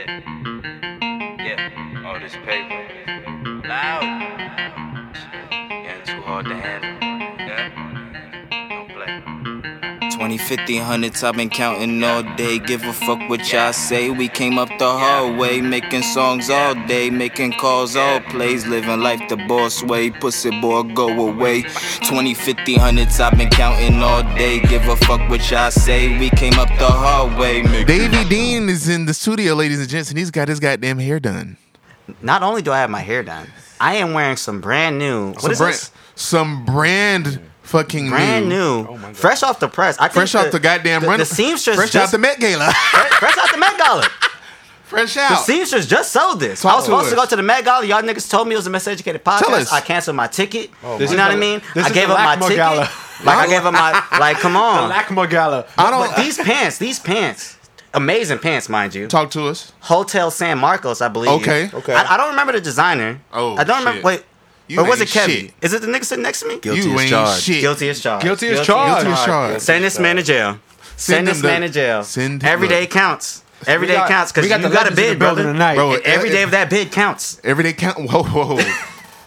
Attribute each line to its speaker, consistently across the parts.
Speaker 1: Yeah. Yeah. All this paper. Loud. Yeah, too hard to handle. Yeah. Don't play. 20, 50, hundreds, I've been counting all day. Give a fuck what y'all say. We came up the hallway, making songs all day, making calls all plays, living life the boss way. Pussy boy, go away. 20, 50, hundreds, I've been counting all day. Give a fuck what y'all say. We came up the hallway, making
Speaker 2: Davy Dean is in the studio, ladies and gents, and he's got his goddamn hair done.
Speaker 3: Not only do I have my hair done, I am wearing some brand new. What
Speaker 2: some
Speaker 3: is
Speaker 2: brand,
Speaker 3: this?
Speaker 2: Some brand fucking
Speaker 3: Brand new, fresh off the press. I think
Speaker 2: Fresh off the goddamn
Speaker 3: the,
Speaker 2: run.
Speaker 3: The seamstress
Speaker 2: Fresh
Speaker 3: just,
Speaker 2: out the Met Gala.
Speaker 3: fresh out the Met Gala.
Speaker 2: fresh
Speaker 3: The
Speaker 2: out.
Speaker 3: seamstress just sold this.
Speaker 2: Talk
Speaker 3: I was
Speaker 2: to
Speaker 3: supposed to
Speaker 2: us.
Speaker 3: go to the Met Gala. Y'all niggas told me it was a miseducated podcast.
Speaker 2: Tell us.
Speaker 3: I canceled my ticket.
Speaker 4: This
Speaker 3: you
Speaker 4: is
Speaker 3: know
Speaker 4: the-
Speaker 3: what I mean?
Speaker 4: this
Speaker 3: I
Speaker 4: is
Speaker 3: gave
Speaker 4: the
Speaker 3: up my
Speaker 4: LACMA
Speaker 3: ticket.
Speaker 4: Gala.
Speaker 3: Like I gave up my like. Come on.
Speaker 4: Lacma Gala.
Speaker 2: I don't
Speaker 3: But uh, these pants, these pants, amazing pants, mind you.
Speaker 2: talk to us.
Speaker 3: Hotel San Marcos, I believe.
Speaker 2: Okay.
Speaker 4: Okay.
Speaker 3: I, I don't remember the designer.
Speaker 2: Oh,
Speaker 3: I don't remember.
Speaker 2: shit.
Speaker 3: Wait,
Speaker 2: You
Speaker 3: or was it
Speaker 2: ain't
Speaker 3: Kevin?
Speaker 2: shit.
Speaker 3: Is it the nigga sitting next to me?
Speaker 2: Guilty you ain't shit.
Speaker 3: Guilty as charged.
Speaker 4: Guilty as charged.
Speaker 2: Guilty as charged.
Speaker 3: Send this man to jail. Send,
Speaker 2: Send
Speaker 3: this
Speaker 2: him the-
Speaker 3: man to jail.
Speaker 2: send him
Speaker 3: every
Speaker 2: the-
Speaker 3: day counts. Every
Speaker 4: We
Speaker 3: day
Speaker 4: got-
Speaker 3: counts because
Speaker 4: we
Speaker 3: you
Speaker 4: got the
Speaker 3: got a
Speaker 4: legends in the
Speaker 3: bid,
Speaker 4: building
Speaker 3: brother.
Speaker 4: tonight.
Speaker 2: Bro,
Speaker 3: And every
Speaker 2: uh,
Speaker 3: day of that bid counts.
Speaker 2: Every day count. Whoa, whoa. whoa.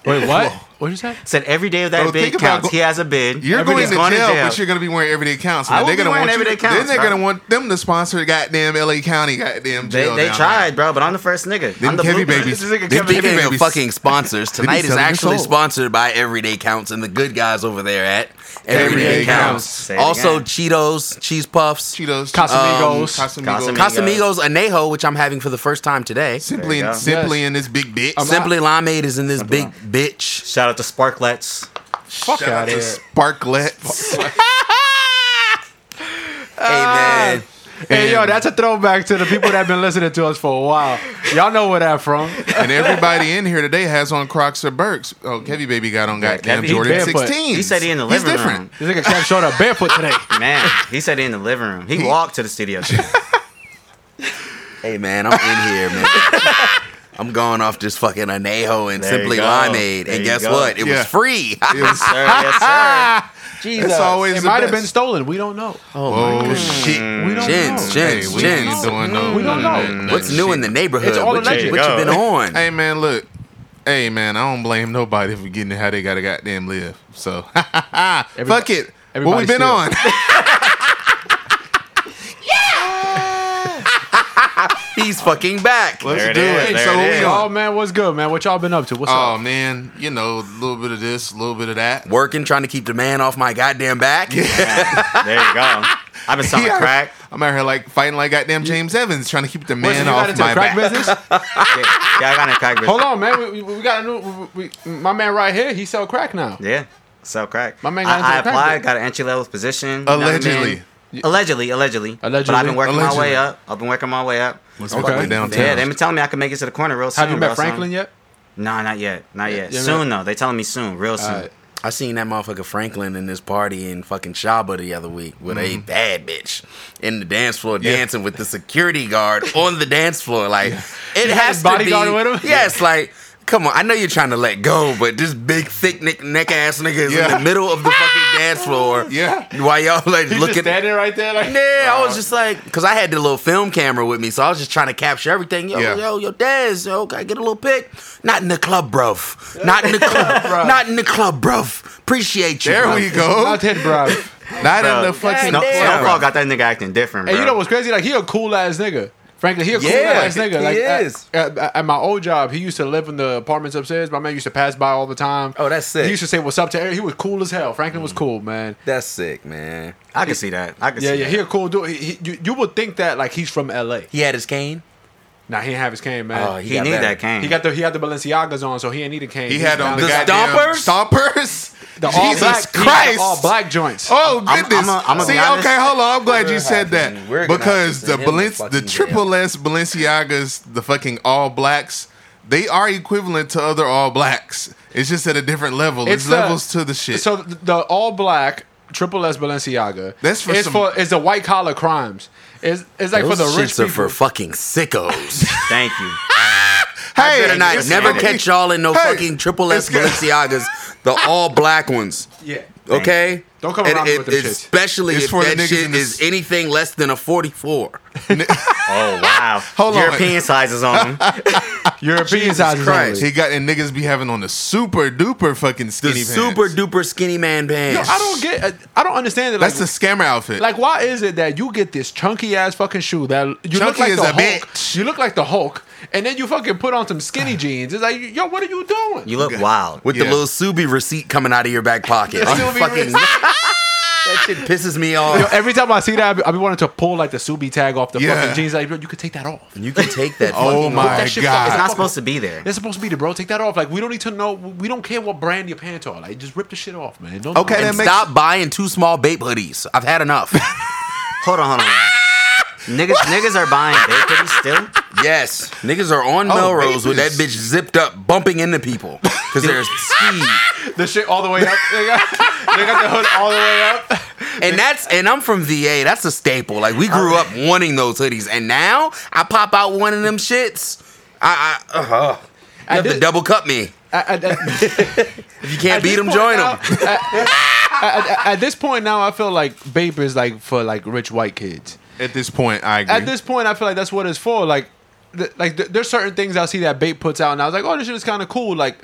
Speaker 4: Wait, what? What is that?
Speaker 3: Said every day of that
Speaker 2: Bro,
Speaker 3: bid
Speaker 2: think about
Speaker 3: counts.
Speaker 2: go-
Speaker 3: he has a bid.
Speaker 2: You're
Speaker 3: Every
Speaker 2: going
Speaker 3: day's
Speaker 2: to, jail, but you're going to be wearing everyday counts.
Speaker 3: I
Speaker 2: Now,
Speaker 3: will
Speaker 2: they're
Speaker 3: be
Speaker 2: gonna
Speaker 3: wearing
Speaker 2: want you-
Speaker 3: everyday counts,
Speaker 2: Then they're
Speaker 3: bro.
Speaker 2: going to want them to sponsor goddamn LA County goddamn
Speaker 3: They,
Speaker 2: jail.
Speaker 3: they
Speaker 2: down
Speaker 3: tried, bro, but I'm the first nigga.
Speaker 2: Them
Speaker 3: I'm the
Speaker 2: Kevy
Speaker 3: blueprint.
Speaker 2: babies.
Speaker 4: This nigga
Speaker 2: Them
Speaker 4: Kevy
Speaker 2: Kevy
Speaker 5: Speaking of
Speaker 2: babies.
Speaker 5: fucking sponsors, tonight is
Speaker 2: selling your
Speaker 5: actually
Speaker 2: soul.
Speaker 5: sponsored by Everyday Counts and the good guys over there at Everyday,
Speaker 2: Everyday
Speaker 5: Counts.
Speaker 2: Counts.
Speaker 3: Say it
Speaker 5: Also,
Speaker 3: again.
Speaker 5: Cheetos, Cheese Puffs,
Speaker 2: Cheetos,
Speaker 4: Casamigos.
Speaker 2: um,
Speaker 3: Casamigos.
Speaker 2: Casamigos,
Speaker 5: Casamigos, Anejo, which I'm having for the first time today.
Speaker 2: simply,
Speaker 3: There you
Speaker 2: and
Speaker 3: go.
Speaker 2: simply
Speaker 4: Yes.
Speaker 2: in this big dick.
Speaker 4: I'm-
Speaker 5: Simply Limeade is in this big bitch.
Speaker 3: shout out to Sparklets.
Speaker 4: Fuck
Speaker 2: Shout out
Speaker 4: out
Speaker 2: to
Speaker 4: here.
Speaker 2: Sparklets.
Speaker 5: Amen.
Speaker 4: Hey, yo, that's a throwback to the people that have been listening to us for a while. Y'all know where that from.
Speaker 2: and everybody in here today has on Crocs or Birks. Oh, Kevy Baby got on goddamn
Speaker 3: Kevy-
Speaker 2: Jordan
Speaker 4: He's barefoot.
Speaker 2: 16.
Speaker 3: He said he in the
Speaker 2: He's
Speaker 3: living
Speaker 2: different.
Speaker 3: room.
Speaker 4: This nigga Kev showed up barefoot today.
Speaker 3: Man, he said he in the living room. He walked to the studio.
Speaker 5: Hey man, I'm in here, man. I'm going off this fucking Anejo and
Speaker 3: There you
Speaker 5: Simply
Speaker 3: go.
Speaker 5: Limeade,
Speaker 3: There
Speaker 5: and
Speaker 3: you
Speaker 5: guess
Speaker 3: go.
Speaker 5: what? It
Speaker 2: Yeah.
Speaker 5: was free.
Speaker 2: Yes, sir.
Speaker 3: yes, sir.
Speaker 2: It's always
Speaker 4: It
Speaker 2: the
Speaker 4: might have
Speaker 2: best.
Speaker 4: been stolen. We don't know.
Speaker 2: Oh shit.
Speaker 4: We don't
Speaker 5: Gents,
Speaker 4: know.
Speaker 5: gents,
Speaker 2: we
Speaker 5: gents.
Speaker 2: ain't doing no.
Speaker 4: We don't know.
Speaker 1: Mm.
Speaker 2: no
Speaker 5: What's new
Speaker 2: shit.
Speaker 5: in the neighborhood?
Speaker 4: It's all
Speaker 5: what
Speaker 4: alleged.
Speaker 5: you, what you been on?
Speaker 2: Hey man, look. Hey man, I don't blame nobody for getting how they gotta goddamn live. So fuck it. What we
Speaker 4: everybody
Speaker 2: been
Speaker 4: steal.
Speaker 2: on?
Speaker 5: He's fucking back.
Speaker 2: Let's
Speaker 3: There it
Speaker 2: do
Speaker 3: is,
Speaker 2: it.
Speaker 3: there
Speaker 2: So
Speaker 3: it
Speaker 2: what
Speaker 3: is.
Speaker 2: we
Speaker 4: Oh
Speaker 2: on?
Speaker 4: man, what's good, man? What y'all been up to? What's
Speaker 2: Oh
Speaker 4: up?
Speaker 2: man, you know, a little bit of this, a little bit of that.
Speaker 5: Working, trying to keep the man off my goddamn back.
Speaker 3: There you go. I've been selling
Speaker 2: Yeah.
Speaker 3: crack.
Speaker 2: I'm out here like fighting like goddamn James Evans, trying to keep the man
Speaker 4: Listen, you got
Speaker 2: off
Speaker 4: into the
Speaker 2: my
Speaker 4: crack
Speaker 2: back.
Speaker 4: business?
Speaker 3: Yeah, yeah, I got in crack. business.
Speaker 4: Hold on, man. We, we, we got a new. We, we, my man right here. He sell crack now.
Speaker 3: Yeah, sell crack.
Speaker 4: My man got into
Speaker 3: I, I
Speaker 4: the crack
Speaker 3: applied,
Speaker 4: business.
Speaker 3: got an entry level position. you know what I mean?
Speaker 2: Allegedly.
Speaker 3: Allegedly, allegedly. But
Speaker 4: Allegedly.
Speaker 3: I've been working my
Speaker 2: Allegedly.
Speaker 3: way up. I've been working my way up.
Speaker 2: Let's
Speaker 4: Okay.
Speaker 2: okay. downtown.
Speaker 3: Yeah, they've been telling me I can make it to the corner real soon.
Speaker 4: Have you met
Speaker 3: bro,
Speaker 4: Franklin
Speaker 3: so-
Speaker 4: yet?
Speaker 3: Nah, not yet. Not yet.
Speaker 4: yeah,
Speaker 3: soon, though. They telling me soon, real soon.
Speaker 4: Alright.
Speaker 5: I seen that motherfucker Franklin in this party in fucking Shaba the other week with a
Speaker 4: Mm-hmm.
Speaker 5: bad bitch in the dance floor dancing with the security guard on the dance floor. Like it has
Speaker 4: his
Speaker 5: to
Speaker 4: bodyguard
Speaker 5: be.
Speaker 4: with him?
Speaker 5: Yes, like come on. I know you're trying to let go, but this big thick neck, neck ass nigga is in
Speaker 2: Yeah.
Speaker 5: the middle of the fucking dance floor.
Speaker 2: Yeah.
Speaker 5: while y'all like
Speaker 4: He's just
Speaker 5: looking.
Speaker 4: standing right there. Like,
Speaker 5: Yeah, I
Speaker 2: Uh,
Speaker 5: was just like, cause I had the little film camera with me, so I was just trying to capture everything. Yo,
Speaker 2: Yeah.
Speaker 5: yo, yo, Dez, yo, can I get a little pic? Not in the club, bruv. Not in the club. Not in the club, bruv. Appreciate you.
Speaker 2: There
Speaker 5: bruv.
Speaker 2: we go.
Speaker 4: not hit, bro.
Speaker 2: Not
Speaker 3: Bro,
Speaker 2: in the fucking
Speaker 3: Snow-
Speaker 5: damn.
Speaker 3: Snowfall got that nigga acting different, bro.
Speaker 4: And you know what's crazy? Like he a cool ass nigga. Frankly, he a cool
Speaker 5: Yeah,
Speaker 4: ass nigga.
Speaker 5: he
Speaker 4: Like at-
Speaker 5: is.
Speaker 4: At, at, my old job, he used to live in the apartments upstairs. My man used to pass by all the time.
Speaker 5: Oh, that's sick. Mm.
Speaker 4: He used to say what's up to everybody. He was cool as hell. Franklin was cool, man.
Speaker 5: That's sick, man.
Speaker 3: I can see that. I can
Speaker 4: Yeah,
Speaker 3: see
Speaker 4: yeah,
Speaker 3: that.
Speaker 4: he a cool dude. He, he, you, you would think that like he's from LA.
Speaker 5: He had his cane.
Speaker 4: Nah, he didn't have his cane, man.
Speaker 5: Oh,
Speaker 4: he,
Speaker 3: Uh, He
Speaker 5: he got
Speaker 3: need
Speaker 5: better.
Speaker 3: that cane.
Speaker 4: got the he had the Balenciagas on, so he ain't need a cane.
Speaker 2: He
Speaker 4: He's
Speaker 2: had on
Speaker 4: down-
Speaker 2: the,
Speaker 5: The
Speaker 2: goddamn
Speaker 5: stompers?
Speaker 2: stompers.
Speaker 4: the all
Speaker 2: Jesus
Speaker 4: black,
Speaker 2: Christ.
Speaker 4: all black joints.
Speaker 2: Oh
Speaker 3: I'm-
Speaker 2: goodness!
Speaker 3: I'm a- I'm a
Speaker 2: See,
Speaker 3: honest-
Speaker 2: okay, hold on. I'm glad
Speaker 5: We're
Speaker 2: you said
Speaker 5: having-
Speaker 2: that
Speaker 5: we're gonna
Speaker 2: because
Speaker 5: have to
Speaker 2: the
Speaker 5: send him to
Speaker 2: Balen- the
Speaker 5: fucking
Speaker 2: triple S Balenciagas, the fucking all blacks, they are equivalent to other all blacks. It's just at a different level. It's,
Speaker 4: It's the-
Speaker 2: levels to the shit.
Speaker 4: So the, the all black triple S Balenciaga.
Speaker 2: That's for
Speaker 4: it's
Speaker 2: some-
Speaker 4: for it's the white collar crimes. It's it's like for
Speaker 5: Those
Speaker 4: the rich
Speaker 5: shits
Speaker 4: people.
Speaker 5: are for fucking sickos.
Speaker 3: Thank you.
Speaker 2: hey,
Speaker 5: Better not
Speaker 2: it's-
Speaker 5: never
Speaker 2: hey,
Speaker 5: catch y'all in no
Speaker 2: hey,
Speaker 5: fucking triple S
Speaker 2: it's-
Speaker 5: Balenciagas. The all black ones.
Speaker 4: yeah.
Speaker 5: Okay.
Speaker 4: Don't come
Speaker 5: And
Speaker 4: around me with them shits.
Speaker 5: Especially
Speaker 2: It's
Speaker 5: if
Speaker 2: for the
Speaker 5: that
Speaker 2: niggas
Speaker 5: shit
Speaker 2: in this-
Speaker 5: is anything less than a forty-four.
Speaker 3: Oh wow!
Speaker 2: Hold on.
Speaker 3: European sizes on them.
Speaker 4: European
Speaker 5: Jesus
Speaker 4: sizes
Speaker 5: Christ.
Speaker 4: only.
Speaker 2: He got and niggas be having on the super duper fucking
Speaker 5: The
Speaker 2: skinny
Speaker 5: super
Speaker 2: pants.
Speaker 5: duper skinny man pants.
Speaker 4: I don't get. I don't understand it. Like,
Speaker 2: That's the scammer outfit.
Speaker 4: like, why is it that you get this chunky ass fucking shoe that you look
Speaker 2: Chunky
Speaker 4: like
Speaker 2: is
Speaker 4: the
Speaker 2: a
Speaker 4: Hulk?
Speaker 2: bitch.
Speaker 4: You look like the Hulk, and then you fucking put on some skinny jeans. It's like, yo, what are you doing?
Speaker 3: You look wild.
Speaker 5: with the
Speaker 2: Yeah.
Speaker 5: little Subi receipt coming out of your back pocket. I'm
Speaker 2: Subi
Speaker 5: fucking- that shit pisses me off.
Speaker 4: Yo, every time I see that, I be, I be wanting to pull like the Subi tag off the
Speaker 2: Yeah.
Speaker 4: fucking jeans. Like, yo, you could take that off.
Speaker 5: you can take that.
Speaker 2: Oh
Speaker 5: fucking-
Speaker 2: my
Speaker 4: that shit
Speaker 2: God.
Speaker 4: back.
Speaker 3: It's not supposed to be there.
Speaker 4: It's supposed to be the bro. Take that off. Like we don't need to know. We don't care what brand your pants are. Like just rip the shit off, man. Don't
Speaker 2: Okay,
Speaker 4: Don't-
Speaker 2: that
Speaker 5: And
Speaker 2: makes-
Speaker 5: stop buying two small babe hoodies. I've had enough.
Speaker 3: Hold on, hold on. niggas, niggas are buying bakeries still.
Speaker 5: yes, niggas are on
Speaker 2: Oh,
Speaker 5: Melrose with that
Speaker 2: babies.
Speaker 5: bitch zipped up, bumping into people because they're ski.
Speaker 4: the shit all the way up. They got, they got the hood all the way up.
Speaker 5: And that's and I'm from VA. That's a staple. Like we grew up wanting those hoodies, and now I pop out one of them shits. I, I uh-huh. you have
Speaker 4: did-
Speaker 5: to double cup me.
Speaker 4: At, at- at-
Speaker 5: If you can't
Speaker 4: at
Speaker 5: beat
Speaker 4: this
Speaker 5: them,
Speaker 4: point
Speaker 5: join
Speaker 4: now-
Speaker 5: them.
Speaker 4: at, at- at this point now, I feel like Bape is like for like rich white kids.
Speaker 2: At this point, I agree.
Speaker 5: Mm-hmm.
Speaker 4: At this point, I feel like that's what it's for. Like, th- like th- there's certain things I see that Bape puts out, and I was like, oh, this shit is kind of cool. Like,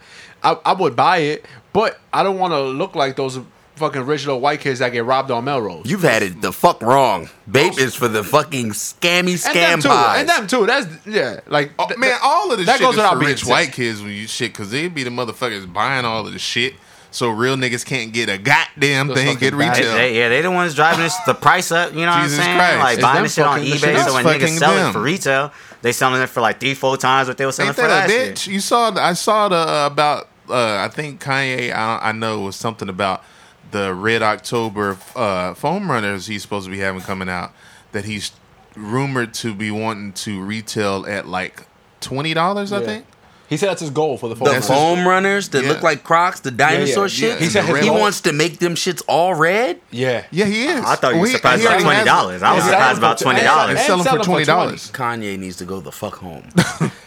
Speaker 4: I, I would buy it, but I don't want to look like those fucking rich little white kids that get robbed on Melrose.
Speaker 5: You've had it the fuck wrong. Babe is for the fucking scammy
Speaker 4: Oh. and
Speaker 5: scam
Speaker 4: them too.
Speaker 5: pies.
Speaker 4: And them too. That's yeah. Like
Speaker 2: Oh,
Speaker 4: th-
Speaker 2: man,
Speaker 4: th-
Speaker 2: all of this
Speaker 4: that
Speaker 2: shit
Speaker 4: goes
Speaker 2: is
Speaker 4: without
Speaker 2: for
Speaker 4: being
Speaker 2: rich
Speaker 4: said.
Speaker 2: white kids when you shit, cause they be the motherfuckers buying all of this shit. So real niggas can't get a goddamn
Speaker 4: Those
Speaker 2: thing
Speaker 4: fucking
Speaker 2: at
Speaker 4: bastards.
Speaker 3: They,
Speaker 2: retail.
Speaker 3: they- yeah, they the ones driving this, the price up. You know
Speaker 2: Jesus
Speaker 3: what I'm saying?
Speaker 2: Christ.
Speaker 3: Like
Speaker 2: It's
Speaker 3: buying
Speaker 4: them
Speaker 3: this shit on
Speaker 4: fucking-
Speaker 3: eBay.
Speaker 4: it's
Speaker 3: So when
Speaker 2: fucking
Speaker 3: niggas sell
Speaker 2: them.
Speaker 3: it for retail, they selling it for like three, four times what they were selling
Speaker 2: Ain't
Speaker 3: for
Speaker 2: that
Speaker 3: last
Speaker 2: a
Speaker 3: year.
Speaker 2: bitch? You saw the, I saw the uh, about uh, I think Kanye I, I know was something about the Red October uh, foam runners he's supposed to be having coming out that he's rumored to be wanting to retail at like twenty dollars. I
Speaker 4: Yeah.
Speaker 2: think.
Speaker 4: he said that's his goal for the phone.
Speaker 5: the
Speaker 2: That's
Speaker 5: foam runners that
Speaker 2: Yeah.
Speaker 5: look like Crocs, the dinosaur
Speaker 4: yeah.
Speaker 5: shit.
Speaker 4: He said
Speaker 5: He,
Speaker 4: his whole-
Speaker 5: wants to make them shits all red.
Speaker 4: yeah.
Speaker 2: Yeah, he is.
Speaker 3: I thought you were
Speaker 2: Well, he-
Speaker 3: surprised
Speaker 2: he
Speaker 3: about
Speaker 2: already
Speaker 3: twenty
Speaker 2: has-
Speaker 3: dollars. I was
Speaker 4: Yeah.
Speaker 3: surprised about
Speaker 4: And-
Speaker 3: twenty
Speaker 4: and
Speaker 2: It's
Speaker 3: dollars.
Speaker 2: selling
Speaker 4: sell
Speaker 2: for
Speaker 4: them for
Speaker 2: twenty dollars.
Speaker 5: Kanye needs to go the fuck home.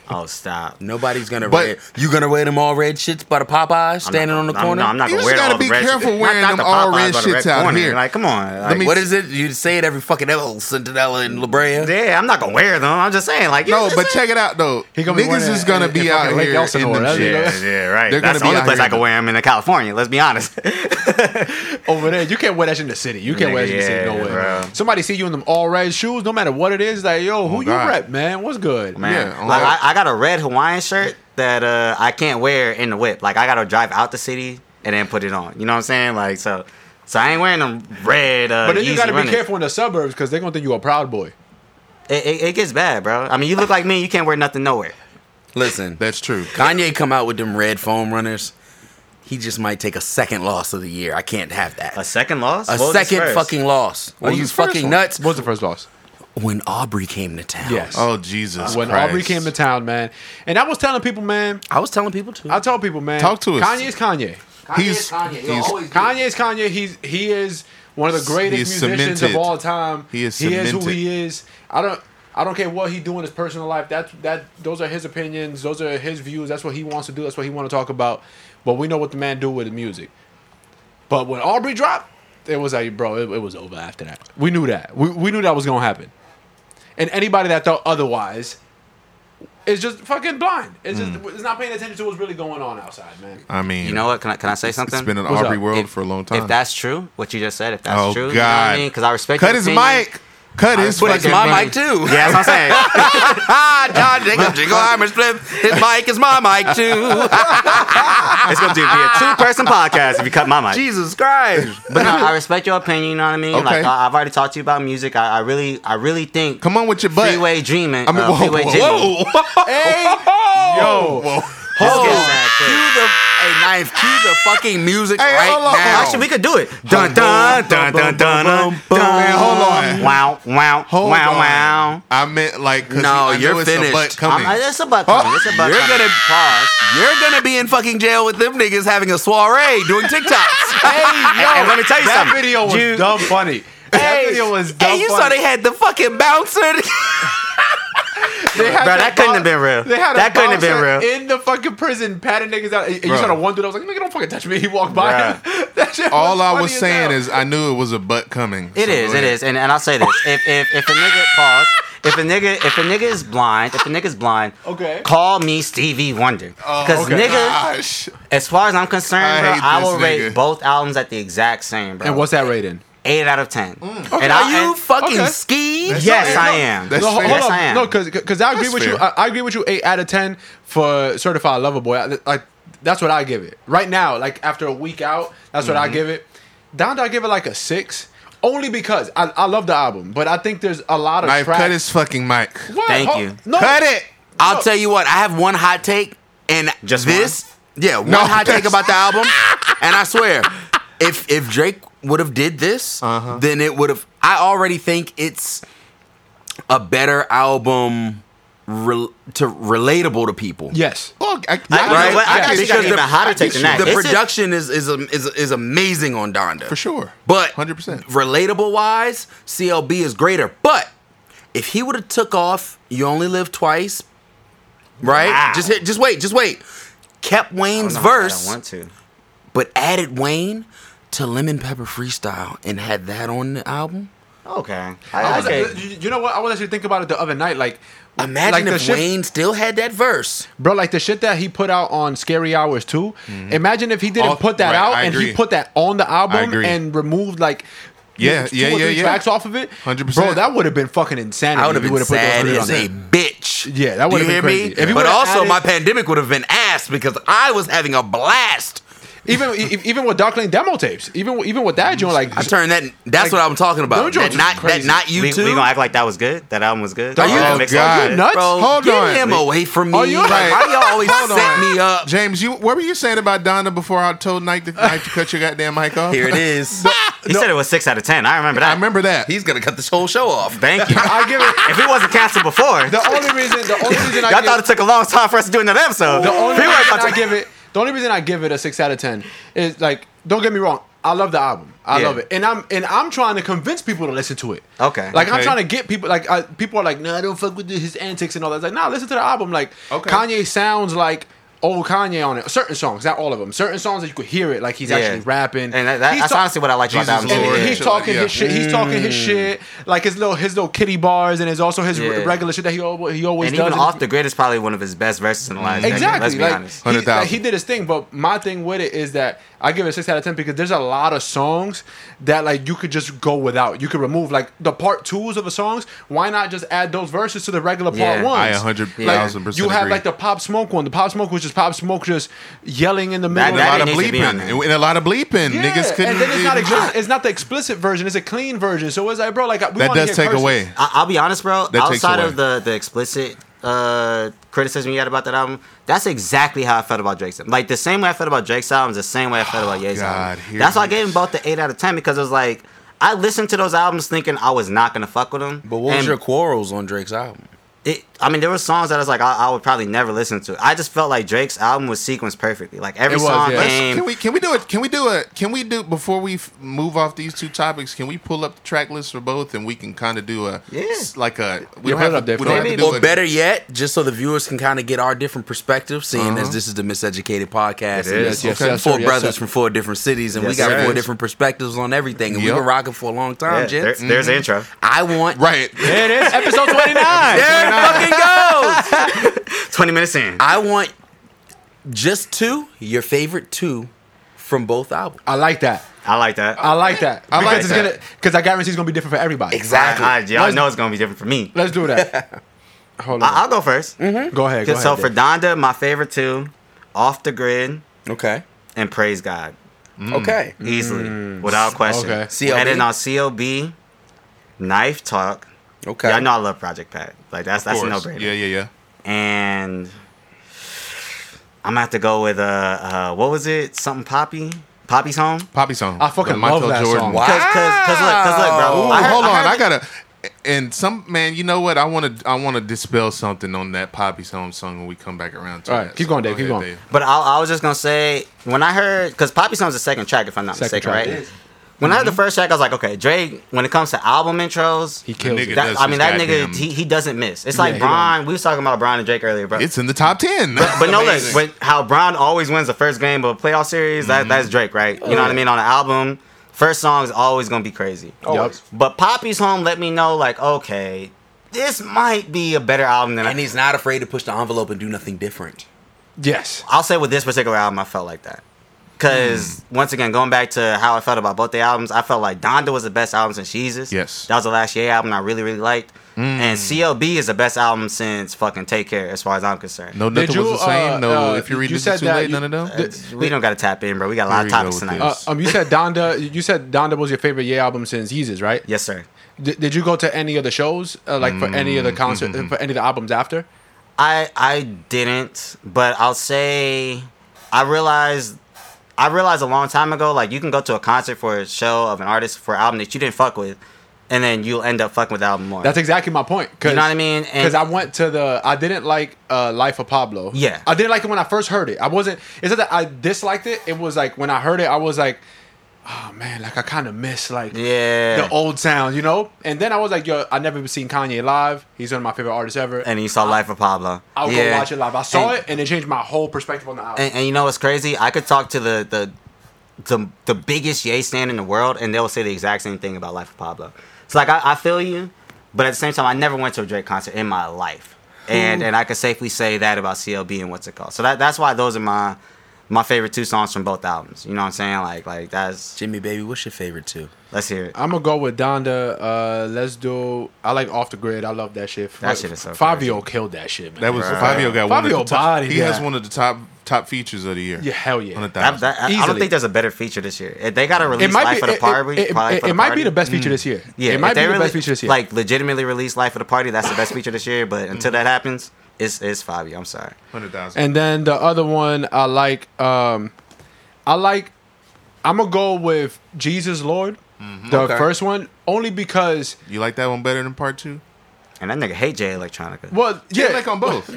Speaker 3: Oh stop!
Speaker 5: Nobody's gonna
Speaker 2: But-
Speaker 5: wear. You gonna wear them all red shits by the Popeyes
Speaker 3: I'm not
Speaker 5: standing on the
Speaker 3: gonna- I'm-
Speaker 5: corner?
Speaker 3: No, I'm not
Speaker 2: You
Speaker 3: gonna
Speaker 2: just
Speaker 3: wear
Speaker 2: gotta
Speaker 3: all the
Speaker 2: be
Speaker 3: red shit.
Speaker 2: careful
Speaker 3: Not-
Speaker 2: wearing
Speaker 3: not
Speaker 2: them
Speaker 3: the
Speaker 2: all
Speaker 3: Popeyes
Speaker 2: red
Speaker 3: or the
Speaker 2: shits out
Speaker 3: corner.
Speaker 2: here.
Speaker 3: Like, come on. Like,
Speaker 2: me-
Speaker 5: what is it? You say it every fucking L, Centinela and La Brea.
Speaker 3: yeah, I'm not gonna wear them. I'm just saying, like,
Speaker 2: No,
Speaker 3: it's-
Speaker 2: but check it out though.
Speaker 4: He gonna be
Speaker 2: Niggas
Speaker 4: wearing
Speaker 2: is
Speaker 4: a-
Speaker 2: gonna
Speaker 4: a-
Speaker 2: be
Speaker 4: a
Speaker 2: out
Speaker 4: fucking Lake
Speaker 2: here in
Speaker 4: Elsinore.
Speaker 2: them
Speaker 4: That's-
Speaker 2: shit.
Speaker 3: yeah, yeah, right.
Speaker 2: They're gonna
Speaker 3: That's the
Speaker 2: be
Speaker 3: only
Speaker 2: out
Speaker 3: place
Speaker 2: here.
Speaker 3: I can wear them in California. Let's be honest.
Speaker 4: Over there, you can't wear that shit in the city. You can't wear that shit in the city
Speaker 3: Yeah,
Speaker 4: nowhere.
Speaker 3: bro.
Speaker 4: Somebody see you in them all red shoes, no matter what it is. Like, yo, who you
Speaker 2: God.
Speaker 4: rep, man? What's good?
Speaker 3: man.
Speaker 2: Yeah,
Speaker 3: like,
Speaker 2: like-
Speaker 3: I, I got a red Hawaiian shirt that uh, I can't wear in the whip. Like I gotta drive out the city and then put it on. You know what I'm saying? Like so, so I ain't wearing them red. Uh,
Speaker 4: But then you
Speaker 3: Yeezy
Speaker 4: gotta be
Speaker 3: runners.
Speaker 4: careful in the suburbs because they're gonna think you a proud boy.
Speaker 3: It, it, it gets bad, bro. I mean, you look like me. You can't wear nothing nowhere.
Speaker 5: Listen,
Speaker 2: That's true.
Speaker 5: Kanye come out with them red foam runners. He just might take a second loss of the year. I can't have that.
Speaker 3: A second loss.
Speaker 5: A
Speaker 3: What was his
Speaker 5: second
Speaker 3: first?
Speaker 5: fucking loss. Are
Speaker 2: was
Speaker 5: you
Speaker 2: his first
Speaker 5: fucking
Speaker 2: one?
Speaker 5: nuts?
Speaker 4: What was the first loss?
Speaker 5: When Aubrey came to town.
Speaker 4: Yes.
Speaker 2: Oh Jesus!
Speaker 4: when
Speaker 2: Christ.
Speaker 4: Aubrey came to town, man. And I was telling people, man.
Speaker 5: I was telling people too.
Speaker 4: I told people, man.
Speaker 2: Talk to us.
Speaker 4: Kanye's Kanye.
Speaker 2: he's, he's-
Speaker 4: Kanye's Kanye. He's he is one of the greatest
Speaker 2: is
Speaker 4: musicians
Speaker 2: cemented.
Speaker 4: of all time.
Speaker 2: He is
Speaker 4: He is who
Speaker 2: cemented.
Speaker 4: he is. I don't. I don't care what he do in his personal life. That's that. Those are his opinions. Those are his views. That's what he wants to do. That's what he want to talk about. But we know what the man do with the music. But when Aubrey dropped, it was like, bro, it, it was over after that. We knew that. We, we knew that was gonna happen. And anybody that thought otherwise is just fucking blind. It's just it's not paying attention to what's really going on outside, man.
Speaker 2: Mm. I mean,
Speaker 3: You know what? Can I can I say something?
Speaker 2: It's been an
Speaker 4: What's
Speaker 2: Aubrey
Speaker 4: up?
Speaker 2: world
Speaker 3: If-
Speaker 2: for a long time.
Speaker 3: If that's true, what you just said, if that's
Speaker 2: oh God!
Speaker 3: true, you know what I mean? Because I respect
Speaker 2: Cut
Speaker 3: your
Speaker 2: his
Speaker 3: opinion.
Speaker 2: mic. Cut his
Speaker 5: but it's
Speaker 2: fucking
Speaker 5: my mic too.
Speaker 3: Yeah, that's what I'm saying.
Speaker 5: Ah, John Jacob Jingleheimer Smith. His mic is my mic too.
Speaker 3: it's gonna do- be a two person podcast if you cut my mic.
Speaker 5: Jesus Christ.
Speaker 3: But no, I respect your opinion. You know what I mean?
Speaker 2: Okay.
Speaker 3: Like I, I've already talked to you about music. I, I really, I really think
Speaker 2: Come on with your butt.
Speaker 3: freeway dreaming.
Speaker 2: I mean,
Speaker 3: uh,
Speaker 2: whoa,
Speaker 3: freeway
Speaker 2: whoa,
Speaker 3: dreaming.
Speaker 2: whoa.
Speaker 4: Yo,
Speaker 3: Let's get
Speaker 5: Oh,
Speaker 3: that
Speaker 5: cue
Speaker 3: shit.
Speaker 5: the hey knife. Cue the fucking music
Speaker 2: Hey,
Speaker 5: right
Speaker 2: hold on.
Speaker 5: now.
Speaker 3: Actually, we could do it. Dun dun dun dun dun dun.
Speaker 2: Man, hold on.
Speaker 3: Wow wow
Speaker 2: Hold
Speaker 3: wow
Speaker 2: on.
Speaker 3: wow.
Speaker 2: I meant like 'cause
Speaker 5: No,
Speaker 2: I know
Speaker 5: you're
Speaker 2: it's a
Speaker 5: finished.
Speaker 2: butt coming.
Speaker 3: I'm, I- it's a butt coming. It's a butt
Speaker 5: Oh, You're
Speaker 3: coming.
Speaker 5: gonna Oh, pause. You're gonna be in fucking jail with them niggas having a soiree doing TikToks. hey,
Speaker 3: And- and let me tell you
Speaker 4: that
Speaker 3: something.
Speaker 4: video was
Speaker 3: You-
Speaker 4: dumb funny. That video was dumb
Speaker 5: Hey, you
Speaker 4: funny.
Speaker 5: saw they had the fucking bouncer.
Speaker 4: They had
Speaker 3: Bro,
Speaker 4: the
Speaker 3: that couldn't
Speaker 4: bo-
Speaker 3: have been real.
Speaker 4: They had a
Speaker 3: That couldn't have been
Speaker 4: bouncer
Speaker 3: real.
Speaker 4: In the fucking prison, patting niggas out. And you
Speaker 2: Bro.
Speaker 4: saw the one dude. I was like, nigga, don't fucking touch me. He walked by.
Speaker 3: Bruh.
Speaker 4: that shit
Speaker 2: All I
Speaker 4: funny
Speaker 2: was
Speaker 4: as
Speaker 2: saying
Speaker 4: hell.
Speaker 2: is I knew it was a butt coming. It
Speaker 3: It is,
Speaker 2: is.
Speaker 3: it is, and and I'll say this: if if if a nigga pause, if a nigga if a nigga is blind, if a nigga is blind,
Speaker 4: Okay.
Speaker 3: call me Stevie Wonder. Because
Speaker 2: Oh, okay.
Speaker 3: nigga,
Speaker 2: Gosh.
Speaker 3: as far as I'm concerned,
Speaker 2: I
Speaker 3: bro,
Speaker 2: hate
Speaker 3: I
Speaker 2: this
Speaker 3: will rate
Speaker 2: nigga.
Speaker 3: both albums at the exact same, bro.
Speaker 4: And what's that rating?
Speaker 3: eight out of ten? And
Speaker 5: Are
Speaker 3: I-
Speaker 5: you
Speaker 3: and-
Speaker 5: fucking
Speaker 4: okay.
Speaker 5: ski?
Speaker 3: yes,
Speaker 2: Mm. fair.
Speaker 3: I
Speaker 2: No,
Speaker 3: am.
Speaker 2: that's
Speaker 4: No, ho-
Speaker 2: fair.
Speaker 4: hold
Speaker 3: Yes,
Speaker 4: on.
Speaker 3: I am.
Speaker 4: No, because I agree
Speaker 2: That's
Speaker 4: with you.
Speaker 2: fair.
Speaker 4: I, I agree with you. Eight out of ten for Certified Lover Boy. I, like that's what I give it right now. Like after a week out, that's what I give it. Down, I give it like a six, only because I, I love the album, but I think there's a lot of
Speaker 2: Knife,
Speaker 4: tracks.
Speaker 2: cut his fucking mic.
Speaker 4: What?
Speaker 3: Thank
Speaker 4: Ho-
Speaker 3: you.
Speaker 4: No.
Speaker 2: Cut it.
Speaker 5: I'll tell you what, I have one hot take and
Speaker 3: Just
Speaker 5: this yeah, one
Speaker 2: No,
Speaker 5: hot take
Speaker 2: that's-
Speaker 5: about the album. and I swear, if if Drake would have did this, then it would have I already think it's a better album rel to relatable to people.
Speaker 4: Yes.
Speaker 2: Look, I,
Speaker 3: I, you know
Speaker 5: Right?
Speaker 3: what? I
Speaker 5: Yeah,
Speaker 3: actually
Speaker 5: because
Speaker 3: got even
Speaker 5: the-
Speaker 3: hotter take than that.
Speaker 5: The
Speaker 3: This is-
Speaker 5: production is is, am- is is amazing on Donda.
Speaker 2: for sure.
Speaker 5: But
Speaker 2: 100%.
Speaker 5: relatable wise, CLB is greater. But if he would have took off, you only live twice, right?
Speaker 3: Wow.
Speaker 5: Just hit, just wait, just wait. Kept Wayne's
Speaker 3: No, I
Speaker 5: verse,
Speaker 3: don't want to.
Speaker 5: but added Wayne to Lemon Pepper Freestyle and had that on the album.
Speaker 3: Okay.
Speaker 4: I
Speaker 3: I,
Speaker 4: was,
Speaker 3: okay.
Speaker 4: you, you know what? I was actually thinking about it the other night. Like,
Speaker 5: Imagine
Speaker 4: like the
Speaker 5: if
Speaker 4: shit-
Speaker 5: Wayne still had that verse.
Speaker 4: bro, like the shit that he put out on Scary Hours too. Imagine if he didn't
Speaker 2: All-
Speaker 4: put that
Speaker 2: right,
Speaker 4: out
Speaker 2: I
Speaker 4: and he
Speaker 2: agree.
Speaker 4: put that on the
Speaker 2: I
Speaker 4: album
Speaker 2: agree.
Speaker 4: and removed like
Speaker 2: Yeah,
Speaker 4: two
Speaker 2: yeah,
Speaker 4: or
Speaker 2: yeah,
Speaker 4: three
Speaker 2: yeah.
Speaker 4: tracks off of it.
Speaker 2: 100%.
Speaker 4: bro, that would have been fucking insanity.
Speaker 5: I would have
Speaker 4: if he
Speaker 5: been
Speaker 4: would've put those
Speaker 5: sad
Speaker 4: three
Speaker 5: as
Speaker 4: on
Speaker 5: a
Speaker 4: there.
Speaker 5: bitch.
Speaker 4: Yeah, that
Speaker 5: Do
Speaker 4: would've been
Speaker 5: you hear
Speaker 4: crazy. If he
Speaker 5: Me? But
Speaker 4: would've
Speaker 5: also,
Speaker 4: added-
Speaker 5: my pandemic would have been ass because I was having a blast.
Speaker 4: Even e- even with Dark Lane demo tapes, even even with that joint, like
Speaker 5: I turned that.
Speaker 4: Like,
Speaker 5: That's what I'm talking about.
Speaker 4: those joints
Speaker 5: That
Speaker 4: is
Speaker 5: not, that
Speaker 4: crazy.
Speaker 5: not you
Speaker 3: we, we
Speaker 5: too.
Speaker 3: gonna act like that was good. That album was good.
Speaker 5: Are you-
Speaker 3: That
Speaker 2: Oh,
Speaker 3: mixtape was
Speaker 2: God.
Speaker 3: good?
Speaker 4: nuts?
Speaker 5: Bro,
Speaker 2: Hold
Speaker 5: get
Speaker 2: on.
Speaker 5: him
Speaker 2: Wait.
Speaker 5: away from me.
Speaker 4: Are you-
Speaker 5: Like, why do y'all always
Speaker 2: Hold
Speaker 5: set
Speaker 2: on.
Speaker 5: me up?
Speaker 2: James, you what were you saying about Donna before I told Knife to, Knife to cut your goddamn mic off?
Speaker 5: Here it is.
Speaker 3: He said it was six out of ten. I remember that.
Speaker 2: I remember that.
Speaker 5: He's gonna cut this whole show off.
Speaker 3: Thank you.
Speaker 4: I give it.
Speaker 3: if it wasn't canceled before,
Speaker 4: The only reason, the only reason I
Speaker 3: y'all
Speaker 4: give,
Speaker 3: thought it took a long time for us to do another episode.
Speaker 4: the only
Speaker 3: We were
Speaker 4: reason
Speaker 3: about to-
Speaker 4: I give it, the only reason I give it a six out of ten is like, don't get me wrong, I love the album, I
Speaker 5: Yeah.
Speaker 4: love it, and I'm and I'm trying to convince people to listen to it.
Speaker 3: Okay.
Speaker 4: like I'm
Speaker 2: Okay.
Speaker 4: trying to get people. Like I, people are like, no, I don't fuck with his antics and all that. It's like, nah, listen to the album. Like
Speaker 2: Okay.
Speaker 4: Kanye sounds like. Old Kanye on it. Certain songs, not all of them. Certain songs that you could hear it, like he's
Speaker 3: Yeah.
Speaker 4: actually rapping.
Speaker 3: And that, that,
Speaker 4: He's
Speaker 3: that's
Speaker 4: ta-
Speaker 3: honestly what I like about
Speaker 2: Jesus
Speaker 3: that album.
Speaker 2: Lord.
Speaker 3: too.
Speaker 4: and
Speaker 2: Yeah.
Speaker 4: he's talking
Speaker 2: Yeah.
Speaker 4: his shit. He's talking his shit, like his little his little kitty bars, and it's also his
Speaker 3: Mm. Yeah.
Speaker 4: regular shit that he al- he always
Speaker 3: And
Speaker 4: does.
Speaker 3: even
Speaker 4: And
Speaker 3: off the grid is probably one of his best verses in the last decade,
Speaker 4: exactly,
Speaker 3: Let's be
Speaker 4: like,
Speaker 3: honest.
Speaker 4: he, like,
Speaker 2: 100,000.
Speaker 4: he did his thing. But my thing with it is that I give it a six out of ten because there's a lot of songs that like you could just go without. You could remove like the part twos of the songs. Why not just add those verses to the regular part
Speaker 3: Yeah.
Speaker 4: ones?
Speaker 2: I 100,000%
Speaker 4: Like, you have
Speaker 2: agree.
Speaker 4: like the pop smoke one. The pop smoke was just pop smoke just yelling in the
Speaker 3: That-
Speaker 4: middle.
Speaker 2: and a
Speaker 4: of
Speaker 2: lot of
Speaker 3: didn't need to be on there.
Speaker 2: bleeping. And a lot of bleeping.
Speaker 4: yeah,
Speaker 2: Niggas couldn't.
Speaker 4: and then it's not,
Speaker 2: even-
Speaker 4: explicit, it's not the explicit version; it's a clean version. So it's like, bro, like we
Speaker 2: that
Speaker 4: wanna
Speaker 2: does
Speaker 4: hear
Speaker 2: take
Speaker 4: curses.
Speaker 2: away.
Speaker 3: I, I'll be honest, bro.
Speaker 2: That takes
Speaker 3: outside
Speaker 2: away.
Speaker 3: of the the explicit uh, criticism you had about that album, that's exactly how I felt about Drake's. Like the same way I felt about Drake's albums, the same way I felt about
Speaker 4: Oh,
Speaker 3: Ye's
Speaker 2: God,
Speaker 3: album.
Speaker 2: here
Speaker 3: That's why I
Speaker 2: he
Speaker 3: gave him both the eight out of ten because it was like I listened to those albums thinking I was not gonna fuck with them.
Speaker 5: But what was
Speaker 3: And
Speaker 5: your quarrels on Drake's album?
Speaker 3: It, I mean, there were songs that I was like, I, I would probably never listen to. I just felt like Drake's album was sequenced perfectly. Like every
Speaker 4: It was,
Speaker 3: song
Speaker 4: yeah.
Speaker 2: Let's-
Speaker 3: came.
Speaker 2: Can we can we do it? Can we do it? Can we do before we f- move off these two topics? Can we pull up the track list for both, and we can kind of do a
Speaker 3: Yeah.
Speaker 2: s- like a we
Speaker 4: Yeah,
Speaker 2: don't
Speaker 4: put it
Speaker 2: have
Speaker 4: up
Speaker 2: to, we
Speaker 4: there for
Speaker 2: don't
Speaker 4: us.
Speaker 2: have to do
Speaker 5: Or
Speaker 2: like-
Speaker 5: better yet, just so the viewers can kind of get our different perspectives, seeing as this is the Miseducated podcast, and
Speaker 4: is.
Speaker 5: it's
Speaker 4: Yes,
Speaker 5: four
Speaker 4: yes, sir. Yes,
Speaker 5: brothers
Speaker 4: sir.
Speaker 5: from four different cities, and we
Speaker 3: Yes,
Speaker 5: got
Speaker 3: sir.
Speaker 5: four different perspectives on everything, and we've
Speaker 2: Yep.
Speaker 5: been rocking for a long time,
Speaker 3: Yeah, there-
Speaker 5: gents.
Speaker 3: there's the intro.
Speaker 4: Mm-hmm.
Speaker 5: I want
Speaker 2: right?
Speaker 4: There it is, episode twenty nine.
Speaker 5: there it fucking goes.
Speaker 3: Twenty minutes in.
Speaker 5: I want just two, your favorite two from both albums.
Speaker 4: I like that.
Speaker 3: I like that.
Speaker 4: I like that.
Speaker 2: I like
Speaker 4: because
Speaker 2: that.
Speaker 4: it's gonna because I guarantee it's gonna be different for everybody.
Speaker 5: Exactly.
Speaker 3: I, I, yeah, I know it's gonna be different for me.
Speaker 4: Let's do that. Hold on.
Speaker 3: I, I'll go 1st
Speaker 4: go ahead. Go ahead.
Speaker 3: so for Donda, my favorite two, Off the Grid
Speaker 5: Okay. Mm.
Speaker 3: and Praise God,
Speaker 5: Okay.
Speaker 3: easily, without question.
Speaker 4: Mm. Okay.
Speaker 5: CLB?
Speaker 3: And then on CLB, Knife Talk.
Speaker 5: Okay.
Speaker 3: Y'all know I love Project Pat. Like that's that's a no
Speaker 2: Of course.
Speaker 3: brainer.
Speaker 2: Yeah, yeah, yeah.
Speaker 3: And I'm gonna have to go with uh, uh what was it? Something Poppy? Poppy's Home.
Speaker 2: Poppy song.
Speaker 4: I fucking
Speaker 2: The
Speaker 4: love that song.
Speaker 5: Wow.
Speaker 3: Cause, cause, cause look, cause look, bro.
Speaker 2: Ooh,
Speaker 3: I heard-
Speaker 2: hold on,
Speaker 3: heard-
Speaker 2: I gotta. And some man, you know what? I want to. I want to dispel something on that Poppy's Home song when we come back around. to
Speaker 4: All right,
Speaker 2: that.
Speaker 4: keep
Speaker 2: So
Speaker 4: going, Dave,
Speaker 2: go
Speaker 4: keep
Speaker 2: ahead,
Speaker 4: going.
Speaker 3: But I, I was just gonna say when I heard because Poppy Song's the second track, if I'm not
Speaker 4: Second
Speaker 3: mistaken,
Speaker 4: track,
Speaker 3: right?
Speaker 4: it is. Mm-hmm.
Speaker 3: When I heard the first track, I was like, okay, Drake. When it comes to album intros,
Speaker 4: he kills
Speaker 2: nigga
Speaker 4: it.
Speaker 2: that-
Speaker 3: that,
Speaker 2: does
Speaker 3: I mean
Speaker 2: his
Speaker 3: that
Speaker 2: goddamn-
Speaker 3: nigga he, he doesn't miss. It's
Speaker 4: he
Speaker 3: like
Speaker 4: don't.
Speaker 3: Brian. We was talking about Brian and Drake earlier, bro.
Speaker 2: It's in the top ten.
Speaker 3: but no, look, when, how Brown always wins the first game of a playoff series,
Speaker 2: Mm-hmm.
Speaker 3: that, that's Drake, right? You know what I mean? On an album, first song is always gonna be crazy.
Speaker 4: Yup.
Speaker 3: But Poppy's Home let me know, like, okay, this might be a better album than I.
Speaker 5: And he's not afraid to push the envelope and do nothing different.
Speaker 4: Yes.
Speaker 3: I'll say with this particular album, I felt like that. Because
Speaker 2: Hmm.
Speaker 3: once again, going back to how I felt about both the albums, I felt like Donda was the best album since Jesus.
Speaker 2: Yes. Hmm.
Speaker 3: That was the last year album I really, really liked. And CLB is the best album since fucking Take Care, as far as I'm concerned.
Speaker 2: No, nothing was the same.
Speaker 4: uh,
Speaker 2: no,
Speaker 4: uh,
Speaker 2: if you read
Speaker 4: you
Speaker 2: this
Speaker 4: said
Speaker 2: too
Speaker 4: that
Speaker 2: late,
Speaker 4: you-
Speaker 2: none of them.
Speaker 4: th-
Speaker 3: We don't got to tap in, bro. We got a lot
Speaker 2: Here we
Speaker 3: of
Speaker 2: go
Speaker 3: topics
Speaker 2: with
Speaker 3: tonight.
Speaker 4: Uh, um, you said Donda. You said Donda was your favorite Ye album since Yeezus, right?
Speaker 3: yes, sir.
Speaker 4: Did, did you go to any of the shows, uh, like for any of the concert, uh, for any of the albums after?
Speaker 3: I I didn't, but I'll say I realized I realized a long time ago, like you can go to a concert for a show of an artist for an album that you didn't fuck with, and then you'll end up fucking with the album more.
Speaker 4: That's exactly my point. Cause,
Speaker 3: You know what I mean? And-
Speaker 4: Because I went to the. I didn't like uh, Life of Pablo.
Speaker 3: Yeah.
Speaker 4: I didn't like it when I first heard it. I wasn't. It's not that I disliked it. It was like when I heard it, I was like, oh man, like I kind of miss like
Speaker 3: yeah.
Speaker 4: the old sound, you know. And then I was like, yo, I never even seen Kanye live. He's one of my favorite artists ever.
Speaker 3: and you saw Life of Pablo.
Speaker 4: I'll go
Speaker 3: Yeah.
Speaker 4: watch it live. I saw
Speaker 3: And-
Speaker 4: it, and it changed my whole perspective on the album.
Speaker 3: And, and you know what's crazy? I could talk to the the the, the biggest Yay stand in the world, and they'll say the exact same thing about Life of Pablo. It's like I, I feel you, but at the same time, I never went to a Drake concert in my life,
Speaker 4: Hmm.
Speaker 3: and and I could safely say that about CLB and what's it called. So that that's why those are my my favorite two songs from both albums. You know what I'm saying? Like like that's
Speaker 5: Jimmy, baby, what's your favorite too?
Speaker 3: let's hear it.
Speaker 4: I'm gonna go with Donda. Uh, let's do. I like Off the Grid. I love that shit.
Speaker 3: That shit is so
Speaker 4: Fabio killed that shit. Man.
Speaker 2: That was Fabio got one.
Speaker 4: Fabio
Speaker 2: of the top,
Speaker 4: bodied
Speaker 2: he has
Speaker 4: that.
Speaker 2: one of the top top features of the year.
Speaker 4: Yeah, hell yeah.
Speaker 2: On a
Speaker 3: That,
Speaker 2: thousand.
Speaker 3: that- I- I don't
Speaker 4: Easily.
Speaker 3: think there's a better feature this year. If They got to release
Speaker 4: it might
Speaker 3: Life
Speaker 4: be.
Speaker 3: of the
Speaker 4: it-
Speaker 3: Party.
Speaker 4: it-
Speaker 3: Life
Speaker 4: it-
Speaker 3: of the
Speaker 4: it might be
Speaker 3: Party. Mm.
Speaker 4: the best feature this year.
Speaker 3: Yeah,
Speaker 4: it
Speaker 3: if
Speaker 4: might be
Speaker 3: they
Speaker 4: the
Speaker 3: really,
Speaker 4: best feature this year.
Speaker 3: Like legitimately release Life of the Party. That's the best feature this year. But until that happens, it's it's Fabio. I'm sorry.
Speaker 2: hundred thousand.
Speaker 4: and then the other one I like. Um, I like. I'm gonna go with Jesus Lord,
Speaker 3: Mm-hmm.
Speaker 4: the
Speaker 2: Okay.
Speaker 4: first one, only because.
Speaker 2: You like that one better than part two?
Speaker 3: And that nigga hate Jay Electronica.
Speaker 4: Well, yeah,
Speaker 2: like on both.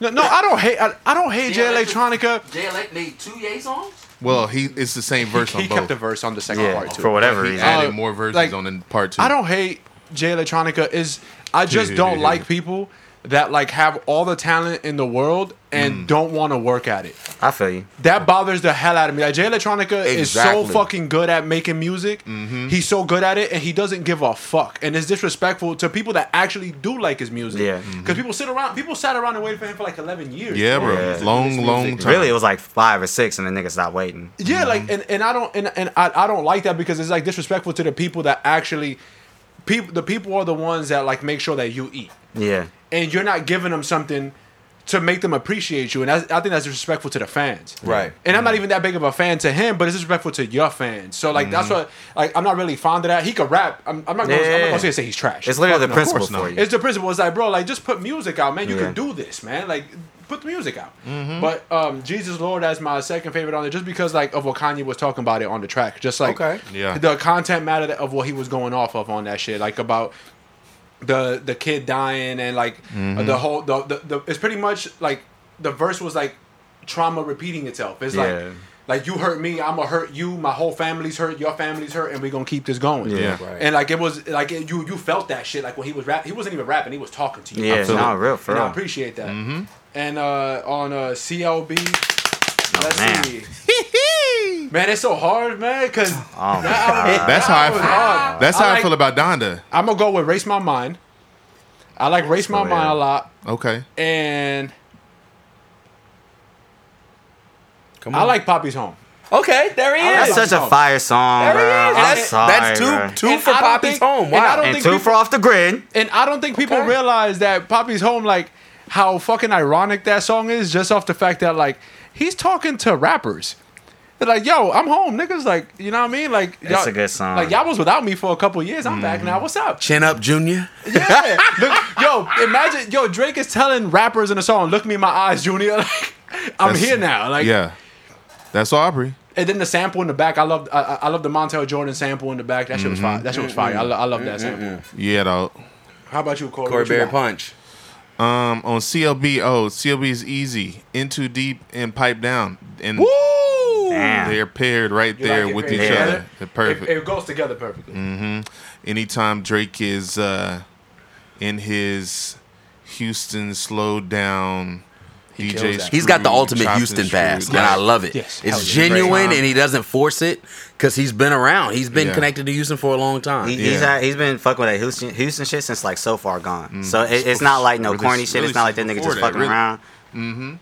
Speaker 4: no, no, I don't hate. I, I don't hate Jay Electronica.
Speaker 5: Jay Elect made two Yay songs?
Speaker 2: well, he it's the same verse on
Speaker 4: He
Speaker 2: both.
Speaker 4: kept a verse on the second
Speaker 3: yeah,
Speaker 4: part too.
Speaker 3: for whatever
Speaker 2: he
Speaker 3: reason.
Speaker 2: added
Speaker 4: Uh,
Speaker 2: more verses
Speaker 4: like,
Speaker 2: on in part two.
Speaker 4: I don't hate Jay Electronica. Is I just don't like people that like have all the talent in the world and don't want to work at it.
Speaker 3: I feel you.
Speaker 4: That bothers the hell out of me. Like Jay Electronica is so
Speaker 5: Exactly.
Speaker 4: fucking good at making music. He's so good at it, and he doesn't give a fuck. And it's disrespectful to people that actually do like his music.
Speaker 3: Yeah.
Speaker 4: because people sit around, people sat around and waited for him for like eleven years.
Speaker 2: Yeah, bro.
Speaker 3: Yeah.
Speaker 2: Long, long time.
Speaker 3: Really, it was like five or six, and the nigga stopped waiting.
Speaker 4: Yeah, like and, and I don't and, and I, I don't like that because it's like disrespectful to the people that actually people the people are the ones that like make sure that you eat.
Speaker 3: Yeah,
Speaker 4: and you're not giving them something to make them appreciate you. And that's, I think that's disrespectful to the fans.
Speaker 5: Right.
Speaker 4: And I'm not even that big of a fan to him, but it's disrespectful to your fans. So like
Speaker 3: Mm-hmm.
Speaker 4: that's what like I'm not really fond of that. He could rap. I'm, I'm not going
Speaker 3: Yeah.
Speaker 4: to say, say he's trash.
Speaker 3: it's literally the
Speaker 4: Fuck no.
Speaker 3: principle
Speaker 2: course not.
Speaker 3: for you.
Speaker 4: It's the principle. It's like bro, like just put music out, man. You
Speaker 3: Yeah.
Speaker 4: can do this, man. Like put the music out. But um, Jesus Lord as my second favorite on it, just because like of what Kanye was talking about it on the track, just like
Speaker 5: Okay.
Speaker 2: Yeah.
Speaker 4: the content matter that- of what he was going off of on that shit, like about the the kid dying and like the whole the, the, the it's pretty much like the verse was like trauma repeating itself. It's like
Speaker 3: Yeah.
Speaker 4: like you hurt me, I'm gonna hurt you, my whole family's hurt, your family's hurt, and we gonna keep this going.
Speaker 2: Yeah.
Speaker 5: Right.
Speaker 4: And like it was like it, you you felt that shit like when he was rap he wasn't even rapping he was talking to you
Speaker 3: Yeah,
Speaker 2: Absolutely.
Speaker 3: no, real for
Speaker 4: and I
Speaker 3: real.
Speaker 4: appreciate that and uh on uh CLB let's
Speaker 3: Oh, man.
Speaker 4: see man it's so hard man because
Speaker 3: Oh my
Speaker 2: That's how I
Speaker 4: was
Speaker 2: feel.
Speaker 4: hard.
Speaker 2: That's how
Speaker 4: I
Speaker 2: I
Speaker 4: like-
Speaker 2: feel about Donda.
Speaker 4: I'm gonna go with race my mind I like race my
Speaker 3: That's
Speaker 4: mind a
Speaker 3: hilarious.
Speaker 4: lot
Speaker 2: Okay.
Speaker 4: and
Speaker 5: Come
Speaker 4: I like Poppy's Home.
Speaker 5: Okay, there he
Speaker 4: I
Speaker 3: That's
Speaker 5: is.
Speaker 4: like-
Speaker 3: such a fire song,
Speaker 5: there
Speaker 3: bro.
Speaker 5: he is.
Speaker 3: I'm
Speaker 5: That's,
Speaker 3: sorry,
Speaker 5: that's
Speaker 3: bro.
Speaker 5: two, two
Speaker 4: And
Speaker 5: for
Speaker 4: I don't
Speaker 5: Poppy's
Speaker 4: think-
Speaker 5: home.
Speaker 4: and
Speaker 5: Wow.
Speaker 4: I don't
Speaker 3: and
Speaker 4: think
Speaker 3: two
Speaker 4: people-
Speaker 3: for off the grid.
Speaker 4: And I don't think people
Speaker 5: Okay.
Speaker 4: realize that Poppy's Home, like, how fucking ironic that song is, just off the fact that, like, he's talking to rappers. They're like, yo, I'm home. Niggas, like, you know what I mean? Like,
Speaker 3: It's
Speaker 4: y'all-
Speaker 3: a good song.
Speaker 4: Like, y'all was without me for a couple years. I'm back now. What's up?
Speaker 5: Chin up, Junior.
Speaker 4: Yeah. Look, yo, imagine, yo, Drake is telling rappers in a song, look me in my eyes, Junior. Like, I'm
Speaker 2: That's-
Speaker 4: here now. Like,
Speaker 2: Yeah. That's Aubrey.
Speaker 4: and then the sample in the back, I love, I, I love the Montel Jordan sample in the back. That shit
Speaker 2: Mm-hmm.
Speaker 4: was fire. That shit was fire. I, lo- I love that sample.
Speaker 2: Yeah, though.
Speaker 4: How about you, Corey?
Speaker 5: Corey
Speaker 4: What you
Speaker 5: Berry
Speaker 4: got?
Speaker 5: Punch.
Speaker 2: Um, on CLB, oh, CLB is easy. In too deep and pipe down, and
Speaker 5: Woo!
Speaker 3: Damn.
Speaker 2: they're paired right
Speaker 4: You
Speaker 2: there
Speaker 4: like it
Speaker 2: with
Speaker 4: paired
Speaker 2: each
Speaker 4: together?
Speaker 2: other. They're perfect. Mm.
Speaker 4: It, it goes together perfectly.
Speaker 2: Anytime Drake is uh, in his Houston slowed down,
Speaker 4: He
Speaker 2: DJ
Speaker 4: kills that.
Speaker 5: He's got the
Speaker 2: Screwed,
Speaker 5: ultimate
Speaker 2: chopped and
Speaker 5: Houston pass,
Speaker 2: screwed.
Speaker 5: and I
Speaker 2: Right.
Speaker 5: love it.
Speaker 4: Yes, hell
Speaker 5: it's
Speaker 4: yeah.
Speaker 5: genuine,
Speaker 2: Great.
Speaker 5: and he doesn't force it because he's been around. He's been
Speaker 2: Yeah.
Speaker 5: connected to Houston for a long time.
Speaker 3: He, He's
Speaker 2: Yeah.
Speaker 3: had, he's been fucking with that Houston Houston shit since like so far gone. So it, it's not like no
Speaker 2: Really-
Speaker 3: corny shit.
Speaker 2: really
Speaker 3: It's not like that
Speaker 2: since
Speaker 3: nigga
Speaker 2: before
Speaker 3: just
Speaker 2: that,
Speaker 3: fucking
Speaker 2: really.
Speaker 3: around.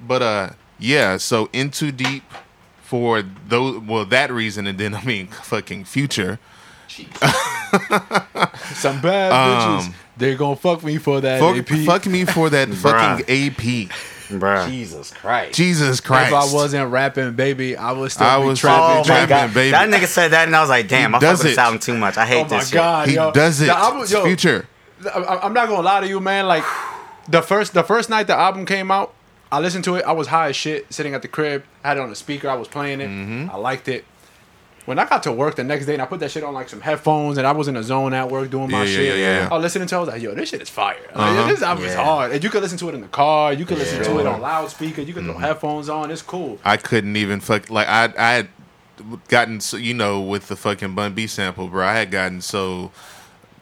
Speaker 2: But uh, yeah. So into deep for those. Well, that reason, and then I mean, fucking future.
Speaker 4: Some bad bitches.
Speaker 2: Um,
Speaker 4: They're gonna fuck me for that.
Speaker 2: Fuck,
Speaker 4: AP.
Speaker 2: fuck me for that fucking AP.
Speaker 3: Bruh.
Speaker 5: Jesus Christ!
Speaker 2: Jesus Christ.
Speaker 4: If I wasn't rapping, baby, I would still
Speaker 2: I
Speaker 4: be
Speaker 2: was
Speaker 4: trapping.
Speaker 2: trapping,
Speaker 3: Oh my
Speaker 2: trapping,
Speaker 3: god,
Speaker 2: baby.
Speaker 3: that nigga said that, and I was like, "Damn, I fuck
Speaker 2: does
Speaker 3: with this
Speaker 2: it.
Speaker 3: album too much. I hate
Speaker 4: Oh my
Speaker 3: this shit."
Speaker 4: god,
Speaker 2: he
Speaker 4: yo.
Speaker 2: does it.
Speaker 4: The album-
Speaker 2: It's
Speaker 4: yo,
Speaker 2: future.
Speaker 4: I- I'm not gonna lie to you, man. Like the first the first night the album came out, I listened to it. I was high as shit, sitting at the crib. I had it on the speaker. I was playing it.
Speaker 2: Mm-hmm.
Speaker 4: I liked it. When I got to work the next day and I put that shit on like some headphones and I was in a zone at work doing
Speaker 2: Yeah,
Speaker 4: my
Speaker 2: yeah,
Speaker 4: shit.
Speaker 2: yeah, Uh-huh. yeah.
Speaker 4: I was listening to it. I was like, yo, this shit is fire. Like, yo, this album is
Speaker 5: Yeah.
Speaker 4: hard. And you could listen to it in the car. You could listen to it on loudspeaker. You could
Speaker 2: Mm-hmm.
Speaker 4: throw headphones on. It's cool.
Speaker 2: I couldn't even fuck. Like I, I had gotten so you know with the fucking Bun B sample, bro. I had gotten so.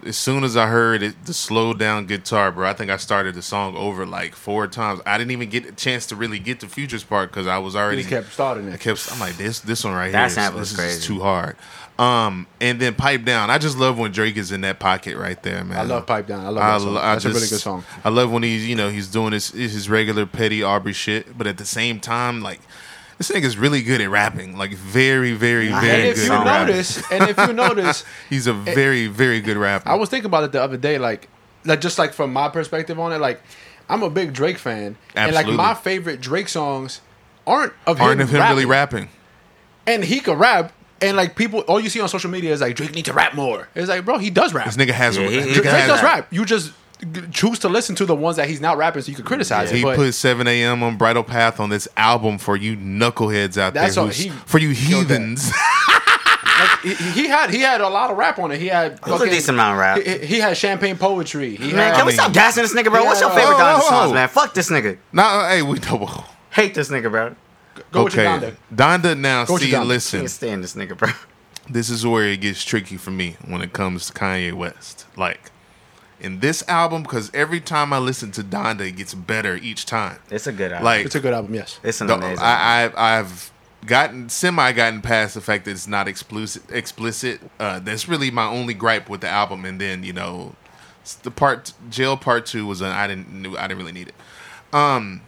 Speaker 2: As soon as I heard it, the slowed down guitar, bro, I think I started the song over like four times. I didn't even get a chance to really get the futures part because I was already
Speaker 4: He kept starting
Speaker 2: I
Speaker 4: it.
Speaker 2: kept. I'm like this. This one right
Speaker 3: That
Speaker 2: here.
Speaker 3: sample
Speaker 2: Is,
Speaker 3: is
Speaker 2: this is
Speaker 3: crazy.
Speaker 2: too hard. Um, and then pipe down. I just love when Drake is in that pocket right there, man.
Speaker 4: I love Pipe Down. I love
Speaker 2: I
Speaker 4: that song.
Speaker 2: lo- I
Speaker 4: That's a really
Speaker 2: just-
Speaker 4: good song.
Speaker 2: I love when he's you know he's doing his his regular petty Aubrey shit, but at the same time, like this nigga's really good at rapping. Like very, very,
Speaker 3: I
Speaker 2: very
Speaker 4: And if
Speaker 2: good.
Speaker 4: you
Speaker 3: song.
Speaker 2: rapper.
Speaker 4: notice, and if you notice,
Speaker 2: he's a very, very good rapper.
Speaker 4: I was thinking about it the other day, like, like just like from my perspective on it, like I'm a big Drake fan,
Speaker 2: Absolutely.
Speaker 4: and like my favorite Drake songs aren't of
Speaker 2: aren't
Speaker 4: him,
Speaker 2: of him
Speaker 4: rapping.
Speaker 2: really rapping.
Speaker 4: and he could rap, and like people, all you see on social media is like Drake need to rap more. It's like, bro, he does rap.
Speaker 2: This nigga has.
Speaker 3: Yeah, he- he
Speaker 4: Drake
Speaker 3: does
Speaker 4: does
Speaker 3: rap.
Speaker 4: rap. You just g- choose to listen to the ones that he's not rapping, so you can criticize it.
Speaker 2: He
Speaker 4: but
Speaker 2: put 7 a.m. on Bridal Path on this album for you knuckleheads out
Speaker 4: That's
Speaker 2: there.
Speaker 4: all-
Speaker 2: who's-
Speaker 4: he
Speaker 2: for you
Speaker 4: killed that.
Speaker 2: heathens.
Speaker 4: like, he, he had he had a lot of rap on it. He had
Speaker 3: was a
Speaker 4: fucking-
Speaker 3: decent amount of rap.
Speaker 4: He, he- he had champagne poetry. He
Speaker 3: Man,
Speaker 4: had,
Speaker 3: can we
Speaker 2: mean-
Speaker 3: stop gassing this nigga, bro? What's your
Speaker 4: Yeah.
Speaker 3: favorite
Speaker 2: Whoa,
Speaker 3: Donda
Speaker 2: whoa,
Speaker 3: songs,
Speaker 2: whoa.
Speaker 3: man? Fuck this nigga.
Speaker 2: nah, hey, we double.
Speaker 3: Hate this nigga, bro.
Speaker 4: go with
Speaker 2: okay,
Speaker 4: Uganda.
Speaker 2: Donda now.
Speaker 4: Go with
Speaker 2: see,
Speaker 4: Donda.
Speaker 2: listen.
Speaker 3: Can't stand this nigga, bro.
Speaker 2: this is where it gets tricky for me when it comes to Kanye West. Like in this album, because every time I listen to Donda, it gets better each time.
Speaker 3: It's a good album.
Speaker 2: Like
Speaker 4: It's a good album, yes.
Speaker 3: it's an
Speaker 2: the-
Speaker 3: amazing.
Speaker 2: I, I've I've gotten semi gotten past the fact that it's not explicit. Explicit. Uh, that's really my only gripe with the album. And then you know, s- the part jail part two was an I didn't knew I didn't really need it. Um,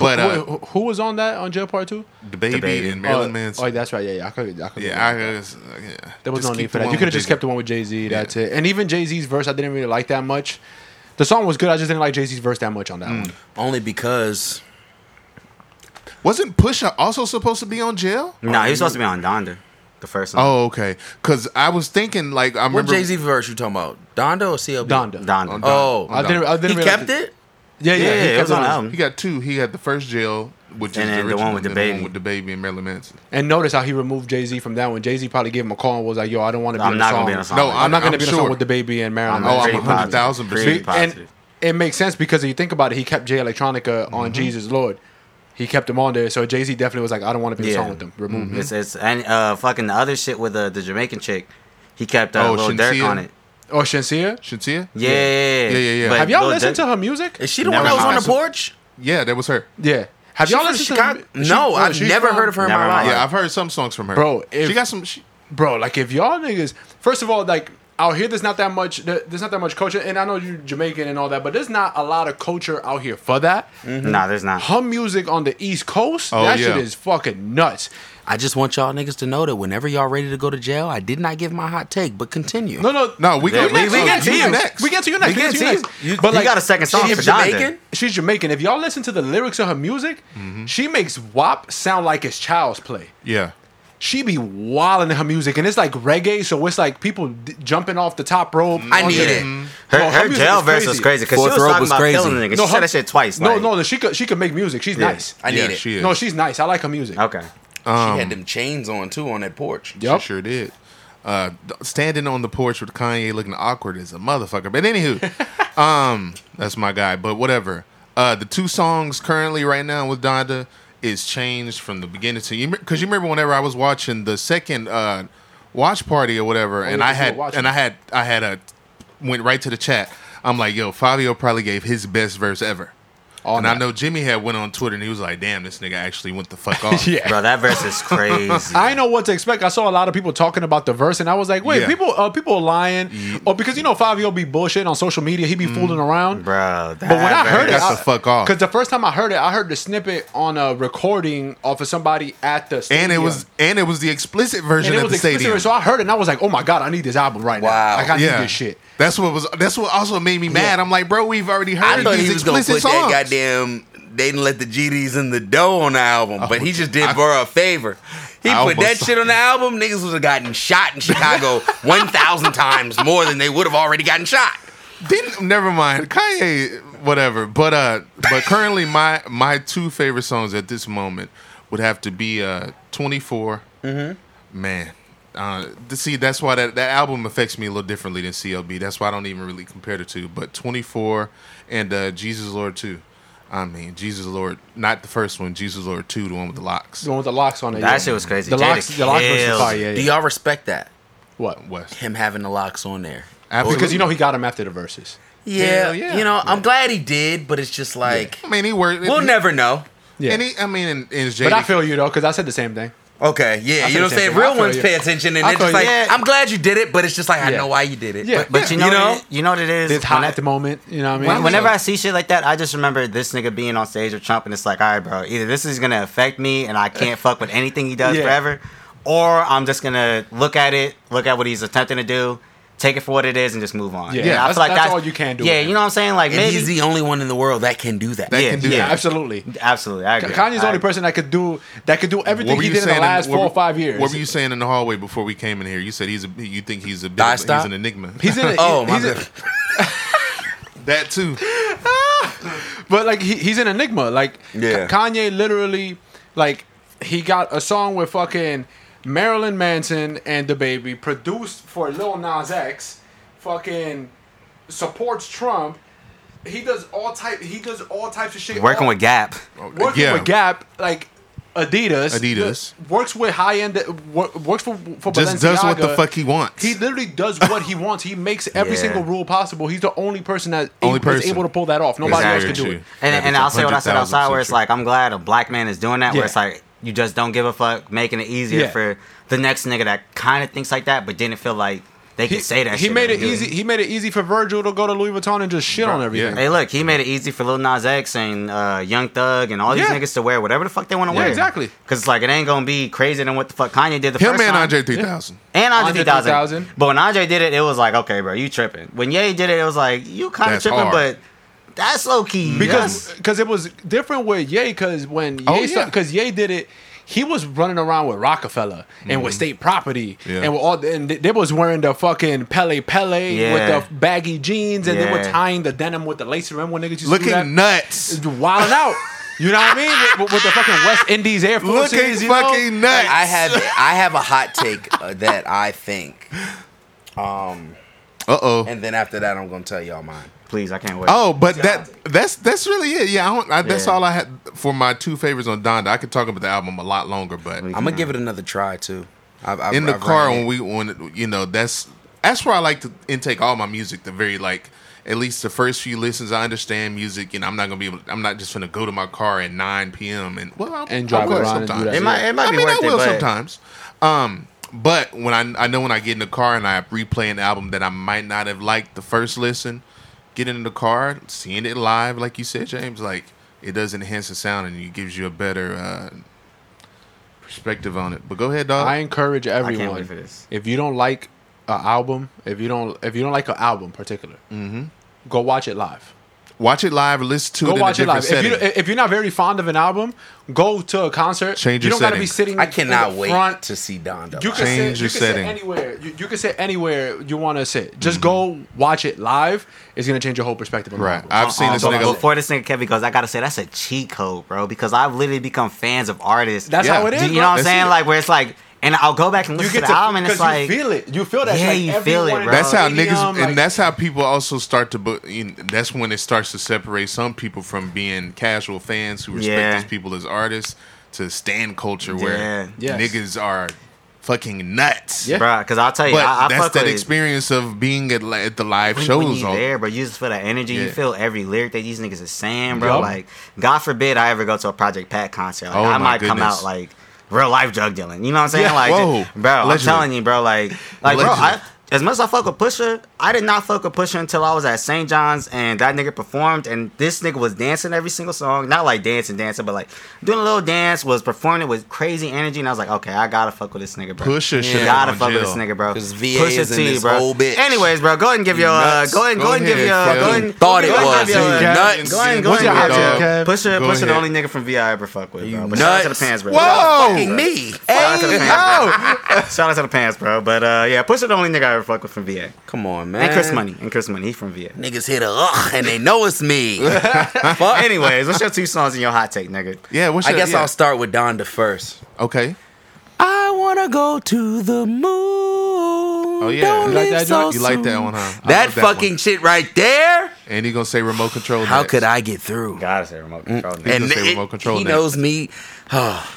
Speaker 2: but
Speaker 4: Who-
Speaker 2: uh,
Speaker 4: who, who was on that on Jail Part Two?
Speaker 2: the baby,
Speaker 3: Baby.
Speaker 2: and Marilyn
Speaker 4: oh,
Speaker 2: Manson.
Speaker 4: Oh, that's right. Yeah, yeah. I could. I could
Speaker 2: yeah, I, I, yeah.
Speaker 4: there was
Speaker 2: Just
Speaker 4: no
Speaker 2: keep
Speaker 4: need for
Speaker 2: the
Speaker 4: that.
Speaker 2: one
Speaker 4: You could
Speaker 2: with
Speaker 4: have just
Speaker 2: Jay-Z.
Speaker 4: kept the one with Jay Z. That's it. And even Jay Z's verse, I didn't really like that much. The song was good. I just didn't like Jay Z's verse that much on that
Speaker 2: Mm.
Speaker 4: one.
Speaker 5: Only because
Speaker 2: Wasn't Pusha also supposed to be on jail?
Speaker 3: no, he was supposed to be on Donda, the first one.
Speaker 2: Oh, okay. Because I was thinking, like, I
Speaker 5: what
Speaker 2: remember
Speaker 5: Jay Z verse you talking about? Donda or CLB?
Speaker 4: Donda.
Speaker 3: Donda.
Speaker 5: Oh,
Speaker 4: I didn't. I
Speaker 5: he
Speaker 4: didn't really
Speaker 5: kept
Speaker 4: like
Speaker 5: it.
Speaker 4: Yeah, yeah.
Speaker 3: yeah,
Speaker 4: he
Speaker 3: it
Speaker 4: kept
Speaker 3: was on
Speaker 4: it.
Speaker 3: the album.
Speaker 2: he got two. He had the first jail, which
Speaker 3: And
Speaker 2: is
Speaker 3: then
Speaker 2: the,
Speaker 3: the
Speaker 2: original,
Speaker 3: one with the
Speaker 2: and then
Speaker 3: baby.
Speaker 2: with the baby and Marilyn Manson.
Speaker 4: And notice how he removed Jay Z from that one. Jay Z probably gave him a call and was like, "Yo, I don't want to be
Speaker 3: I'm
Speaker 4: in the
Speaker 3: not
Speaker 4: song.
Speaker 3: gonna be in a song.
Speaker 2: No,
Speaker 3: like
Speaker 2: I'm
Speaker 4: I'm not
Speaker 2: going
Speaker 4: gonna
Speaker 2: to
Speaker 4: be in a song with the baby and Marilyn."
Speaker 3: I'm
Speaker 2: Oh, I'm
Speaker 4: Manson.
Speaker 3: Pretty
Speaker 2: 100,000%.
Speaker 3: positive. Pretty
Speaker 2: See,
Speaker 3: positive.
Speaker 4: and it makes sense because you think about it, he kept Jay Electronica
Speaker 2: Mm-hmm.
Speaker 4: on Jesus Lord. He kept him on there, so Jay Z definitely was like, "I don't want to be in a
Speaker 3: Yeah.
Speaker 4: song with them. Remove
Speaker 2: Mhm.
Speaker 4: me."
Speaker 3: It's, it's and uh fucking the other shit with uh, the Jamaican chick. He kept uh,
Speaker 2: Oh,
Speaker 3: Lil Durk
Speaker 2: Shinsia?
Speaker 3: on it.
Speaker 2: Mm-hmm.
Speaker 4: Or Shansia.
Speaker 2: Shantia?
Speaker 3: Yeah, yeah,
Speaker 2: Yeah, yeah, yeah.
Speaker 3: But
Speaker 4: Have y'all
Speaker 3: Lil
Speaker 4: listened
Speaker 3: Durk-
Speaker 4: to her music?
Speaker 5: Is she the one
Speaker 2: Never
Speaker 5: that was on the
Speaker 2: mind.
Speaker 5: porch?
Speaker 2: Yeah, that was her.
Speaker 4: Yeah. Have
Speaker 5: She
Speaker 4: y'all
Speaker 5: from
Speaker 4: listened
Speaker 5: Chicago?
Speaker 4: to she-
Speaker 5: no,
Speaker 4: oh,
Speaker 5: I've
Speaker 4: she's
Speaker 5: never
Speaker 4: from-
Speaker 5: heard of her in
Speaker 3: Never
Speaker 5: my
Speaker 3: mind.
Speaker 5: life.
Speaker 2: Yeah, I've heard some songs from her.
Speaker 4: Bro, if-
Speaker 2: she got some. She,
Speaker 4: Bro, like if y'all niggas, first of all, like out here, there's not that much. there- There's not that much culture, and I know you're Jamaican and all that, but there's not a lot of culture out here for that.
Speaker 3: Nah, there's not.
Speaker 4: Her music on the East Coast,
Speaker 2: Oh,
Speaker 4: that
Speaker 2: yeah.
Speaker 4: shit is fucking nuts.
Speaker 5: I just want y'all niggas to know that whenever y'all ready to go to jail, I did not give my hot take, but continue.
Speaker 4: No, no,
Speaker 2: no, we,
Speaker 3: Yeah,
Speaker 2: we,
Speaker 3: we- we get to
Speaker 2: you
Speaker 3: you.
Speaker 2: next.
Speaker 4: We get to you next. We get to you next. but
Speaker 3: you
Speaker 4: like,
Speaker 3: got a second song
Speaker 5: She
Speaker 3: for
Speaker 5: is
Speaker 3: Donda.
Speaker 5: Jamaican?
Speaker 4: she's Jamaican. If y'all listen to the lyrics of her music, she makes WAP sound like it's child's play.
Speaker 2: yeah.
Speaker 4: She be wilding in her music, and it's like reggae, so it's like people d- jumping off the top rope.
Speaker 5: I
Speaker 4: all
Speaker 5: need
Speaker 4: that.
Speaker 5: it.
Speaker 3: Her,
Speaker 4: Bro, her
Speaker 3: her
Speaker 4: music
Speaker 3: jail
Speaker 4: is
Speaker 3: verse was crazy because she
Speaker 5: Fourth
Speaker 3: was
Speaker 5: Row
Speaker 3: talking
Speaker 5: was
Speaker 3: about
Speaker 5: crazy.
Speaker 3: killing the nigga. she said
Speaker 4: her-
Speaker 3: that shit twice.
Speaker 4: No,
Speaker 3: like-
Speaker 4: no, she could she could make music. She's
Speaker 3: Yeah.
Speaker 4: nice.
Speaker 5: I need
Speaker 2: yeah,
Speaker 5: it.
Speaker 2: She is.
Speaker 4: No, she's nice. I like her music.
Speaker 3: Okay.
Speaker 5: she had them chains on too on that porch.
Speaker 4: Yup.
Speaker 2: She sure did. Uh, th- standing on the porch with Kanye looking awkward as a motherfucker. But anywho, um, that's my guy. But whatever. Uh, the two songs currently right now with Donda is changed from the beginning to you because you remember whenever I was watching the second uh, watch party or whatever, and
Speaker 4: Oh, yeah,
Speaker 2: I
Speaker 4: you were
Speaker 2: had
Speaker 4: watching.
Speaker 2: and I had I had a went right to the chat. I'm like, yo, Fabio probably gave his best verse ever.
Speaker 4: All
Speaker 2: and I
Speaker 4: night.
Speaker 2: know Jimmy had went on Twitter and he was like, "Damn, this nigga actually went the fuck off."
Speaker 4: Yeah.
Speaker 3: Bro, that verse is crazy.
Speaker 4: I didn't know what to expect. I saw a lot of people talking about the verse, and I was like, "Wait,
Speaker 2: Yeah.
Speaker 4: people, uh, people are lying, or because you know Five Yo be bullshit on social media, he be fooling around."
Speaker 3: Bro, that
Speaker 4: But when I
Speaker 3: verse-
Speaker 4: heard it,
Speaker 2: Got the fuck off.
Speaker 4: Because the first time I heard it, I heard the snippet on a recording off of somebody at the
Speaker 2: And it
Speaker 4: stadium.
Speaker 2: was and it was the explicit version
Speaker 4: and it
Speaker 2: at
Speaker 4: was
Speaker 2: the
Speaker 4: explicit.
Speaker 2: stadium.
Speaker 4: So I heard it, and I was like, "Oh my god, I need this album right now!
Speaker 5: Wow.
Speaker 4: Like, I
Speaker 2: yeah,
Speaker 4: need this shit."
Speaker 2: that's what was. That's what also made me mad. I'm like, bro, we've already heard
Speaker 5: I thought
Speaker 2: these
Speaker 5: he was gonna
Speaker 2: explicit
Speaker 5: put
Speaker 2: songs.
Speaker 5: that goddamn. They didn't let the GDs in the dough on the album, but
Speaker 4: Oh,
Speaker 5: he just did Burrow a favor. He
Speaker 2: I
Speaker 5: put that
Speaker 2: almost-
Speaker 5: shit on the album. Niggas would have gotten shot in Chicago one thousand times more than they would have already gotten shot.
Speaker 2: Didn't never mind Kanye, whatever. But uh, but currently my my two favorite songs at this moment would have to be uh 24. Mm-hmm. Man, uh, to see that's why that that album affects me a little differently than CLB. That's why I don't even really compare the two. But 24 and uh Jesus Lord two. I mean, Jesus Lord, not the first one. Jesus Lord two, the one with the locks.
Speaker 4: The one with the locks on it.
Speaker 3: That
Speaker 4: yeah.
Speaker 3: shit was crazy.
Speaker 4: The
Speaker 3: Jada
Speaker 4: locks, the locks versus
Speaker 3: kills.
Speaker 4: fire. Yeah, yeah.
Speaker 5: Do y'all respect that?
Speaker 4: What?
Speaker 2: West.
Speaker 5: Him having the locks on there.
Speaker 2: Absolutely.
Speaker 4: Because you know he got him after the verses.
Speaker 5: Yeah,
Speaker 2: Hell yeah.
Speaker 5: you know, I'm glad he did, but it's just like
Speaker 2: I mean, he worked.
Speaker 5: we'll never know.
Speaker 4: Yeah.
Speaker 2: And he, I mean, and, and
Speaker 4: but I
Speaker 2: Jada-
Speaker 4: feel you though, because I said the same thing.
Speaker 5: Okay, yeah,
Speaker 4: I
Speaker 5: you know what
Speaker 4: feel the same thing.
Speaker 5: I'm saying.
Speaker 4: I
Speaker 5: Real
Speaker 4: feel
Speaker 5: ones
Speaker 4: you.
Speaker 5: pay attention, and
Speaker 4: I
Speaker 5: it's
Speaker 4: feel
Speaker 5: just like
Speaker 4: you.
Speaker 3: Yeah.
Speaker 5: I'm glad you did it, but it's just like I
Speaker 4: Yeah.
Speaker 5: know why you did it.
Speaker 4: Yeah.
Speaker 5: But-
Speaker 3: But you know,
Speaker 5: Yeah. You know?
Speaker 3: what it- you know what it is.
Speaker 4: It's hot
Speaker 3: When I-
Speaker 4: at the moment. You know what I mean?
Speaker 3: Whenever I see shit like that, I just remember this nigga being on stage with Trump, and it's like, all right, bro, either this is gonna affect me, and I can't fuck with anything he does
Speaker 4: Yeah.
Speaker 3: forever, or I'm just gonna look at it, look at what he's attempting to do, take it for what it is, and just move on.
Speaker 4: Yeah.
Speaker 3: And
Speaker 4: Yeah,
Speaker 3: I
Speaker 4: that's- that's all you can do
Speaker 3: Yeah,
Speaker 4: with him.
Speaker 3: you know what I'm saying? Like
Speaker 5: and
Speaker 3: maybe,
Speaker 5: he's the only one in the world that can do that.
Speaker 2: That
Speaker 3: Yeah,
Speaker 2: can do
Speaker 4: yeah,
Speaker 2: that.
Speaker 4: absolutely.
Speaker 3: absolutely, I agree.
Speaker 4: Kanye's the
Speaker 3: I
Speaker 4: only
Speaker 3: agree.
Speaker 4: person that could do that could do everything
Speaker 2: were
Speaker 4: he
Speaker 2: you
Speaker 4: did in the
Speaker 2: saying
Speaker 4: last
Speaker 2: what
Speaker 4: four
Speaker 2: were-
Speaker 4: or five years.
Speaker 2: What were you saying in the hallway before we came in here? You said he's a. You think he's a bit.
Speaker 5: Die
Speaker 2: of- He's
Speaker 5: stop?
Speaker 2: an enigma.
Speaker 4: He's in. A,
Speaker 5: Oh my
Speaker 4: he's in-
Speaker 5: god.
Speaker 2: that too.
Speaker 4: But like he, he's an enigma. Like
Speaker 5: Yeah.
Speaker 4: Ka- Kanye literally like he got a song with fucking Marilyn Manson and the baby produced for Lil Nas X, fucking supports Trump. He does all type he does all types of shit.
Speaker 3: working
Speaker 4: all-
Speaker 3: with Gap.
Speaker 4: working
Speaker 2: yeah.
Speaker 4: with Gap, like Adidas.
Speaker 2: Adidas.
Speaker 4: th- works with high end wor- works for for
Speaker 2: Just does what the
Speaker 4: Balenciaga.
Speaker 2: fuck he wants.
Speaker 4: He literally does what he wants. He makes every
Speaker 3: Yeah.
Speaker 4: single rule possible. He's the only person that
Speaker 2: Only
Speaker 4: is
Speaker 2: person.
Speaker 4: able to pull that off. Nobody
Speaker 3: Exactly.
Speaker 4: else can do it.
Speaker 3: And, and I'll say what I said outside, where it's like, I'm glad a black man is doing that,
Speaker 4: Yeah.
Speaker 3: where it's like, you just don't give a fuck, making it easier
Speaker 4: Yeah.
Speaker 3: for the next nigga that kind of thinks like that, but didn't feel like they could say that
Speaker 4: he
Speaker 3: shit
Speaker 4: made
Speaker 3: or
Speaker 4: it
Speaker 3: do
Speaker 4: easy. He made it easy for Virgil to go to Louis Vuitton and just shit on everything.
Speaker 3: Hey, look, he made it easy for Lil Nas X and uh, Young Thug and all these
Speaker 4: Yeah.
Speaker 3: niggas to wear whatever the fuck they want to
Speaker 4: Yeah,
Speaker 3: wear.
Speaker 4: exactly.
Speaker 3: Because it's like, it ain't going to be crazier than what the fuck Kanye did the
Speaker 2: him
Speaker 3: first
Speaker 2: and
Speaker 3: time.
Speaker 2: Andre 3000.
Speaker 3: And Andre
Speaker 4: Andre
Speaker 3: 3000.
Speaker 4: 3000.
Speaker 3: But when Andre did it, it was like, okay, bro, you tripping. When Ye did it, it was like, you kind of
Speaker 2: That's
Speaker 3: tripping,
Speaker 2: hard.
Speaker 3: but that's low key.
Speaker 4: Because because it was different with Ye. Because when
Speaker 2: Oh,
Speaker 4: Ye
Speaker 2: yeah.
Speaker 4: because Ye did it. He was running around with Rockefeller and
Speaker 3: Mm-hmm.
Speaker 4: with state property
Speaker 2: Yeah.
Speaker 4: and with all the- and they, they was wearing the fucking Pele Pele
Speaker 3: Yeah.
Speaker 4: with the baggy jeans and they were
Speaker 3: Yeah.
Speaker 4: tying the denim with the lace around when niggas used to do that.
Speaker 2: Looking nuts.
Speaker 4: wilding out. You know what I mean? With, with the fucking West Indies Air Force.
Speaker 2: Looking
Speaker 4: you know?
Speaker 2: fucking nuts.
Speaker 5: I have I have a hot take uh, that I think,
Speaker 2: Uh oh.
Speaker 5: and then after that, I'm gonna tell y'all mine.
Speaker 3: Please, I can't wait.
Speaker 2: Oh, but that that's that's really it. Yeah, I don't, I, that's
Speaker 3: Yeah.
Speaker 2: all I had for my two favorites on Donda. I could talk about the album a lot longer, but
Speaker 5: I'm gonna give it another try too. I've, I've,
Speaker 2: in the
Speaker 5: I've
Speaker 2: car
Speaker 5: ran
Speaker 2: when
Speaker 5: it.
Speaker 2: we when you know that's that's where I like to intake all my music. The very like at least the first few listens, I understand music, and I'm not gonna be able. I'm not just gonna go to my car at 9 p.m. and well, I'm,
Speaker 4: And drive
Speaker 2: I will
Speaker 4: around and do that.
Speaker 3: It might, it might
Speaker 2: I
Speaker 3: be
Speaker 2: mean, I
Speaker 3: worth it,
Speaker 2: will
Speaker 3: but
Speaker 2: sometimes. Um, but when I I know when I get in the car and I replay an album that I might not have liked the first listen, getting in the car, seeing it live, like you said, James, like it does enhance the sound and it gives you a better uh, perspective on it. But go ahead, dog.
Speaker 4: I encourage everyone.
Speaker 3: wait for this.
Speaker 4: If you don't like an album, if you don't if you don't like an album in particular, go watch it live.
Speaker 2: Watch it live or listen to
Speaker 4: Go
Speaker 2: Mm-hmm. it in
Speaker 4: watch
Speaker 2: a
Speaker 4: it
Speaker 2: different
Speaker 4: live. If,
Speaker 2: setting.
Speaker 4: you, if you're not very fond of an album, go to a concert.
Speaker 2: Change
Speaker 4: you
Speaker 2: your
Speaker 4: don't gotta be
Speaker 2: setting.
Speaker 4: sitting.
Speaker 5: I cannot
Speaker 4: in the
Speaker 5: wait
Speaker 4: front.
Speaker 5: to see Donda.
Speaker 4: You
Speaker 5: live.
Speaker 2: Change
Speaker 4: can sit, you
Speaker 2: your
Speaker 4: can
Speaker 2: setting.
Speaker 4: sit anywhere. You, you can sit anywhere you want to sit. Just go watch it live. It's gonna change your whole perspective. On the
Speaker 2: Mm-hmm. right.
Speaker 4: album.
Speaker 2: I've seen
Speaker 3: Uh,
Speaker 2: this
Speaker 3: but
Speaker 2: nigga.
Speaker 3: Before this nigga Kevin goes, I gotta say that's a cheat code, bro. Because I've literally become fans of artists.
Speaker 4: That's
Speaker 2: Yeah.
Speaker 4: how it
Speaker 3: Do
Speaker 4: is.
Speaker 3: you
Speaker 4: bro.
Speaker 3: know what I'm
Speaker 2: That's
Speaker 3: saying?
Speaker 2: it.
Speaker 3: Like where it's like, and I'll go back and listen to the album, and it's like,
Speaker 4: you feel it. You feel that.
Speaker 3: Yeah,
Speaker 4: like,
Speaker 3: you feel it,
Speaker 4: everyone
Speaker 3: bro.
Speaker 4: in the
Speaker 2: That's how
Speaker 4: stadium,
Speaker 2: niggas,
Speaker 4: like-
Speaker 2: and that's how people also start to. bu- You know, that's when it starts to separate some people from being casual fans who respect
Speaker 3: Yeah.
Speaker 2: these people as artists to stand culture where
Speaker 4: Yeah. Yes.
Speaker 2: niggas are fucking nuts.
Speaker 4: Yeah.
Speaker 3: Bruh, Because I'll tell you,
Speaker 2: But
Speaker 3: I, I
Speaker 2: that's
Speaker 3: fuck
Speaker 2: that
Speaker 3: with-
Speaker 2: experience of being at, li- at the live
Speaker 3: when- when
Speaker 2: shows.
Speaker 3: you
Speaker 2: on,
Speaker 3: there, bro. You just feel that energy. You
Speaker 2: Yeah.
Speaker 3: feel every lyric that these niggas is saying, bro.
Speaker 4: Yup.
Speaker 3: Like, God forbid I ever go to a Project Pat concert. Like,
Speaker 2: Oh,
Speaker 3: I
Speaker 2: my
Speaker 3: might come
Speaker 2: goodness.
Speaker 3: out like real life drug dealing. You know what I'm saying?
Speaker 2: Yeah,
Speaker 3: like,
Speaker 2: whoa.
Speaker 3: bro. I'm
Speaker 2: Allegedly.
Speaker 3: telling you, bro. Like, like, bro. I,
Speaker 2: Allegedly.
Speaker 3: as much as I fuck with Pusha, I did not fuck with Pusha until I was at St. John's and that nigga performed and this nigga was dancing every single song. Not like dancing, dancing, but like doing a little dance, was performing with crazy energy, and I was like, okay, I gotta fuck with this nigga, bro.
Speaker 2: Pusha
Speaker 3: You
Speaker 2: should've
Speaker 3: gotta
Speaker 2: gone
Speaker 3: fuck with
Speaker 2: jail.
Speaker 3: this nigga, bro.
Speaker 5: 'Cause VA
Speaker 3: Pusha
Speaker 5: is in
Speaker 3: T,
Speaker 5: this
Speaker 3: bro.
Speaker 5: whole bitch.
Speaker 3: Anyways, bro, go ahead and give your uh,
Speaker 5: nuts.
Speaker 3: go ahead, go,
Speaker 2: Go
Speaker 3: ahead and give
Speaker 2: ahead,
Speaker 3: your uh, go
Speaker 2: fucking
Speaker 3: ahead, and-
Speaker 5: thought it
Speaker 3: go ahead and
Speaker 5: was.
Speaker 3: give your, uh,
Speaker 5: Nuts.
Speaker 3: Go ahead, and- go
Speaker 2: What's
Speaker 3: ahead, and
Speaker 2: your
Speaker 3: give your,
Speaker 2: hot
Speaker 3: uh,
Speaker 4: take, Kev?
Speaker 3: Pusha,
Speaker 2: Go
Speaker 3: Pusha, the
Speaker 2: ahead.
Speaker 3: only nigga from VI I ever fuck with, bro. But shout out to the
Speaker 5: nuts.
Speaker 3: pants, bro.
Speaker 2: Whoa!
Speaker 5: Fucking me.
Speaker 3: Shout out to the pants, bro.
Speaker 2: Oh,
Speaker 3: Shout out to the pants, bro. But uh, yeah, Pusha the only nigga I ever fuck with from VA.
Speaker 5: Come on, man.
Speaker 3: And Chris Money. And Chris Money. He from VA.
Speaker 5: Niggas hit a ugh, and they know it's me. I
Speaker 3: Anyways, what's your two songs in your hot take, nigga?
Speaker 2: yeah. What's your,
Speaker 5: guess
Speaker 2: yeah.
Speaker 5: I'll start with Donda first.
Speaker 2: Okay.
Speaker 5: I wanna go to the moon.
Speaker 2: Oh yeah.
Speaker 5: Don't
Speaker 2: you like
Speaker 5: leave
Speaker 2: that?
Speaker 5: so
Speaker 2: joint? you like that
Speaker 5: soon.
Speaker 2: one, huh? I
Speaker 5: That
Speaker 2: love
Speaker 5: fucking
Speaker 2: one.
Speaker 5: shit right there.
Speaker 2: And he gonna say remote control.
Speaker 5: How
Speaker 2: next.
Speaker 5: could I get through?
Speaker 3: Gotta say remote control. nigga.
Speaker 5: And
Speaker 2: gonna say
Speaker 5: it-
Speaker 2: remote control
Speaker 5: he
Speaker 2: next.
Speaker 5: knows me.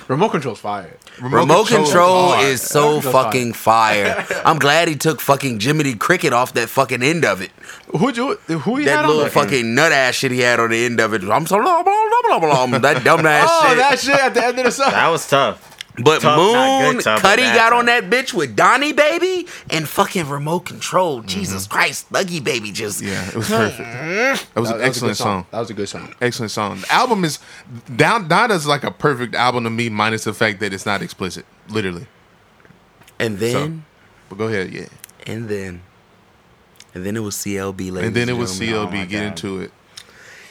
Speaker 4: Remote control's fire.
Speaker 5: Remote, control,
Speaker 2: hard.
Speaker 5: is so
Speaker 4: Remote control's
Speaker 5: fucking fire. I'm glad he took fucking Jiminy Cricket off that fucking end of it.
Speaker 4: Who you? Who you
Speaker 5: that
Speaker 4: had
Speaker 5: little
Speaker 4: on?
Speaker 5: fucking nut ass shit he had on the end of it. I'm so blah blah blah blah blah. That dumb ass
Speaker 4: Oh,
Speaker 5: shit.
Speaker 4: that shit at the end of the song.
Speaker 3: that was tough.
Speaker 5: But
Speaker 3: Tough, not
Speaker 5: Moon
Speaker 3: good, tough,
Speaker 5: Cuddy
Speaker 3: bad,
Speaker 5: got
Speaker 3: tough.
Speaker 5: on that bitch with Donnie Baby and fucking remote control. Jesus Christ, Buggy Baby just
Speaker 2: Yeah, it was perfect. That was an
Speaker 4: That was a good
Speaker 2: excellent song.
Speaker 4: That was a good song.
Speaker 2: Excellent song. The album is down. Donda's like a perfect album to me, minus the fact that it's not explicit, literally.
Speaker 5: and then
Speaker 2: But go ahead, yeah.
Speaker 5: and then and then it was CLB later.
Speaker 2: And then it was CLB.
Speaker 3: oh my
Speaker 2: get
Speaker 3: God.
Speaker 2: into it.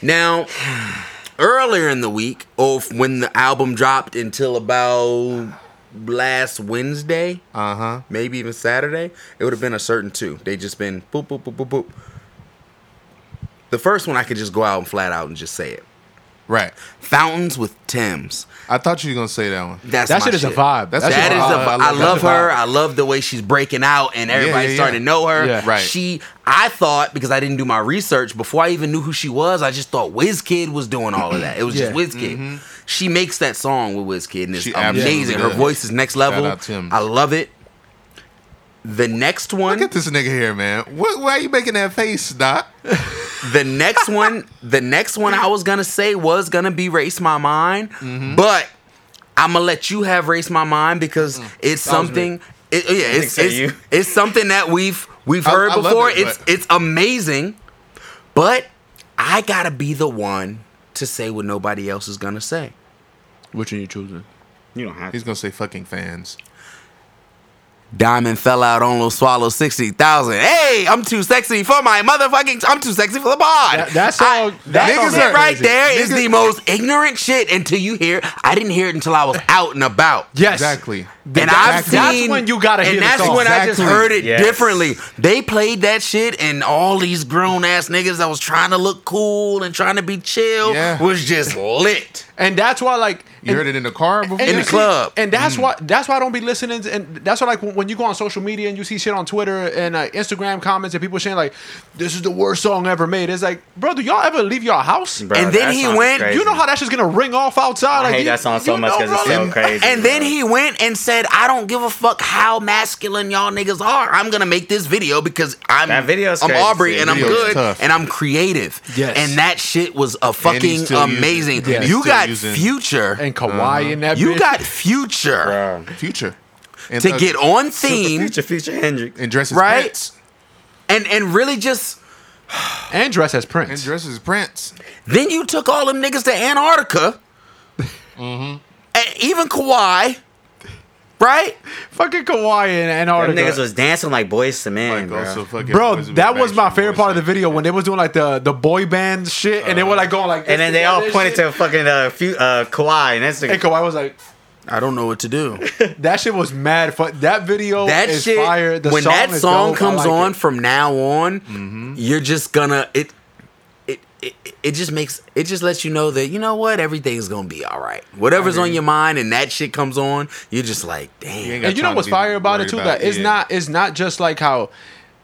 Speaker 5: Now, earlier in the week, or f- when the album dropped until about last Wednesday,
Speaker 2: Uh huh.
Speaker 5: maybe even Saturday, it would have been a certain two. They just been boop boop boop boop boop. The first one I could just go out and flat out and just say it.
Speaker 2: Right.
Speaker 5: Fountains with Thames.
Speaker 2: I thought you were gonna say that one.
Speaker 5: That's
Speaker 4: That
Speaker 5: my
Speaker 4: shit is a vibe. That's
Speaker 2: That
Speaker 5: That
Speaker 2: shit
Speaker 5: is
Speaker 2: is
Speaker 5: the.
Speaker 2: a vibe.
Speaker 5: I,
Speaker 2: I love that.
Speaker 5: love
Speaker 2: That's a
Speaker 5: her. I love the way she's breaking out, and everybody's
Speaker 2: yeah,
Speaker 5: starting to
Speaker 2: yeah.
Speaker 5: know her.
Speaker 4: Yeah.
Speaker 2: Right.
Speaker 5: She. I thought because I didn't do my research before I even knew who she was. I just thought WizKid was doing all of that. It was just
Speaker 4: Yeah.
Speaker 5: WizKid. She makes that song with WizKid, and it's
Speaker 2: Mm-hmm. She absolutely
Speaker 5: amazing. Her
Speaker 2: does.
Speaker 5: voice is next level.
Speaker 2: out to him.
Speaker 5: I love it. The next one.
Speaker 2: Look at this nigga here, man. What, why are you making that face, Doc?
Speaker 5: The next one, the next one I was gonna say was gonna be Race My Mind,
Speaker 2: Mm-hmm.
Speaker 5: but I'm gonna let you have Race My Mind
Speaker 2: Mm.
Speaker 5: because it's something. It, yeah, it's,
Speaker 3: said
Speaker 5: it's,
Speaker 3: you.
Speaker 5: it's something that we've we've
Speaker 2: I-
Speaker 5: heard
Speaker 2: I love
Speaker 5: before.
Speaker 2: it,
Speaker 5: it's
Speaker 2: but-
Speaker 5: it's amazing, but I gotta be the one to say what nobody else is gonna say.
Speaker 4: Which one you choosing?
Speaker 3: You don't have
Speaker 2: He's
Speaker 3: to.
Speaker 2: gonna say fucking fans.
Speaker 5: Diamond fell out on Lil Swallow sixty thousand. Hey, I'm too sexy for my motherfucking. I'm too sexy for the pod.
Speaker 4: That- that song- that
Speaker 5: niggas
Speaker 4: song
Speaker 5: shit
Speaker 4: is
Speaker 5: right
Speaker 4: crazy.
Speaker 5: there is
Speaker 2: Niggas-
Speaker 5: the most ignorant shit until you hear. I didn't hear it until I was out and about.
Speaker 4: Yes.
Speaker 2: Exactly.
Speaker 5: And
Speaker 4: That's-
Speaker 5: I've seen
Speaker 4: that's when you gotta
Speaker 5: and
Speaker 4: hear the
Speaker 5: that's
Speaker 4: song.
Speaker 5: when I just
Speaker 2: Exactly.
Speaker 5: heard it
Speaker 3: Yes.
Speaker 5: differently. They played that shit, and all these grown ass niggas that was trying to look cool and trying to be chill
Speaker 2: Yeah.
Speaker 5: was just lit.
Speaker 4: And that's why, like,
Speaker 2: You heard it in the car before.
Speaker 5: In the
Speaker 4: you see-
Speaker 5: club.
Speaker 4: and that's why that's why I don't be listening. to- and that's why, like, when when you go on social media and you see shit on Twitter and uh, Instagram comments and people saying like, "This is the worst song ever made." It's like, bro, do y'all ever leave your house?
Speaker 3: Bro,
Speaker 5: And then
Speaker 3: that
Speaker 5: he
Speaker 3: song is
Speaker 5: went-
Speaker 3: crazy.
Speaker 4: You know how that shit's gonna ring off outside.
Speaker 3: I
Speaker 4: like,
Speaker 3: hate
Speaker 4: you-
Speaker 3: that song so
Speaker 4: you
Speaker 3: much
Speaker 4: know,
Speaker 3: because it's
Speaker 4: bro,
Speaker 3: so
Speaker 4: like-
Speaker 3: crazy.
Speaker 5: And then
Speaker 3: bro.
Speaker 5: he went and said, "I don't give a fuck how masculine y'all niggas are. I'm gonna make this video because I'm
Speaker 3: That video's
Speaker 5: I'm
Speaker 3: crazy,
Speaker 5: Aubrey
Speaker 3: too.
Speaker 5: and I'm
Speaker 2: Video's
Speaker 5: good
Speaker 2: tough.
Speaker 5: and I'm creative.
Speaker 4: Yes.
Speaker 5: And that shit was a fucking
Speaker 2: still using-
Speaker 5: amazing.
Speaker 2: and he's
Speaker 5: You
Speaker 2: still
Speaker 5: got
Speaker 2: using-
Speaker 5: future.
Speaker 4: And Kawhi in that.
Speaker 5: you
Speaker 4: bitch.
Speaker 5: got future
Speaker 3: Bro.
Speaker 2: Future. And
Speaker 5: to
Speaker 2: Thug-
Speaker 5: get on
Speaker 3: Super
Speaker 5: theme
Speaker 3: future, future Hendrix.
Speaker 2: and dress as
Speaker 5: Right?
Speaker 2: Prince.
Speaker 5: and and really just
Speaker 4: and dress as Prince.
Speaker 2: And dress as Prince.
Speaker 5: then you took all them niggas to Antarctica. And even Kawhi, right?
Speaker 4: Fucking Kawhi in
Speaker 3: Them
Speaker 4: Antarctica.
Speaker 3: niggas was dancing like boys to men,
Speaker 2: Like
Speaker 3: bro.
Speaker 2: also fucking
Speaker 4: Bro,
Speaker 2: Boys with
Speaker 4: that was my
Speaker 2: Backstreet
Speaker 4: favorite
Speaker 2: Boys
Speaker 4: part of the
Speaker 2: and
Speaker 4: video when they was doing like the the boy band shit, and they were like going like,
Speaker 3: and then they all pointed to fucking uh, few, uh, Kawhi and that's
Speaker 4: And
Speaker 3: the
Speaker 4: Kawhi was like,
Speaker 5: I don't know what to do.
Speaker 4: "That shit was mad fun. That video
Speaker 5: that
Speaker 4: is
Speaker 5: shit
Speaker 4: fire. The
Speaker 5: when
Speaker 4: song
Speaker 5: that
Speaker 4: is
Speaker 5: song
Speaker 4: dope. I
Speaker 5: comes
Speaker 4: like
Speaker 5: on
Speaker 4: it. Mm-hmm.
Speaker 5: from now on you're just gonna it, it it it just makes it just lets you know that you know what everything's gonna be all right whatever's on your mind and that shit comes on you're just like
Speaker 2: You ain't
Speaker 5: damn
Speaker 2: got
Speaker 4: and you
Speaker 2: time
Speaker 4: know
Speaker 2: to
Speaker 4: what's
Speaker 2: be
Speaker 4: fire about it
Speaker 2: worried
Speaker 4: too?
Speaker 2: about
Speaker 4: That it's
Speaker 2: yeah.
Speaker 4: not it's not just like how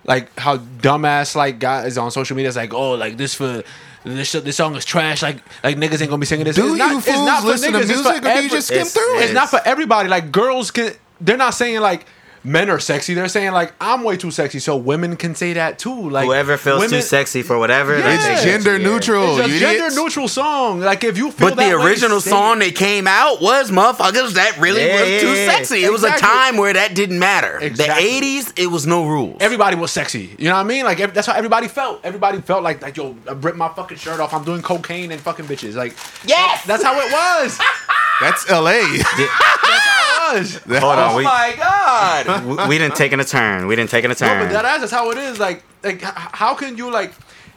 Speaker 4: like how dumbass like guys on social media is like, oh, like this for this this song is trash. Like like niggas ain't gonna be singing this.
Speaker 2: Do
Speaker 4: it's not,
Speaker 2: you
Speaker 4: it's not
Speaker 2: fools
Speaker 4: for
Speaker 2: listen to
Speaker 4: niggas, it's for
Speaker 2: music or do you
Speaker 4: every-
Speaker 2: just skim
Speaker 3: it's-
Speaker 2: through
Speaker 4: It's
Speaker 2: it?
Speaker 4: not for everybody. Like girls can. they're not saying like men are sexy. They're saying like I'm way too sexy, so women can say that too. Like
Speaker 3: Whoever feels
Speaker 4: women-
Speaker 3: too sexy for whatever,
Speaker 4: Yeah.
Speaker 3: they
Speaker 4: It's
Speaker 3: take it.
Speaker 2: gender
Speaker 3: Yeah.
Speaker 2: neutral.
Speaker 4: It's a
Speaker 2: you
Speaker 4: gender
Speaker 2: idiots.
Speaker 4: neutral song. Like if you feel
Speaker 5: But
Speaker 4: that
Speaker 5: the
Speaker 4: way,
Speaker 5: original
Speaker 4: say
Speaker 5: song
Speaker 4: it.
Speaker 5: that came out was motherfuckers that really
Speaker 3: Yeah,
Speaker 5: was
Speaker 3: yeah,
Speaker 5: too
Speaker 3: yeah.
Speaker 5: sexy. It was a
Speaker 4: Exactly.
Speaker 5: time where that didn't matter.
Speaker 4: Exactly.
Speaker 5: The 80s, it was no rules.
Speaker 4: everybody was sexy. You know what I mean? Like ev- that's how everybody felt. Everybody felt like like yo, I ripped my fucking shirt off. I'm doing cocaine and fucking bitches. Like
Speaker 5: Yes!
Speaker 4: that's how it was.
Speaker 2: That's L.A.
Speaker 4: It was.
Speaker 3: Hold on,
Speaker 5: oh
Speaker 3: we,
Speaker 5: my God.
Speaker 3: we, we didn't take in a turn. We didn't take in a
Speaker 4: No, but
Speaker 3: turn.
Speaker 4: that ass, that's how it is. Like, like h- how can you like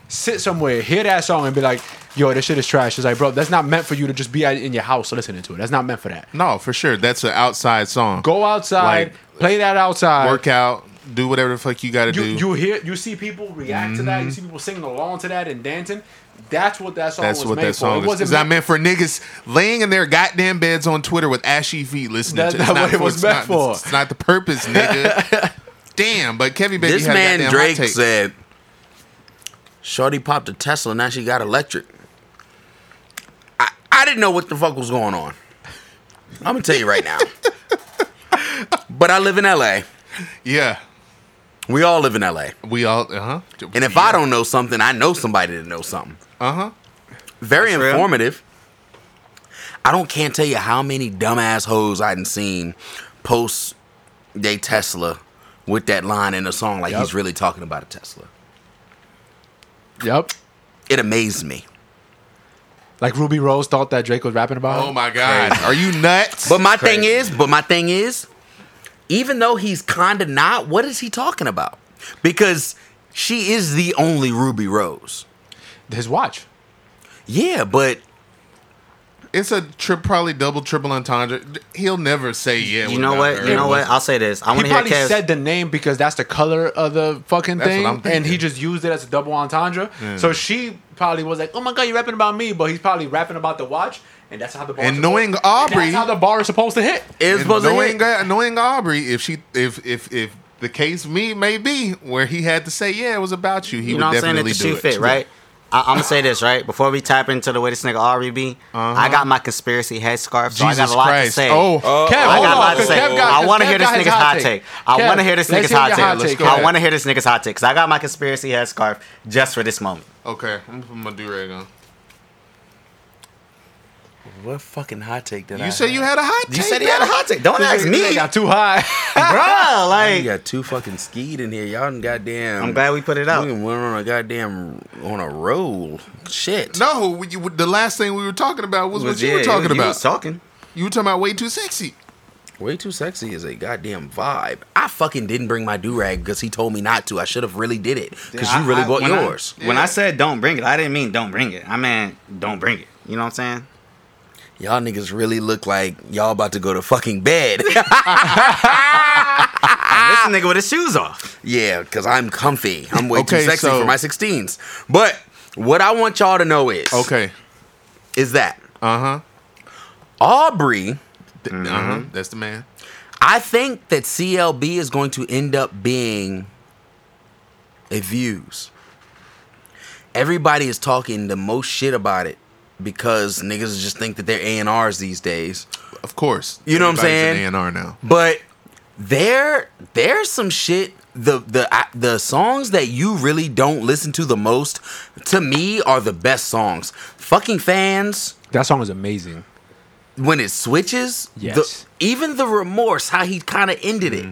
Speaker 4: sit somewhere, hear that song, and be like, "Yo, this shit is trash"? It's like, bro, that's not meant for you to just be at- in your house listening to it. That's not meant for that.
Speaker 2: no, for sure. That's an outside song.
Speaker 4: Go outside,
Speaker 2: Like,
Speaker 4: play that outside.
Speaker 2: work out, do whatever the Mm-hmm. fuck you got to
Speaker 4: you
Speaker 2: do.
Speaker 4: you hear you see people react to that. You see people singing along to that and dancing. That's what that song
Speaker 2: That's
Speaker 4: was
Speaker 2: what
Speaker 4: made
Speaker 2: that
Speaker 4: for.
Speaker 2: song
Speaker 4: it
Speaker 2: is.
Speaker 4: wasn't
Speaker 2: It's not meant for niggas laying in their goddamn beds on Twitter with ashy feet listening
Speaker 4: That's
Speaker 2: to it. It's
Speaker 4: not what
Speaker 2: for-
Speaker 4: it was
Speaker 2: it's
Speaker 4: meant
Speaker 2: not-
Speaker 4: for.
Speaker 2: It's not the purpose, nigga. Damn, but Kevin Bacon
Speaker 5: This
Speaker 2: had a
Speaker 5: man
Speaker 2: goddamn hot
Speaker 5: Drake
Speaker 2: take.
Speaker 5: said, Shorty popped a Tesla, now she got electric. I, I didn't know what the fuck was going on. I'm going to tell you right now. but I live in LA.
Speaker 2: Yeah.
Speaker 5: We all live in LA.
Speaker 2: We all, uh huh.
Speaker 5: And if I don't know something, I know somebody that knows something.
Speaker 2: uh huh.
Speaker 5: Very
Speaker 3: That's real.
Speaker 5: informative. I don't can't tell you how many dumbass hoes I done seen post they Tesla with that line in the song like
Speaker 4: Yep.
Speaker 5: he's really talking about a Tesla.
Speaker 4: Yep.
Speaker 5: It amazed me.
Speaker 4: Like Ruby Rose thought that Drake was rapping about.
Speaker 2: Oh my God. Are you nuts?
Speaker 5: But my thing is, but my thing is, even though he's kinda not, what is he talking about? Because she is the only Ruby Rose.
Speaker 4: his watch.
Speaker 5: Yeah, but
Speaker 2: it's a trip, probably double, triple entendre. He'll never say yeah.
Speaker 3: you know
Speaker 2: without
Speaker 3: what?
Speaker 2: her.
Speaker 3: You know what? I'll say this. I
Speaker 4: He
Speaker 3: want to hear
Speaker 4: probably
Speaker 3: Kev.
Speaker 4: said the name because that's the color of the fucking
Speaker 2: That's what
Speaker 4: thing,
Speaker 2: I'm
Speaker 4: and he
Speaker 2: thinking.
Speaker 4: just used it as a double entendre. So she probably was like, "Oh my god, you're rapping about me," but he's probably rapping about the watch, and that's how the bar.
Speaker 2: And
Speaker 4: is
Speaker 2: knowing
Speaker 4: supposed-
Speaker 2: Aubrey-
Speaker 4: that's how the bar is supposed to hit.
Speaker 5: it was
Speaker 2: And
Speaker 5: supposed to
Speaker 2: knowing,
Speaker 5: hit.
Speaker 2: Ga- knowing Aubrey, if she, if if if the case me may be where he had to say yeah, it was about you. He
Speaker 3: you
Speaker 2: would
Speaker 3: know what I'm saying? That
Speaker 2: definitely
Speaker 3: the shoe
Speaker 2: do it.
Speaker 3: fit, right? I, I'm gonna say this right before we tap into the way this nigga already be.
Speaker 4: Uh-huh.
Speaker 3: I got my conspiracy headscarf, so I got
Speaker 2: Jesus
Speaker 3: a lot
Speaker 2: Christ!
Speaker 3: to say.
Speaker 2: Oh,
Speaker 4: Kev,
Speaker 3: I
Speaker 4: hold
Speaker 3: got a
Speaker 4: on,
Speaker 3: lot to
Speaker 4: 'cause
Speaker 3: say.
Speaker 4: Kev got-
Speaker 3: I
Speaker 4: 'cause
Speaker 3: want to
Speaker 4: Kev
Speaker 3: hear this
Speaker 4: got
Speaker 3: nigga's
Speaker 4: his
Speaker 3: hot take. I
Speaker 4: Kev,
Speaker 3: want to hear this
Speaker 4: let's
Speaker 3: nigga's
Speaker 4: hear
Speaker 3: hot
Speaker 4: your
Speaker 3: take.
Speaker 4: hot take.
Speaker 3: I
Speaker 4: Kev.
Speaker 3: want to hear this nigga's hot take because I got my conspiracy headscarf just for this moment.
Speaker 2: Okay, I'm gonna put my do rag on.
Speaker 5: What fucking hot take did I
Speaker 2: You said you had a hot take.
Speaker 3: You said he had a hot take. Don't ask
Speaker 4: This nigga
Speaker 3: me,
Speaker 4: got too high.
Speaker 3: bro.
Speaker 5: You
Speaker 3: Like,
Speaker 5: got two fucking skied in here. Y'all done goddamn.
Speaker 3: I'm glad we put it
Speaker 5: We
Speaker 3: out.
Speaker 5: done went on a goddamn on a roll. Shit.
Speaker 2: No, we, you, the last thing we were talking about was, what you were talking
Speaker 3: You
Speaker 2: about.
Speaker 3: was talking.
Speaker 2: you were talking about way too sexy.
Speaker 5: Way too sexy is a goddamn vibe. I fucking didn't bring my do rag because he told me not to. I should have really did it because you
Speaker 3: I-
Speaker 5: really
Speaker 3: I-
Speaker 5: bought
Speaker 3: when I-
Speaker 5: yours.
Speaker 3: When
Speaker 2: Yeah.
Speaker 3: I said don't bring it, I didn't mean don't bring it. I meant don't bring it. You know what I'm saying?
Speaker 5: Y'all niggas really look like y'all about to go to fucking bed. Ah.
Speaker 3: And this nigga with his shoes off.
Speaker 5: yeah, because I'm comfy. I'm way
Speaker 2: Okay,
Speaker 5: too sexy
Speaker 2: so-
Speaker 5: for my 16s. But what I want y'all to know is,
Speaker 2: Okay.
Speaker 5: is that
Speaker 2: Uh huh.
Speaker 5: Aubrey.
Speaker 3: Mm-hmm.
Speaker 2: Uh huh. That's the man.
Speaker 5: I think that CLB is going to end up being a views. Everybody is talking the most shit about it because niggas just think that they're A and R's these days.
Speaker 2: Of course.
Speaker 5: You know what I'm saying?
Speaker 2: A and R now.
Speaker 5: But there, there's some shit. The the I- the songs that you really don't listen to the most, to me, are the best songs. Fucking fans
Speaker 4: that song is amazing.
Speaker 5: when it switches, the-
Speaker 4: Yes. Mm-hmm.
Speaker 5: even the remorse, how he kind of ended it.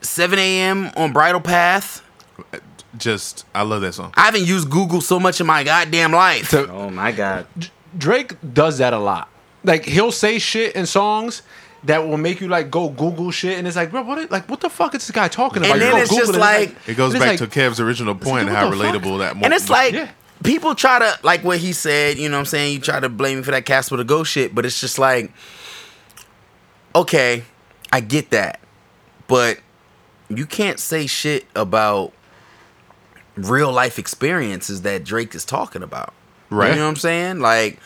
Speaker 5: 7 a.m. on Bridal Path.
Speaker 2: Just, I love that song.
Speaker 5: I haven't used Google so much in my goddamn life.
Speaker 4: So-
Speaker 3: Oh my god.
Speaker 4: Drake does that a lot. Like he'll say shit in songs that will make you like go Google shit, and it's like, bro, what? Is, like, what the fuck is this guy talking about?
Speaker 5: And
Speaker 4: You
Speaker 5: then
Speaker 4: go
Speaker 5: it's
Speaker 4: Google
Speaker 5: just
Speaker 4: it,
Speaker 5: like-
Speaker 2: It goes
Speaker 4: it's
Speaker 2: back
Speaker 4: like-
Speaker 2: to Kev's original point,
Speaker 4: what
Speaker 2: how
Speaker 4: the fuck?
Speaker 2: relatable that.
Speaker 5: and it's like,
Speaker 4: Yeah.
Speaker 5: people try to, like what he said, you know what I'm saying? You try to blame me for that Casper to Go shit, but it's just like, okay, I get that. But you can't say shit about real life experiences that Drake is talking about.
Speaker 2: right?
Speaker 5: You know what I'm saying? Like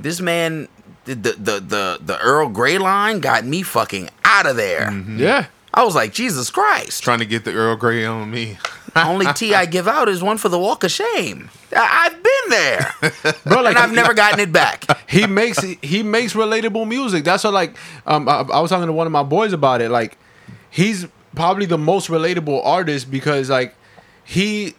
Speaker 5: this man, the the the the, the Earl Grey line got me fucking out of there.
Speaker 2: Mm-hmm. Mm,
Speaker 4: yeah.
Speaker 5: I was like, Jesus Christ!
Speaker 2: Trying to get the Earl Grey on me.
Speaker 5: Only tea I give out is one for the walk of shame. I- I've been there,
Speaker 4: Bro, like
Speaker 5: and I've never gotten it back.
Speaker 4: he makes he makes relatable music. That's what like um I, I was talking to one of my boys about it. Like he's probably the most relatable artist because like he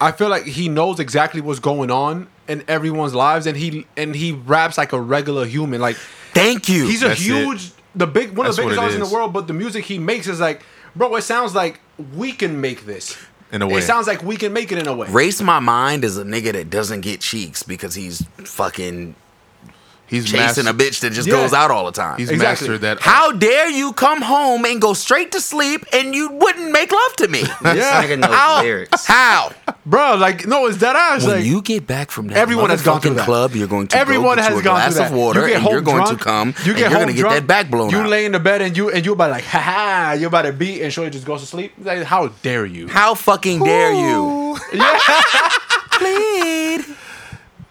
Speaker 4: I feel like he knows exactly what's going on in everyone's lives and he and he raps like a regular human. Like
Speaker 5: Thank you.
Speaker 4: he's a
Speaker 2: That's it.
Speaker 4: huge the big one of the
Speaker 2: That's what
Speaker 4: biggest
Speaker 2: it
Speaker 4: artists in
Speaker 2: is.
Speaker 4: the world, but the music he makes is like, bro, it sounds like we can make this.
Speaker 2: In a way.
Speaker 4: It sounds like we can make it in a way.
Speaker 5: Race my mind is a nigga that doesn't get cheeks because he's fucking
Speaker 2: He's
Speaker 5: chasing
Speaker 2: mastered,
Speaker 5: a bitch that just
Speaker 4: Yeah.
Speaker 5: goes out all the time.
Speaker 2: He's
Speaker 4: Exactly.
Speaker 2: mastered that.
Speaker 5: How dare you come home and go straight to sleep and you wouldn't make love to me?
Speaker 3: This nigga knows
Speaker 5: How?
Speaker 3: lyrics.
Speaker 5: How?
Speaker 4: Bro, like no, it's that ass.
Speaker 5: when
Speaker 4: like,
Speaker 5: you get back from that
Speaker 4: Everyone has gone
Speaker 5: motherfucking
Speaker 4: through that.
Speaker 5: club, you're going to
Speaker 4: Everyone
Speaker 5: go get
Speaker 4: has
Speaker 5: you a
Speaker 4: gone
Speaker 5: glass
Speaker 4: through that.
Speaker 5: of water
Speaker 4: you get
Speaker 5: and
Speaker 4: home
Speaker 5: you're going
Speaker 4: drunk,
Speaker 5: to come
Speaker 4: You
Speaker 5: and
Speaker 4: get
Speaker 5: you're
Speaker 4: home
Speaker 5: going to get
Speaker 4: drunk,
Speaker 5: that back blown
Speaker 4: You
Speaker 5: out.
Speaker 4: lay in the bed and you and you about like ha ha. You about to beat and Shorty just goes to sleep. Like, how dare you?
Speaker 5: How fucking dare you?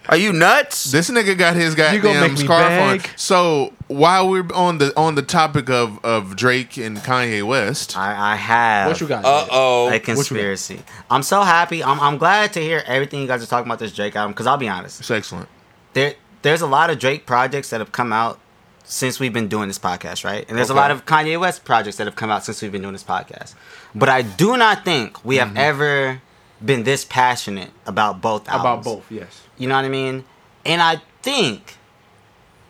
Speaker 5: Are you nuts?
Speaker 2: This nigga got his
Speaker 4: gonna
Speaker 2: goddamn
Speaker 4: make me
Speaker 2: scarf
Speaker 4: beg?
Speaker 2: on. So while we're on the on the topic of of Drake and Kanye West,
Speaker 3: I, I have.
Speaker 4: What you got?
Speaker 5: Uh
Speaker 3: A
Speaker 5: oh.
Speaker 3: conspiracy. I'm so happy. I'm, I'm glad to hear everything you guys are talking about this Drake album. Because I'll be honest,
Speaker 2: it's excellent.
Speaker 3: there there's a lot of Drake projects that have come out since we've been doing this podcast, right? And there's a
Speaker 4: Okay.
Speaker 3: lot of Kanye West projects that have come out since we've been doing this podcast. But I do not think we have
Speaker 4: Mm-hmm.
Speaker 3: ever been this passionate about both albums.
Speaker 4: About both, yes.
Speaker 3: You know what I mean? And I think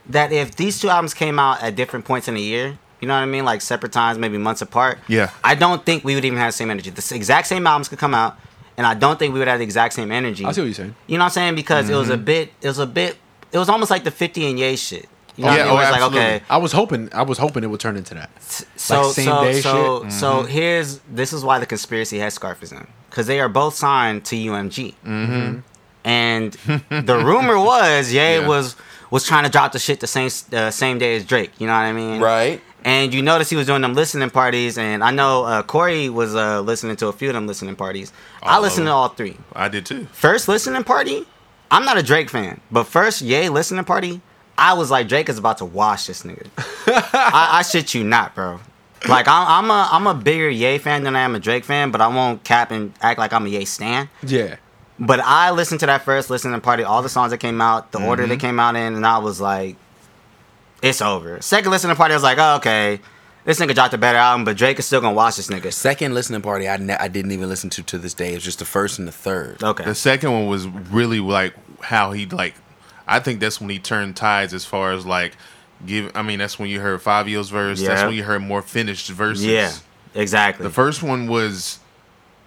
Speaker 3: that if these two albums came out at different points in the year, you know what I mean? Like separate times, maybe months apart.
Speaker 2: Yeah.
Speaker 3: I don't think we would even have the same energy. The s- exact same albums could come out, and I don't think we would have the exact same energy.
Speaker 4: I see what you're saying.
Speaker 3: You know what I'm saying? Because it was
Speaker 2: Mm-hmm.
Speaker 3: a bit, it was a bit, it was almost like the 50 and Ye shit. You know
Speaker 2: Yeah,
Speaker 3: what I mean? Where
Speaker 2: oh,
Speaker 3: it's
Speaker 2: absolutely.
Speaker 3: like, okay,
Speaker 4: I was hoping I was hoping it would turn into that.
Speaker 3: so
Speaker 4: Like same
Speaker 3: so
Speaker 4: day
Speaker 3: so so
Speaker 2: Mm-hmm.
Speaker 3: here's this is why the conspiracy headscarf is in because they are both signed to UMG, mm-hmm. and the rumor was Ye
Speaker 2: Yeah.
Speaker 3: was was trying to drop the shit the same uh, same day as Drake. You know what I mean?
Speaker 5: Right.
Speaker 3: And you notice he was doing them listening parties, and I know uh, Corey was uh, listening to a few of them listening parties. I
Speaker 2: All of
Speaker 3: listened to
Speaker 2: them.
Speaker 3: all three.
Speaker 2: I did too.
Speaker 3: First listening party, I'm not a Drake fan, but first Ye listening party, I was like Drake is about to wash this nigga. I, I shit you not, bro. Like I'm, I'm a I'm a bigger Ye fan than I am a Drake fan, but I won't cap and act like I'm a Ye stan.
Speaker 4: Yeah.
Speaker 3: But I listened to that first listening party, all the songs that came out, the order they came out in, and I was like, it's over. Second listening party, I was like, oh, okay, this nigga dropped a better album, but Drake is still gonna wash this nigga.
Speaker 5: Second listening party, I, ne- I didn't even listen to to this day. It's just the first and the third.
Speaker 3: Okay.
Speaker 2: The second one was really like how he like. I think that's when he turned tides as far as like give. I mean, that's when you heard Fabio's verse. That's
Speaker 3: Yeah.
Speaker 2: when you heard more finished verses.
Speaker 3: yeah, exactly.
Speaker 2: The first one was,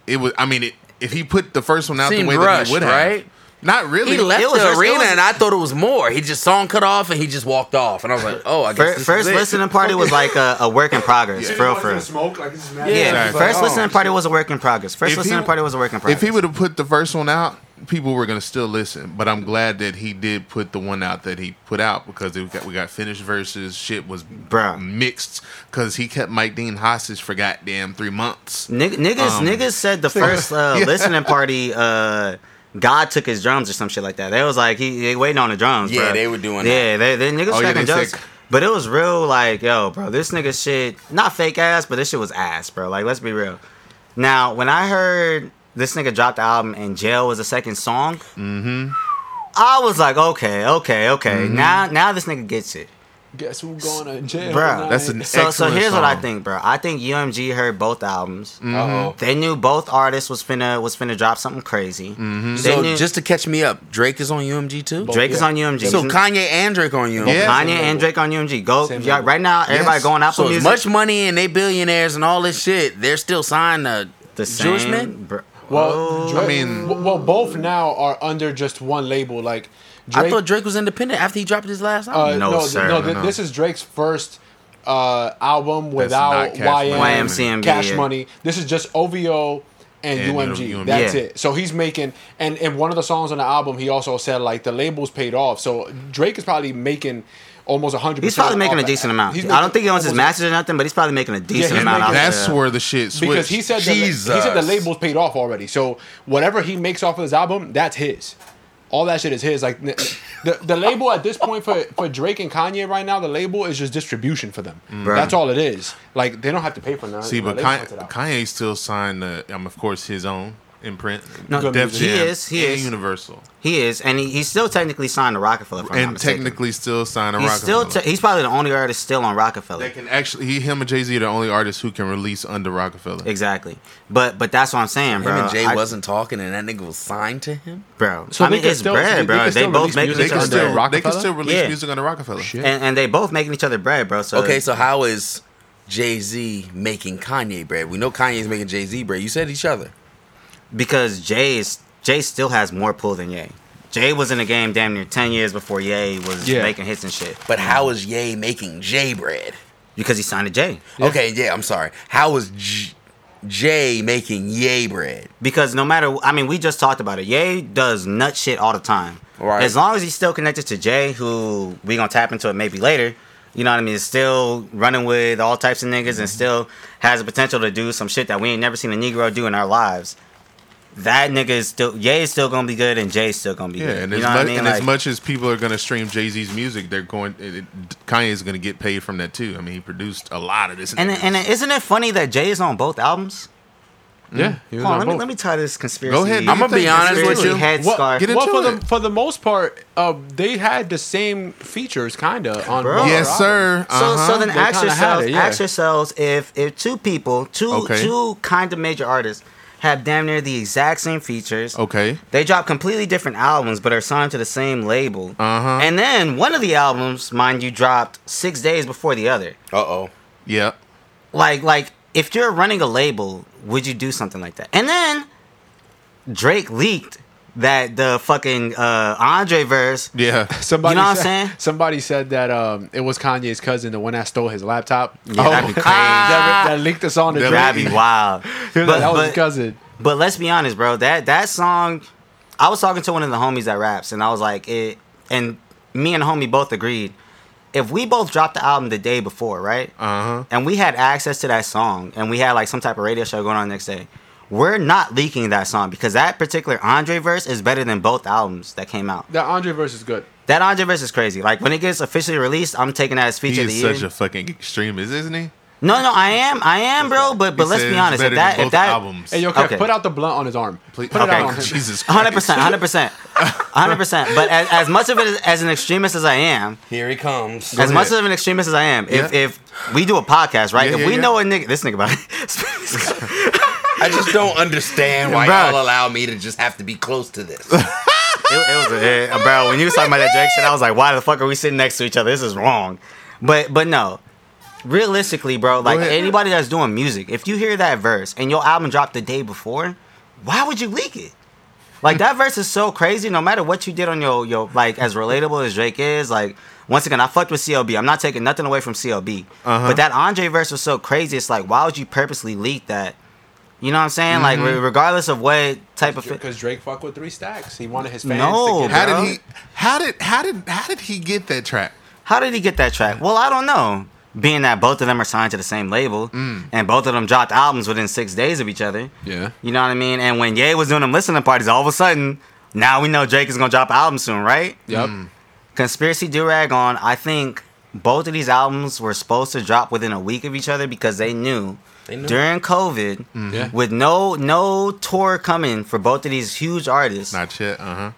Speaker 2: it was. I mean, it, if he put the first one out
Speaker 5: Seemed
Speaker 2: the way that
Speaker 5: rushed,
Speaker 2: he would
Speaker 5: right?
Speaker 2: have, not really.
Speaker 5: He left
Speaker 3: It was
Speaker 5: the
Speaker 3: just- it
Speaker 5: arena,
Speaker 3: was-
Speaker 5: and I thought it was more. He just song cut off, and he just walked off, and I was like, "Oh, I guess
Speaker 3: Fir-
Speaker 5: this
Speaker 3: first
Speaker 5: is it.
Speaker 3: listening party was like a, a work in progress, for real, for real.
Speaker 4: Smoke like oh, this
Speaker 5: Yeah.
Speaker 3: Yeah,
Speaker 2: Exactly.
Speaker 3: first listening party was oh, a work in progress. First
Speaker 2: If he-
Speaker 3: listening party was a work in progress.
Speaker 2: If he would have put the first one out, people were gonna still listen. But I'm glad that he did put the one out that he put out because it got, we got finished verses. Shit was
Speaker 3: Bruh.
Speaker 2: mixed because he kept Mike Dean hostage for goddamn three months.
Speaker 3: Nig- niggas, niggas said the first uh, listening party, uh, God took his drums or some shit like that. They was like he they waiting on the drums.
Speaker 5: Yeah,
Speaker 3: bruh.
Speaker 5: they were doing
Speaker 3: Yeah, they, they niggas
Speaker 2: Oh, yeah, they
Speaker 3: tracking drums.
Speaker 2: said-
Speaker 3: But it was real, like yo, bro, this nigga shit not fake ass, but this shit was ass, bro. Like let's be real. Now when I heard this nigga dropped the album and Jail was the second song, mm-hmm. I was like, okay, okay, okay. Now now this nigga gets it.
Speaker 4: Guess who's going to jail?
Speaker 3: Bruh,
Speaker 4: tonight?
Speaker 2: That's an
Speaker 3: So,
Speaker 2: excellent
Speaker 3: so here's what I
Speaker 2: song.
Speaker 3: think, bro. I think UMG heard both albums.
Speaker 5: Uh-oh.
Speaker 3: They knew both artists was finna was finna drop something crazy. They
Speaker 5: Mm-hmm. So
Speaker 3: knew-
Speaker 5: just to catch me up, Drake is on UMG too.
Speaker 3: Drake is
Speaker 4: yeah.
Speaker 3: on UMG.
Speaker 5: So Kanye and Drake on UMG.
Speaker 2: Yeah.
Speaker 3: Kanye and Drake on UMG. Go
Speaker 4: Same
Speaker 3: yeah,
Speaker 4: label.
Speaker 3: right now. Everybody
Speaker 2: Yes.
Speaker 3: going Apple
Speaker 5: So as
Speaker 3: Music.
Speaker 5: much money and they billionaires and all this shit, they're still signed to
Speaker 3: the
Speaker 5: Jewish
Speaker 3: same,
Speaker 5: men.
Speaker 3: bro.
Speaker 4: Well, Drake, I
Speaker 2: mean-
Speaker 4: mean, well, both now are under just one label. Like, Drake,
Speaker 5: I thought Drake was independent after he dropped his last album.
Speaker 4: uh,
Speaker 3: No,
Speaker 4: no, th-
Speaker 3: sir.
Speaker 4: no, th-
Speaker 2: No, no.
Speaker 4: This is Drake's first uh, album
Speaker 2: not
Speaker 4: without
Speaker 2: Cash Money.
Speaker 4: YM,
Speaker 3: YMCMB,
Speaker 4: Cash
Speaker 3: yeah.
Speaker 4: Money. This is just OVO and,
Speaker 2: And
Speaker 4: UMG.
Speaker 2: UMG.
Speaker 4: That's
Speaker 3: Yeah.
Speaker 4: it. So he's making, and and one of the songs on the album, he also said like the labels paid off. So Drake is probably making almost hundred.
Speaker 3: He's probably making a decent amount. I don't think he owns his masters or nothing, but he's probably making a decent
Speaker 4: he's
Speaker 2: And
Speaker 3: amount.
Speaker 4: making-
Speaker 3: off
Speaker 2: that's
Speaker 3: the-
Speaker 2: where the shit switched.
Speaker 4: Because he said, the, he said the
Speaker 5: Jesus.
Speaker 4: labels paid off already, so whatever he makes off of his album, that's his. all that shit is his. Like the the label at this point for for Drake and Kanye right now, the label is just distribution for them. That's all it is. Like they don't have to pay for none.
Speaker 2: See,
Speaker 4: The
Speaker 2: but
Speaker 4: label
Speaker 2: Kanye,
Speaker 4: puts it out.
Speaker 2: Kanye still signed the, um, of course, his own imprint.
Speaker 3: No,
Speaker 2: Def
Speaker 3: Good music. He
Speaker 2: Jam,
Speaker 3: is, he
Speaker 2: and
Speaker 3: is.
Speaker 2: Universal,
Speaker 3: He is, and he, he's still technically signed to Rockefeller. If I'm not
Speaker 2: and
Speaker 3: mistaken.
Speaker 2: technically still signed a
Speaker 3: he's
Speaker 2: Rockefeller.
Speaker 3: still te- he's probably the only artist still on Rockefeller.
Speaker 2: they can actually, he, him, and Jay Z are the only artists who can release under Rockefeller.
Speaker 3: Exactly, but but that's what I'm saying, bro.
Speaker 5: Him and Jay
Speaker 3: I-
Speaker 5: wasn't talking, and that nigga was signed to him.
Speaker 3: bro.
Speaker 4: So
Speaker 3: I
Speaker 4: they
Speaker 3: mean,
Speaker 4: could
Speaker 3: it's
Speaker 4: still- so they-
Speaker 3: bread,
Speaker 4: they
Speaker 3: bro.
Speaker 4: could
Speaker 3: They
Speaker 4: still
Speaker 3: both
Speaker 4: release
Speaker 3: making
Speaker 2: They
Speaker 4: music
Speaker 3: each
Speaker 2: can
Speaker 4: under
Speaker 3: other
Speaker 2: still,
Speaker 3: bread,
Speaker 2: they can
Speaker 4: Rockefeller?
Speaker 2: still release
Speaker 3: Yeah.
Speaker 2: music under Rockefeller.
Speaker 4: Shit.
Speaker 3: and, and they both making each other bread, bro. So
Speaker 5: Okay, so how is Jay Z making Kanye bread? We know Kanye's making Jay Z bread. You said each other.
Speaker 3: because Jay is Jay still has more pull than Ye. Jay was in the game damn near ten years before Ye was
Speaker 4: Yeah.
Speaker 3: making hits and shit.
Speaker 5: But how is Ye making Jay bread?
Speaker 3: because he signed to Jay.
Speaker 5: Okay, yeah, I'm sorry. How is J- Jay making Ye bread?
Speaker 3: Because no matter, I mean, we just talked about it. Ye does nut shit all the time.
Speaker 5: Right.
Speaker 3: As long as he's still connected to Jay, who we gonna tap into it maybe later. You know what I mean? Is still running with all types of niggas
Speaker 2: Mm-hmm.
Speaker 3: and still has the potential to do some shit that we ain't never seen a Negro do in our lives. That nigga is still Ye is still gonna be good and Jay's still gonna be
Speaker 2: Yeah,
Speaker 3: good.
Speaker 2: and,
Speaker 3: you
Speaker 2: as,
Speaker 3: know
Speaker 2: much,
Speaker 3: what I mean?
Speaker 2: and
Speaker 3: Like,
Speaker 2: as much as people are going to stream Jay Z's music, they're going. It, it, Kanye's going to get paid from that too. I mean, he produced a lot of this.
Speaker 3: and and isn't it funny that Jay is on both albums?
Speaker 4: Yeah, he was
Speaker 3: Hold on, let
Speaker 4: on
Speaker 3: me
Speaker 4: both.
Speaker 3: let me tie this conspiracy.
Speaker 2: go ahead.
Speaker 5: I'm gonna be honest with
Speaker 3: conspiracy
Speaker 5: you.
Speaker 3: head
Speaker 4: Well,
Speaker 3: scarf.
Speaker 2: get it
Speaker 4: well,
Speaker 2: to
Speaker 4: for
Speaker 2: it.
Speaker 4: the for the most part, uh, they had the same features, kind of. on
Speaker 3: Bro.
Speaker 4: both
Speaker 2: Mm. Yes,
Speaker 4: albums.
Speaker 2: sir.
Speaker 3: Oh, So,
Speaker 2: Uh-huh.
Speaker 3: so then
Speaker 4: They
Speaker 3: ask
Speaker 4: kinda had
Speaker 3: yourselves,
Speaker 4: it, yeah.
Speaker 3: ask yourselves if if two people, two
Speaker 2: Okay.
Speaker 3: two kind of major artists, have damn near the exact same features.
Speaker 2: okay,
Speaker 3: They drop completely different albums, but are signed to the same label.
Speaker 2: Uh-huh.
Speaker 3: And then one of the albums, mind you, dropped six days before the other.
Speaker 5: Uh oh.
Speaker 2: yeah,
Speaker 3: Like like if you're running a label, would you do something like that? And then Drake leaked that the fucking uh, Andre verse.
Speaker 2: yeah.
Speaker 4: Somebody
Speaker 3: You know what I'm
Speaker 4: said,
Speaker 3: saying?
Speaker 4: Somebody said that um, it was Kanye's cousin, the one that stole his laptop. Oh.
Speaker 3: Yeah, that'd be crazy.
Speaker 4: that, that leaked us on the
Speaker 2: That-
Speaker 4: Drake.
Speaker 3: That'd be wild.
Speaker 4: He was like,
Speaker 3: But-
Speaker 4: that was his
Speaker 3: but-
Speaker 4: cousin.
Speaker 3: But let's be honest, bro. That that song, I was talking to one of the homies that raps, and I was like, it. And me and the homie both agreed. If we both dropped the album the day before, right?
Speaker 2: Uh huh.
Speaker 3: And we had access to that song, and we had like some type of radio show going on the next day. We're not leaking that song because that particular Andre verse is better than both albums that came out.
Speaker 4: That Andre verse is good.
Speaker 3: That Andre verse is crazy. Like when it gets officially released, I'm taking that as
Speaker 2: He
Speaker 3: feature of the
Speaker 2: is
Speaker 3: year.
Speaker 2: such a fucking extremist, isn't he?
Speaker 3: no, no, I am, I am, bro. But but
Speaker 2: He
Speaker 3: let's
Speaker 2: said
Speaker 3: be
Speaker 2: it's
Speaker 3: honest. If
Speaker 2: better than
Speaker 3: that, if
Speaker 2: both
Speaker 3: that,
Speaker 2: albums.
Speaker 4: Hey, yo, Kev,
Speaker 3: Okay.
Speaker 4: put out the blunt on his arm.
Speaker 2: Please-
Speaker 4: Put
Speaker 3: Okay.
Speaker 4: it out on him.
Speaker 2: Jesus
Speaker 3: hundred
Speaker 2: Christ.
Speaker 3: percent, hundred percent, hundred percent. But as, as much of it as, as an extremist as I am,
Speaker 5: Here he comes.
Speaker 3: as much
Speaker 2: ahead.
Speaker 3: of an extremist as I am, if
Speaker 2: Yeah.
Speaker 3: if we do a podcast, right?
Speaker 2: Yeah,
Speaker 3: if
Speaker 2: yeah,
Speaker 3: we
Speaker 2: yeah.
Speaker 3: know a nigga, this nigga about it.
Speaker 5: I just don't understand why
Speaker 3: Bruh.
Speaker 5: y'all allow me to just have to be close to this.
Speaker 3: it, it was a, eh, bro. When you was talking about that Drake shit, I was like, why the fuck are we sitting next to each other? This is wrong. But but no, realistically, bro, like
Speaker 2: ahead.
Speaker 3: anybody that's doing music, if you hear that verse and your album dropped the day before, why would you leak it? Like that verse is so crazy. No matter what you did on your your like as relatable as Drake is, like once again, I fucked with CLB. I'm not taking nothing away from CLB, but that Andre verse was so crazy. It's like why would you purposely leak that? You know what I'm saying? Like re- regardless of what type of fi-
Speaker 4: Because Drake fucked with three stacks. He wanted his fans
Speaker 3: No,
Speaker 4: to get
Speaker 2: How
Speaker 4: it.
Speaker 3: bro.
Speaker 2: did he? How did? How did? How did he get that track?
Speaker 3: How did he get that track? Well, I don't know. Being that both of them are signed to the same label,
Speaker 5: Mm.
Speaker 3: and both of them dropped albums within six days of each other.
Speaker 4: Yeah.
Speaker 3: You know what I mean? And when Ye was doing them listening parties, all of a sudden, now we know Drake is gonna drop an album soon, right?
Speaker 4: Yep.
Speaker 3: Mm-hmm. Conspiracy do rag on. I think both of these albums were supposed to drop within a week of each other because they knew.
Speaker 5: They knew. Mm.
Speaker 3: During COVID,
Speaker 4: Yeah.
Speaker 3: with no no tour coming for both of these huge artists,
Speaker 2: Not yet. Uh huh.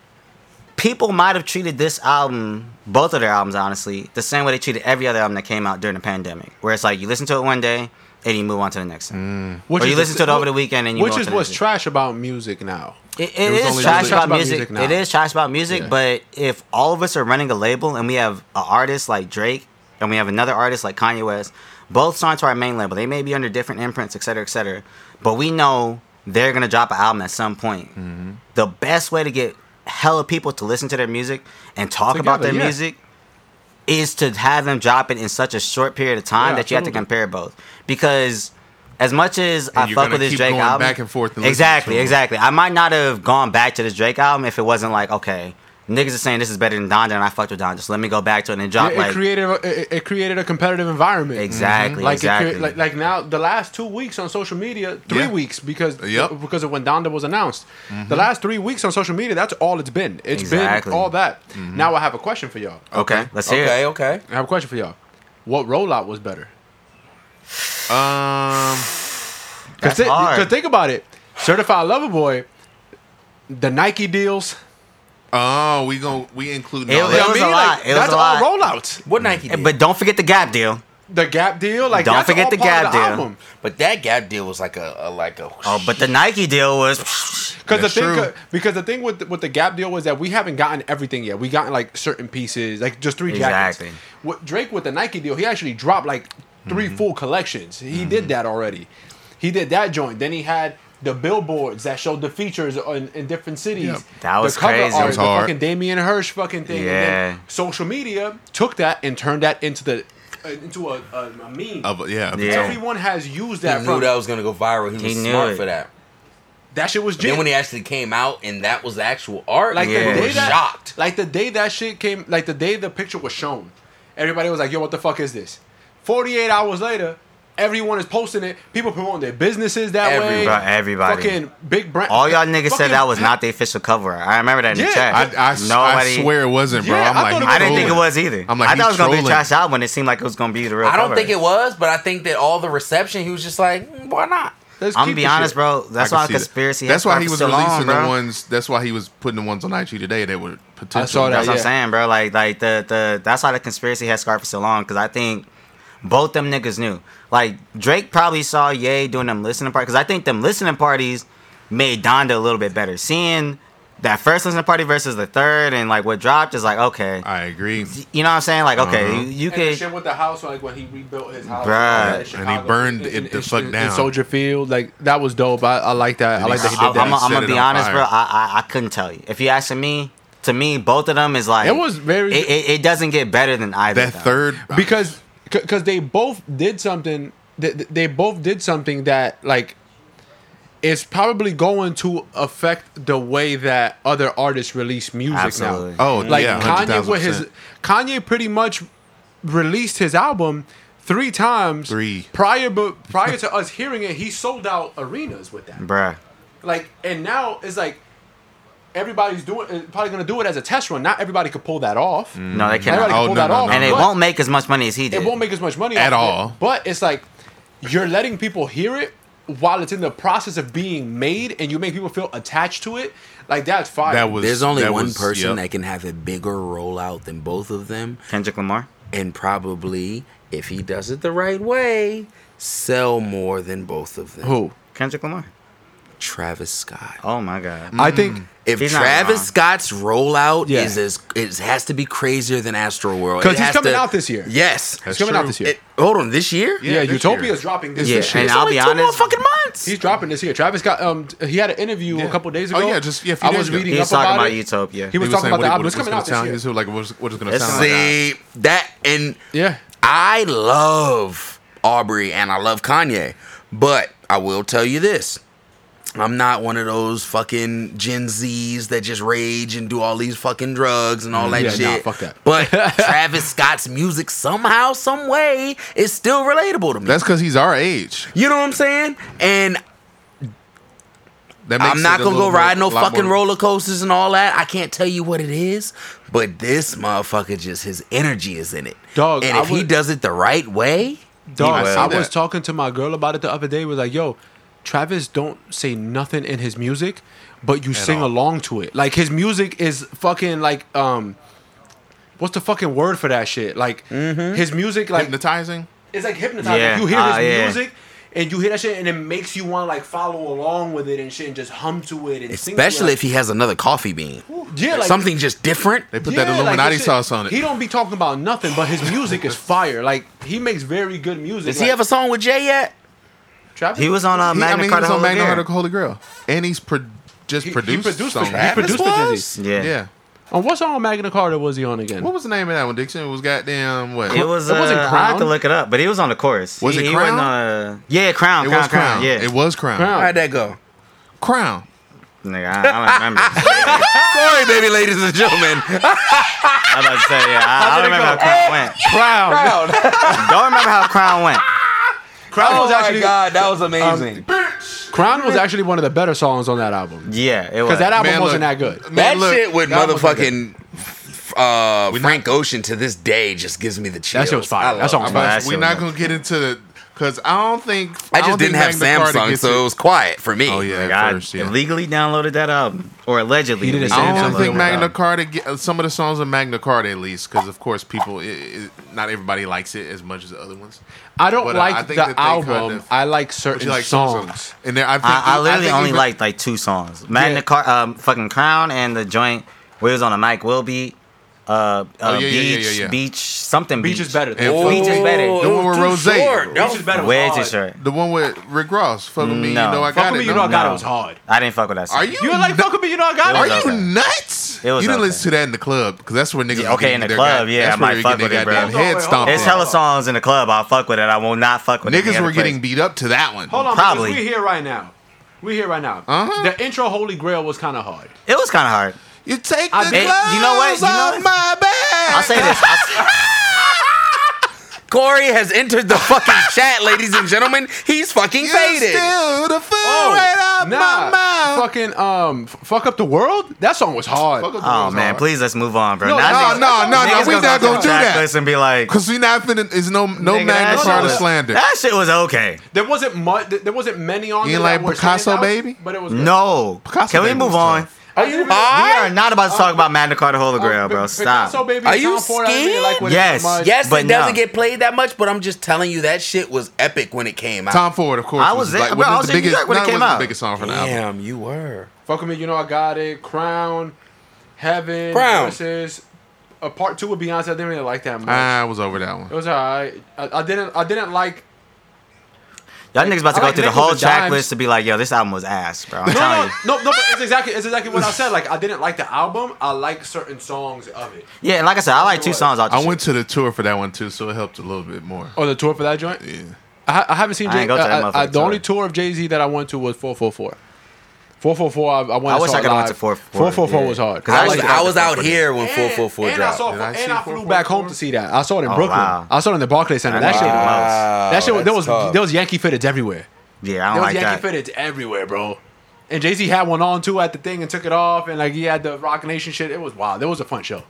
Speaker 3: people might have treated this album, both of their albums, honestly, the same way they treated every other album that came out during the pandemic, where it's like you listen to it one day and you move on to the next one.
Speaker 4: Mm. Which
Speaker 3: or you
Speaker 4: is
Speaker 3: listen
Speaker 4: the-
Speaker 3: to it over the weekend and you
Speaker 4: Which
Speaker 3: move
Speaker 4: is
Speaker 3: on to the
Speaker 4: what's
Speaker 3: next
Speaker 4: trash about music now.
Speaker 3: one. It-
Speaker 2: It was
Speaker 3: it
Speaker 2: only
Speaker 3: is trash
Speaker 2: really
Speaker 3: about
Speaker 4: about
Speaker 3: music.
Speaker 4: music now.
Speaker 3: it is trash about music,
Speaker 4: Yeah.
Speaker 3: but if all of us are running a label and we have an artist like Drake and we have another artist like Kanye West, both signed to our main label, they may be under different imprints, et cetera, et cetera, but we know they're going to drop an album at some point.
Speaker 2: Mm-hmm.
Speaker 3: The best way to get hella people to listen to their music and talk about
Speaker 4: Together,
Speaker 3: their
Speaker 4: yeah.
Speaker 3: music is to have them drop it in such a short period of time
Speaker 4: Yeah,
Speaker 3: that you have to
Speaker 4: absolutely.
Speaker 3: compare both. Because as much as I
Speaker 2: you're
Speaker 3: fuck
Speaker 2: gonna
Speaker 3: with this
Speaker 2: keep
Speaker 3: Drake
Speaker 2: going
Speaker 3: album,
Speaker 2: back and forth and listening to
Speaker 3: exactly,
Speaker 2: it.
Speaker 3: exactly. I might not have gone back to this Drake album if it wasn't like, okay, Niggas are saying this is better than Donda, and I fucked with Donda. So let me go back to it and drop
Speaker 4: it,
Speaker 3: like
Speaker 4: created a, it, it created a competitive environment.
Speaker 3: Exactly,
Speaker 4: Like, it crea-
Speaker 3: exactly.
Speaker 4: like like now the last two weeks on social media, three
Speaker 2: Yeah.
Speaker 4: weeks because
Speaker 2: Yep.
Speaker 4: because of when Donda was announced. The last three weeks on social media, that's all it's been. It's
Speaker 3: Mm-hmm. Exactly. Mm-hmm.
Speaker 4: been all that. Now I have a question for y'all.
Speaker 5: Okay.
Speaker 3: Let's hear
Speaker 5: Okay,
Speaker 3: it.
Speaker 5: okay.
Speaker 4: I have a question for y'all. What rollout was better?
Speaker 2: Um,
Speaker 4: Because
Speaker 3: That's hard.
Speaker 4: think about it, Certified Lover Boy, the Nike deals.
Speaker 2: oh, we gon' we include
Speaker 3: It-
Speaker 2: all
Speaker 3: it
Speaker 2: that.
Speaker 4: I
Speaker 3: was
Speaker 4: mean,
Speaker 3: a
Speaker 4: like,
Speaker 3: lot. It was
Speaker 4: that's
Speaker 3: a lot.
Speaker 4: all rollouts.
Speaker 5: What Nike did.
Speaker 3: but don't forget the Gap deal.
Speaker 4: The Gap deal, like
Speaker 3: Don't
Speaker 4: that's
Speaker 3: forget
Speaker 4: all
Speaker 3: the
Speaker 4: part of
Speaker 3: Gap
Speaker 4: the
Speaker 3: deal.
Speaker 4: Album.
Speaker 5: But that Gap deal was like a, a like a.
Speaker 3: Oh, but the Nike deal was
Speaker 4: Because the
Speaker 2: That's
Speaker 4: thing,
Speaker 2: true.
Speaker 4: because the thing with the, with the Gap deal was that we haven't gotten everything yet. We gotten like certain pieces, like just three jackets.
Speaker 3: Exactly.
Speaker 4: What Drake with the Nike deal, he actually dropped like 3
Speaker 2: Mm-hmm.
Speaker 4: full collections. He did that already. He did that joint. Then he had the billboards that showed the features in, in different cities.
Speaker 2: Yep.
Speaker 3: That was
Speaker 4: the cover
Speaker 3: crazy. That
Speaker 4: Art,
Speaker 2: was
Speaker 4: the
Speaker 2: hard.
Speaker 4: fucking Damien Hirsch fucking thing. And
Speaker 3: Yeah.
Speaker 4: then social media took that and turned that into the uh, into a, a, a meme.
Speaker 2: Of, yeah, of its
Speaker 3: Yeah.
Speaker 2: own.
Speaker 4: Everyone has used
Speaker 5: he
Speaker 4: that.
Speaker 5: knew
Speaker 4: From,
Speaker 5: that
Speaker 4: that.
Speaker 5: was gonna go viral. He,
Speaker 3: He
Speaker 5: was
Speaker 3: knew
Speaker 5: smart
Speaker 3: it.
Speaker 5: for that.
Speaker 4: shit was.
Speaker 5: Then
Speaker 4: genius.
Speaker 5: when he actually came out and that was the actual art,
Speaker 4: Like
Speaker 5: people
Speaker 3: Yeah.
Speaker 4: the
Speaker 5: were
Speaker 4: day that,
Speaker 5: shocked.
Speaker 4: Like the day that shit came, like the day the picture was shown, everybody was like, "Yo, what the fuck is this?" Forty eight hours later, everyone is posting it. People promoting their businesses that way.
Speaker 5: Everybody.
Speaker 3: Everybody.
Speaker 4: fucking big brand.
Speaker 3: all y'all niggas said
Speaker 4: fucking-
Speaker 3: that was not the official cover. art. I remember that in
Speaker 4: Yeah,
Speaker 3: the chat.
Speaker 2: I, I, s- I swear it wasn't, bro.
Speaker 4: Yeah,
Speaker 2: I'm
Speaker 4: I
Speaker 2: like,
Speaker 4: thought it
Speaker 2: he
Speaker 4: was-
Speaker 3: I didn't think it
Speaker 2: trolling.
Speaker 3: was either.
Speaker 2: I'm like,
Speaker 3: I thought
Speaker 2: he's
Speaker 3: it was gonna be a
Speaker 2: trolling.
Speaker 3: trash album. It seemed like it was gonna be the real.
Speaker 5: I don't
Speaker 3: cover.
Speaker 5: think it was, but I think that all the reception, he was just like, "Mm, why not?
Speaker 4: Let's
Speaker 3: I'm
Speaker 4: keep
Speaker 3: gonna be
Speaker 4: the
Speaker 3: honest,
Speaker 4: shit.
Speaker 3: bro.
Speaker 2: I
Speaker 3: That's
Speaker 2: can
Speaker 3: why
Speaker 2: see that.
Speaker 3: conspiracy.
Speaker 2: That's why he
Speaker 3: hip-hop
Speaker 2: was
Speaker 3: is still on,
Speaker 2: releasing the
Speaker 3: bro.
Speaker 2: ones. That's why he was putting the ones on IG today that were potential.
Speaker 4: that,
Speaker 2: That's-
Speaker 3: That's what
Speaker 4: yeah.
Speaker 3: I'm saying, bro. Like, like the the that's why the conspiracy had Scarface so long because I think both them niggas knew. Like Drake probably saw Ye doing them listening parties because I think them listening parties made Donda a little bit better. Seeing that first listening party versus the third and like what dropped is like okay,
Speaker 2: I agree.
Speaker 3: you know what I'm saying? Like okay,
Speaker 2: Uh-huh.
Speaker 3: you, you
Speaker 4: And the
Speaker 3: could
Speaker 4: shit with the house, like when he rebuilt his house,
Speaker 3: Bruh.
Speaker 4: in
Speaker 2: And he
Speaker 4: Chicago,
Speaker 2: burned
Speaker 4: in-
Speaker 2: it
Speaker 4: in-
Speaker 2: the
Speaker 4: in-
Speaker 2: fuck
Speaker 4: in-
Speaker 2: down.
Speaker 4: In Soldier Field, like that was dope. I, I like that. I
Speaker 2: And
Speaker 4: like
Speaker 2: he
Speaker 4: that he
Speaker 2: said
Speaker 4: did
Speaker 2: that.
Speaker 4: that.
Speaker 3: I'm, I'm
Speaker 2: Set
Speaker 3: gonna
Speaker 2: it
Speaker 3: be
Speaker 2: on
Speaker 3: honest,
Speaker 2: fire.
Speaker 3: bro. I, I I couldn't tell you. If you asking me, to me, both of them is like
Speaker 4: It was very-
Speaker 3: It, it, it doesn't get better than either.
Speaker 2: That
Speaker 3: of them.
Speaker 2: third
Speaker 4: because because they both did something they, they both did something that like is probably going to affect the way that other artists release music
Speaker 3: Absolutely.
Speaker 4: now.
Speaker 2: Oh,
Speaker 4: like
Speaker 2: yeah,
Speaker 4: Kanye with his
Speaker 2: 100,000%.
Speaker 4: Kanye pretty much released his album three times.
Speaker 2: Three.
Speaker 4: prior, but prior to us hearing it, he sold out arenas with that.
Speaker 3: bruh.
Speaker 4: Like, and now it's like everybody's doing uh, probably gonna do it as a test run. Not everybody could pull that off.
Speaker 3: No, they
Speaker 4: Everybody
Speaker 3: cannot.
Speaker 4: can
Speaker 2: Oh,
Speaker 4: pull
Speaker 2: no,
Speaker 4: that
Speaker 2: no,
Speaker 4: off,
Speaker 2: no,
Speaker 3: and they
Speaker 4: but-
Speaker 3: won't make as much money as he did.
Speaker 4: it won't make as much money
Speaker 2: At
Speaker 4: off of it.
Speaker 2: all.
Speaker 4: But it's like you're letting people hear it while it's in the process of being made, and you make people feel attached to it. Like that's fire.
Speaker 2: that was
Speaker 5: There's only
Speaker 2: that
Speaker 5: one
Speaker 2: was-
Speaker 5: person
Speaker 2: yep.
Speaker 5: that can have a bigger rollout than both of them,
Speaker 3: Kendrick Lamar.
Speaker 5: and probably, if he does it the right way, sell more than both of them.
Speaker 4: who
Speaker 3: Kendrick Lamar.
Speaker 5: Travis Scott.
Speaker 3: Oh my god.
Speaker 4: I
Speaker 2: Mm.
Speaker 4: think.
Speaker 5: If
Speaker 3: He's not
Speaker 5: Travis
Speaker 3: wrong.
Speaker 5: Scott's rollout
Speaker 4: Yeah.
Speaker 5: is as it has to be crazier than Astro World
Speaker 4: 'Cause
Speaker 5: It
Speaker 4: he's
Speaker 5: has
Speaker 4: coming
Speaker 5: to-
Speaker 4: out this year.
Speaker 5: Yes,
Speaker 4: It's coming out this year.
Speaker 5: It- hold on, this year?
Speaker 4: yeah,
Speaker 2: Yeah, this
Speaker 4: Utopia's
Speaker 2: year.
Speaker 4: dropping this
Speaker 5: Yeah,
Speaker 4: year.
Speaker 5: and
Speaker 3: and
Speaker 5: it's
Speaker 3: I'll
Speaker 5: only
Speaker 3: be
Speaker 5: two more
Speaker 3: honest-
Speaker 5: fucking months.
Speaker 4: He's dropping this year. Travis got um he had an interview a
Speaker 2: Yeah.
Speaker 4: couple days
Speaker 2: Oh,
Speaker 4: ago.
Speaker 2: yeah, just- yeah, a few
Speaker 4: I
Speaker 2: days
Speaker 4: was
Speaker 2: ago.
Speaker 4: reading
Speaker 3: He's
Speaker 4: up about,
Speaker 3: talking about
Speaker 4: it.
Speaker 3: Utopia.
Speaker 4: He was
Speaker 2: He
Speaker 4: talking
Speaker 2: saying
Speaker 4: about the album.
Speaker 2: what
Speaker 4: It's
Speaker 2: it-
Speaker 4: coming
Speaker 2: what
Speaker 4: out
Speaker 2: it's
Speaker 4: this
Speaker 2: gonna
Speaker 4: year.
Speaker 2: sound- Like what's what's gonna
Speaker 3: It's
Speaker 2: sound? like.
Speaker 5: See that, and
Speaker 4: Yeah,
Speaker 5: I love Aubrey and I love Kanye, but I will tell you this. I'm not one of those fucking Gen Zs that just rage and do all these fucking drugs and
Speaker 2: Mm,
Speaker 5: all that
Speaker 4: Yeah, nah,
Speaker 5: shit.
Speaker 4: fuck that.
Speaker 5: But Travis Scott's music somehow, some way, is still relatable to me.
Speaker 2: That's because he's our age.
Speaker 5: you know what I'm saying? And
Speaker 2: That makes
Speaker 5: I'm not
Speaker 2: it a
Speaker 5: gonna go
Speaker 2: little
Speaker 5: ride
Speaker 2: more-
Speaker 5: no
Speaker 2: lot
Speaker 5: fucking
Speaker 2: more-
Speaker 5: roller coasters and all that. I can't tell you what it is, but this motherfucker just his energy is in it.
Speaker 4: Dog,
Speaker 5: and
Speaker 4: I
Speaker 5: if he
Speaker 4: would-
Speaker 5: does it the right way,
Speaker 4: Dog,
Speaker 2: might say
Speaker 4: I was
Speaker 2: that.
Speaker 4: talking to my girl about it the other day. Was like, yo, Travis don't say nothing in his music, but you sing
Speaker 2: all.
Speaker 4: along to it. Like his music is fucking like um, what's the fucking word for that shit? Like his music, like
Speaker 2: hypnotizing.
Speaker 4: it's like hypnotizing.
Speaker 3: Yeah,
Speaker 4: You hear
Speaker 3: ah,
Speaker 4: his
Speaker 3: yeah.
Speaker 4: music. And you hear that shit, and it makes you want to like follow along with it and shit, and just hum to it, and
Speaker 5: especially if
Speaker 4: sing
Speaker 5: he has another coffee bean,
Speaker 4: to it. yeah, like,
Speaker 5: something just different.
Speaker 2: They put
Speaker 4: yeah,
Speaker 2: that
Speaker 4: like,
Speaker 2: Illuminati
Speaker 4: this shit-
Speaker 2: sauce on it.
Speaker 4: He don't be talking about nothing, but his music is fire. Like he makes very good music.
Speaker 5: Does
Speaker 4: like,
Speaker 5: he have a song with Jay yet?
Speaker 4: Travis?
Speaker 3: He was on uh,
Speaker 2: He- I
Speaker 3: Magna
Speaker 2: mean, he
Speaker 3: Carta
Speaker 2: was on
Speaker 3: Holy
Speaker 2: Magna
Speaker 3: Grail.
Speaker 2: Carta Holy Grail, and he's pro- just
Speaker 4: He- he
Speaker 2: produced.
Speaker 4: produced for
Speaker 2: songs.
Speaker 4: Travis?
Speaker 2: He produced-
Speaker 4: produced for
Speaker 3: Yeah.
Speaker 2: Yeah.
Speaker 4: On what song on Magna Carta was he on again?
Speaker 2: What was the name of that one? Diction. It was goddamn what?
Speaker 3: It was.
Speaker 4: It
Speaker 3: It
Speaker 4: wasn't
Speaker 3: wasn't Crown. I have to
Speaker 4: Crown?
Speaker 3: look it up, but he was on the chorus.
Speaker 2: Was
Speaker 3: he,
Speaker 2: it
Speaker 3: he wasn't
Speaker 2: Crown?
Speaker 3: on, uh, yeah, Crown.
Speaker 2: It
Speaker 3: Crown,
Speaker 2: was
Speaker 3: Crown.
Speaker 2: Crown.
Speaker 3: Yeah.
Speaker 2: It was Crown.
Speaker 4: Crown.
Speaker 5: that go?
Speaker 2: Crown.
Speaker 3: Nigga, I, I don't remember. I
Speaker 5: Sorry, baby, ladies and gentlemen.
Speaker 3: was about to say, yeah, I, I don't remember how Crown went.
Speaker 4: Proud.
Speaker 3: Don't remember how Crown went.
Speaker 4: Crown was
Speaker 5: Oh, my
Speaker 4: actually
Speaker 5: God, that was amazing.
Speaker 4: Crown was actually one of the better songs on that album.
Speaker 3: Yeah, it was.
Speaker 4: Because that album
Speaker 2: Man,
Speaker 4: wasn't
Speaker 2: look.
Speaker 4: that good.
Speaker 5: that
Speaker 2: Man, look,
Speaker 5: shit with
Speaker 4: that was
Speaker 5: motherfucking uh, Frank Ocean to this day just gives me the chills.
Speaker 4: That shit was
Speaker 5: I
Speaker 4: fire.
Speaker 5: love
Speaker 4: That song was
Speaker 3: it.
Speaker 4: fire.
Speaker 3: That
Speaker 2: We're
Speaker 3: shit
Speaker 2: not
Speaker 3: was-
Speaker 2: gonna get into the because I don't think
Speaker 5: I
Speaker 2: don't think
Speaker 5: just didn't have
Speaker 2: Magna Carta
Speaker 5: Samsung,
Speaker 2: gets
Speaker 5: so it
Speaker 2: it.
Speaker 5: was quiet for me.
Speaker 2: oh yeah, at
Speaker 3: Like, I
Speaker 2: first, yeah.
Speaker 3: illegally downloaded that album, or allegedly.
Speaker 4: He did the
Speaker 3: illegally
Speaker 4: same
Speaker 2: I don't
Speaker 4: Samsung
Speaker 2: think
Speaker 4: Logo
Speaker 2: Magna
Speaker 4: album.
Speaker 2: Carta. Get, uh, some of the songs on Magna Carta, at least, because of course people, it, it, not everybody likes it as much as the other ones.
Speaker 4: I don't
Speaker 2: But, uh,
Speaker 4: like
Speaker 2: I think that they
Speaker 4: the
Speaker 2: kind
Speaker 4: album.
Speaker 2: of-
Speaker 4: I like
Speaker 2: But
Speaker 4: certain
Speaker 2: you like
Speaker 4: songs.
Speaker 2: songs, and there I, think,
Speaker 3: I, I literally
Speaker 2: think
Speaker 3: only
Speaker 2: even-
Speaker 3: liked like two songs: Magna
Speaker 4: Yeah.
Speaker 3: Car- um, fucking Crown, and the joint where it was on a Mike Will beat. Uh, uh,
Speaker 2: Oh, yeah,
Speaker 3: beach,
Speaker 2: yeah, yeah, yeah, yeah.
Speaker 3: beach, something.
Speaker 4: Beach
Speaker 3: Beach,
Speaker 4: is better.
Speaker 2: And
Speaker 4: Oh,
Speaker 3: Beach is better.
Speaker 2: The one with
Speaker 5: Too
Speaker 2: Rose.
Speaker 5: short.
Speaker 2: Beach
Speaker 5: No.
Speaker 4: better.
Speaker 3: Where's your shirt?
Speaker 2: the one with Rick Ross. Fuck with me, you
Speaker 3: Mm, No.
Speaker 2: know I
Speaker 3: Fuck
Speaker 2: got
Speaker 4: Fuck with
Speaker 2: it.
Speaker 4: me, you
Speaker 2: no?
Speaker 4: know I got it
Speaker 3: No.
Speaker 4: was hard.
Speaker 3: I didn't fuck with that. Song.
Speaker 2: Are you?
Speaker 4: You were like fuck with me, you know I got
Speaker 3: It
Speaker 2: Are
Speaker 4: it.
Speaker 3: was
Speaker 2: you
Speaker 3: okay.
Speaker 2: nuts?
Speaker 3: It was
Speaker 2: you didn't
Speaker 3: okay.
Speaker 2: listen to that in the club because that's where niggas.
Speaker 3: Yeah, okay,
Speaker 2: get
Speaker 3: in the
Speaker 2: their
Speaker 3: club,
Speaker 2: god-
Speaker 3: yeah,
Speaker 2: that's
Speaker 3: I
Speaker 2: where
Speaker 3: might
Speaker 2: they
Speaker 3: fuck
Speaker 2: get their
Speaker 3: with it, bro.
Speaker 2: goddamn head
Speaker 4: It's
Speaker 2: stomped.
Speaker 3: It's
Speaker 2: in.
Speaker 3: hella songs in the club. I'll fuck with it. I will not fuck with any
Speaker 2: Niggas
Speaker 3: other
Speaker 2: were getting
Speaker 3: place.
Speaker 2: beat up to that one.
Speaker 4: Hold on,
Speaker 3: Probably.
Speaker 4: because we here right now. We here right now.
Speaker 2: Uh-huh.
Speaker 4: The intro Holy Grail was kind of hard.
Speaker 3: It was kind of hard.
Speaker 2: You take
Speaker 4: I
Speaker 2: the
Speaker 4: bet-
Speaker 2: gloves
Speaker 3: you know what? You know
Speaker 2: off
Speaker 3: what?
Speaker 2: my back.
Speaker 3: I'll say this. I'll oh, say-
Speaker 5: Corey has entered the fucking chat, ladies and gentlemen. He's fucking
Speaker 2: You
Speaker 5: faded.
Speaker 2: steal the food right out my mouth.
Speaker 4: fucking um, f- fuck up the world. That song was hard.
Speaker 2: Fuck up the
Speaker 3: oh
Speaker 2: words
Speaker 3: man,
Speaker 2: hard.
Speaker 3: please let's move on, bro.
Speaker 4: No,
Speaker 3: Now
Speaker 4: no,
Speaker 2: No,
Speaker 3: niggas-
Speaker 2: no, no, no.
Speaker 3: niggas
Speaker 2: We not gonna
Speaker 3: look
Speaker 2: do
Speaker 3: at
Speaker 2: that.
Speaker 3: Checklist and be like,
Speaker 2: Cause we not finna. Is no no
Speaker 3: nigga, that
Speaker 2: Magna
Speaker 3: shit
Speaker 2: Carta
Speaker 3: was-
Speaker 2: slander.
Speaker 3: That shit was okay.
Speaker 4: There wasn't much. There wasn't many on
Speaker 2: You
Speaker 4: there.
Speaker 2: ain't like
Speaker 4: that were
Speaker 2: Picasso,
Speaker 4: standouts,
Speaker 2: baby?
Speaker 4: But it was good.
Speaker 3: No.
Speaker 2: Picasso
Speaker 3: Can we
Speaker 2: baby
Speaker 3: move
Speaker 2: was
Speaker 3: on?
Speaker 2: tough.
Speaker 4: Are you
Speaker 3: We
Speaker 5: Alright.
Speaker 3: are not about to
Speaker 4: Oh.
Speaker 3: talk about Magna Carta Holy Grail, bro.
Speaker 4: Picasso,
Speaker 3: Stop.
Speaker 4: baby,
Speaker 5: Are
Speaker 4: and
Speaker 5: you
Speaker 4: Tom Ford, I really
Speaker 5: scared?
Speaker 4: like what
Speaker 3: Yes.
Speaker 4: It's much.
Speaker 5: Yes,
Speaker 3: But
Speaker 5: it doesn't
Speaker 3: no.
Speaker 5: get played that much, but I'm just telling you that shit was epic when it came out.
Speaker 2: Tom Ford, of course.
Speaker 3: I was there,
Speaker 2: like,
Speaker 3: bro,
Speaker 2: wasn't
Speaker 3: I was
Speaker 2: the
Speaker 3: in New
Speaker 2: biggest,
Speaker 3: York when it
Speaker 2: no,
Speaker 3: came
Speaker 2: wasn't
Speaker 3: out.
Speaker 2: The biggest song from the album.
Speaker 5: Damn, you were.
Speaker 4: Fuck with me, you know I got it. Crown, Heaven
Speaker 5: Crown.
Speaker 4: versus a part two with Beyonce. I didn't really like that much.
Speaker 2: I was over that
Speaker 4: it
Speaker 2: one.
Speaker 4: was alright. I, I didn't. I didn't like.
Speaker 3: Y'all niggas about to
Speaker 4: I
Speaker 3: go
Speaker 4: like
Speaker 3: through the
Speaker 4: nickels
Speaker 3: whole
Speaker 4: and
Speaker 3: track
Speaker 4: dimes.
Speaker 3: list to be like, yo, this album was ass, bro. I'm
Speaker 4: No,
Speaker 3: telling
Speaker 4: no,
Speaker 3: you.
Speaker 4: no, no. But it's exactly. It's exactly what I said. Like I didn't like the album. I like certain songs of it.
Speaker 3: Yeah, and like I said, I like two
Speaker 4: what?
Speaker 3: songs out.
Speaker 2: I went to the tour for that one too, so it helped a little bit more.
Speaker 4: Oh, the tour for that joint. Yeah. I, I haven't seen
Speaker 3: I
Speaker 4: Jay.
Speaker 3: ain't go to that
Speaker 4: I, I, I,
Speaker 3: motherfucking
Speaker 4: the only
Speaker 3: tour.
Speaker 4: tour of Jay Z that I went to was four four four. Four four four. I, I went.
Speaker 3: I wish
Speaker 4: saw
Speaker 3: I could have went to
Speaker 4: four
Speaker 3: 444,
Speaker 4: four four four
Speaker 3: yeah.
Speaker 4: was hard.
Speaker 3: 'Cause I
Speaker 5: I was,
Speaker 3: like
Speaker 5: I was
Speaker 3: that
Speaker 5: out
Speaker 3: fucking
Speaker 5: here when
Speaker 4: And-
Speaker 5: 444
Speaker 4: and I
Speaker 5: dropped.
Speaker 4: saw,
Speaker 2: Did I see
Speaker 4: and I flew
Speaker 2: 444?
Speaker 4: back home to see that. I saw it in
Speaker 3: Oh,
Speaker 4: Brooklyn.
Speaker 3: wow.
Speaker 4: I saw it in the Barclays Center. That
Speaker 3: Wow.
Speaker 4: shit was
Speaker 5: Wow,
Speaker 4: that shit. was- There
Speaker 5: that's
Speaker 4: was
Speaker 5: tough.
Speaker 4: there was Yankee fitteds everywhere.
Speaker 3: Yeah, I
Speaker 4: There
Speaker 3: don't
Speaker 4: was
Speaker 3: like
Speaker 4: Yankee
Speaker 3: that.
Speaker 4: fitteds everywhere, bro. And Jay Z had one on too at the thing and took it off, and like he had the Rock Nation shit. It was wild. It was a fun show.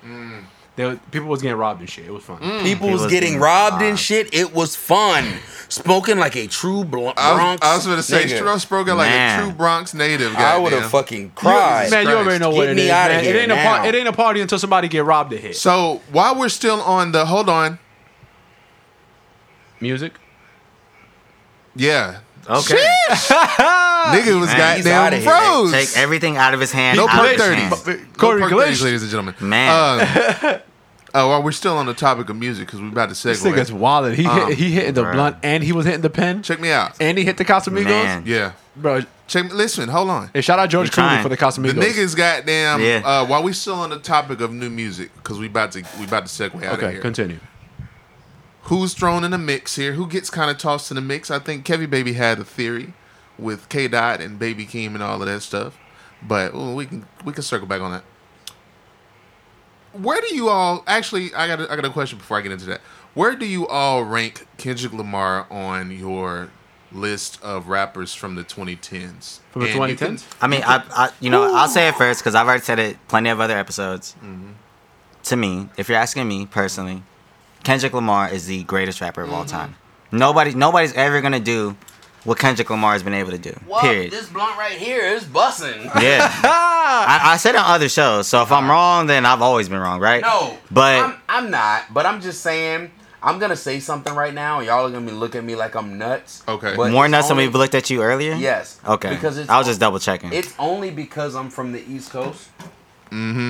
Speaker 4: There was, people was getting robbed and shit. It was fun.
Speaker 5: People
Speaker 3: Hmm. He
Speaker 5: was
Speaker 3: was
Speaker 5: getting
Speaker 3: being
Speaker 5: robbed and
Speaker 3: robbed.
Speaker 5: shit. It was fun. Smoking like a true bl-
Speaker 2: I was,
Speaker 5: Bronx.
Speaker 2: I was gonna say,
Speaker 5: nigga.
Speaker 2: Struss broke like
Speaker 3: Man.
Speaker 2: a true Bronx native.
Speaker 5: I
Speaker 2: goddamn.
Speaker 5: would have fucking
Speaker 4: You-
Speaker 5: cried.
Speaker 4: man, you
Speaker 2: Christ.
Speaker 4: already know
Speaker 5: Get
Speaker 4: what it
Speaker 5: me
Speaker 4: is.
Speaker 5: outta
Speaker 4: man.
Speaker 5: here
Speaker 4: it ain't a
Speaker 5: now.
Speaker 4: par- it ain't a party until somebody get robbed of here.
Speaker 2: So while we're still on the, hold on,
Speaker 4: Music.
Speaker 2: yeah,
Speaker 3: Okay.
Speaker 2: nigga was
Speaker 3: man, he's
Speaker 5: outta
Speaker 2: goddamn
Speaker 5: here, man.
Speaker 2: froze.
Speaker 3: Take everything out of his hand.
Speaker 2: No
Speaker 3: out of
Speaker 2: perk
Speaker 3: his
Speaker 2: thirties.
Speaker 3: hand.
Speaker 2: No
Speaker 4: Corey
Speaker 2: perk
Speaker 4: Glitch.
Speaker 2: 30s, ladies and gentlemen.
Speaker 3: Man.
Speaker 2: Um, oh, well, we're still on the topic of music because we're about to
Speaker 4: This nigga's
Speaker 2: segue.
Speaker 4: wild. He
Speaker 2: Um,
Speaker 4: hit, he hitting the
Speaker 3: bruh.
Speaker 4: blunt and he was hitting the pen.
Speaker 2: Check me out.
Speaker 4: And he hit the Casamigos.
Speaker 3: Man.
Speaker 2: Yeah.
Speaker 4: Bro,
Speaker 2: Check. me- Listen. Hold on.
Speaker 4: hey, shout out George
Speaker 3: He
Speaker 4: Clooney
Speaker 3: trying.
Speaker 4: for the
Speaker 2: The
Speaker 4: Casamigos.
Speaker 2: niggas goddamn.
Speaker 3: Yeah.
Speaker 2: Uh, while we still on the topic of new music, because we about to we about to segue out of
Speaker 4: Okay,
Speaker 2: here.
Speaker 4: continue.
Speaker 2: Who's thrown in the mix here? Who gets kind of tossed in the mix? I think Kevy Baby had a theory with K Dot and Baby Keem and all of that stuff, but ooh, we can we can circle back on that. Where do you all actually? I got a, I got a question before I get into that. Where do you all rank Kendrick Lamar on your list of rappers from the 2010s?
Speaker 4: From the
Speaker 2: And you can-
Speaker 4: 2010s?
Speaker 3: I mean, I, I you know, I'll say it first because I've already said it plenty of other episodes.
Speaker 4: Mm-hmm.
Speaker 3: To me, if you're asking me personally, Kendrick Lamar is the greatest rapper of all
Speaker 4: Mm-hmm.
Speaker 3: time. Nobody, nobody's ever gonna do what Kendrick Lamar has been able to do. period.
Speaker 5: blunt right here is bussing.
Speaker 3: yeah, I, I said it on other shows. So if I'm wrong, then I've always been wrong, right?
Speaker 5: Uh-huh. No,
Speaker 3: but
Speaker 5: I'm, I'm not. But I'm just saying. I'm gonna say something right now, and y'all are gonna be looking at me like I'm nuts.
Speaker 2: Okay.
Speaker 5: but
Speaker 3: more
Speaker 5: it's
Speaker 3: nuts than
Speaker 5: only-
Speaker 3: we've looked at you earlier.
Speaker 5: Yes.
Speaker 3: Okay.
Speaker 5: Because it's
Speaker 3: I was just double checking.
Speaker 5: It's only because I'm from the East Coast.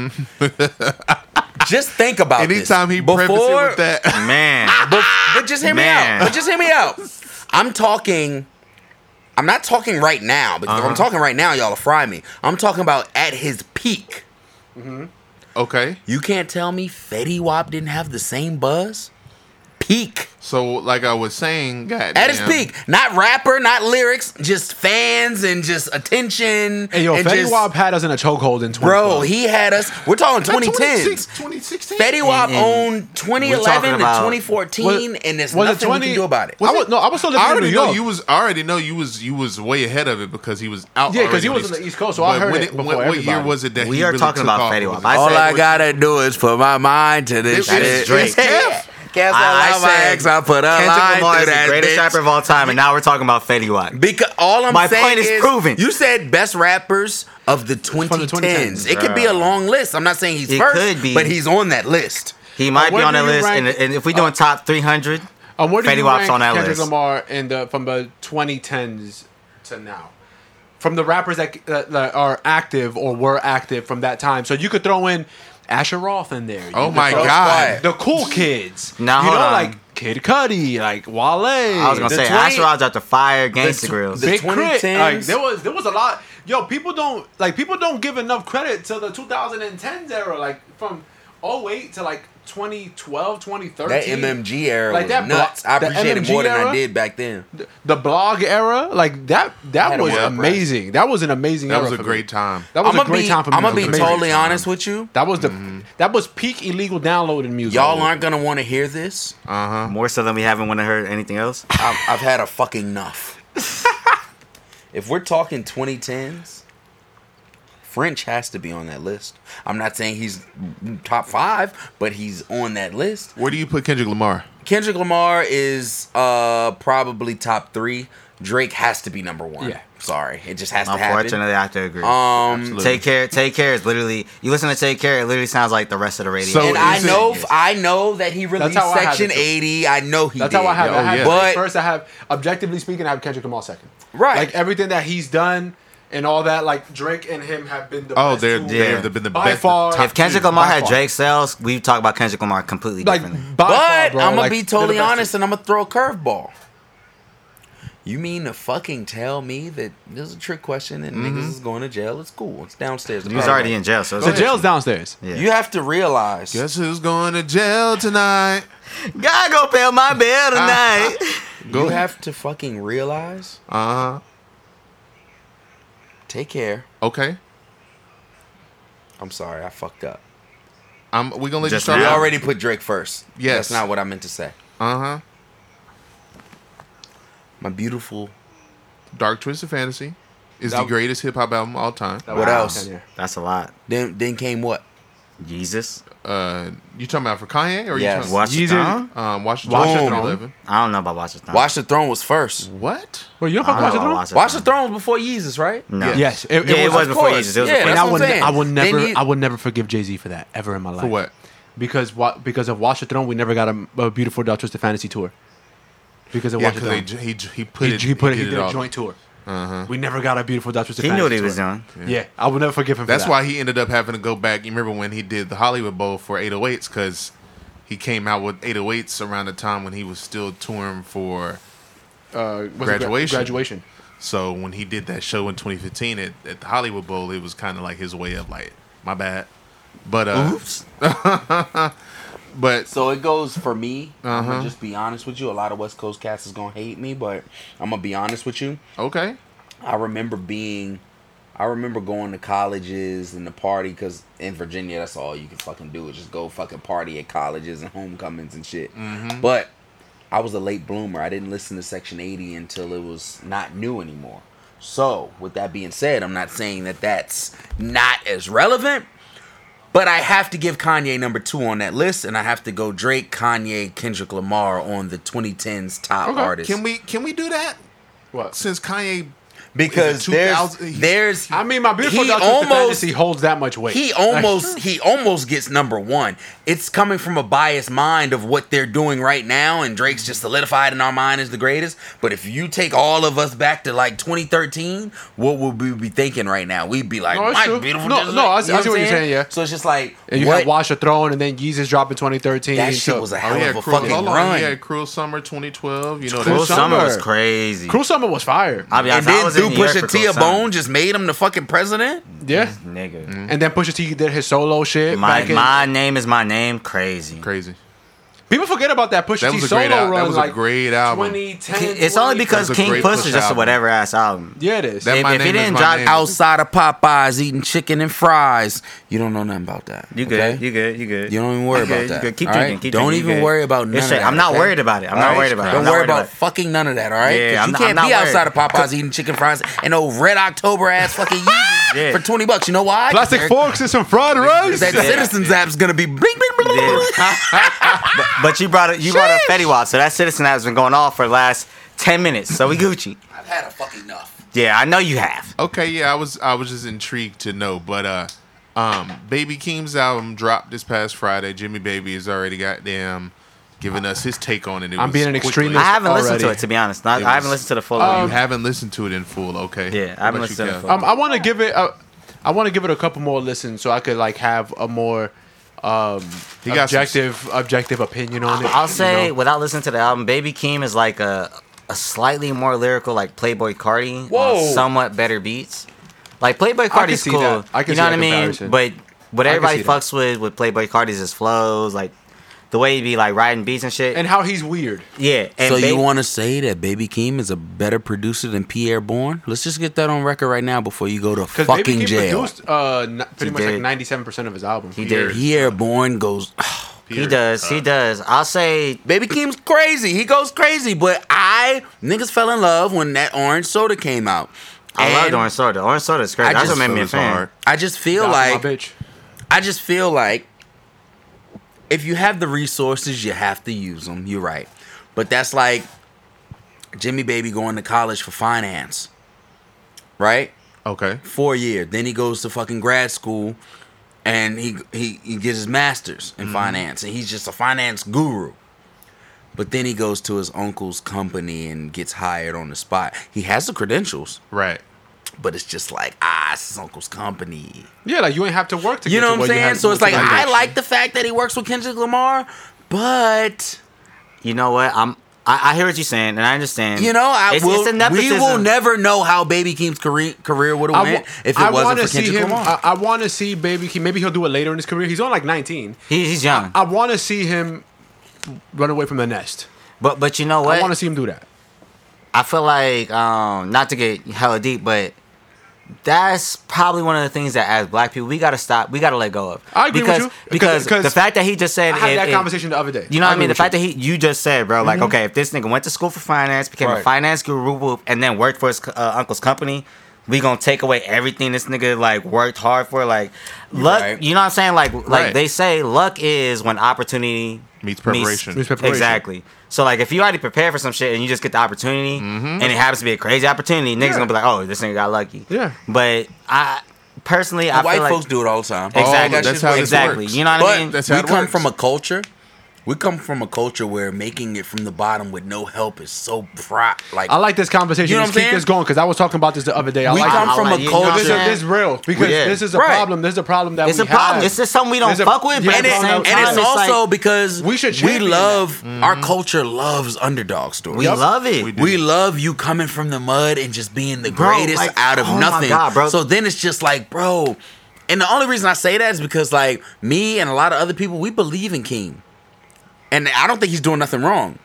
Speaker 5: Mm-hmm. just think about this.
Speaker 2: Anytime he prefaces it with that,
Speaker 3: Man,
Speaker 5: But, but just hear
Speaker 3: Man.
Speaker 5: me out. But just hear me out. I'm talking. I'm not talking right now because
Speaker 3: Uh-huh.
Speaker 5: if I'm talking right now, y'all will fry me. I'm talking about at his peak.
Speaker 2: okay.
Speaker 5: You can't tell me Fetty Wap didn't have the same buzz. peak.
Speaker 2: So, like I was saying, God
Speaker 5: At his peak. Not rapper, not lyrics, just fans and just attention.
Speaker 4: Hey, yo,
Speaker 5: and
Speaker 4: Fetty
Speaker 5: just-
Speaker 4: Wap had us in a chokehold in 2012.
Speaker 5: Bro, he had us. We're talking 2010s.
Speaker 2: 2016.
Speaker 5: Fetty Wap
Speaker 3: And- and
Speaker 5: owned 2011 to
Speaker 3: about-
Speaker 5: 2014,
Speaker 4: Was-
Speaker 5: and there's
Speaker 4: was it
Speaker 5: nothing we
Speaker 4: 20
Speaker 5: can do about it.
Speaker 4: I was, no, I was still living
Speaker 2: I
Speaker 4: in New
Speaker 2: already know
Speaker 4: York.
Speaker 2: you was. I already know you was. You was way ahead of it because he was out.
Speaker 4: Yeah, 'cause he
Speaker 2: already
Speaker 4: was
Speaker 2: when
Speaker 4: on the East Coast, so I
Speaker 2: but
Speaker 4: heard
Speaker 2: when
Speaker 4: it before
Speaker 2: What, what year
Speaker 4: everybody.
Speaker 2: was it that
Speaker 3: We
Speaker 2: he
Speaker 3: are
Speaker 2: really
Speaker 3: talking
Speaker 2: took
Speaker 3: about
Speaker 2: off?
Speaker 3: Fetty
Speaker 2: Was
Speaker 3: Wap.
Speaker 2: it-
Speaker 3: I
Speaker 5: All
Speaker 3: said-
Speaker 5: I gotta do is put my mind to
Speaker 2: This
Speaker 5: this shit.
Speaker 2: is Drake.
Speaker 5: Yeah. Guess
Speaker 3: I-
Speaker 5: I,
Speaker 3: I
Speaker 5: love my
Speaker 3: said
Speaker 5: ex. I put a
Speaker 3: Kendrick
Speaker 5: line
Speaker 3: Lamar
Speaker 5: through
Speaker 3: is the
Speaker 5: that
Speaker 3: greatest
Speaker 5: bitch.
Speaker 3: rapper of all time, and now we're talking about Fetty Wap.
Speaker 5: Because all I'm
Speaker 3: My
Speaker 5: saying
Speaker 3: point is proven.
Speaker 5: You said best rappers of the 2010s.
Speaker 4: the 2010s.
Speaker 5: It could be a long list. I'm not saying he's
Speaker 3: It
Speaker 5: first,
Speaker 3: could be.
Speaker 5: but he's on that list.
Speaker 3: He might
Speaker 4: Uh,
Speaker 3: be
Speaker 4: where
Speaker 3: on
Speaker 4: do
Speaker 3: that
Speaker 4: you
Speaker 3: list,
Speaker 4: rank-
Speaker 3: and, and if we doing top 300,
Speaker 4: Um, where do
Speaker 3: Fetty
Speaker 4: you
Speaker 3: Wap's
Speaker 4: rank
Speaker 3: on that
Speaker 4: Kendrick
Speaker 3: list.
Speaker 4: Lamar in the from the 2010s to now? From the rappers that, that, that are active or were active from that time, so you could throw in Asher Roth in there. You
Speaker 2: Oh
Speaker 4: could
Speaker 2: my
Speaker 4: throw
Speaker 2: God!
Speaker 5: quiet.
Speaker 4: the cool kids.
Speaker 3: Now,
Speaker 4: you
Speaker 3: hold
Speaker 4: know,
Speaker 3: on.
Speaker 4: like Kid Cudi, like Wale.
Speaker 3: I was gonna
Speaker 5: The
Speaker 3: say
Speaker 5: 20
Speaker 3: Asher Rod's out the fire, Gangsta
Speaker 5: tw-
Speaker 3: Grills.
Speaker 5: the-
Speaker 4: Big Crit.
Speaker 5: 2010s.
Speaker 4: Like there was there was a lot. Yo, people don't like people don't give enough credit to the 2010s era. Like from 08 to like 2012, 2013.
Speaker 5: That MMG era
Speaker 4: Like
Speaker 5: was
Speaker 4: that blo-
Speaker 5: nuts. I
Speaker 4: the
Speaker 5: appreciate it more
Speaker 4: MMG
Speaker 5: than I
Speaker 4: era?
Speaker 5: did back then.
Speaker 4: the blog era, like that
Speaker 5: Had
Speaker 4: that
Speaker 5: a
Speaker 4: was
Speaker 5: web, right?
Speaker 4: amazing. That was an amazing.
Speaker 2: That
Speaker 4: era
Speaker 2: was a
Speaker 4: for me.
Speaker 2: great time.
Speaker 4: That was
Speaker 5: I'm
Speaker 4: a
Speaker 5: gonna
Speaker 4: great
Speaker 5: be,
Speaker 4: time for
Speaker 5: I'm gonna
Speaker 4: music.
Speaker 5: be
Speaker 4: Amazing.
Speaker 5: totally
Speaker 2: time.
Speaker 5: honest with you.
Speaker 4: That was the
Speaker 2: Mm-hmm.
Speaker 4: that was peak illegal downloading music.
Speaker 5: Y'all aren't gonna want to hear this.
Speaker 3: More so than we haven't want to heard anything else.
Speaker 5: I've, I've had a fucking enough. if we're talking 2010s, French has to be on that list. I'm not saying he's top five, but he's on that list.
Speaker 2: Where do you put Kendrick Lamar?
Speaker 5: Kendrick Lamar is uh probably top three. Drake has to be number one.
Speaker 4: Yeah.
Speaker 5: Sorry, it just has to happen.
Speaker 3: Unfortunately, I have to agree.
Speaker 5: Um,
Speaker 3: Take care. Take care is literally. You listen to Take Care, it literally sounds like the rest of the radio.
Speaker 2: So
Speaker 5: and
Speaker 2: is
Speaker 5: I
Speaker 2: it-
Speaker 5: know, I know that he released
Speaker 4: how I have it,
Speaker 5: Section
Speaker 4: too.
Speaker 5: 80. I know he.
Speaker 4: That's
Speaker 5: did.
Speaker 4: how I have.
Speaker 2: Yeah,
Speaker 4: I
Speaker 2: oh,
Speaker 4: have
Speaker 2: yeah.
Speaker 5: But-
Speaker 4: first, I have objectively speaking, I have Kendrick Lamar second.
Speaker 5: Right.
Speaker 4: like everything that he's done and all that. Like Drake and him have been the
Speaker 2: Oh,
Speaker 4: best
Speaker 2: they're
Speaker 4: two
Speaker 2: they
Speaker 3: Yeah.
Speaker 2: have been the
Speaker 4: By
Speaker 2: best.
Speaker 4: far-
Speaker 2: top
Speaker 3: if Kendrick
Speaker 2: two.
Speaker 3: Lamar
Speaker 4: by
Speaker 3: had
Speaker 4: far.
Speaker 3: Drake sales, we talk about Kendrick Lamar completely
Speaker 4: like
Speaker 3: differently.
Speaker 5: oh,
Speaker 4: by far,
Speaker 5: But
Speaker 4: bro,
Speaker 5: I'm gonna
Speaker 4: like,
Speaker 5: be
Speaker 4: they're the
Speaker 5: totally
Speaker 4: best
Speaker 5: honest,
Speaker 4: two.
Speaker 5: and I'm gonna throw a curveball. You mean to fucking tell me that this is a trick question and
Speaker 4: Mm-hmm.
Speaker 5: niggas is going to jail? It's cool. It's downstairs.
Speaker 3: He was already in jail, so it's
Speaker 4: The jail's downstairs.
Speaker 3: Yeah.
Speaker 5: You have to realize.
Speaker 2: Guess who's going to jail tonight?
Speaker 3: God go pay my bill tonight.
Speaker 2: Go.
Speaker 5: You have to fucking realize.
Speaker 4: Uh-huh.
Speaker 2: Uh
Speaker 5: Take care.
Speaker 2: okay.
Speaker 5: I'm sorry, I fucked up.
Speaker 2: I'm. We gonna let
Speaker 3: Just
Speaker 2: you
Speaker 5: We
Speaker 2: start.
Speaker 3: now.
Speaker 5: already put Drake first.
Speaker 2: Yes.
Speaker 5: That's not what I meant to say.
Speaker 2: Uh huh.
Speaker 5: My beautiful.
Speaker 2: Dark Twisted Fantasy is
Speaker 4: That-
Speaker 2: the greatest hip hop album of all time.
Speaker 4: That
Speaker 5: What
Speaker 4: was
Speaker 5: else?
Speaker 4: ten year.
Speaker 3: That's a lot.
Speaker 5: Then then came what?
Speaker 3: Jesus.
Speaker 2: Uh, you talking about for Kanye or
Speaker 5: Yes.
Speaker 2: you talking
Speaker 3: Watch the
Speaker 4: Yeezy-
Speaker 3: throne?
Speaker 2: about um, Watch the
Speaker 4: Watch the
Speaker 2: Throne
Speaker 4: Throne.
Speaker 2: 11?
Speaker 3: I don't know about Watch the throne.
Speaker 5: Watch the Throne was first.
Speaker 2: What?
Speaker 4: Well, you don't
Speaker 3: I
Speaker 4: fuck
Speaker 3: don't know
Speaker 4: Watch the
Speaker 3: about
Speaker 4: Throne?
Speaker 3: Watch the
Speaker 5: Watch the
Speaker 3: Throne.
Speaker 5: Throne was before Yeezus, right?
Speaker 3: No.
Speaker 4: Yes, it- it
Speaker 3: Yeah,
Speaker 4: was-
Speaker 3: was
Speaker 5: Of
Speaker 3: before
Speaker 5: course.
Speaker 3: Jesus. It was
Speaker 5: Yeah,
Speaker 3: before
Speaker 4: And
Speaker 5: that's what
Speaker 4: I
Speaker 5: I'm
Speaker 4: will,
Speaker 5: saying.
Speaker 4: I will
Speaker 5: Then
Speaker 4: never,
Speaker 5: he-
Speaker 4: I will never forgive Jay Z for that ever in my life.
Speaker 2: For what?
Speaker 4: Because what? Because of Watch the Throne, we never got a, a beautiful Dark Twisted Fantasy tour. Because of
Speaker 2: Yeah,
Speaker 4: Watch the
Speaker 2: because he,
Speaker 4: Throne,
Speaker 2: j- he j- he put
Speaker 4: he,
Speaker 2: it
Speaker 4: he put it. He
Speaker 2: did
Speaker 4: did,
Speaker 2: all. Uh-huh.
Speaker 4: a joint tour. We never got a beautiful Dark Twisted
Speaker 3: He
Speaker 4: Fantasy
Speaker 3: knew what he
Speaker 4: tour.
Speaker 3: was doing.
Speaker 4: Yeah. I will never forgive him.
Speaker 2: That's
Speaker 4: for that.
Speaker 2: why he ended up having to go back. You remember when he did the Hollywood Bowl for 808s because he came out with 808s around the time when he was still touring for.
Speaker 4: uh, what's it, gra-
Speaker 2: Graduation.
Speaker 4: Graduation.
Speaker 2: So when he did that show in 2015 at, at the Hollywood Bowl, it was kind of like his way of like, my bad, but uh,
Speaker 5: Oops.
Speaker 2: but
Speaker 5: So it goes for me. I'm gonna just be honest with you. A lot of West Coast cats is gonna hate me, but I'm gonna be honest with you.
Speaker 2: okay,
Speaker 5: I remember being, I remember going to colleges and the party because in Virginia, that's all you can fucking do is just go fucking party at colleges and homecomings and shit.
Speaker 2: Mm-hmm.
Speaker 5: But I was a late bloomer. I didn't listen to Section 80 until it was not new anymore. So, with that being said, I'm not saying that that's not as relevant, but I have to give Kanye number two on that list, and I have to go Drake, Kanye, Kendrick Lamar on the 2010s top
Speaker 2: okay.
Speaker 5: artists.
Speaker 2: Can we can we do that
Speaker 4: What?
Speaker 2: since Kanye? Is
Speaker 5: because
Speaker 2: it
Speaker 5: there's
Speaker 2: 2000? He's-
Speaker 5: there's
Speaker 4: I mean, my beautiful
Speaker 5: he
Speaker 4: Dark Twisted
Speaker 5: almost
Speaker 4: Fantasy holds that much weight.
Speaker 5: he almost he almost gets number one. It's coming from a biased mind of what they're doing right now, and Drake's just solidified in our mind as the greatest. But if you take all of us back to like 2013, what would we be thinking right now? We'd be like,
Speaker 4: No, it's
Speaker 5: my
Speaker 4: true.
Speaker 5: beautiful.
Speaker 4: No,
Speaker 5: Dis-
Speaker 4: no, I
Speaker 5: you
Speaker 4: see-
Speaker 5: know
Speaker 4: I see what you're saying, yeah.
Speaker 5: So it's just like
Speaker 4: and you
Speaker 5: what
Speaker 4: had Watch the Throne, and then Yeezus dropped in 2013.
Speaker 5: that shit
Speaker 4: so-
Speaker 5: was a
Speaker 2: Oh
Speaker 5: hell
Speaker 2: yeah,
Speaker 5: of a
Speaker 2: cruel,
Speaker 5: fucking
Speaker 2: hold on,
Speaker 5: run.
Speaker 2: He had Cruel Summer 2012. You know,
Speaker 3: Cruel
Speaker 4: Cruel
Speaker 2: that's-
Speaker 3: Summer
Speaker 4: Summer.
Speaker 3: was crazy.
Speaker 4: Cruel Summer was fire.
Speaker 3: I'll be
Speaker 5: and
Speaker 3: honest, I
Speaker 5: then
Speaker 3: was in
Speaker 5: Dude
Speaker 3: New York for
Speaker 5: Pusha T
Speaker 3: Cruel
Speaker 5: a
Speaker 3: Summer.
Speaker 5: bone just made him the fucking president.
Speaker 4: yeah.
Speaker 3: Nigga.
Speaker 5: Mm.
Speaker 4: And then Pusha T did his solo shit.
Speaker 3: My
Speaker 4: back in,
Speaker 3: my name is my name. Crazy.
Speaker 2: crazy.
Speaker 4: People forget about that Pusha
Speaker 2: That
Speaker 4: T
Speaker 2: was a
Speaker 4: solo
Speaker 2: great al-
Speaker 4: run.
Speaker 2: that was a
Speaker 4: like
Speaker 2: great album.
Speaker 4: 2010.
Speaker 3: It's only because
Speaker 2: That's a
Speaker 3: King
Speaker 2: great
Speaker 3: Push
Speaker 2: Push
Speaker 3: is just a
Speaker 2: album.
Speaker 3: whatever ass album.
Speaker 4: yeah, it is.
Speaker 2: That
Speaker 3: If-
Speaker 2: my
Speaker 3: if
Speaker 2: name
Speaker 3: he
Speaker 2: is
Speaker 3: didn't
Speaker 2: my
Speaker 3: drop
Speaker 2: name.
Speaker 5: Outside of Popeyes, eating chicken and fries, you don't know nothing about that.
Speaker 3: You good?
Speaker 5: okay?
Speaker 3: You good? You good?
Speaker 5: You don't even worry
Speaker 3: You good,
Speaker 5: about
Speaker 3: you
Speaker 5: that,
Speaker 3: good. Keep
Speaker 5: all
Speaker 3: drinking.
Speaker 5: right?
Speaker 3: Keep
Speaker 5: Don't
Speaker 3: drinking, you
Speaker 5: even
Speaker 3: good.
Speaker 5: worry about none
Speaker 3: It's
Speaker 5: of
Speaker 3: straight.
Speaker 5: that,
Speaker 3: I'm not
Speaker 5: okay?
Speaker 3: worried about it. I'm
Speaker 2: All
Speaker 3: not
Speaker 2: right,
Speaker 3: worried about it.
Speaker 5: Don't
Speaker 3: I'm not
Speaker 5: worry
Speaker 3: worried
Speaker 5: about
Speaker 3: it.
Speaker 5: fucking none of that, all right?
Speaker 3: Yeah,
Speaker 5: 'Cause
Speaker 3: I'm
Speaker 5: you
Speaker 3: not-
Speaker 5: can't
Speaker 3: I'm not
Speaker 5: be outside of
Speaker 3: worried.
Speaker 5: Popeyes eating chicken fries and no red October ass fucking Yeezys
Speaker 3: Yeah.
Speaker 5: for twenty bucks. You know why? 'Cause
Speaker 4: Plastic
Speaker 5: they're-
Speaker 4: forks and some fried rice.
Speaker 5: That Citizens app's gonna be bling, bling, bling, bling, bling.
Speaker 3: Yeah. but, but you brought up you brought up Fetty Wap, so that citizen has been going off for the last ten minutes. So we Gucci.
Speaker 5: I've had a fucking enough.
Speaker 3: Yeah, I know you have.
Speaker 2: Okay, yeah, I was I was just intrigued to know, but uh um Baby Keem's album dropped this past Friday. Jimmy Baby is already goddamn giving us his take on it. It
Speaker 4: I'm
Speaker 2: was
Speaker 4: being an
Speaker 2: quickly-
Speaker 4: extremist.
Speaker 3: I haven't listened to
Speaker 4: already.
Speaker 3: it to be honest. Not, I haven't
Speaker 2: was-
Speaker 3: listened to the full.
Speaker 2: You
Speaker 3: album.
Speaker 2: haven't listened to it in full, okay?
Speaker 3: Um, Yeah, I
Speaker 2: I'll
Speaker 3: haven't
Speaker 2: let you
Speaker 3: listened to it
Speaker 2: go.
Speaker 3: in full.
Speaker 4: Um, I want to give it. A, I want to give it a couple more listens so I could like have a more um
Speaker 2: He got some-
Speaker 4: objective objective opinion on it.
Speaker 3: I'll say
Speaker 4: You know?
Speaker 3: without listening to the album, Baby Keem is like a a slightly more lyrical like Playboy Cardi
Speaker 4: Whoa.
Speaker 3: on somewhat better beats. Like Playboy Cardi's
Speaker 4: see
Speaker 3: cool.
Speaker 4: that. I can
Speaker 3: you
Speaker 4: see
Speaker 3: know what
Speaker 4: that
Speaker 3: I mean?
Speaker 4: comparison.
Speaker 3: But what
Speaker 4: can
Speaker 3: everybody
Speaker 4: see that.
Speaker 3: fucks with with Playboy Cardi's his flows, like the way he be like riding beats and shit.
Speaker 4: and how he's weird.
Speaker 3: yeah. And
Speaker 5: so you
Speaker 3: Ba-
Speaker 5: want to say that Baby Keem is a better producer than Pierre Bourne? Let's just get that on record right now before you go to
Speaker 4: Because
Speaker 5: fucking
Speaker 4: Baby Keem
Speaker 5: jail.
Speaker 4: produced uh, n- pretty
Speaker 3: He
Speaker 4: much like
Speaker 3: did.
Speaker 4: ninety seven percent of his album.
Speaker 3: He did.
Speaker 5: Pierre Bourne goes.
Speaker 3: He does. he does. I'll say
Speaker 5: Baby Keem's crazy. He goes crazy. But I niggas fell in love when that orange soda came out.
Speaker 3: I love
Speaker 5: And
Speaker 3: Orange Soda. Orange Soda is crazy.
Speaker 5: I
Speaker 3: That's
Speaker 5: just-
Speaker 3: what made me a
Speaker 2: Soda's
Speaker 3: fan.
Speaker 2: hard.
Speaker 5: I just feel
Speaker 4: That's my
Speaker 5: like
Speaker 4: bitch.
Speaker 5: I just feel like if you have the resources, you have to use them. You're right. But that's like Jimmy Baby going to college for finance, right?
Speaker 2: Okay.
Speaker 5: Four year. Then he goes to fucking grad school and he he, he gets his master's
Speaker 4: Mm-hmm.
Speaker 5: in finance and he's just a finance guru. But then he goes to his uncle's company and gets hired on the spot. He has the credentials,
Speaker 2: Right.
Speaker 5: but it's just like, ah, it's his uncle's company.
Speaker 4: Yeah, like you ain't have to work to.
Speaker 5: You
Speaker 4: get to
Speaker 5: know what I'm
Speaker 4: where you
Speaker 5: saying?
Speaker 4: have-
Speaker 5: So it's like
Speaker 4: to
Speaker 5: I
Speaker 4: get.
Speaker 5: like the fact that he works with Kendrick Lamar, but
Speaker 3: You know what? I'm. I, I hear what you're saying, and I understand.
Speaker 5: you know, I
Speaker 3: It's-
Speaker 5: will.
Speaker 3: it's a
Speaker 5: we will
Speaker 3: nepotism.
Speaker 5: never know how Baby Keem's career career would have
Speaker 4: wa-
Speaker 5: went if it
Speaker 4: I
Speaker 5: wasn't
Speaker 4: wanna
Speaker 5: for
Speaker 4: see
Speaker 5: Kendrick
Speaker 4: him.
Speaker 5: Lamar.
Speaker 4: I, want to see Baby Keem. Maybe he'll do it later in his career. He's on like nineteen.
Speaker 3: He, he's young,
Speaker 4: I want to see him run away from the nest.
Speaker 3: but but you know
Speaker 4: I
Speaker 3: what?
Speaker 4: want to see him do that.
Speaker 3: I feel like um, not to get hella deep, but that's probably one of the things that as black people we gotta stop, we gotta let go of.
Speaker 4: I agree with
Speaker 3: because,
Speaker 4: you.
Speaker 3: Because,
Speaker 4: Because- because
Speaker 3: the fact that he just said
Speaker 4: I had
Speaker 3: if-
Speaker 4: that
Speaker 3: if-
Speaker 4: conversation the other day.
Speaker 3: You know what I mean? The
Speaker 4: agree
Speaker 3: fact that he you just said, bro,
Speaker 4: Mm-hmm.
Speaker 3: like okay, if this nigga went to school for finance, became a
Speaker 5: Right.
Speaker 3: finance guru, whoop, and then worked for his uh, uncle's company. We gonna take away everything this nigga like worked hard for. Like luck,
Speaker 5: Right.
Speaker 3: you know what I'm saying? Like like
Speaker 2: Right.
Speaker 3: they say, luck is when opportunity
Speaker 2: Meets preparation.
Speaker 4: Meets preparation.
Speaker 3: Exactly. So like if you already prepare for some shit and you just get the opportunity
Speaker 5: Mm-hmm.
Speaker 3: and it happens to be a crazy opportunity, niggas
Speaker 4: Yeah.
Speaker 3: gonna be like, oh, this nigga got lucky.
Speaker 4: Yeah.
Speaker 3: But I personally, I
Speaker 5: White
Speaker 3: feel like
Speaker 5: folks do it all the time. Oh,
Speaker 3: exactly.
Speaker 2: that's how this
Speaker 3: exactly.
Speaker 2: works.
Speaker 3: You know what I
Speaker 5: But
Speaker 3: mean?
Speaker 2: that's how
Speaker 5: we
Speaker 2: it
Speaker 5: come
Speaker 2: works.
Speaker 5: from a culture. We come from a culture where making it from the bottom with no help is so pro like
Speaker 4: I like this conversation.
Speaker 5: You know
Speaker 4: Let's
Speaker 5: what I'm
Speaker 4: keep this
Speaker 5: saying?
Speaker 4: going because I was talking about this the other day. I
Speaker 5: we
Speaker 4: like
Speaker 5: come
Speaker 4: it.
Speaker 3: I
Speaker 5: from
Speaker 3: like it.
Speaker 5: a
Speaker 3: You know what I'm
Speaker 5: culture
Speaker 4: This is, this is real because
Speaker 3: Yeah.
Speaker 4: this is a
Speaker 5: Right.
Speaker 4: problem. This is a problem that
Speaker 3: It's
Speaker 4: we
Speaker 3: a problem.
Speaker 4: have.
Speaker 3: It's just something we don't
Speaker 4: There's a-
Speaker 3: fuck with, but
Speaker 4: yeah,
Speaker 3: at
Speaker 5: and,
Speaker 3: the
Speaker 5: it,
Speaker 4: it's-
Speaker 3: same
Speaker 5: and
Speaker 3: time,
Speaker 5: it's also because
Speaker 4: We
Speaker 5: we,
Speaker 4: should champion that.
Speaker 5: love our culture loves underdog stories.
Speaker 3: We love it.
Speaker 2: We do.
Speaker 5: We love you coming from the mud and just being the
Speaker 3: Bro,
Speaker 5: greatest
Speaker 3: like,
Speaker 5: out of
Speaker 3: oh my
Speaker 5: nothing.
Speaker 3: God, bro.
Speaker 5: So then it's just like, bro. And the only reason I say that is because like me and a lot of other people, we believe in King. And I don't think he's doing nothing wrong.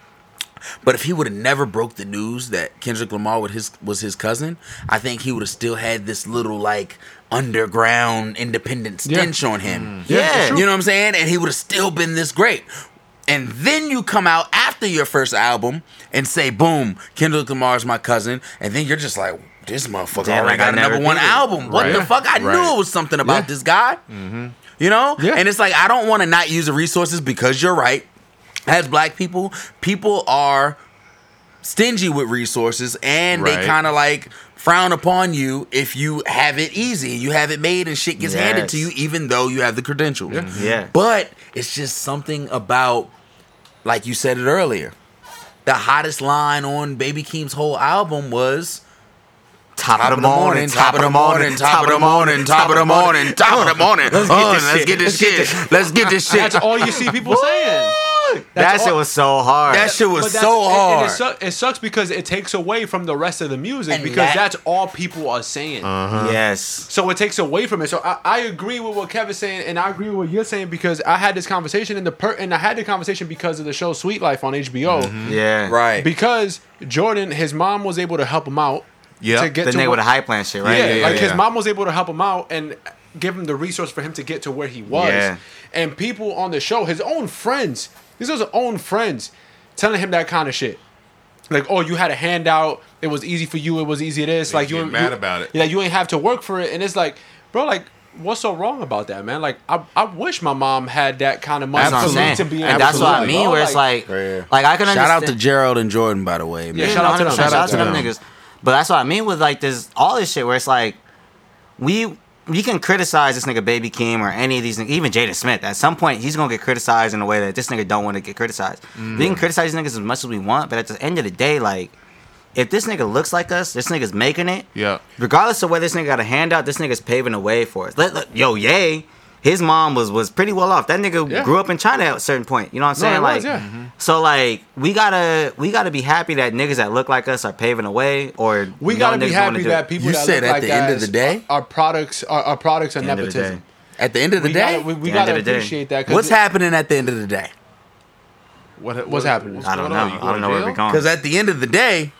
Speaker 5: But if he would have never broke the news that Kendrick Lamar was his was his cousin, I think he would have still had this little like underground independent
Speaker 4: Yeah.
Speaker 5: stench on him.
Speaker 3: Yeah. Mm. Yeah.
Speaker 5: You know what I'm saying? And he would have still been this great. And then you come out after your first album and say, boom, Kendrick Lamar's my cousin. And then you're just like, this motherfucker
Speaker 3: Damn,
Speaker 5: already
Speaker 3: like, I
Speaker 5: got a number
Speaker 3: never
Speaker 5: one
Speaker 3: did it.
Speaker 5: album. What
Speaker 2: Right.
Speaker 5: the fuck? I
Speaker 2: Right.
Speaker 5: knew it was something about
Speaker 4: Yeah.
Speaker 5: this guy.
Speaker 3: Mm-hmm.
Speaker 5: You know?
Speaker 4: Yeah.
Speaker 5: And it's like, I don't want to not use the resources because you're right. As black people, people are stingy with resources and
Speaker 2: Right.
Speaker 5: they kind of like frown upon you if you have it easy you have it made and shit gets handed to you
Speaker 3: Yes.
Speaker 5: even though you have the credentials
Speaker 3: Yeah.
Speaker 5: but it's just something about like you said it earlier the hottest line on baby keem's whole album was
Speaker 3: top, of the morning, top of the morning, top of the morning, top of the morning.
Speaker 5: top of the morning.
Speaker 3: Let's get
Speaker 5: Oh,
Speaker 3: this
Speaker 5: let's
Speaker 3: shit.
Speaker 5: get this shit. Let's get this shit.
Speaker 4: That's all you see people saying. Look,
Speaker 3: that shit was so hard.
Speaker 5: That shit was
Speaker 4: But that's-
Speaker 5: so
Speaker 4: and- and
Speaker 5: hard.
Speaker 4: it, suck- it sucks because it takes away from the rest of the music
Speaker 5: And
Speaker 4: because
Speaker 5: that- Uh-huh.
Speaker 4: that's all people are saying.
Speaker 3: yes.
Speaker 4: So it takes away from it. So I, I agree with what Kevin's saying, and I agree with what you're saying because I had this conversation in the per- and I had the conversation because of the show Sweet Life on HBO.
Speaker 3: Yeah.
Speaker 5: Mm-hmm. right.
Speaker 4: Because Jordan, his mom was able to help him out.
Speaker 2: Yep.
Speaker 4: to get
Speaker 3: The
Speaker 4: to
Speaker 3: nigga
Speaker 4: where-
Speaker 3: with the hype plan shit, right?
Speaker 4: yeah, like his
Speaker 2: yeah.
Speaker 4: mom was able to help him out and give him the resource for him to get to where he was.
Speaker 3: Yeah.
Speaker 4: And people on the show, his own friends, these are his own friends, telling him that kind of shit. Like, oh, you had a handout. It was easy for you. It was easy this.
Speaker 2: They
Speaker 4: like, you
Speaker 2: get
Speaker 4: ain't-
Speaker 2: mad
Speaker 4: you-
Speaker 2: about it.
Speaker 4: Yeah, you ain't have to work for it. And it's like, bro, like, what's so wrong about that, man? Like, I, I wish my mom had that kind of money
Speaker 3: That's what I'm saying.
Speaker 4: to be.
Speaker 3: and that's what I
Speaker 4: Absolutely,
Speaker 3: mean,
Speaker 4: bro.
Speaker 3: where it's like,
Speaker 5: Yeah.
Speaker 3: like I can
Speaker 5: Shout
Speaker 3: understand.
Speaker 5: out to Gerald and Jordan, by the way. Man.
Speaker 4: Yeah,
Speaker 3: Yeah,
Speaker 4: shout out to them.
Speaker 3: 100%,
Speaker 4: Shout
Speaker 3: Shout
Speaker 4: out
Speaker 3: out to
Speaker 4: to
Speaker 3: them niggas. But that's what I mean with like this all this shit where it's like we you can criticize this nigga Baby Keem or any of these niggas, even Jaden Smith. At some point, he's gonna get criticized in a way that this nigga don't want to get criticized. We
Speaker 4: Mm-hmm.
Speaker 3: can criticize these niggas as much as we want, but at the end of the day, like if this nigga looks like us, this nigga's making it.
Speaker 2: Yeah.
Speaker 3: Regardless of whether this nigga got a handout, this nigga's paving the way for us. Let, let- yo, yay. His mom was was pretty well off. That nigga
Speaker 4: Yeah.
Speaker 3: grew up in China at a certain point. You know what I'm
Speaker 4: No, it
Speaker 3: saying?
Speaker 4: was,
Speaker 3: like,
Speaker 4: yeah.
Speaker 3: so like we gotta we gotta be happy that niggas that look like us are paving the way, or
Speaker 4: We
Speaker 3: no
Speaker 4: gotta be
Speaker 3: niggas wanna
Speaker 4: happy
Speaker 3: do
Speaker 4: that
Speaker 3: it.
Speaker 4: people
Speaker 5: You
Speaker 4: that
Speaker 5: said
Speaker 4: look
Speaker 5: at
Speaker 4: like
Speaker 5: the end of
Speaker 4: us
Speaker 5: the day?
Speaker 4: our products, our, our products are
Speaker 3: End of the
Speaker 4: nepotism.
Speaker 3: day.
Speaker 5: At the end of the
Speaker 4: We
Speaker 5: day,
Speaker 4: gotta, we, we
Speaker 3: The end
Speaker 4: gotta
Speaker 3: of the day.
Speaker 4: appreciate that. 'cause
Speaker 5: what's
Speaker 4: it-
Speaker 5: happening at the end of the day?
Speaker 2: What,
Speaker 4: What's happening?
Speaker 3: I don't
Speaker 2: going
Speaker 3: know.
Speaker 2: on? You
Speaker 3: I
Speaker 2: going
Speaker 3: don't know
Speaker 2: to
Speaker 3: where
Speaker 2: jail?
Speaker 3: we're going.
Speaker 5: Because at the end of the day,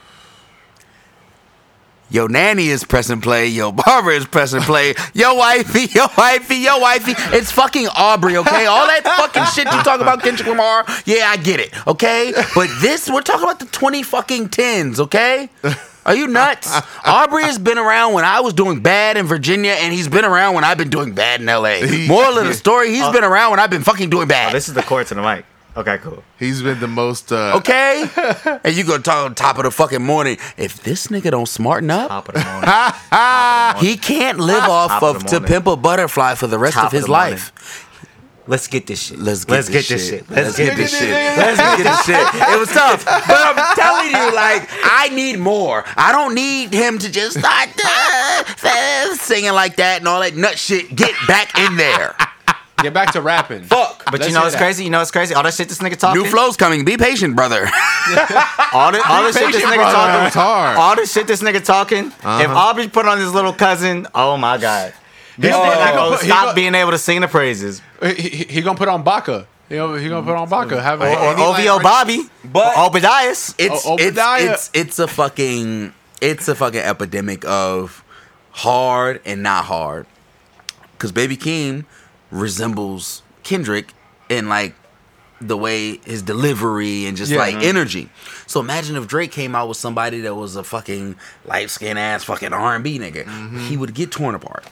Speaker 5: your nanny is pressing play, your barber is pressing play, your wifey, your wifey, your wifey. It's fucking Aubrey, okay? All that fucking shit you talk about Kendrick Lamar, yeah, I get it, okay? But this, we're talking about the 20 fucking tens, okay? Are you nuts? Aubrey has been around when I was doing bad in Virginia, and he's been around when I've been doing bad in LA. Moral of the story, he's been around when I've been fucking doing bad.
Speaker 3: this is the cord to the mic. Okay, cool.
Speaker 2: He's been the most. Uh,
Speaker 5: Okay? and you gonna talk on top of the fucking morning. If this nigga don't smarten up,
Speaker 3: Top of the morning.
Speaker 5: he can't live off
Speaker 3: Top of
Speaker 5: of
Speaker 3: the
Speaker 5: to
Speaker 3: morning.
Speaker 5: pimp a butterfly for the rest
Speaker 3: Top
Speaker 5: of
Speaker 3: of
Speaker 5: his
Speaker 3: the morning.
Speaker 5: life.
Speaker 3: Let's get this shit.
Speaker 5: Let's get, this, shit.
Speaker 3: Let's get this shit.
Speaker 5: Let's get this shit. It was tough. But I'm telling you, like, I need more. I don't need him to just start uh, singing like that and all that nut shit. Get back in there.
Speaker 4: Get back to rapping.
Speaker 5: Fuck.
Speaker 3: But
Speaker 4: Let's
Speaker 3: you know
Speaker 4: hear
Speaker 3: what's
Speaker 4: that.
Speaker 3: crazy? You know what's crazy? All that shit this nigga talking.
Speaker 5: New flow's coming. Be patient, brother.
Speaker 3: All the all the shit this
Speaker 2: patient,
Speaker 3: nigga
Speaker 2: brother.
Speaker 3: talking.
Speaker 2: It's hard.
Speaker 3: All the shit this nigga talking. If Aubrey put on his little cousin, oh my god. This
Speaker 4: gonna
Speaker 3: nigga
Speaker 4: put- Uh-huh. he gonna
Speaker 3: will
Speaker 4: put- he
Speaker 3: stop
Speaker 4: gonna-
Speaker 3: being able to sing the praises.
Speaker 4: He, he, he gonna put on Baka. He gonna, he gonna put on Baka. Have a-
Speaker 3: Or OVO Bobby. But
Speaker 5: But-
Speaker 3: Obadias.
Speaker 5: it's
Speaker 4: O-
Speaker 5: it's,
Speaker 4: Obadiah.
Speaker 5: it's it's a fucking it's a fucking epidemic of hard and not hard. Cause Baby Keem resembles Kendrick in like the way his delivery and just
Speaker 4: Yeah.
Speaker 5: like
Speaker 4: Mhm.
Speaker 5: energy. So imagine if Drake came out with somebody that was a fucking light skinned ass fucking R and B nigga.
Speaker 4: Mm-hmm.
Speaker 5: He would get torn apart.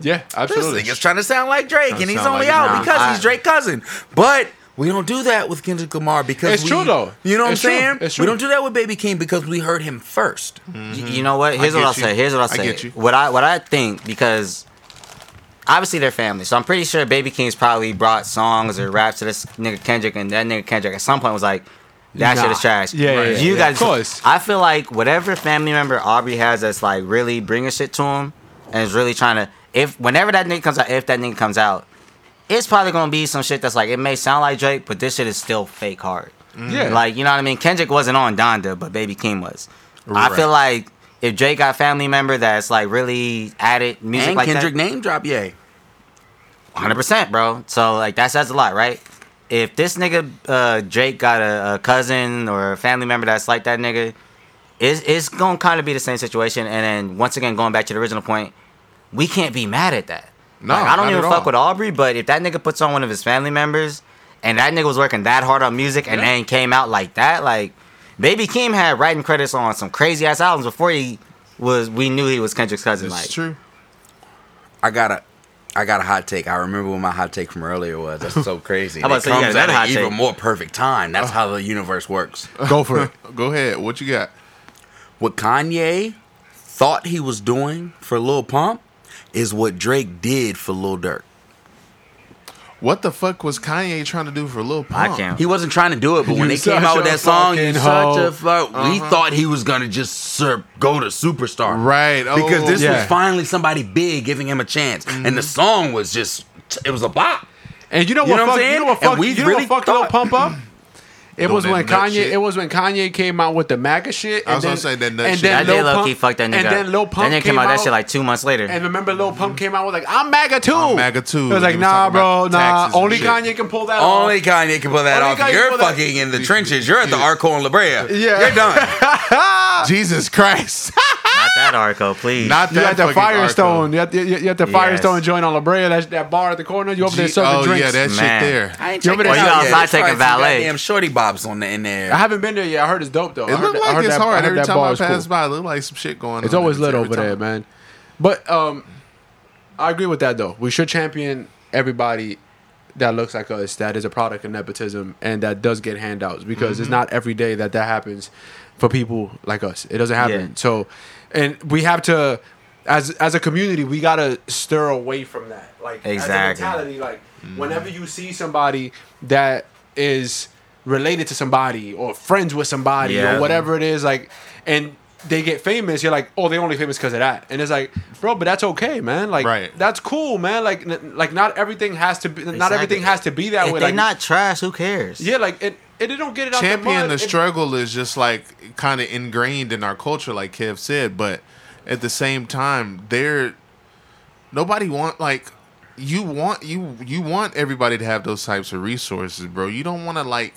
Speaker 4: yeah,
Speaker 5: This
Speaker 4: absolutely.
Speaker 5: nigga's trying to sound like Drake and he's
Speaker 2: sound
Speaker 5: only
Speaker 2: like-
Speaker 5: out
Speaker 3: Nah,
Speaker 5: because
Speaker 3: I-
Speaker 5: he's Drake cousin. But we don't do that with Kendrick Lamar because
Speaker 4: It's
Speaker 5: we,
Speaker 4: true, though.
Speaker 5: You know what
Speaker 4: It's
Speaker 5: I'm
Speaker 4: true.
Speaker 5: saying?
Speaker 4: It's
Speaker 5: We
Speaker 4: true.
Speaker 5: don't do that with Baby King because we heard him 1st
Speaker 3: Y- You know what? Here's what
Speaker 2: get
Speaker 3: I'll
Speaker 2: you.
Speaker 3: say. Here's what I'll
Speaker 2: Mm-hmm. I
Speaker 3: say.
Speaker 2: get you.
Speaker 3: What I what I think because obviously they're family, so I'm pretty sure Baby King's probably brought songs or raps to this nigga Kendrick, and that nigga Kendrick at some point was like, "That shit is trash."
Speaker 4: Yeah, yeah, yeah,
Speaker 3: you
Speaker 4: yeah.
Speaker 3: guys.
Speaker 4: Of course.
Speaker 3: I feel like whatever family member Aubrey has that's like really bringing shit to him and is really trying to if whenever that nigga comes out, if that nigga comes out, it's probably gonna be some shit that's like it may sound like Drake, but this shit is still fake hard.
Speaker 4: Yeah.
Speaker 3: Like, you know what I mean? Kendrick wasn't on Donda, but Baby Keem was. I feel like if Drake got a family member that's like really added music
Speaker 5: and
Speaker 3: like
Speaker 5: Kendrick
Speaker 3: Kendrick
Speaker 5: name drop, yay.
Speaker 3: that, 100%, bro. So, like, that says a lot, right? If this nigga uh, Drake got a, a cousin or a family member that's like that nigga, it's, it's going to kind of be the same situation. And then, once again, going back to the original point, we can't be mad at that.
Speaker 2: No,
Speaker 3: Like, I don't
Speaker 2: not
Speaker 3: even
Speaker 2: at
Speaker 3: fuck
Speaker 2: all.
Speaker 3: with Aubrey, but if that nigga puts on one of his family members and that nigga was working that hard on music and then came out like that, like Baby Keem had writing credits on some crazy ass albums before he was we knew he was Kendrick's cousin.
Speaker 2: It's
Speaker 3: like
Speaker 2: true.
Speaker 5: I got a I got a hot take. I remember what my hot take from earlier was. That's so crazy.
Speaker 3: How about
Speaker 5: It
Speaker 3: so you got
Speaker 5: comes
Speaker 3: another
Speaker 5: at an
Speaker 3: hot
Speaker 5: even
Speaker 3: take?
Speaker 5: more perfect time. That's how the universe works.
Speaker 4: Go for it.
Speaker 2: Go ahead. What you got?
Speaker 5: What Kanye thought he was doing for Lil Pump is what Drake did for Lil Durk.
Speaker 2: What the fuck was Kanye trying to do for Lil Pump?
Speaker 3: I can't.
Speaker 5: He wasn't trying to do it, but when
Speaker 4: You
Speaker 5: they
Speaker 4: such
Speaker 5: came out with
Speaker 4: a
Speaker 5: that song,
Speaker 4: fucking
Speaker 5: you such
Speaker 4: hoe.
Speaker 5: a fuck. We thought he was gonna just sur- go to superstar,
Speaker 2: Right. Oh,
Speaker 5: because this
Speaker 4: yeah.
Speaker 5: Mm-hmm. was finally somebody big giving him a chance, and the song was just it was a bop.
Speaker 4: And you know what?
Speaker 5: You know what
Speaker 4: fuck,
Speaker 5: I'm
Speaker 4: you
Speaker 5: saying?
Speaker 4: know what?
Speaker 5: And
Speaker 4: Fuck,
Speaker 5: we
Speaker 4: you know
Speaker 5: really
Speaker 4: what fucked Lil
Speaker 5: thought-
Speaker 4: Pump up. It
Speaker 2: Doing
Speaker 4: was
Speaker 2: that
Speaker 4: when
Speaker 2: nut
Speaker 4: Kanye.
Speaker 2: shit.
Speaker 4: It was when Kanye came out with the MAGA shit.
Speaker 2: I was
Speaker 4: and
Speaker 2: gonna say that nut
Speaker 4: and
Speaker 2: shit.
Speaker 4: then
Speaker 3: That did
Speaker 4: Lil
Speaker 3: low
Speaker 4: Pump-
Speaker 3: key fuck that nigga.
Speaker 4: And then Lil Pump
Speaker 3: that nigga came out that shit like two months later.
Speaker 4: And remember, Lil Pump came out with like, "I'm MAGA too."
Speaker 2: I'm MAGA too.
Speaker 4: It was like,
Speaker 2: He was
Speaker 4: "Nah,
Speaker 2: talking
Speaker 4: bro,
Speaker 2: about
Speaker 4: nah.
Speaker 2: taxes and
Speaker 4: Only
Speaker 2: shit.
Speaker 4: Kanye can pull that
Speaker 5: Only
Speaker 4: off."
Speaker 5: Kanye can pull that
Speaker 4: Only Kanye
Speaker 5: off.
Speaker 4: can
Speaker 5: You're
Speaker 4: pull that-
Speaker 5: fucking in the trenches. You're at the Arco and La Brea.
Speaker 4: Yeah.
Speaker 5: You're done.
Speaker 2: Jesus Christ.
Speaker 3: Not that Arco, please.
Speaker 2: Not
Speaker 4: You
Speaker 2: that
Speaker 4: had the
Speaker 2: fucking Arco.
Speaker 4: Firestone. You had the, you, you had the
Speaker 3: Yes.
Speaker 4: Firestone joint on La Brea. That, that bar at the corner. You over there
Speaker 2: Gee-
Speaker 4: serving
Speaker 2: oh
Speaker 4: drinks.
Speaker 2: yeah, that
Speaker 3: Man.
Speaker 2: shit there.
Speaker 5: I ain't
Speaker 4: You over
Speaker 5: checked
Speaker 4: there out
Speaker 5: it out
Speaker 4: outside
Speaker 5: yet. There's
Speaker 3: taking
Speaker 5: probably some
Speaker 3: valet.
Speaker 5: Goddamn shorty bobs on the in
Speaker 4: I
Speaker 5: there.
Speaker 4: haven't been there yet. I heard it's dope though. I
Speaker 2: It
Speaker 4: heard,
Speaker 2: looked
Speaker 4: that- I
Speaker 2: like
Speaker 4: heard
Speaker 2: it's
Speaker 4: that, I
Speaker 2: hard
Speaker 4: heard
Speaker 2: every
Speaker 4: that
Speaker 2: time
Speaker 4: bar
Speaker 2: I
Speaker 4: is cool.
Speaker 2: pass by. It looked like some shit going on.
Speaker 4: It's always
Speaker 2: every
Speaker 4: lit
Speaker 2: time.
Speaker 4: over there, man. But um, I agree with that though. We should champion everybody that looks like us that is a product of nepotism and that does get handouts because
Speaker 2: Mm-hmm.
Speaker 4: it's not every day that that happens for people like us. It doesn't happen.
Speaker 3: Yeah.
Speaker 4: So, and we have to, as as a community, we gotta stir away from that. Like as a
Speaker 3: Exactly.
Speaker 4: mentality, like
Speaker 2: Mm-hmm.
Speaker 4: whenever you see somebody that is related to somebody or friends with somebody
Speaker 3: Yeah.
Speaker 4: or whatever it is, like, and they get famous, you're like, oh, they only famous because of that, and it's like, bro, but that's okay, man. Like,
Speaker 2: Right.
Speaker 4: that's cool, man. Like, n- like not everything has to be, not
Speaker 3: Exactly.
Speaker 4: everything has to be that
Speaker 3: if
Speaker 4: way.
Speaker 3: they
Speaker 4: like,
Speaker 3: not trash, who cares?
Speaker 4: yeah, like it, it, it don't get it out
Speaker 2: Champion
Speaker 4: the
Speaker 2: the
Speaker 4: mud. It-
Speaker 2: struggle is just like kind of ingrained in our culture, like Kev said. But at the same time, there nobody want like you want you you want everybody to have those types of resources, bro. You don't want to like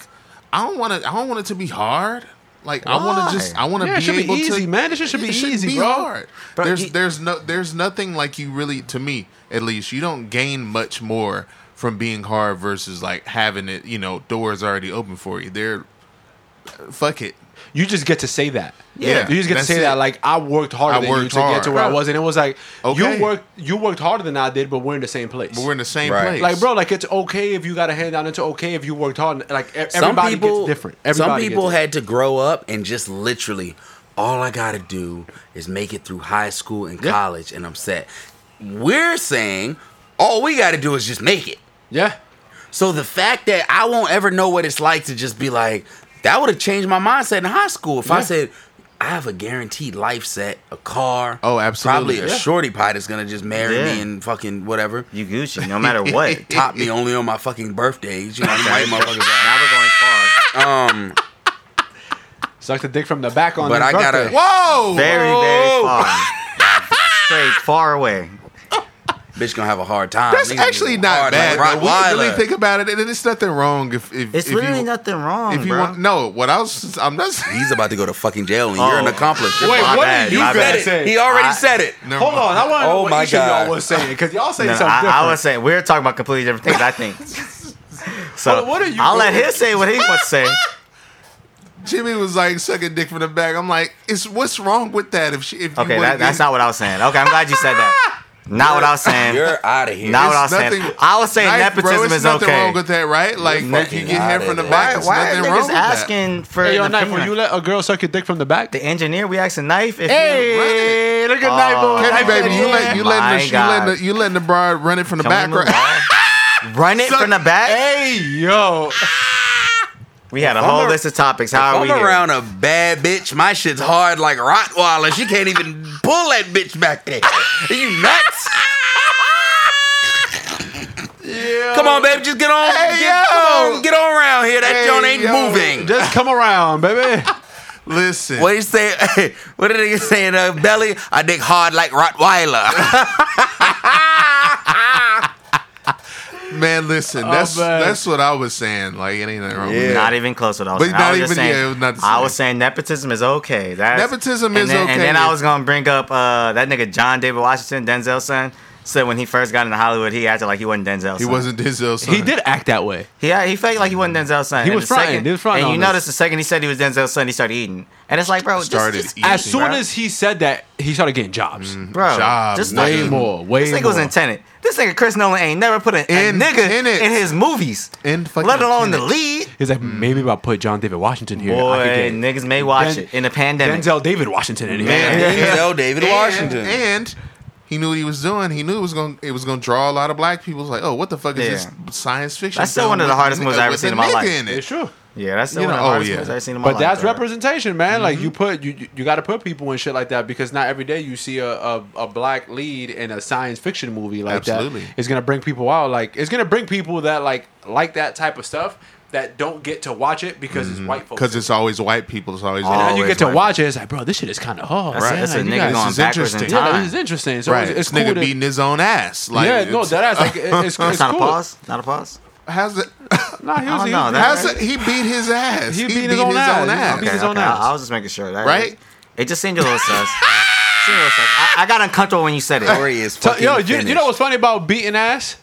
Speaker 2: I don't want to I don't want it to be hard. Like I want
Speaker 3: Why?
Speaker 2: to just I want to
Speaker 4: Yeah, it
Speaker 2: be
Speaker 4: should be
Speaker 2: able
Speaker 4: easy,
Speaker 2: to
Speaker 4: man. This shit should
Speaker 2: It
Speaker 4: be
Speaker 2: shouldn't
Speaker 4: easy, bro.
Speaker 3: Bro,
Speaker 2: there's
Speaker 3: he-
Speaker 2: there's no there's nothing like you really to me at least you don't gain much more from being hard versus like having it you know doors already open for you. They're uh, fuck it.
Speaker 4: you just get to say that.
Speaker 2: Yeah,
Speaker 4: you just get to
Speaker 2: that's
Speaker 4: say
Speaker 2: it.
Speaker 4: that. Like I worked harder
Speaker 2: I
Speaker 4: than you
Speaker 2: worked
Speaker 4: to get to
Speaker 2: hard.
Speaker 4: where I was, and it was like
Speaker 2: Okay.
Speaker 4: you worked, you worked harder than I did, but we're in the same place.
Speaker 2: We're in the same
Speaker 5: Right.
Speaker 2: place,
Speaker 4: like, bro, like it's okay if you got a hand down. It's okay if you worked hard. Like e-
Speaker 5: some
Speaker 4: everybody
Speaker 5: people
Speaker 4: gets different.
Speaker 5: some
Speaker 4: Everybody gets
Speaker 5: people
Speaker 4: different.
Speaker 5: had to grow up and just literally all I gotta do is make it through high school and
Speaker 4: Yeah.
Speaker 5: college and I'm set. We're saying all we gotta do is just make it.
Speaker 4: yeah.
Speaker 5: So the fact that I won't ever know what it's like to just be like, that would have changed my mindset in high school if I
Speaker 4: Yeah.
Speaker 5: said I have a guaranteed life set, a car.
Speaker 2: Oh, absolutely.
Speaker 5: Probably a
Speaker 2: Yeah.
Speaker 5: shorty pie that's gonna just marry me
Speaker 3: Yeah.
Speaker 5: and fucking whatever.
Speaker 3: You Gucci, no matter what.
Speaker 5: Top me only on my fucking birthdays. You know, white motherfuckers
Speaker 3: now we're going far.
Speaker 4: Suck the dick from the back on.
Speaker 5: But
Speaker 4: his
Speaker 5: I gotta-
Speaker 4: birthday.
Speaker 2: Whoa,
Speaker 3: Very, very far. Straight far away.
Speaker 5: bitch gonna have a hard time.
Speaker 2: that's
Speaker 5: Niggas
Speaker 2: actually
Speaker 5: gonna
Speaker 2: not
Speaker 5: hard
Speaker 2: bad.
Speaker 5: Like
Speaker 2: though. we
Speaker 5: Rottweiler.
Speaker 2: really think about it, and it's nothing wrong if if
Speaker 3: It's
Speaker 2: if
Speaker 3: literally
Speaker 2: you,
Speaker 3: nothing wrong,
Speaker 2: If you
Speaker 3: bro.
Speaker 2: want, no, what I was I'm not
Speaker 5: He's about to go to fucking jail, and you're an
Speaker 3: Oh.
Speaker 5: accomplice. You're
Speaker 4: Wait,
Speaker 5: fucked.
Speaker 3: My
Speaker 4: what
Speaker 3: bad,
Speaker 4: did you
Speaker 3: my
Speaker 5: said
Speaker 4: gotta
Speaker 3: bad.
Speaker 5: it.
Speaker 4: say?
Speaker 5: He already
Speaker 3: I-
Speaker 5: said it.
Speaker 2: Never
Speaker 4: Hold
Speaker 2: mind.
Speaker 4: on, I want to
Speaker 5: Oh
Speaker 4: know what
Speaker 5: my
Speaker 4: each of
Speaker 5: God.
Speaker 4: y'all was saying because y'all saying
Speaker 3: No,
Speaker 4: something
Speaker 3: I,
Speaker 4: different.
Speaker 3: I was saying we're talking about completely different things. I think. So
Speaker 4: What- what are you
Speaker 3: I'll let
Speaker 4: doing?
Speaker 3: him say what he wants to say.
Speaker 2: Jimmy was like sucking dick from the back. I'm like, it's what's wrong with that? If she, if you
Speaker 3: Okay, that,
Speaker 2: wouldn't-
Speaker 3: that's not what I was saying. Okay, I'm glad you said that. Not what I was saying.
Speaker 5: You're out of here.
Speaker 3: Not what I
Speaker 2: It's
Speaker 3: was saying.
Speaker 2: nothing-
Speaker 3: I was saying
Speaker 2: Right, bro,
Speaker 3: nepotism
Speaker 2: it's
Speaker 3: is
Speaker 2: nothing
Speaker 3: okay.
Speaker 2: wrong with that, right? Like,
Speaker 3: You're
Speaker 2: if you
Speaker 5: fucking
Speaker 2: get
Speaker 5: out
Speaker 2: him
Speaker 5: of
Speaker 2: from the
Speaker 5: there.
Speaker 2: back,
Speaker 5: Why
Speaker 2: why
Speaker 3: Why are
Speaker 2: nothing wrong
Speaker 3: niggas
Speaker 2: with that?
Speaker 3: asking for
Speaker 4: Hey, yo,
Speaker 3: an
Speaker 4: knife, will
Speaker 3: opinion?
Speaker 4: you let a girl suck your dick from the back?
Speaker 3: the engineer? We asking knife if you
Speaker 4: Hey, look at
Speaker 3: Oh.
Speaker 4: knife boy.
Speaker 3: Kenny,
Speaker 2: Hey,
Speaker 4: Knife
Speaker 2: baby,
Speaker 4: said,
Speaker 2: you
Speaker 4: yeah.
Speaker 2: let you
Speaker 3: My
Speaker 2: letting the, you
Speaker 3: God.
Speaker 2: letting the, you letting the broad run it from the
Speaker 3: Can we
Speaker 2: back,
Speaker 3: move
Speaker 2: right?
Speaker 3: on? Run it from the back.
Speaker 4: Hey, yo.
Speaker 3: We had a
Speaker 5: I'm
Speaker 3: whole
Speaker 5: a-
Speaker 3: list of topics. How are we
Speaker 5: I'm
Speaker 3: here?
Speaker 5: around a bad bitch. My shit's hard like Rottweiler. She can't even pull that bitch back there. Are you nuts? Come on, baby, just get on.
Speaker 2: Hey,
Speaker 5: get,
Speaker 2: yo.
Speaker 5: come on, get on around here. That
Speaker 2: Hey,
Speaker 5: joint ain't
Speaker 2: yo.
Speaker 5: moving.
Speaker 4: Just come around, baby.
Speaker 2: Listen,
Speaker 5: What he say? what did nigga say in her belly? I dick hard like Rottweiler.
Speaker 2: man, listen. That's
Speaker 4: man.
Speaker 2: that's what I was saying. Like, it ain't nothing wrong. with
Speaker 5: Yeah.
Speaker 2: that.
Speaker 3: Not even close at all.
Speaker 2: But
Speaker 3: I was
Speaker 2: not
Speaker 3: just
Speaker 2: even-
Speaker 3: saying,
Speaker 2: yeah, it was not the
Speaker 3: I
Speaker 2: same.
Speaker 3: was saying nepotism is okay. That's,
Speaker 2: Nepotism
Speaker 3: and
Speaker 2: is
Speaker 3: then,
Speaker 2: okay.
Speaker 3: And then I was gonna bring up uh, that nigga John David Washington, Denzel's son. Said when he first got into Hollywood, he acted like he wasn't Denzel's
Speaker 2: He
Speaker 3: son.
Speaker 2: wasn't Denzel's son.
Speaker 4: He did act that way.
Speaker 3: He, he felt like he wasn't Denzel's son.
Speaker 4: He
Speaker 3: And
Speaker 4: was
Speaker 3: the
Speaker 4: fronting.
Speaker 3: second-
Speaker 4: He was fronting
Speaker 3: And you
Speaker 4: on this.
Speaker 3: notice the second he said he was Denzel's son, he started eating. And it's like, bro, just-
Speaker 2: Started
Speaker 3: just,
Speaker 2: eating.
Speaker 4: As soon
Speaker 3: bro.
Speaker 4: as he said that, he started getting jobs.
Speaker 3: bro,
Speaker 2: Job,
Speaker 3: just
Speaker 2: way
Speaker 3: fucking-
Speaker 4: more, way
Speaker 3: This nigga was
Speaker 4: more.
Speaker 3: in Tenet. This nigga Chris Nolan ain't never put a, a
Speaker 2: In
Speaker 3: nigga
Speaker 2: Tenet.
Speaker 3: in his movies,
Speaker 2: In fucking
Speaker 3: let alone the
Speaker 2: Tenet.
Speaker 3: lead.
Speaker 4: He's like, maybe if I put John David Washington here,
Speaker 3: Mm. Boy,
Speaker 4: I could get
Speaker 3: niggas may watch
Speaker 4: Den-
Speaker 3: it in the pandemic.
Speaker 4: Denzel David Washington in here.
Speaker 2: Man.
Speaker 5: Denzel David
Speaker 2: And-
Speaker 5: Washington.
Speaker 2: and He knew what he was doing. He knew it was going. to It was going to draw a lot of black people. It's like, oh, what the fuck is
Speaker 3: Yeah.
Speaker 2: this science fiction?
Speaker 3: That's still
Speaker 2: film
Speaker 3: one of the
Speaker 2: with a
Speaker 3: hardest
Speaker 2: nigga-
Speaker 3: movies I've ever
Speaker 2: with
Speaker 3: seen
Speaker 2: a
Speaker 3: in my
Speaker 2: nigga
Speaker 3: life.
Speaker 2: it?
Speaker 4: It's true.
Speaker 3: Yeah, that's the
Speaker 2: You
Speaker 3: one of
Speaker 2: know,
Speaker 3: the
Speaker 2: oh,
Speaker 3: hardest
Speaker 2: yeah.
Speaker 3: movies I've seen in my
Speaker 4: But
Speaker 3: life.
Speaker 4: that's
Speaker 3: bro.
Speaker 4: representation, man. Like you put you you- you got to put people in shit like that because not every day you see a, a, a black lead in a science fiction movie like
Speaker 2: Absolutely.
Speaker 4: that. It's gonna bring people out. Like it's gonna bring people that like like that type of stuff that don't get to watch it because it's white folks.
Speaker 2: Because it's always white people. It's always
Speaker 4: and then you
Speaker 3: always
Speaker 4: get to
Speaker 3: white.
Speaker 4: watch it. It's like, bro, this shit is kind of hard.
Speaker 3: That's,
Speaker 2: Right.
Speaker 3: a, that's a
Speaker 2: Yeah,
Speaker 4: Like, you
Speaker 3: nigga
Speaker 4: gotta-
Speaker 2: guys,
Speaker 3: going
Speaker 2: this is
Speaker 3: backwards in
Speaker 2: interesting.
Speaker 4: Yeah,
Speaker 3: time.
Speaker 4: like, this is interesting. So
Speaker 2: right.
Speaker 4: it's, it's
Speaker 2: this nigga
Speaker 4: cool.
Speaker 2: beating
Speaker 4: That,
Speaker 2: his own ass. Like,
Speaker 4: yeah, no,
Speaker 2: it's-
Speaker 4: that is like it- it's,
Speaker 3: That's
Speaker 4: it's
Speaker 3: not
Speaker 4: cool.
Speaker 3: a pause. Not a pause.
Speaker 2: How's it?
Speaker 4: Nah, he
Speaker 3: I
Speaker 4: was,
Speaker 3: don't
Speaker 4: he
Speaker 3: know,
Speaker 4: was-
Speaker 3: Oh, that-
Speaker 2: How's it? He beat his ass.
Speaker 4: He beat his own ass. He beat his
Speaker 3: Okay,
Speaker 4: own
Speaker 3: okay,
Speaker 4: ass.
Speaker 3: I, I was just making sure. That
Speaker 2: Right?
Speaker 3: It just seemed a little sus. seemed a little sus. I, I got uncomfortable when you said it.
Speaker 5: Story is
Speaker 4: So,
Speaker 5: fucking
Speaker 4: yo, you, you know
Speaker 5: finished.
Speaker 4: what's funny about beating ass?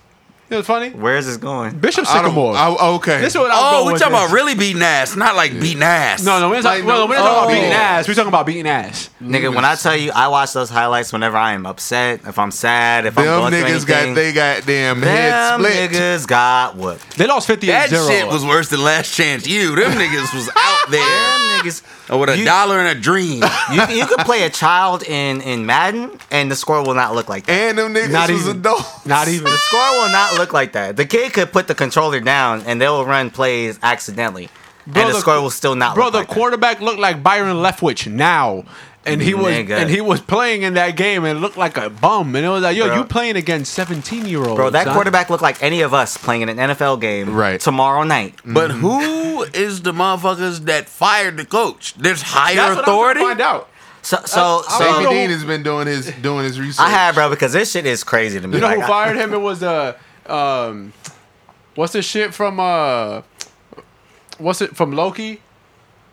Speaker 4: You know what's funny?
Speaker 3: Where is this going?
Speaker 4: Bishop
Speaker 2: I don't-
Speaker 4: Sycamore.
Speaker 2: I- okay.
Speaker 4: This is what I'll
Speaker 5: Oh,
Speaker 4: go
Speaker 5: we're
Speaker 4: with
Speaker 5: talking
Speaker 4: this.
Speaker 5: about really beating ass, not like beating ass.
Speaker 4: No, no, we're not,
Speaker 2: Like,
Speaker 4: talking- well,
Speaker 2: no,
Speaker 4: we're not talking about
Speaker 5: oh.
Speaker 4: beating ass. We're talking about beating ass.
Speaker 3: Nigga, when I tell you I watch those highlights whenever I am upset, if I'm sad, if
Speaker 2: Them
Speaker 3: I'm going
Speaker 2: niggas
Speaker 3: through anything,
Speaker 2: got they got damn head
Speaker 3: them
Speaker 2: split.
Speaker 3: niggas got whooped.
Speaker 4: They lost 58
Speaker 5: That
Speaker 4: 0.
Speaker 5: shit was worse than Last Chance You. Them niggas was out there
Speaker 3: Them niggas.
Speaker 5: Oh, with a
Speaker 3: You-
Speaker 5: dollar and a dream.
Speaker 3: You, you could play a child in, in Madden, and the score will not look like that.
Speaker 2: And them niggas
Speaker 4: Not
Speaker 2: was
Speaker 4: even.
Speaker 2: adults.
Speaker 4: Not even.
Speaker 3: The score will not look like that. The kid could put the controller down, and they'll run plays accidentally,
Speaker 4: Bro,
Speaker 3: and the,
Speaker 4: the-
Speaker 3: score will still not
Speaker 4: Bro,
Speaker 3: look
Speaker 4: the
Speaker 3: like that.
Speaker 4: quarterback looked like Byron Leftwich now. And he was
Speaker 3: Nigga.
Speaker 4: and he was playing in that game and looked like a bum. And it was like, yo,
Speaker 3: Bro.
Speaker 4: you playing against 17 year olds.
Speaker 3: Bro, that quarterback looked like any of us playing in an NFL game
Speaker 2: Right.
Speaker 3: tomorrow night.
Speaker 5: But who is the motherfuckers that fired the coach? There's higher
Speaker 4: That's what
Speaker 5: authority.
Speaker 4: I'm trying to find out.
Speaker 3: So, so,
Speaker 4: I
Speaker 3: so
Speaker 4: don't
Speaker 2: Baby
Speaker 4: know
Speaker 2: Dean
Speaker 4: who-
Speaker 2: has been doing his doing his research.
Speaker 3: I have, bro, because this shit is crazy to me.
Speaker 4: You know
Speaker 3: Like,
Speaker 4: who
Speaker 3: I-
Speaker 4: fired him? It was uh um what's this shit from uh what's it from Loki?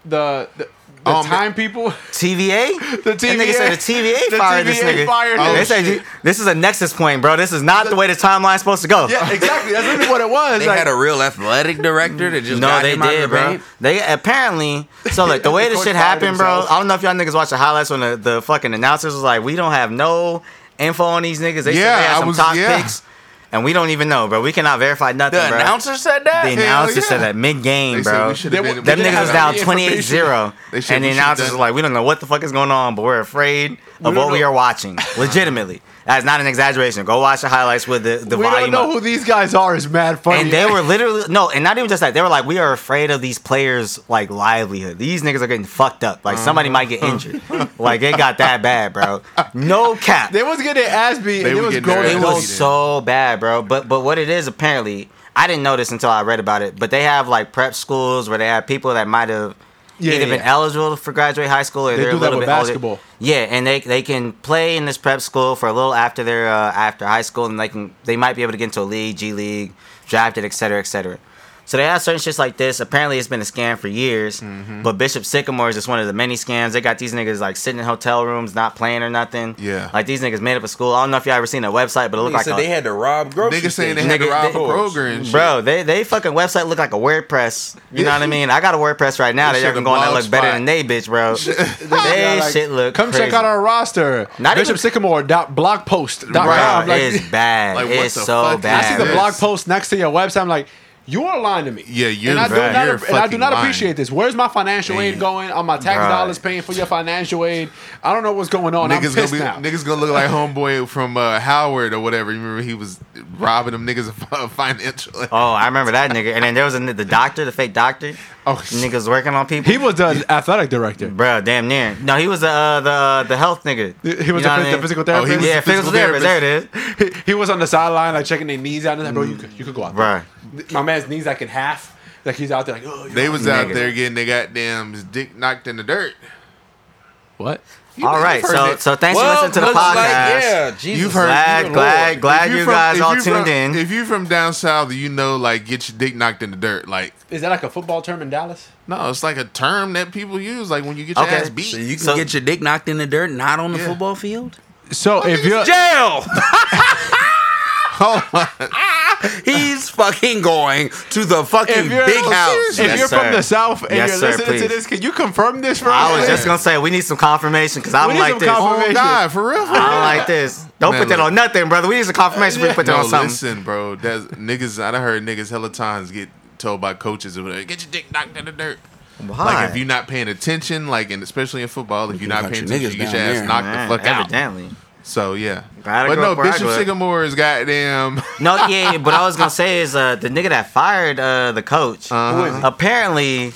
Speaker 4: The the, the
Speaker 2: Oh, man.
Speaker 4: time people?
Speaker 3: TVA?
Speaker 4: The
Speaker 3: That nigga said the TVA
Speaker 4: The
Speaker 3: fired this
Speaker 4: TVA
Speaker 3: nigga.
Speaker 4: fired
Speaker 3: They
Speaker 4: him.
Speaker 3: said,
Speaker 2: shit.
Speaker 3: this is a nexus point, bro. This is not the way the timeline's supposed to go.
Speaker 4: yeah, exactly. That's really what it was.
Speaker 5: They
Speaker 4: like-
Speaker 5: had a real athletic director that just
Speaker 3: No,
Speaker 5: got
Speaker 3: they
Speaker 5: him out of the
Speaker 3: did, bro.
Speaker 5: paint.
Speaker 3: They apparently so like the way
Speaker 4: The
Speaker 3: this
Speaker 4: coach
Speaker 3: shit
Speaker 4: fired
Speaker 3: happened, bro.
Speaker 4: themselves.
Speaker 3: I don't know if y'all niggas watch the highlights when the, the fucking announcers was like, we don't have no info on these niggas. They
Speaker 2: Yeah,
Speaker 3: said they
Speaker 2: I
Speaker 3: had some
Speaker 2: was-
Speaker 3: top
Speaker 2: yeah.
Speaker 3: picks, and we don't even know, bro. We cannot verify nothing,
Speaker 5: The
Speaker 3: bro.
Speaker 5: announcer said that.
Speaker 3: the
Speaker 2: Hell
Speaker 3: announcer said
Speaker 2: yeah.
Speaker 3: that mid
Speaker 2: They
Speaker 3: game,
Speaker 2: said
Speaker 3: bro.
Speaker 2: we should have
Speaker 4: They-
Speaker 2: been.
Speaker 3: Them
Speaker 4: we didn't
Speaker 3: niggas
Speaker 4: have
Speaker 3: down
Speaker 4: any
Speaker 3: 28 0.
Speaker 2: They should-
Speaker 3: And the
Speaker 2: we should've
Speaker 3: announcers
Speaker 2: done-
Speaker 3: are like, we don't know what the fuck is going on, but we're afraid of
Speaker 4: don't
Speaker 3: what we
Speaker 4: know.
Speaker 3: are watching. Legitimately. That's not an exaggeration. Go watch the highlights with the, the
Speaker 4: we
Speaker 3: volume.
Speaker 4: don't know
Speaker 3: up.
Speaker 4: who these guys are. Is mad funny.
Speaker 3: and they were literally no, and not even just that. They were like, we are afraid of these players' like livelihood. These niggas are getting fucked up. Like somebody might
Speaker 4: Uh-huh.
Speaker 3: get injured. like it got that bad, bro. No cap.
Speaker 4: They was getting ass beat.
Speaker 2: They
Speaker 4: and it
Speaker 2: were
Speaker 4: was
Speaker 2: getting
Speaker 4: going.
Speaker 2: their
Speaker 3: It
Speaker 2: ass
Speaker 4: dope.
Speaker 3: was so bad, bro. But but what it is apparently, I didn't know this until I read about it. But they have like prep schools where they have people that might have
Speaker 4: Yeah,
Speaker 3: either
Speaker 4: yeah,
Speaker 3: been
Speaker 4: yeah.
Speaker 3: eligible for graduate high school or
Speaker 4: They
Speaker 3: are
Speaker 4: do
Speaker 3: a
Speaker 4: that
Speaker 3: little
Speaker 4: with
Speaker 3: bit older.
Speaker 4: basketball.
Speaker 3: Yeah, and they they can play in this prep school for a little after their uh, after high school, and they can they might be able to get into a league, G League, drafted, et cetera, et cetera. So they have certain shits like this. Apparently, it's been a scam for years, but Bishop Sycamore is just one of the many scams. They got these niggas like sitting in hotel rooms, not playing or nothing.
Speaker 2: Yeah.
Speaker 3: like these niggas made up a school. I don't know if y'all ever seen a website, but it looked like a,
Speaker 5: had to rob grocery
Speaker 2: Niggas saying they had to
Speaker 3: Nigga,
Speaker 2: rob a
Speaker 3: they-
Speaker 2: Kroger and shit.
Speaker 3: Bro, they they fucking website look like a WordPress. You know what I mean? I got a WordPress right now
Speaker 2: This
Speaker 3: that y'all
Speaker 2: shit
Speaker 3: can
Speaker 2: a
Speaker 3: go on and
Speaker 2: blog
Speaker 3: look better
Speaker 2: spot.
Speaker 3: than they, bitch, bro. they
Speaker 4: Like,
Speaker 3: shit look.
Speaker 4: Come
Speaker 3: crazy.
Speaker 4: check out our roster.
Speaker 3: Not
Speaker 4: Bishop
Speaker 3: even-
Speaker 4: Sycamore dot blogpost dot
Speaker 3: Bro,
Speaker 4: com. Like,
Speaker 3: it's bad.
Speaker 2: Like, what
Speaker 3: it's
Speaker 2: the
Speaker 3: so
Speaker 2: fuck is
Speaker 3: bad.
Speaker 4: I see the
Speaker 2: this?
Speaker 4: blog post next to your website. I'm like, you are lying to me.
Speaker 2: Yeah, you're-
Speaker 4: and I
Speaker 2: right.
Speaker 4: do not,
Speaker 2: you're
Speaker 4: and I do
Speaker 2: fucking
Speaker 4: not
Speaker 2: lying.
Speaker 4: appreciate this. Where's my financial aid
Speaker 2: Damn.
Speaker 4: going? Are my tax
Speaker 3: Right.
Speaker 4: dollars paying for your financial aid? I don't know what's going on. I'm
Speaker 2: Niggas gonna
Speaker 4: pissed
Speaker 2: be
Speaker 4: now.
Speaker 2: niggas gonna look like homeboy from uh, Howard or whatever. You remember he was robbing them niggas of uh, financial.
Speaker 3: Oh, I remember that nigga. And then there was a, the doctor, the fake doctor.
Speaker 2: Oh,
Speaker 3: niggas working on people.
Speaker 4: He was the athletic director.
Speaker 3: Bro, damn near. No, he was the uh, the uh, the health nigga.
Speaker 4: He was
Speaker 3: You
Speaker 4: the
Speaker 3: know what
Speaker 4: phys-
Speaker 3: I
Speaker 4: the
Speaker 3: mean?
Speaker 4: physical
Speaker 2: Oh, he was
Speaker 4: therapist.
Speaker 2: the
Speaker 3: yeah, physical
Speaker 2: physical
Speaker 3: therapist. There it is,
Speaker 4: he, he was on the sideline, like checking their knees out. And like, bro,
Speaker 2: Mm.
Speaker 4: you, could- you could go out.
Speaker 3: bro.
Speaker 4: There. My man's knees like in half. Like he's out there like, oh,
Speaker 2: They
Speaker 4: yo.
Speaker 2: was out
Speaker 3: Nigga.
Speaker 2: there getting their goddamn dick knocked in the dirt.
Speaker 4: what?
Speaker 2: You
Speaker 3: All
Speaker 2: know,
Speaker 3: right,
Speaker 2: you've heard
Speaker 3: so
Speaker 2: it.
Speaker 3: so thanks
Speaker 5: Well,
Speaker 3: for listening to the
Speaker 5: looks
Speaker 3: podcast.
Speaker 5: like, yeah, Jesus.
Speaker 2: You've heard-
Speaker 3: glad,
Speaker 2: Lord.
Speaker 3: glad,
Speaker 2: If
Speaker 3: glad
Speaker 2: you
Speaker 3: you,
Speaker 2: from-
Speaker 3: guys
Speaker 2: if
Speaker 3: all
Speaker 2: you
Speaker 3: tuned
Speaker 2: from-
Speaker 3: in.
Speaker 2: If you from down south, you know, like get your dick knocked in the dirt. Like
Speaker 4: Is that like a football term in Dallas?
Speaker 2: no, it's like a term that people use. Like when you get your
Speaker 3: Okay.
Speaker 2: ass beat.
Speaker 5: So you can
Speaker 3: So-
Speaker 5: get your dick knocked in the dirt, not on the
Speaker 2: Yeah.
Speaker 5: football field.
Speaker 4: So if you're
Speaker 5: Jail.
Speaker 2: Hold on.
Speaker 5: He's fucking going to the fucking
Speaker 4: If you're-
Speaker 5: big
Speaker 4: Oh,
Speaker 5: house.
Speaker 4: if
Speaker 3: Yes,
Speaker 4: you're from
Speaker 3: sir.
Speaker 4: the south and
Speaker 3: Yes,
Speaker 4: you're
Speaker 3: sir,
Speaker 4: listening to
Speaker 3: please.
Speaker 4: this, can you confirm this for
Speaker 3: I
Speaker 4: us?
Speaker 3: was just gonna say we need some confirmation because I'm
Speaker 4: We need
Speaker 3: like
Speaker 4: some
Speaker 3: this.
Speaker 4: confirmation.
Speaker 2: Oh God, for real. For
Speaker 3: I don't
Speaker 2: real.
Speaker 3: like this. Don't
Speaker 2: Man,
Speaker 3: put that
Speaker 2: look.
Speaker 3: on nothing, brother. We need some confirmation. We put that
Speaker 2: No,
Speaker 3: on something.
Speaker 2: listen, bro. That's niggas. I done heard niggas hella times get told by coaches or whatever, get your dick knocked in the dirt.
Speaker 3: Why?
Speaker 2: Like if you're not paying attention, like and especially in football, if you're not
Speaker 5: got
Speaker 2: paying
Speaker 5: your
Speaker 2: attention,
Speaker 5: niggas
Speaker 2: you get
Speaker 5: down
Speaker 2: your ass
Speaker 5: there.
Speaker 2: knocked
Speaker 3: Man,
Speaker 2: the fuck out.
Speaker 3: evidently.
Speaker 2: So yeah,
Speaker 3: Gotta
Speaker 2: but
Speaker 3: go
Speaker 2: no,
Speaker 3: for
Speaker 2: Bishop
Speaker 3: Agua.
Speaker 2: Sycamore is goddamn.
Speaker 3: No, yeah, yeah, but I was gonna say is uh, the nigga that fired uh, the coach.
Speaker 4: Uh-huh.
Speaker 3: Apparently,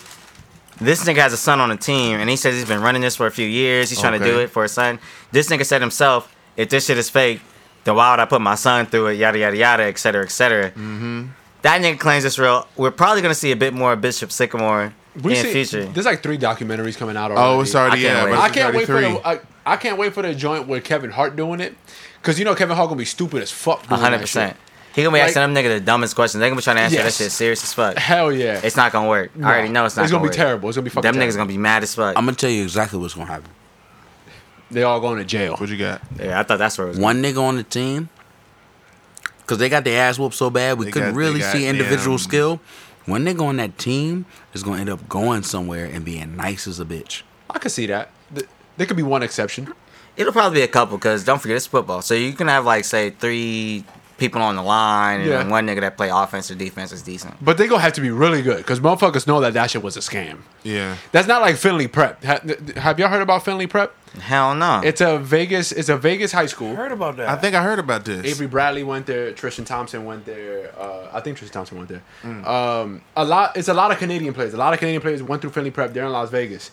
Speaker 3: this nigga has a son on the team, and he says he's been running this for a few years. He's trying to do
Speaker 2: Okay.
Speaker 3: it for his son. This nigga said himself, "If this shit is fake, then why would I put my son through it? Yada yada yada, et cetera, et cetera." Mm-hmm. That nigga claims it's real. We're probably gonna see a bit more of Bishop Sycamore
Speaker 4: We
Speaker 3: in
Speaker 4: see,
Speaker 3: future.
Speaker 4: There's like three documentaries coming out already.
Speaker 2: Oh, it's already
Speaker 3: I can't
Speaker 2: yeah.
Speaker 3: wait.
Speaker 2: but
Speaker 4: I
Speaker 2: it's
Speaker 4: can't wait for
Speaker 2: 33.
Speaker 4: the I, I can't wait for the joint with Kevin Hart doing it, because you know Kevin Hart gonna be stupid as
Speaker 3: One
Speaker 4: fuck. doing that
Speaker 3: hundred percent.
Speaker 4: shit.
Speaker 3: He gonna be
Speaker 4: Like-
Speaker 3: asking them nigga the dumbest questions. They gonna be trying to answer
Speaker 4: Yes.
Speaker 3: that shit serious as fuck.
Speaker 4: Hell yeah.
Speaker 3: It's not gonna work. I already know it's not.
Speaker 4: It's gonna, be
Speaker 3: work.
Speaker 4: terrible. It's gonna be fucking.
Speaker 3: Them
Speaker 4: terrible.
Speaker 3: niggas gonna be mad as fuck.
Speaker 5: I'm gonna tell you exactly what's gonna happen.
Speaker 4: They all going to jail.
Speaker 2: What you got?
Speaker 3: Yeah, I thought that's where it was.
Speaker 5: One nigga on the team, because they got their ass whooped so bad we
Speaker 2: They
Speaker 5: couldn't
Speaker 2: got- they
Speaker 5: really
Speaker 2: got
Speaker 5: see individual
Speaker 2: them-
Speaker 5: skill. One nigga on that team is gonna end up going somewhere and being nice as a bitch.
Speaker 4: I could see that. Th- There could be one exception.
Speaker 3: It'll probably be a couple because don't forget it's football, so you can have like say three people on the line and
Speaker 4: Yeah.
Speaker 3: then one nigga that play offense or defense is decent.
Speaker 4: But they gonna have to be really good because motherfuckers know that that shit was a scam.
Speaker 2: Yeah,
Speaker 4: That's not like Finley Prep. Ha- th- th- Have y'all heard about Finley Prep?
Speaker 3: Hell no.
Speaker 4: It's a Vegas. It's a Vegas high school.
Speaker 6: Heard about that?
Speaker 2: I think I heard about this.
Speaker 4: Avery Bradley went there. Tristan Thompson went there. Uh, I think Tristan Thompson went there. Um, a lot. It's a lot of Canadian players. A lot of Canadian players went through Finley Prep. They're in Las Vegas.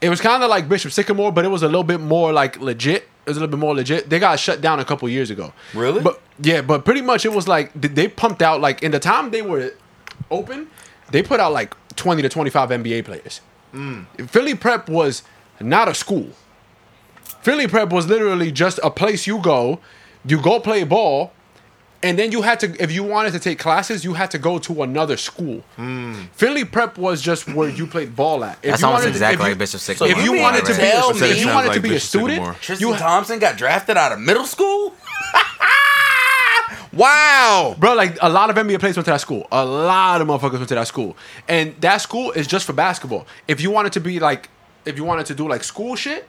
Speaker 4: It was kind of like Bishop Sycamore, but it was a little bit more like legit. It was a little bit more legit. They got shut down a couple years ago.
Speaker 5: Really?
Speaker 4: But yeah, but pretty much it was like th- they pumped out like in the time they were open, they put out like twenty to twenty five NBA players. Philly Prep was not a school. Philly Prep was literally just a place you go, you go play ball, and then you had to, if you wanted to take classes, you had to go to another school. Philly Prep was just where you played ball at. If
Speaker 3: That's
Speaker 4: you
Speaker 3: almost
Speaker 4: wanted to-
Speaker 3: exactly
Speaker 4: if
Speaker 3: like
Speaker 4: you,
Speaker 3: Bishop Sycamore.
Speaker 4: if you
Speaker 5: mean
Speaker 4: wanted to be,
Speaker 5: tell
Speaker 4: a,
Speaker 5: me-
Speaker 4: if you wanted to be a
Speaker 2: Sounds like
Speaker 4: student,
Speaker 2: Bishop
Speaker 5: Tristan
Speaker 4: you ha-
Speaker 5: Thompson got drafted out of middle school. wow.
Speaker 4: bro, like a lot of NBA players went to that school. A lot of motherfuckers went to that school, and that school is just for basketball. If you wanted to be like, if you wanted to do like school shit,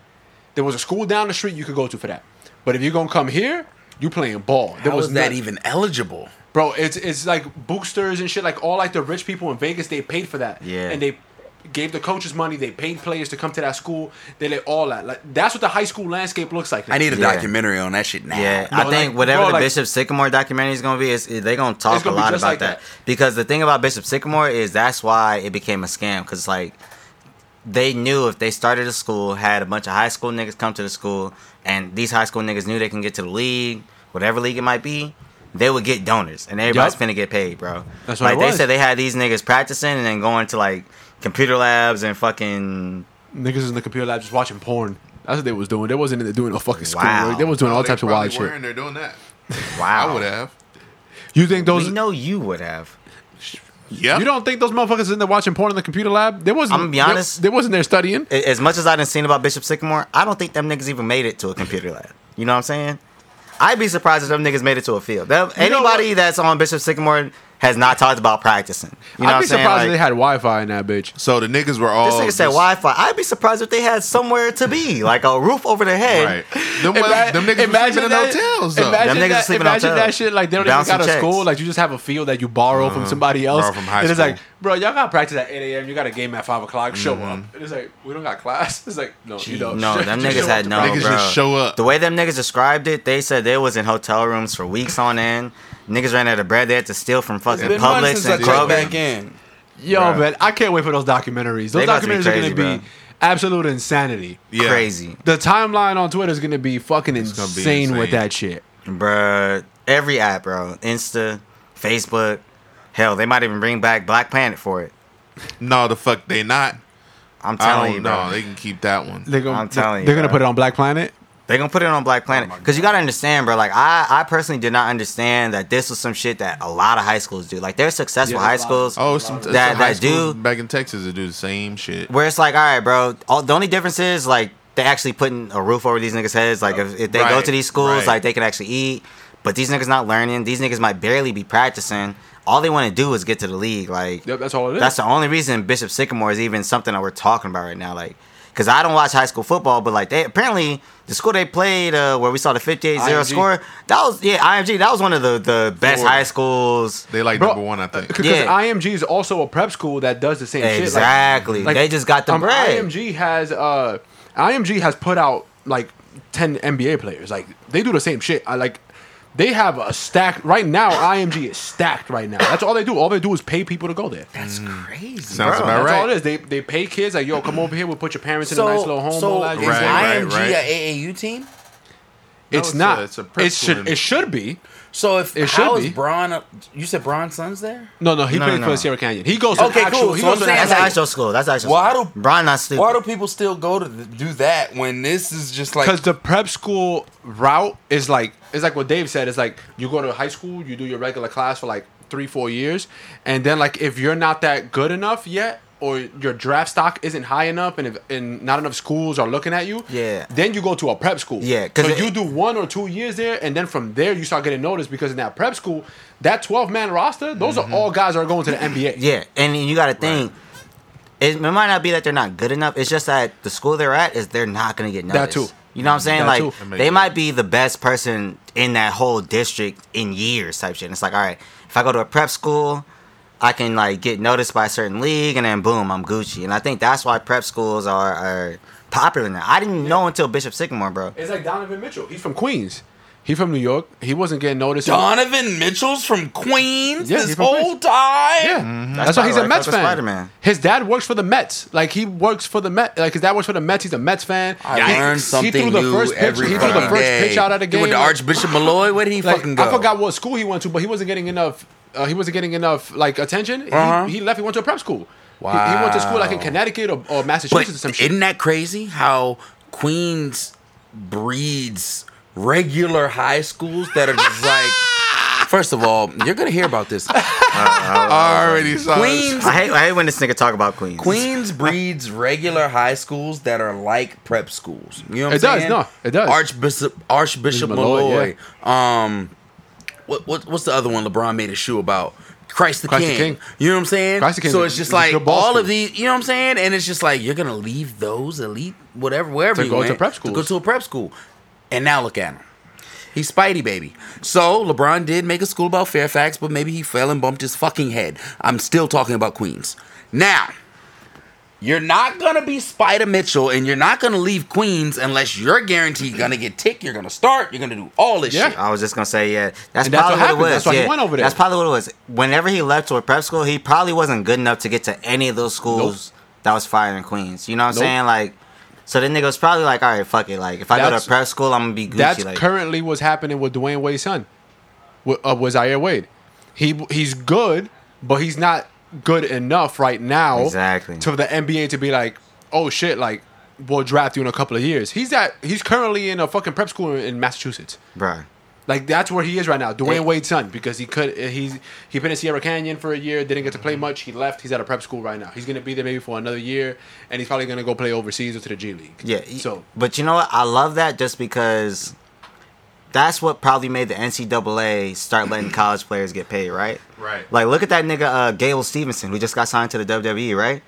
Speaker 4: there was a school down the street you could go to for that. But if you're gonna come here, you playing ball. There
Speaker 5: How was that
Speaker 4: none-
Speaker 5: even eligible?
Speaker 4: bro. It's it's like boosters and shit. Like all like the rich people in Vegas, they paid for that.
Speaker 3: Yeah.
Speaker 4: and they gave the coaches money. They paid players to come to that school. They let all that. Like that's what the high school landscape looks like. now.
Speaker 5: I need a
Speaker 3: Yeah.
Speaker 5: documentary on that shit now.
Speaker 3: yeah,
Speaker 4: Bro,
Speaker 3: I think
Speaker 4: like-
Speaker 3: whatever
Speaker 4: bro,
Speaker 3: the
Speaker 4: like-
Speaker 3: Bishop Sycamore documentary is gonna be is they're gonna talk
Speaker 4: gonna
Speaker 3: a
Speaker 4: be
Speaker 3: lot
Speaker 4: just
Speaker 3: about
Speaker 4: like
Speaker 3: that.
Speaker 4: that.
Speaker 3: because the thing about Bishop Sycamore is that's why it became a scam because like they knew if they started a school had a bunch of high school niggas come to the school and these high school niggas knew they can get to the league whatever league it might be they would get donors and everybody's
Speaker 4: Yup.
Speaker 3: finna get paid bro
Speaker 4: That's what
Speaker 3: like
Speaker 4: it
Speaker 3: they
Speaker 4: was.
Speaker 3: said they had these niggas practicing and then going to like computer labs and fucking
Speaker 4: niggas in the computer lab just watching porn. That's what they was doing. They wasn't in there doing no fucking school.
Speaker 3: Wow.
Speaker 4: They was doing all
Speaker 2: They
Speaker 4: types of
Speaker 2: probably
Speaker 4: wild
Speaker 2: were
Speaker 4: shit.
Speaker 2: in there doing that.
Speaker 3: wow
Speaker 2: I would have.
Speaker 4: You think those?
Speaker 3: we know you would have
Speaker 2: Yeah.
Speaker 4: You don't think those motherfuckers in there watching porn in the computer lab? They wasn't.
Speaker 3: I'ma be
Speaker 4: they-
Speaker 3: honest.
Speaker 4: They, wasn't there studying.
Speaker 3: A- as much as I done seen about Bishop Sycamore, I don't think them niggas even made it to a computer lab. You know what I'm saying? I'd be surprised if them niggas made it to a field. Them-
Speaker 4: You know
Speaker 3: anybody that's on Bishop Sycamore has not talked about practicing. You know
Speaker 4: I'd
Speaker 3: what
Speaker 4: be
Speaker 3: I'm saying?
Speaker 4: surprised if
Speaker 3: Like,
Speaker 4: they had Wi-Fi in that bitch.
Speaker 2: So the niggas were all.
Speaker 3: this nigga said
Speaker 2: just-
Speaker 3: Wi-Fi. I'd be surprised if they had somewhere to be, like a roof over their head.
Speaker 2: Right. Them, was-
Speaker 4: Ima-
Speaker 2: them niggas were sleeping in
Speaker 4: that-
Speaker 2: hotels though.
Speaker 4: Imagine,
Speaker 3: Them niggas
Speaker 4: that,
Speaker 3: sleeping in
Speaker 4: imagine
Speaker 3: hotels.
Speaker 4: that shit. Like they don't
Speaker 3: Bouncing
Speaker 4: even got a
Speaker 3: checks. Uh-huh.
Speaker 4: school. Like you just have a field that you borrow from somebody else.
Speaker 2: Borrow from high
Speaker 4: and it's
Speaker 2: school.
Speaker 4: like, bro, y'all got practice at 8 a.m. You got a game at 5 o'clock. Show up. And it's like, we don't got class. It's like, no, you don't.
Speaker 3: Mm-hmm. No, them
Speaker 4: You
Speaker 3: niggas
Speaker 4: show
Speaker 3: had
Speaker 4: up to
Speaker 3: no.
Speaker 4: practice.
Speaker 2: Niggas
Speaker 3: bro.
Speaker 2: just show up.
Speaker 3: The way them niggas described it, they said they was in hotel rooms for weeks on end. Niggas ran out of bread. They had to steal from fucking
Speaker 6: Been months
Speaker 3: Publix
Speaker 6: since I
Speaker 3: and
Speaker 6: checked back
Speaker 3: Kroger.
Speaker 6: in.
Speaker 4: Yo,
Speaker 3: Bruh.
Speaker 4: man, I can't wait for those documentaries. Those
Speaker 3: They about to be
Speaker 4: documentaries
Speaker 3: crazy,
Speaker 4: are gonna
Speaker 3: bruh.
Speaker 4: be absolute insanity.
Speaker 2: Yeah.
Speaker 3: Crazy.
Speaker 4: The timeline on Twitter is gonna be fucking
Speaker 2: gonna be
Speaker 4: insane, with
Speaker 2: insane.
Speaker 4: that shit.
Speaker 3: Bruh, every app, bro. Insta, Facebook. Hell, they might even bring back Black Planet for it.
Speaker 2: No, the fuck they not.
Speaker 3: I'm
Speaker 2: I
Speaker 3: telling you,
Speaker 2: don't
Speaker 3: bro.
Speaker 2: know. Oh, They can keep that one.
Speaker 4: They're gonna,
Speaker 3: I'm telling you,
Speaker 4: they're gonna
Speaker 3: bruh.
Speaker 4: put it on Black Planet.
Speaker 3: They're gonna put it on
Speaker 2: Oh
Speaker 3: Black Planet because you gotta understand, bro. Like I, I personally did not understand that this was some shit that a lot of high schools do. Like there's successful
Speaker 4: Yeah,
Speaker 3: high
Speaker 4: a lot.
Speaker 3: schools
Speaker 2: Oh, some, some
Speaker 3: that
Speaker 2: high
Speaker 3: that
Speaker 2: schools
Speaker 3: do
Speaker 2: back in Texas that do the same shit.
Speaker 3: where it's like, all right, bro. All, the only difference is like they actually putting a roof over these niggas' heads. Like if, if they go
Speaker 2: Right,
Speaker 3: to these schools,
Speaker 2: right.
Speaker 3: like they can actually eat. But these niggas not learning. These niggas might barely be practicing. All they want to do is get to the league. Like
Speaker 4: Yep, that's all it is.
Speaker 3: that's the only reason Bishop Sycamore is even something that we're talking about right now. Like, because I don't watch high school football, but like they apparently the school they played uh, where we saw the 58-0
Speaker 4: IMG.
Speaker 3: score. That was yeah, IMG. That was one of the the best
Speaker 2: Florida.
Speaker 3: high schools.
Speaker 2: They like
Speaker 4: Bro,
Speaker 2: number one, I think.
Speaker 4: Because
Speaker 3: Yeah.
Speaker 4: IMG is also a prep school that does the same shit. like- um,
Speaker 3: Exactly.
Speaker 4: like,
Speaker 3: they just got the
Speaker 4: um,
Speaker 3: bread.
Speaker 4: IMG has uh, IMG has put out like ten NBA players. Like they do the same shit. I like they have a stack right now. IMG is stacked right now. That's all they do. All they do is pay people to go there. That's,
Speaker 5: Mm. Crazy.
Speaker 2: Sounds
Speaker 5: bro.
Speaker 2: about right.
Speaker 4: all it is. They they pay kids like yo, come over here. We'll put your parents in a nice little home. all
Speaker 5: so
Speaker 4: that
Speaker 5: is
Speaker 4: shit.
Speaker 2: Right, right,
Speaker 5: IMG
Speaker 2: right.
Speaker 5: a AAU team?
Speaker 4: It's
Speaker 2: it's
Speaker 4: not.
Speaker 2: a- it's
Speaker 4: it's
Speaker 2: a
Speaker 4: a
Speaker 2: prep
Speaker 4: it should.
Speaker 2: school.
Speaker 4: It should be.
Speaker 5: So if
Speaker 4: It should
Speaker 5: how is
Speaker 4: be.
Speaker 5: Braun? a- You said Braun's son's there.
Speaker 4: No, no. He
Speaker 3: No,
Speaker 4: plays
Speaker 3: no,
Speaker 4: for
Speaker 3: no.
Speaker 4: Sierra Canyon. He goes. to
Speaker 5: Okay,
Speaker 4: actual,
Speaker 5: cool.
Speaker 4: He
Speaker 5: So I'm
Speaker 4: goes to
Speaker 5: saying,
Speaker 3: That's
Speaker 5: like-
Speaker 3: actual school. That's actual
Speaker 5: Why
Speaker 3: school.
Speaker 5: do-
Speaker 3: Brian not stupid?
Speaker 5: Why do people still go to th- do that when this is just like
Speaker 4: because the prep school route is like it's like what Dave said. It's like you go to high school, you do your regular class for like three, four years, and then like if you're not that good enough yet, or your draft stock isn't high enough, and if and not enough schools are looking at you,
Speaker 3: Yeah.
Speaker 4: then you go to a prep school.
Speaker 3: Yeah, 'cause
Speaker 4: so
Speaker 3: it-
Speaker 4: you do one or two years there, and then from there you start getting noticed because in that prep school, that twelve man roster, those are all guys that are going to the NBA.
Speaker 3: Mm-hmm. Yeah, and you got to think. It, it might not be that they're not good enough. It's just that the school they're at is they're not going to get noticed.
Speaker 4: too.
Speaker 3: You know what I'm saying?
Speaker 4: That
Speaker 3: like
Speaker 4: too.
Speaker 2: That makes
Speaker 3: they
Speaker 2: sense.
Speaker 3: might be the best person in that whole district in years type shit. And it's like, all right, if I go to a prep school, I can like get noticed by a certain league, and then boom, I'm Gucci. And I think that's why prep schools are, are popular now. I didn't know until Bishop Sycamore, bro.
Speaker 4: It's like Donovan Mitchell. He's from Queens. He from New York. He wasn't getting noticed.
Speaker 5: Donovan Mitchell's from Queens
Speaker 4: Yeah,
Speaker 5: this
Speaker 4: he's from
Speaker 5: whole
Speaker 4: Queens.
Speaker 5: time?
Speaker 4: Yeah,
Speaker 3: That's
Speaker 4: that's, why he's a
Speaker 3: right,
Speaker 4: Mets
Speaker 3: that's
Speaker 4: fan.
Speaker 3: Spider-Man.
Speaker 4: His dad works for the Mets. Like he works for the Met. Like his dad works for the Mets. He's a Mets fan.
Speaker 5: I
Speaker 4: he,
Speaker 5: learn something new
Speaker 4: pitch.
Speaker 5: every
Speaker 4: He threw the
Speaker 5: fucking
Speaker 4: first
Speaker 5: day.
Speaker 4: pitch out at a game.
Speaker 5: With the Archbishop Malloy, where did he
Speaker 4: Like,
Speaker 5: fucking go?
Speaker 4: I forgot what school he went to, but he wasn't getting enough. Uh, he wasn't getting enough like attention. He-
Speaker 5: Uh-huh.
Speaker 4: He, left. He went to a prep school. He- He, went to school like in
Speaker 5: Wow.
Speaker 4: Connecticut or, or
Speaker 5: But
Speaker 4: Massachusetts or some shit.
Speaker 5: isn't that crazy how Queens breeds regular high schools that are just like? First of all, you're gonna hear about this.
Speaker 2: I already saw this.
Speaker 5: Queens
Speaker 3: I hate, I hate when this nigga talk about Queens.
Speaker 5: Queens breeds regular high schools that are like prep schools. You know
Speaker 4: It
Speaker 5: what
Speaker 4: does,
Speaker 5: I'm saying?
Speaker 4: no, it does.
Speaker 5: Archbishop Archbishop
Speaker 4: Bishop Malloy,
Speaker 5: Malloy. Um, what, what what's the other one LeBron made a shoe about? Christ the,
Speaker 4: Christ the
Speaker 5: King.
Speaker 4: King.
Speaker 5: You know what I'm saying?
Speaker 4: Christ the King
Speaker 5: So
Speaker 4: is-
Speaker 5: it's just
Speaker 4: is a
Speaker 5: like
Speaker 4: good ball
Speaker 5: all of
Speaker 4: school.
Speaker 5: these. You know what I'm saying? And it's just like you're gonna leave those elite whatever wherever
Speaker 4: To
Speaker 5: you
Speaker 4: go to
Speaker 5: went,
Speaker 4: prep
Speaker 5: to go
Speaker 4: schools.
Speaker 5: to a prep school. And now look at him. He's Spidey baby. So LeBron did make a school about Fairfax, but maybe he fell and bumped his fucking head. I'm still talking about Queens. Now, you're not gonna be Spider Mitchell, and you're not gonna leave Queens unless you're guaranteed gonna get tick. You're gonna start. You're gonna do all this
Speaker 4: Yeah.
Speaker 5: shit.
Speaker 3: I was just gonna say, yeah, that's
Speaker 4: And that's
Speaker 3: probably
Speaker 4: what
Speaker 3: what,
Speaker 4: happened.
Speaker 3: it was.
Speaker 4: That's why he
Speaker 3: yeah.
Speaker 4: went over there.
Speaker 3: That's probably what it was. Whenever he left to a prep school, he probably wasn't good enough to get to any of those schools that was firing Queens. You know what I'm
Speaker 4: Nope.
Speaker 3: saying? Like, so the nigga was probably like, all right, fuck it. Like, if I go to
Speaker 4: That's-
Speaker 3: a prep school, I'm gonna be Gucci.
Speaker 4: That's
Speaker 3: like,
Speaker 4: currently what's happening with Dwayne Wade's son, with, uh, with Zaire Wade. He he's good, but he's not good enough right now.
Speaker 3: Exactly.
Speaker 4: To the NBA to be like, oh shit, like we'll draft you in a couple of years. He's at he's currently in a fucking prep school in Massachusetts.
Speaker 3: bruh.
Speaker 4: Like that's where he is right now, Dwayne
Speaker 3: Hey.
Speaker 4: Wade's son, because he could uh, he's he been in Sierra Canyon for a year, didn't get to
Speaker 3: Mm-hmm.
Speaker 4: play much. He left. He's at a prep school right now. He's gonna be there maybe for another year, and he's probably gonna go play overseas or to the G League.
Speaker 3: Yeah.
Speaker 4: So
Speaker 3: but you know what? I love that just because that's what probably made the NCAA start letting college players get paid, right?
Speaker 2: Right.
Speaker 3: Like, look at that nigga uh, Gable Stevenson who just got signed to the WWE, right?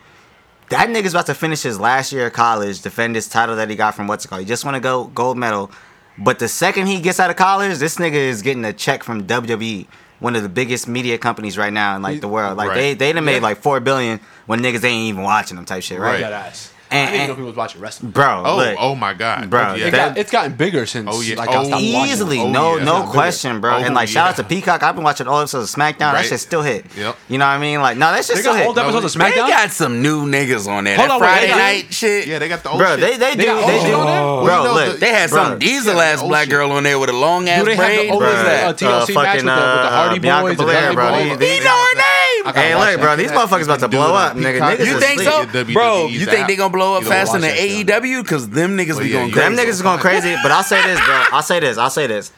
Speaker 3: That nigga's about to finish his last year of college, defend his title that he got from what's it called. He just want to go gold medal, but the second he gets out of college, this nigga is getting a check from WWE, one of the biggest media companies right now in like the world. Like
Speaker 2: Right.
Speaker 3: they they done made
Speaker 4: Yeah.
Speaker 3: like four billion when niggas ain't even watching them type shit, right?
Speaker 2: Right.
Speaker 4: that ass.
Speaker 3: And-
Speaker 4: I didn't even
Speaker 3: and-
Speaker 4: know people was watching wrestling.
Speaker 3: Bro,
Speaker 2: Oh,
Speaker 3: look.
Speaker 2: oh my God,
Speaker 3: Bro,
Speaker 2: Yeah.
Speaker 4: It got,
Speaker 3: That-
Speaker 4: it's gotten bigger since
Speaker 2: Oh, yeah.
Speaker 4: like I
Speaker 2: Oh,
Speaker 4: stopped watching.
Speaker 3: easily,
Speaker 2: Oh,
Speaker 3: no,
Speaker 2: yeah.
Speaker 3: no
Speaker 2: Yeah.
Speaker 3: question, bro. and
Speaker 2: Oh,
Speaker 3: like, shout out to
Speaker 2: yeah.
Speaker 3: Peacock. I've been watching all episodes of SmackDown. That
Speaker 2: Right.
Speaker 3: shit still hit.
Speaker 2: Yep.
Speaker 3: You know what I mean? Like, no, that shit
Speaker 4: They
Speaker 3: still
Speaker 4: got
Speaker 3: hit.
Speaker 4: old episodes of SmackDown.
Speaker 5: They got some new niggas on there.
Speaker 4: Hold
Speaker 5: that
Speaker 4: on, wait,
Speaker 5: Friday
Speaker 4: they got-
Speaker 5: night shit.
Speaker 2: Yeah, they got the old
Speaker 3: bro,
Speaker 2: shit.
Speaker 3: they they,
Speaker 4: They
Speaker 3: do
Speaker 4: got
Speaker 3: they
Speaker 4: old
Speaker 3: do.
Speaker 4: shit on there?
Speaker 3: Bro,
Speaker 2: Well, you know,
Speaker 3: look,
Speaker 2: the-
Speaker 5: They had some
Speaker 2: Bruh.
Speaker 5: diesel
Speaker 2: Yeah,
Speaker 5: ass
Speaker 2: the old
Speaker 5: black
Speaker 2: shit.
Speaker 5: girl on there with a long ass
Speaker 4: Do they
Speaker 5: braid.
Speaker 4: have the old
Speaker 3: Bruh.
Speaker 4: uh, TLC match with the, with the
Speaker 3: Uh,
Speaker 4: Hardy
Speaker 3: Bianca
Speaker 4: Boys?
Speaker 3: Belair,
Speaker 4: and
Speaker 3: bro.
Speaker 4: Dudley
Speaker 3: They-
Speaker 4: Boys?
Speaker 3: they-
Speaker 5: he know her name.
Speaker 4: I gotta
Speaker 3: Hey,
Speaker 4: watch
Speaker 3: look,
Speaker 4: that.
Speaker 3: bro, these motherfuckers about to blow up, nigga. Niggas
Speaker 5: You
Speaker 3: is
Speaker 5: think
Speaker 3: sleep.
Speaker 5: so,
Speaker 2: WWE
Speaker 5: bro?
Speaker 2: is
Speaker 5: You think
Speaker 2: out.
Speaker 5: they gonna blow up
Speaker 2: You don't
Speaker 5: faster
Speaker 2: watch
Speaker 5: than
Speaker 2: that shit.
Speaker 5: AEW? Because E them niggas
Speaker 2: Well,
Speaker 5: be
Speaker 2: yeah,
Speaker 5: going
Speaker 2: you-
Speaker 5: crazy.
Speaker 3: Them niggas is going crazy, but I'll say this, bro. I'll say this. I'll say this.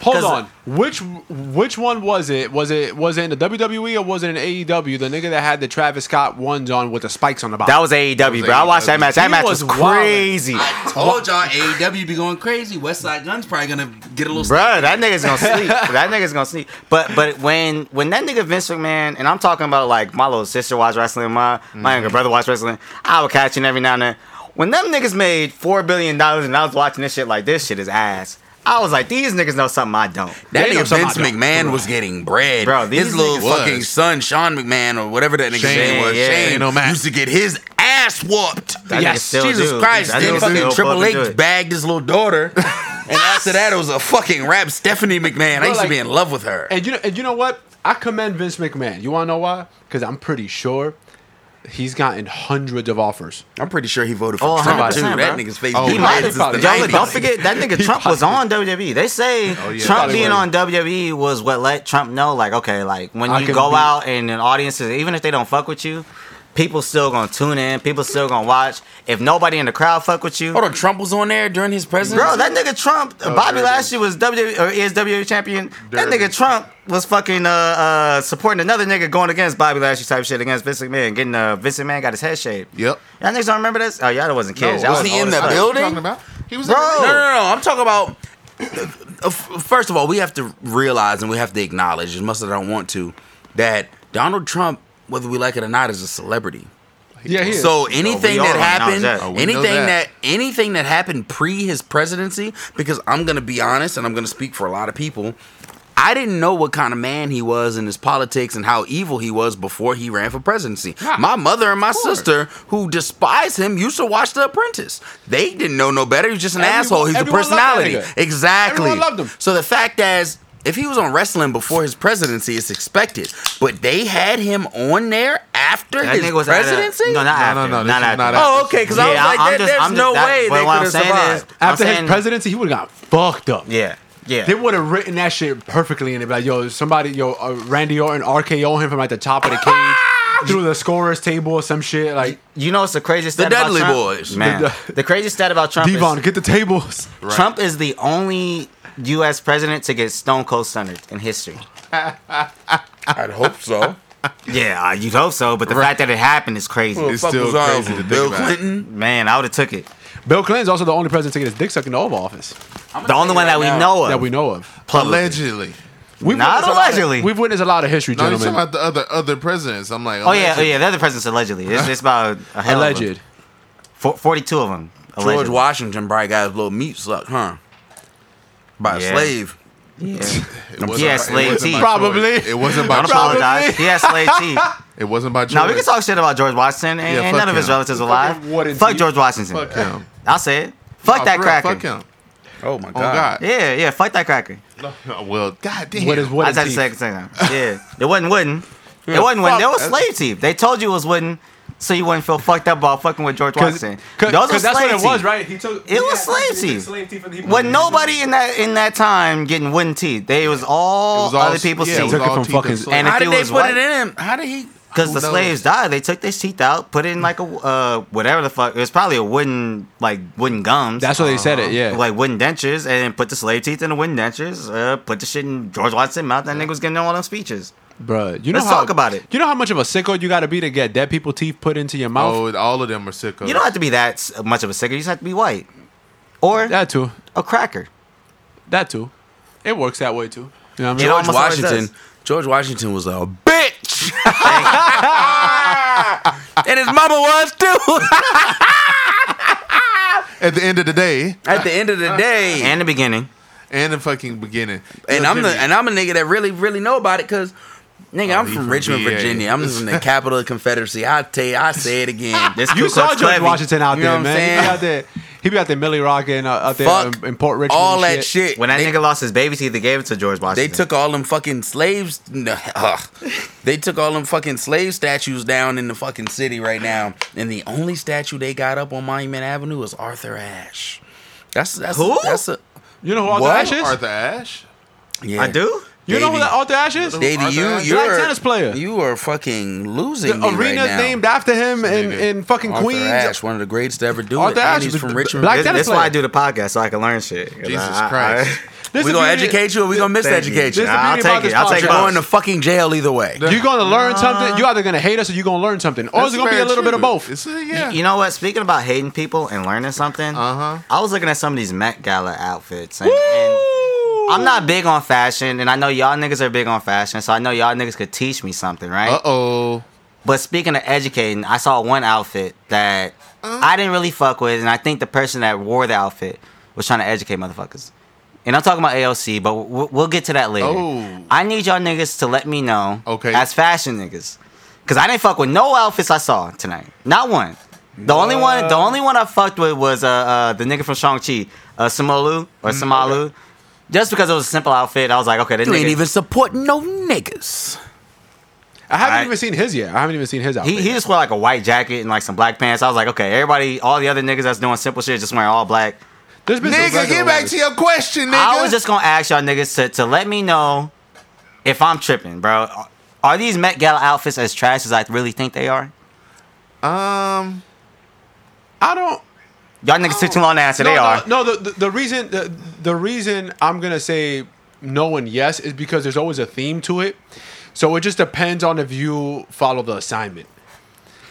Speaker 4: Hold
Speaker 3: 'Cause-
Speaker 4: on. Which which one was it? Was it was it in the WWE or was it in AEW? The nigga that had the Travis Scott ones on with the spikes on the bottom.
Speaker 3: That was AEW, bro. I watched that
Speaker 2: AEW.
Speaker 3: match. That
Speaker 4: He
Speaker 3: match was
Speaker 4: was wildin'.
Speaker 3: crazy, bro.
Speaker 5: I told y'all AEW be going crazy. Westside Gun's probably gonna get a little.
Speaker 3: That nigga's gonna sleep. That nigga's gonna sleep. But but when when that nigga Vince McMahon and I'm talking about like my little sister watch wrestling, my my
Speaker 5: Mm-hmm.
Speaker 3: younger brother watch wrestling. I would catch him every now and then. When them niggas made four billion dollars and I was watching this shit like this shit is ass. I was like these niggas know something I don't.
Speaker 5: That
Speaker 4: They know
Speaker 5: nigga
Speaker 4: something
Speaker 5: Vince
Speaker 4: I don't.
Speaker 5: McMahon was getting bread.
Speaker 3: Bro, these
Speaker 5: his little
Speaker 3: niggas
Speaker 2: was.
Speaker 5: fucking son, Sean McMahon, or whatever that nigga
Speaker 2: Shane,
Speaker 5: name was,
Speaker 3: yeah,
Speaker 5: Shane,
Speaker 2: Shane O'Mac.
Speaker 5: used to get his ass whooped
Speaker 3: That nigga
Speaker 5: Yes,
Speaker 3: still
Speaker 5: Jesus
Speaker 3: do.
Speaker 5: Christ.
Speaker 3: That
Speaker 5: Then
Speaker 3: nigga still
Speaker 5: fucking Triple
Speaker 3: fucking do
Speaker 5: H
Speaker 3: it.
Speaker 5: bagged his little daughter. and after that, it was a fucking rap. Stephanie McMahon. I
Speaker 4: Bro,
Speaker 5: used to
Speaker 4: like-
Speaker 5: be in love with her.
Speaker 4: And you know, and you know what? I commend Vince McMahon. You want to know why? Because I'm pretty sure he's gotten hundreds of offers.
Speaker 5: I'm pretty sure he voted
Speaker 3: Oh,
Speaker 5: for Trump, too.
Speaker 3: 100%,
Speaker 5: That
Speaker 3: bro.
Speaker 5: nigga's face
Speaker 2: Oh,
Speaker 5: been
Speaker 2: he
Speaker 5: red
Speaker 2: might
Speaker 5: since
Speaker 4: have
Speaker 5: the
Speaker 4: probably-
Speaker 3: Y'all,
Speaker 5: 90s.
Speaker 3: don't forget that nigga Trump was on WWE. They say
Speaker 2: yeah.
Speaker 3: Trump
Speaker 4: Probably
Speaker 3: being
Speaker 4: was.
Speaker 3: on WWE was what let Trump know, like, okay, like when
Speaker 4: I
Speaker 3: you
Speaker 4: can
Speaker 3: go
Speaker 4: be-
Speaker 3: out and an audience is even if they don't fuck with you, people still gonna tune in, people still gonna watch. If nobody in the crowd fuck with you,
Speaker 5: Hold on, Trump was on there during his presidency?
Speaker 3: Bro, that nigga Trump, Bobby
Speaker 2: Durden.
Speaker 3: Lashley was WWE or is WWE champion. That
Speaker 2: Durden.
Speaker 3: nigga Trump was fucking uh, uh, supporting another nigga going against Bobby Lashley type shit against Vince McMahon, getting uh, Vince McMahon got his head shaved.
Speaker 2: Yep.
Speaker 3: Y'all niggas don't remember this? Oh, y'all wasn't kids.
Speaker 2: No,
Speaker 3: Y'all
Speaker 5: was he
Speaker 3: old
Speaker 5: in
Speaker 3: as
Speaker 5: the
Speaker 3: fuck.
Speaker 2: What
Speaker 5: building?
Speaker 2: you talking about? He was
Speaker 3: Bro.
Speaker 5: No, no,
Speaker 2: in
Speaker 5: no. no. I'm talking about. uh, f- First of all, we have to realize and we have to acknowledge, as much as I don't want to, that Donald Trump, whether we like it or not, is a celebrity.
Speaker 4: Yeah, he is.
Speaker 5: So anything
Speaker 3: all
Speaker 5: that
Speaker 3: know
Speaker 5: happened,
Speaker 3: that. Oh,
Speaker 2: we know
Speaker 5: anything
Speaker 2: that.
Speaker 5: that. anything that happened pre his presidency, because I'm gonna be honest and I'm gonna speak for a lot of people. I didn't know what kind of man he was in his politics and how evil he was before he ran for presidency. my mother and my sister, who despise him, used to watch The Apprentice. They didn't know no better. He was just an
Speaker 4: Everyone-
Speaker 5: asshole. He's a
Speaker 4: everyone loved that
Speaker 5: personality.
Speaker 4: nigga.
Speaker 5: Exactly.
Speaker 4: Everyone loved him.
Speaker 5: So the fact is, if he was on wrestling before his presidency, it's expected. But they had him on there after
Speaker 3: That
Speaker 5: his
Speaker 3: nigga was
Speaker 5: presidency.
Speaker 3: At a, no, not
Speaker 2: no,
Speaker 3: after.
Speaker 2: no, this
Speaker 3: not
Speaker 2: is
Speaker 3: after.
Speaker 2: not
Speaker 5: Oh, okay. Because I was
Speaker 3: Yeah,
Speaker 5: like,
Speaker 3: I'm
Speaker 5: there-
Speaker 3: just-
Speaker 5: there's
Speaker 3: I'm just-
Speaker 5: no
Speaker 3: that-
Speaker 5: way
Speaker 3: but
Speaker 5: they
Speaker 3: what I'm
Speaker 5: could
Speaker 3: saying
Speaker 5: have
Speaker 3: is-
Speaker 5: survived.
Speaker 4: after
Speaker 3: I'm
Speaker 4: his
Speaker 3: saying-
Speaker 4: presidency, he would have got fucked up.
Speaker 3: yeah, yeah.
Speaker 4: They would have written that shit perfectly, and they'd be like, "Yo, somebody, yo, uh, Randy Orton RKO him from like the top of the
Speaker 3: Ah!
Speaker 4: cage through the scorer's table or some shit." Like,
Speaker 3: you know what's the craziest?
Speaker 5: The
Speaker 3: stat about
Speaker 5: Dudley
Speaker 3: Trump?
Speaker 5: Boys.
Speaker 3: man.
Speaker 4: The-
Speaker 3: The, craziest stat about Trump
Speaker 4: Devon,
Speaker 3: is
Speaker 4: get the tables.
Speaker 3: Trump is the only U.S. president to get Stone Cold stunned in history.
Speaker 5: I'd hope so.
Speaker 3: Yeah, uh, you'd hope so, but the fact that it happened is crazy.
Speaker 2: It's
Speaker 5: Fuck
Speaker 2: still
Speaker 5: was I
Speaker 2: crazy
Speaker 5: with
Speaker 2: to think
Speaker 5: Bill
Speaker 2: about.
Speaker 5: Clinton.
Speaker 4: Mm-hmm.
Speaker 3: Man, I would have took it.
Speaker 4: Bill Clinton's also the only president to get his dick sucked in the Oval Office
Speaker 3: The only one that we know of.
Speaker 4: that we know of.
Speaker 3: publicly.
Speaker 2: Allegedly.
Speaker 4: We've
Speaker 3: Not
Speaker 4: witnessed a lot of-
Speaker 3: allegedly.
Speaker 4: we've witnessed a lot of history,
Speaker 2: No, he's talking
Speaker 4: gentlemen.
Speaker 2: about the other other presidents. I'm like,
Speaker 3: Oh yeah, oh
Speaker 2: allegedly.
Speaker 3: yeah. They're the presidents allegedly. It's, it's about a hell of them.
Speaker 4: Alleged.
Speaker 3: Four- Forty-two of them.
Speaker 5: George
Speaker 3: Allegedly.
Speaker 5: Washington probably got his little meat sucked, huh? By
Speaker 3: Yeah.
Speaker 5: a slave.
Speaker 2: It
Speaker 3: Yeah.
Speaker 2: wasn't
Speaker 3: Yeah,
Speaker 2: by- it
Speaker 3: slave
Speaker 2: wasn't
Speaker 3: tea.
Speaker 2: by
Speaker 4: Probably.
Speaker 2: choice. It wasn't by
Speaker 3: Don't
Speaker 2: choice.
Speaker 3: apologize. He has slave tea.
Speaker 2: It wasn't by choice.
Speaker 3: Now we can talk shit about George Washington, and,
Speaker 2: Yeah,
Speaker 3: and
Speaker 2: fuck
Speaker 3: none of his
Speaker 2: him.
Speaker 3: relatives
Speaker 4: Fucking wouldn't
Speaker 3: alive. Fuck
Speaker 4: he?
Speaker 3: George Washington.
Speaker 2: Fuck him.
Speaker 3: I'll say it. Fuck
Speaker 2: Nah, for
Speaker 3: that
Speaker 2: real,
Speaker 3: cracker.
Speaker 2: Fuck him.
Speaker 5: Oh my god.
Speaker 2: Oh God.
Speaker 3: Yeah, yeah. Fuck that cracker.
Speaker 2: Oh, Well, God damn.
Speaker 4: What is
Speaker 3: I
Speaker 4: what
Speaker 3: just had
Speaker 4: is
Speaker 3: to
Speaker 4: teeth?
Speaker 3: say say that. Yeah, it wasn't wooden. It wasn't wooden. There was slave tea. They told you it was wooden, so you wouldn't feel fucked up about fucking with George Washington. Those were
Speaker 4: that's what
Speaker 3: slave
Speaker 4: it
Speaker 3: tea.
Speaker 4: was, right? He took
Speaker 3: It was slave tea. When nobody in that in that time getting wooden teeth, they was all, other people's
Speaker 2: yeah, it was
Speaker 4: Took
Speaker 3: teeth.
Speaker 4: it
Speaker 2: all
Speaker 4: from
Speaker 2: teeth
Speaker 4: fucking-
Speaker 2: and slave.
Speaker 3: And-
Speaker 5: How
Speaker 3: if
Speaker 5: did
Speaker 3: he
Speaker 5: they
Speaker 3: was
Speaker 5: put
Speaker 3: white-
Speaker 5: it in him? How did he?
Speaker 3: Because the
Speaker 2: Who knows?
Speaker 3: slaves died, they took their teeth out, put it in like a uh, whatever the fuck. It was probably a wooden like wooden gums.
Speaker 4: That's what they said it. Yeah.
Speaker 3: like wooden dentures, and put the slave teeth in the wooden dentures. Uh, put the shit in George Watson's mouth. That nigga was getting all them speeches.
Speaker 4: Bruh, you know
Speaker 3: Let's
Speaker 4: how,
Speaker 3: talk about it.
Speaker 4: You know how much of a sicko you got to be to get dead people teeth put into your mouth?
Speaker 2: Oh, all of them are sicko.
Speaker 3: You don't have to be that s- much of a sicker. You just have to be white or
Speaker 4: That too.
Speaker 3: a cracker.
Speaker 4: That too. It works that way too. You know what I mean?
Speaker 3: It
Speaker 5: George
Speaker 3: almost always
Speaker 5: Washington.
Speaker 3: does.
Speaker 5: George Washington was a bitch. and his mama was too.
Speaker 2: At the end of the day,
Speaker 5: At the end of the day,
Speaker 3: And the beginning,
Speaker 2: and the fucking beginning.
Speaker 5: and
Speaker 2: Yo,
Speaker 5: I'm the
Speaker 2: Jimmy,
Speaker 5: and I'm a nigga that really really know about it because. Nigga, I'm
Speaker 2: he
Speaker 5: from,
Speaker 2: from
Speaker 5: Richmond,
Speaker 2: VA.
Speaker 5: Virginia. I'm from the capital of the Confederacy. I tell you, I say it again.
Speaker 3: this
Speaker 4: You
Speaker 3: Ku
Speaker 4: saw
Speaker 3: Klux
Speaker 4: George
Speaker 3: Kleve.
Speaker 4: Washington out
Speaker 5: You
Speaker 4: there,
Speaker 5: know what
Speaker 4: man.
Speaker 5: I'm
Speaker 4: He
Speaker 5: saying?
Speaker 4: out there. He be out there Millie rocking uh, out there
Speaker 5: Fuck
Speaker 4: in, in Port Richmond.
Speaker 5: all
Speaker 4: and
Speaker 5: that shit.
Speaker 3: When that
Speaker 5: they,
Speaker 3: nigga lost his baby teeth, they gave it to George
Speaker 5: they
Speaker 3: Washington.
Speaker 5: took all them fucking slaves. Ugh. they took all them fucking slave statues down in the fucking city right now, and the only statue they got up on Monument Avenue is Arthur Ashe. That's that's
Speaker 3: Who?
Speaker 5: that's a
Speaker 4: You know who Arthur
Speaker 5: What?
Speaker 4: Ashe is?
Speaker 2: Arthur Ashe.
Speaker 5: yeah.
Speaker 3: I do.
Speaker 4: you know who
Speaker 5: Davey.
Speaker 4: that Arthur Ashe is?
Speaker 5: Davey,
Speaker 2: Arthur
Speaker 5: you
Speaker 2: Ashe?
Speaker 5: you're
Speaker 4: Black tennis player.
Speaker 5: You are fucking
Speaker 4: The
Speaker 5: losing. me right
Speaker 4: arena's
Speaker 5: now.
Speaker 4: named after him in,
Speaker 2: nigga.
Speaker 4: in fucking
Speaker 5: Arthur
Speaker 4: Queens.
Speaker 5: Ashe, one of the greatest to ever do
Speaker 4: Arthur
Speaker 5: it.
Speaker 4: Ashe
Speaker 5: and he's
Speaker 4: was
Speaker 5: from
Speaker 4: the
Speaker 5: Richmond.
Speaker 4: black
Speaker 3: This,
Speaker 4: tennis
Speaker 3: this why I
Speaker 4: player.
Speaker 3: do the podcast so I can learn shit. 'Cause
Speaker 2: Jesus
Speaker 3: I- I-
Speaker 2: Christ.
Speaker 4: This
Speaker 5: we
Speaker 4: is
Speaker 5: gonna
Speaker 4: beauty-
Speaker 5: educate you, or we gonna miseducate
Speaker 4: This
Speaker 5: you.
Speaker 4: is
Speaker 3: Nah, I'll
Speaker 4: beauty about
Speaker 3: take it.
Speaker 4: this
Speaker 3: I'll take
Speaker 4: podcast.
Speaker 5: You're going to fucking jail either way.
Speaker 4: You're gonna learn something. You're either gonna hate us or you're gonna learn something. Or it's
Speaker 2: That's
Speaker 4: gonna be a
Speaker 2: very
Speaker 4: little bit of
Speaker 2: true.
Speaker 4: both.
Speaker 2: It's a, yeah.
Speaker 3: You know what? Speaking about hating people and learning something,
Speaker 2: Uh-huh.
Speaker 3: I was looking at some of these Met Gala outfits, and, and I'm not big on fashion, and I know y'all niggas are big on fashion, so I know y'all niggas could teach me something, right?
Speaker 2: uh oh.
Speaker 3: But speaking of educating, I saw one outfit that
Speaker 2: Uh-huh.
Speaker 3: I didn't really fuck with, and I think the person that wore the outfit was trying to educate motherfuckers. And I'm talking about AOC, but we'll, we'll get to that later.
Speaker 2: Oh.
Speaker 3: I need y'all niggas to let me know,
Speaker 2: Okay.
Speaker 3: as fashion niggas, because I didn't fuck with no outfits I saw tonight, not one. The only one, the only one I fucked with was uh, uh the nigga from Shang Chi, uh, Simolu or
Speaker 2: Mm,
Speaker 3: Samalu, just because it was a simple outfit. I was like, okay, that
Speaker 5: You
Speaker 3: nigga.
Speaker 5: ain't even supporting no niggas.
Speaker 4: I haven't
Speaker 3: I-
Speaker 4: even seen his yet. I haven't even seen his outfit.
Speaker 3: he, he just wore like a white jacket and like some black pants. I was like, okay, everybody, all the other niggas that's doing simple shit just wearing all black.
Speaker 4: There's been some
Speaker 2: Nigga,
Speaker 4: regular
Speaker 2: get back
Speaker 4: ones.
Speaker 2: to your question, nigga.
Speaker 3: I was just gonna ask y'all niggas to, to let me know if I'm tripping, bro. Are these Met Gala outfits as trash as I really think they are?
Speaker 2: um.
Speaker 4: I don't.
Speaker 3: Y'all niggas took too long to answer.
Speaker 4: no,
Speaker 3: they
Speaker 4: no,
Speaker 3: are.
Speaker 4: No, the, the, the reason the, the reason I'm gonna say no and yes is because there's always a theme to it. So it just depends on if you follow the assignment.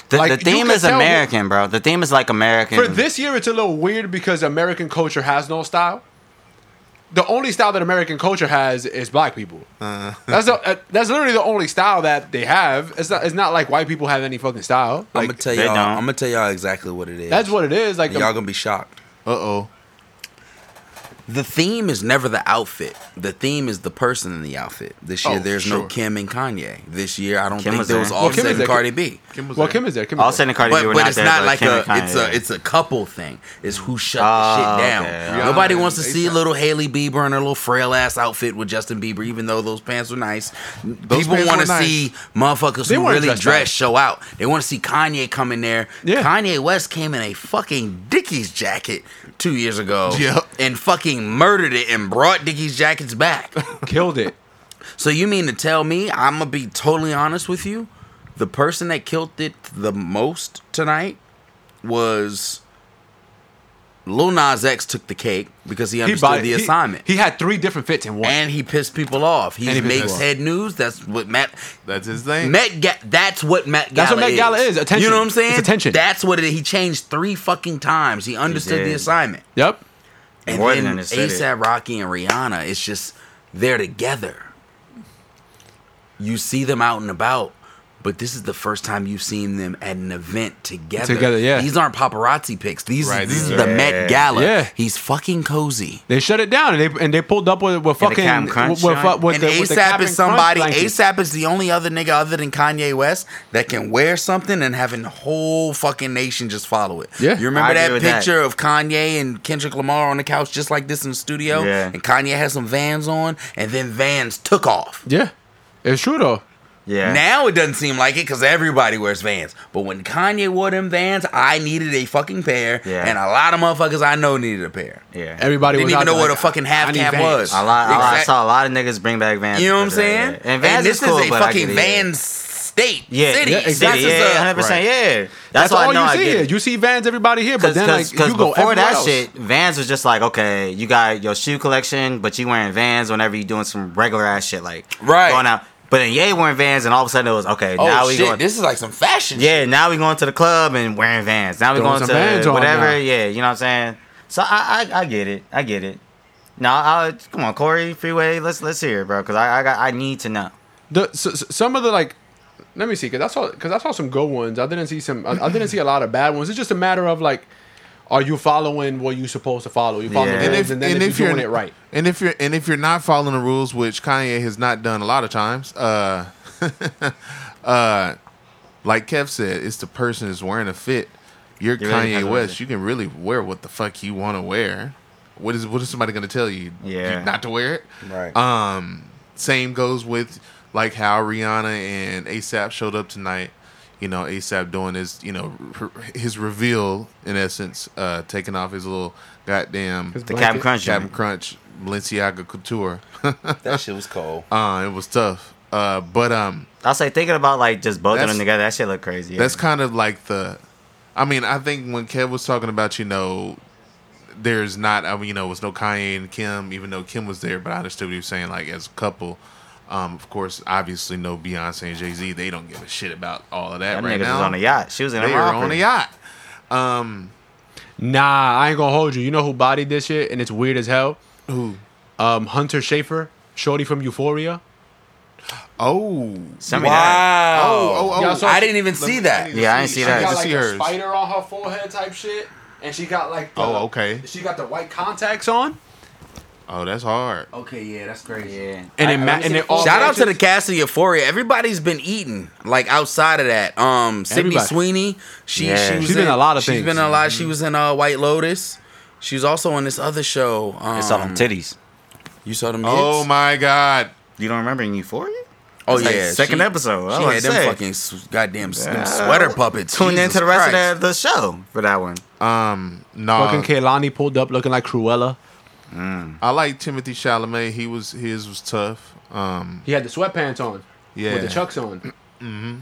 Speaker 3: The,
Speaker 4: Like,
Speaker 3: the
Speaker 4: you
Speaker 3: theme
Speaker 4: could
Speaker 3: is
Speaker 4: tell who-
Speaker 3: American, bro. The theme is like American.
Speaker 4: For this year, it's a little weird because American culture has no style. The only style that American culture has is black people. that's the, uh, that's literally the only style that they have. It's not it's not like white people have any fucking style.
Speaker 5: I'm gonna
Speaker 4: Like
Speaker 5: tell
Speaker 3: they
Speaker 5: y'all.
Speaker 3: don't.
Speaker 5: I'm gonna tell y'all exactly what it is.
Speaker 4: that's what it is. Like um,
Speaker 5: And y'all gonna be shocked.
Speaker 2: Uh oh.
Speaker 5: The theme is never the outfit. The theme is the person in the outfit. This year,
Speaker 2: Oh,
Speaker 5: there's no
Speaker 2: sure.
Speaker 5: Kim and Kanye. This year, I don't
Speaker 3: Kim
Speaker 5: think
Speaker 3: was
Speaker 5: there
Speaker 3: there.
Speaker 5: was
Speaker 3: Well,
Speaker 5: Offset
Speaker 4: Kim is
Speaker 5: and
Speaker 4: there.
Speaker 5: Cardi B.
Speaker 4: Kim well, Kim is there. Kim
Speaker 3: All
Speaker 4: is there.
Speaker 3: said and Cardi
Speaker 5: But,
Speaker 3: B were
Speaker 5: but
Speaker 3: not
Speaker 5: it's
Speaker 3: there,
Speaker 5: not
Speaker 3: but
Speaker 5: like
Speaker 3: Kim
Speaker 5: a
Speaker 3: and Kanye,
Speaker 5: it's
Speaker 3: yeah.
Speaker 5: a it's a couple thing. It's who shut
Speaker 3: Ah,
Speaker 5: the shit down.
Speaker 3: okay.
Speaker 5: Nobody
Speaker 2: Rihanna
Speaker 5: wants to
Speaker 2: and
Speaker 5: see
Speaker 2: A$AP.
Speaker 5: little Haley Bieber in her little frail ass outfit with Justin Bieber, even though those pants were nice. People
Speaker 2: pants
Speaker 5: want
Speaker 2: were
Speaker 5: to
Speaker 2: nice.
Speaker 5: see motherfuckers
Speaker 4: They
Speaker 5: who
Speaker 4: weren't
Speaker 5: really
Speaker 4: dressed
Speaker 5: dress
Speaker 4: up.
Speaker 5: show out. They want to see Kanye come in there.
Speaker 4: Yeah.
Speaker 5: Kanye West came in a fucking Dickies jacket two years ago.
Speaker 2: Yep.
Speaker 5: And fucking murdered it and brought Dickies jackets back.
Speaker 4: killed it.
Speaker 5: So you mean to tell me I'm gonna be totally honest with you? The person that killed it the most tonight was Lil Nas X took the cake because he understood
Speaker 4: bought it.
Speaker 5: the assignment.
Speaker 4: He, had three different fits in one.
Speaker 5: and he pissed people off. He,
Speaker 4: And he pissed
Speaker 5: makes
Speaker 4: people off.
Speaker 5: head news. That's what Matt
Speaker 2: That's his thing.
Speaker 5: Met Ga- that's what Met Gala
Speaker 4: That's what Met Gala is, attention.
Speaker 5: You know what I'm saying?
Speaker 4: It's attention.
Speaker 5: That's what it is. He changed three fucking times. He understood the
Speaker 3: did.
Speaker 5: assignment.
Speaker 4: yep.
Speaker 5: And
Speaker 3: More
Speaker 5: then
Speaker 3: than understood it.
Speaker 5: ASAP Rocky and Rihanna, it's just they're together. You see them out and about, but this is the first time you've seen them at an event together.
Speaker 4: Together, yeah.
Speaker 5: These aren't paparazzi pics. These
Speaker 2: Right,
Speaker 5: this
Speaker 2: these
Speaker 5: is
Speaker 2: are-
Speaker 5: the Met Gala.
Speaker 4: Yeah.
Speaker 5: He's fucking cozy.
Speaker 4: They shut it down and they and they pulled up with with
Speaker 3: And the
Speaker 4: fucking
Speaker 3: Cap'n Crunch
Speaker 4: with, with,
Speaker 3: joint.
Speaker 4: with
Speaker 5: and
Speaker 4: the, with the
Speaker 5: ASAP
Speaker 4: Cap'n
Speaker 5: is somebody.
Speaker 4: Crunch blanket.
Speaker 5: ASAP is the only other nigga other than Kanye West that can wear something and having the whole fucking nation just follow it.
Speaker 4: Yeah.
Speaker 5: you
Speaker 3: I
Speaker 5: remember
Speaker 3: agree
Speaker 5: that
Speaker 3: with that.
Speaker 5: picture of Kanye and Kendrick Lamar on the couch just like this in the studio,
Speaker 3: Yeah.
Speaker 5: and Kanye had some Vans on, and then Vans took off.
Speaker 4: Yeah, it's true though.
Speaker 3: yeah.
Speaker 5: Now it doesn't seem like it because everybody wears Vans. But when Kanye wore them Vans, I needed a fucking pair,
Speaker 3: Yeah.
Speaker 5: and a lot of motherfuckers I know needed a pair.
Speaker 3: yeah.
Speaker 4: Everybody
Speaker 5: Didn't
Speaker 4: was
Speaker 5: even
Speaker 4: out
Speaker 5: know
Speaker 4: there
Speaker 5: what
Speaker 4: like,
Speaker 5: a fucking half
Speaker 4: I need
Speaker 5: cap
Speaker 4: Vans.
Speaker 5: was.
Speaker 3: A lot, a lot- I
Speaker 5: Exact-
Speaker 3: saw a lot of niggas bring back Vans.
Speaker 5: You know what I'm
Speaker 3: because of that,
Speaker 5: saying?
Speaker 3: yeah. And Vans
Speaker 5: this
Speaker 3: is, cool,
Speaker 5: is a
Speaker 3: but I
Speaker 5: fucking
Speaker 3: get it,
Speaker 5: Van state
Speaker 3: Yeah,
Speaker 5: city.
Speaker 3: yeah,
Speaker 5: This is
Speaker 3: yeah,
Speaker 5: a-
Speaker 3: 100. percent Yeah, that's,
Speaker 4: That's,
Speaker 3: why
Speaker 4: all
Speaker 3: I know
Speaker 4: you
Speaker 3: I
Speaker 4: see.
Speaker 3: get
Speaker 4: Here.
Speaker 3: it.
Speaker 4: You see Vans everywhere here, but
Speaker 3: Cause,
Speaker 4: then
Speaker 3: cause,
Speaker 4: like
Speaker 3: 'cause
Speaker 4: you go
Speaker 3: before
Speaker 4: everywhere
Speaker 3: that
Speaker 4: else.
Speaker 3: shit, Vans was just like, okay, you got your shoe collection, but you wearing Vans whenever you doing some regular ass shit, like
Speaker 5: Right.
Speaker 3: going out. But then Ye wearing Vans, and all of a sudden it was okay.
Speaker 5: Oh
Speaker 3: now we
Speaker 5: shit!
Speaker 3: going,
Speaker 5: this is like some fashion. shit.
Speaker 3: yeah, now we going to the club and wearing Vans. Now we
Speaker 4: Throwing
Speaker 3: going
Speaker 4: some
Speaker 3: to
Speaker 4: Vans on now.
Speaker 3: whatever. Yeah, you know what I'm saying. So I, I, I get it, I get it. No, I, come on, Corey, Freeway, let's let's hear it, bro, because I, I got I need to know.
Speaker 4: The, s s- some of the like, let me see, because I saw because I saw some good ones. I didn't see some. I, I didn't see a lot of bad ones. It's just a matter of like, are you following what you're supposed to follow? You following
Speaker 3: Yeah.
Speaker 4: the
Speaker 2: and
Speaker 4: rules,
Speaker 2: if,
Speaker 4: and, then
Speaker 2: and
Speaker 4: if,
Speaker 2: if
Speaker 4: you're
Speaker 2: you're
Speaker 4: doing it right.
Speaker 2: and if you're and if you're not following the rules, which Kanye has not done a lot of times, uh, uh, like Kev said, it's the person that's wearing a fit. You're
Speaker 3: really
Speaker 2: Kanye
Speaker 3: has a-
Speaker 2: West. You can really wear what the fuck you want to wear. What is what is somebody going to tell you?
Speaker 3: Yeah.
Speaker 2: you not to wear it.
Speaker 5: Right.
Speaker 2: Um, same goes with like how Rihanna and ASAP showed up tonight. You know, ASAP doing his, you know, r- his reveal in essence, uh, taking off his little goddamn
Speaker 4: His
Speaker 3: The
Speaker 4: Blanket.
Speaker 3: Cap'n Crunch,
Speaker 2: Captain
Speaker 3: joint.
Speaker 2: Crunch, Balenciaga Couture.
Speaker 5: that shit was cold.
Speaker 2: uh, it was tough. Uh, but um,
Speaker 3: I'll say thinking about like just both of
Speaker 2: That's-
Speaker 3: them together, that shit look crazy. yeah.
Speaker 2: that's kind of like the. I mean, I think when Kev was talking about, you know, there's not, I mean, you know, it was no Kanye and Kim, even though Kim was there, but I understood what he was saying, like, as a couple. Um, of course, obviously, no Beyonce and Jay Z. They don't give a shit about all of that,
Speaker 3: That
Speaker 2: right
Speaker 3: nigga
Speaker 2: now.
Speaker 3: was on a yacht. She was in
Speaker 2: They
Speaker 3: a
Speaker 2: are
Speaker 3: rocker.
Speaker 2: on a yacht. Um,
Speaker 4: Nah, I ain't gonna hold you. You know who bodied this shit, and it's weird as hell.
Speaker 2: who?
Speaker 4: Um, Hunter Schafer, Shorty from Euphoria.
Speaker 2: Oh,
Speaker 3: Send me that.
Speaker 5: Wow!
Speaker 2: Oh, oh, oh.
Speaker 4: Yeah, so-
Speaker 5: I didn't even see that.
Speaker 3: Yeah, I ain't see that.
Speaker 2: I
Speaker 4: got
Speaker 2: need to
Speaker 4: like
Speaker 2: see
Speaker 4: a
Speaker 2: hers.
Speaker 4: spider on her forehead type shit, and she got like the,
Speaker 2: Oh, okay.
Speaker 4: She got the white contacts on.
Speaker 2: Oh, that's hard.
Speaker 5: Okay, yeah, that's crazy.
Speaker 3: Yeah.
Speaker 4: And
Speaker 3: I- I
Speaker 4: it ma-
Speaker 3: really
Speaker 4: and
Speaker 3: see
Speaker 4: it
Speaker 3: the
Speaker 4: all-
Speaker 3: full-
Speaker 5: Shout out to the
Speaker 4: Mansions?
Speaker 5: cast of Euphoria. Everybody's been eating. Like outside of that, um, Sydney
Speaker 4: Everybody.
Speaker 5: Sweeney. She
Speaker 3: Yeah.
Speaker 5: she was
Speaker 4: She's been
Speaker 5: in
Speaker 4: in a lot of
Speaker 5: She's
Speaker 4: things.
Speaker 5: been in a lot.
Speaker 3: Mm-hmm.
Speaker 5: She was in uh, White Lotus. She was also on this other show. Um,
Speaker 3: It's all them titties.
Speaker 5: You saw them.
Speaker 2: Oh
Speaker 5: hits?
Speaker 2: my god.
Speaker 3: You don't remember in Euphoria?
Speaker 5: Oh
Speaker 3: It's like
Speaker 5: yeah.
Speaker 3: second
Speaker 5: she,
Speaker 3: episode. I
Speaker 5: She
Speaker 3: was
Speaker 5: had them
Speaker 3: say.
Speaker 5: fucking s- goddamn s- them
Speaker 3: Yeah.
Speaker 5: sweater puppets.
Speaker 3: Tune
Speaker 5: Jesus
Speaker 3: into the rest
Speaker 5: Christ.
Speaker 3: of the, the show for that one.
Speaker 2: Um, no.
Speaker 4: Fucking Kehlani pulled up looking like Cruella.
Speaker 2: I like Timothy Chalamet. He was his was tough. Um,
Speaker 4: He had the sweatpants on.
Speaker 2: yeah.
Speaker 4: With the chucks on. Fucking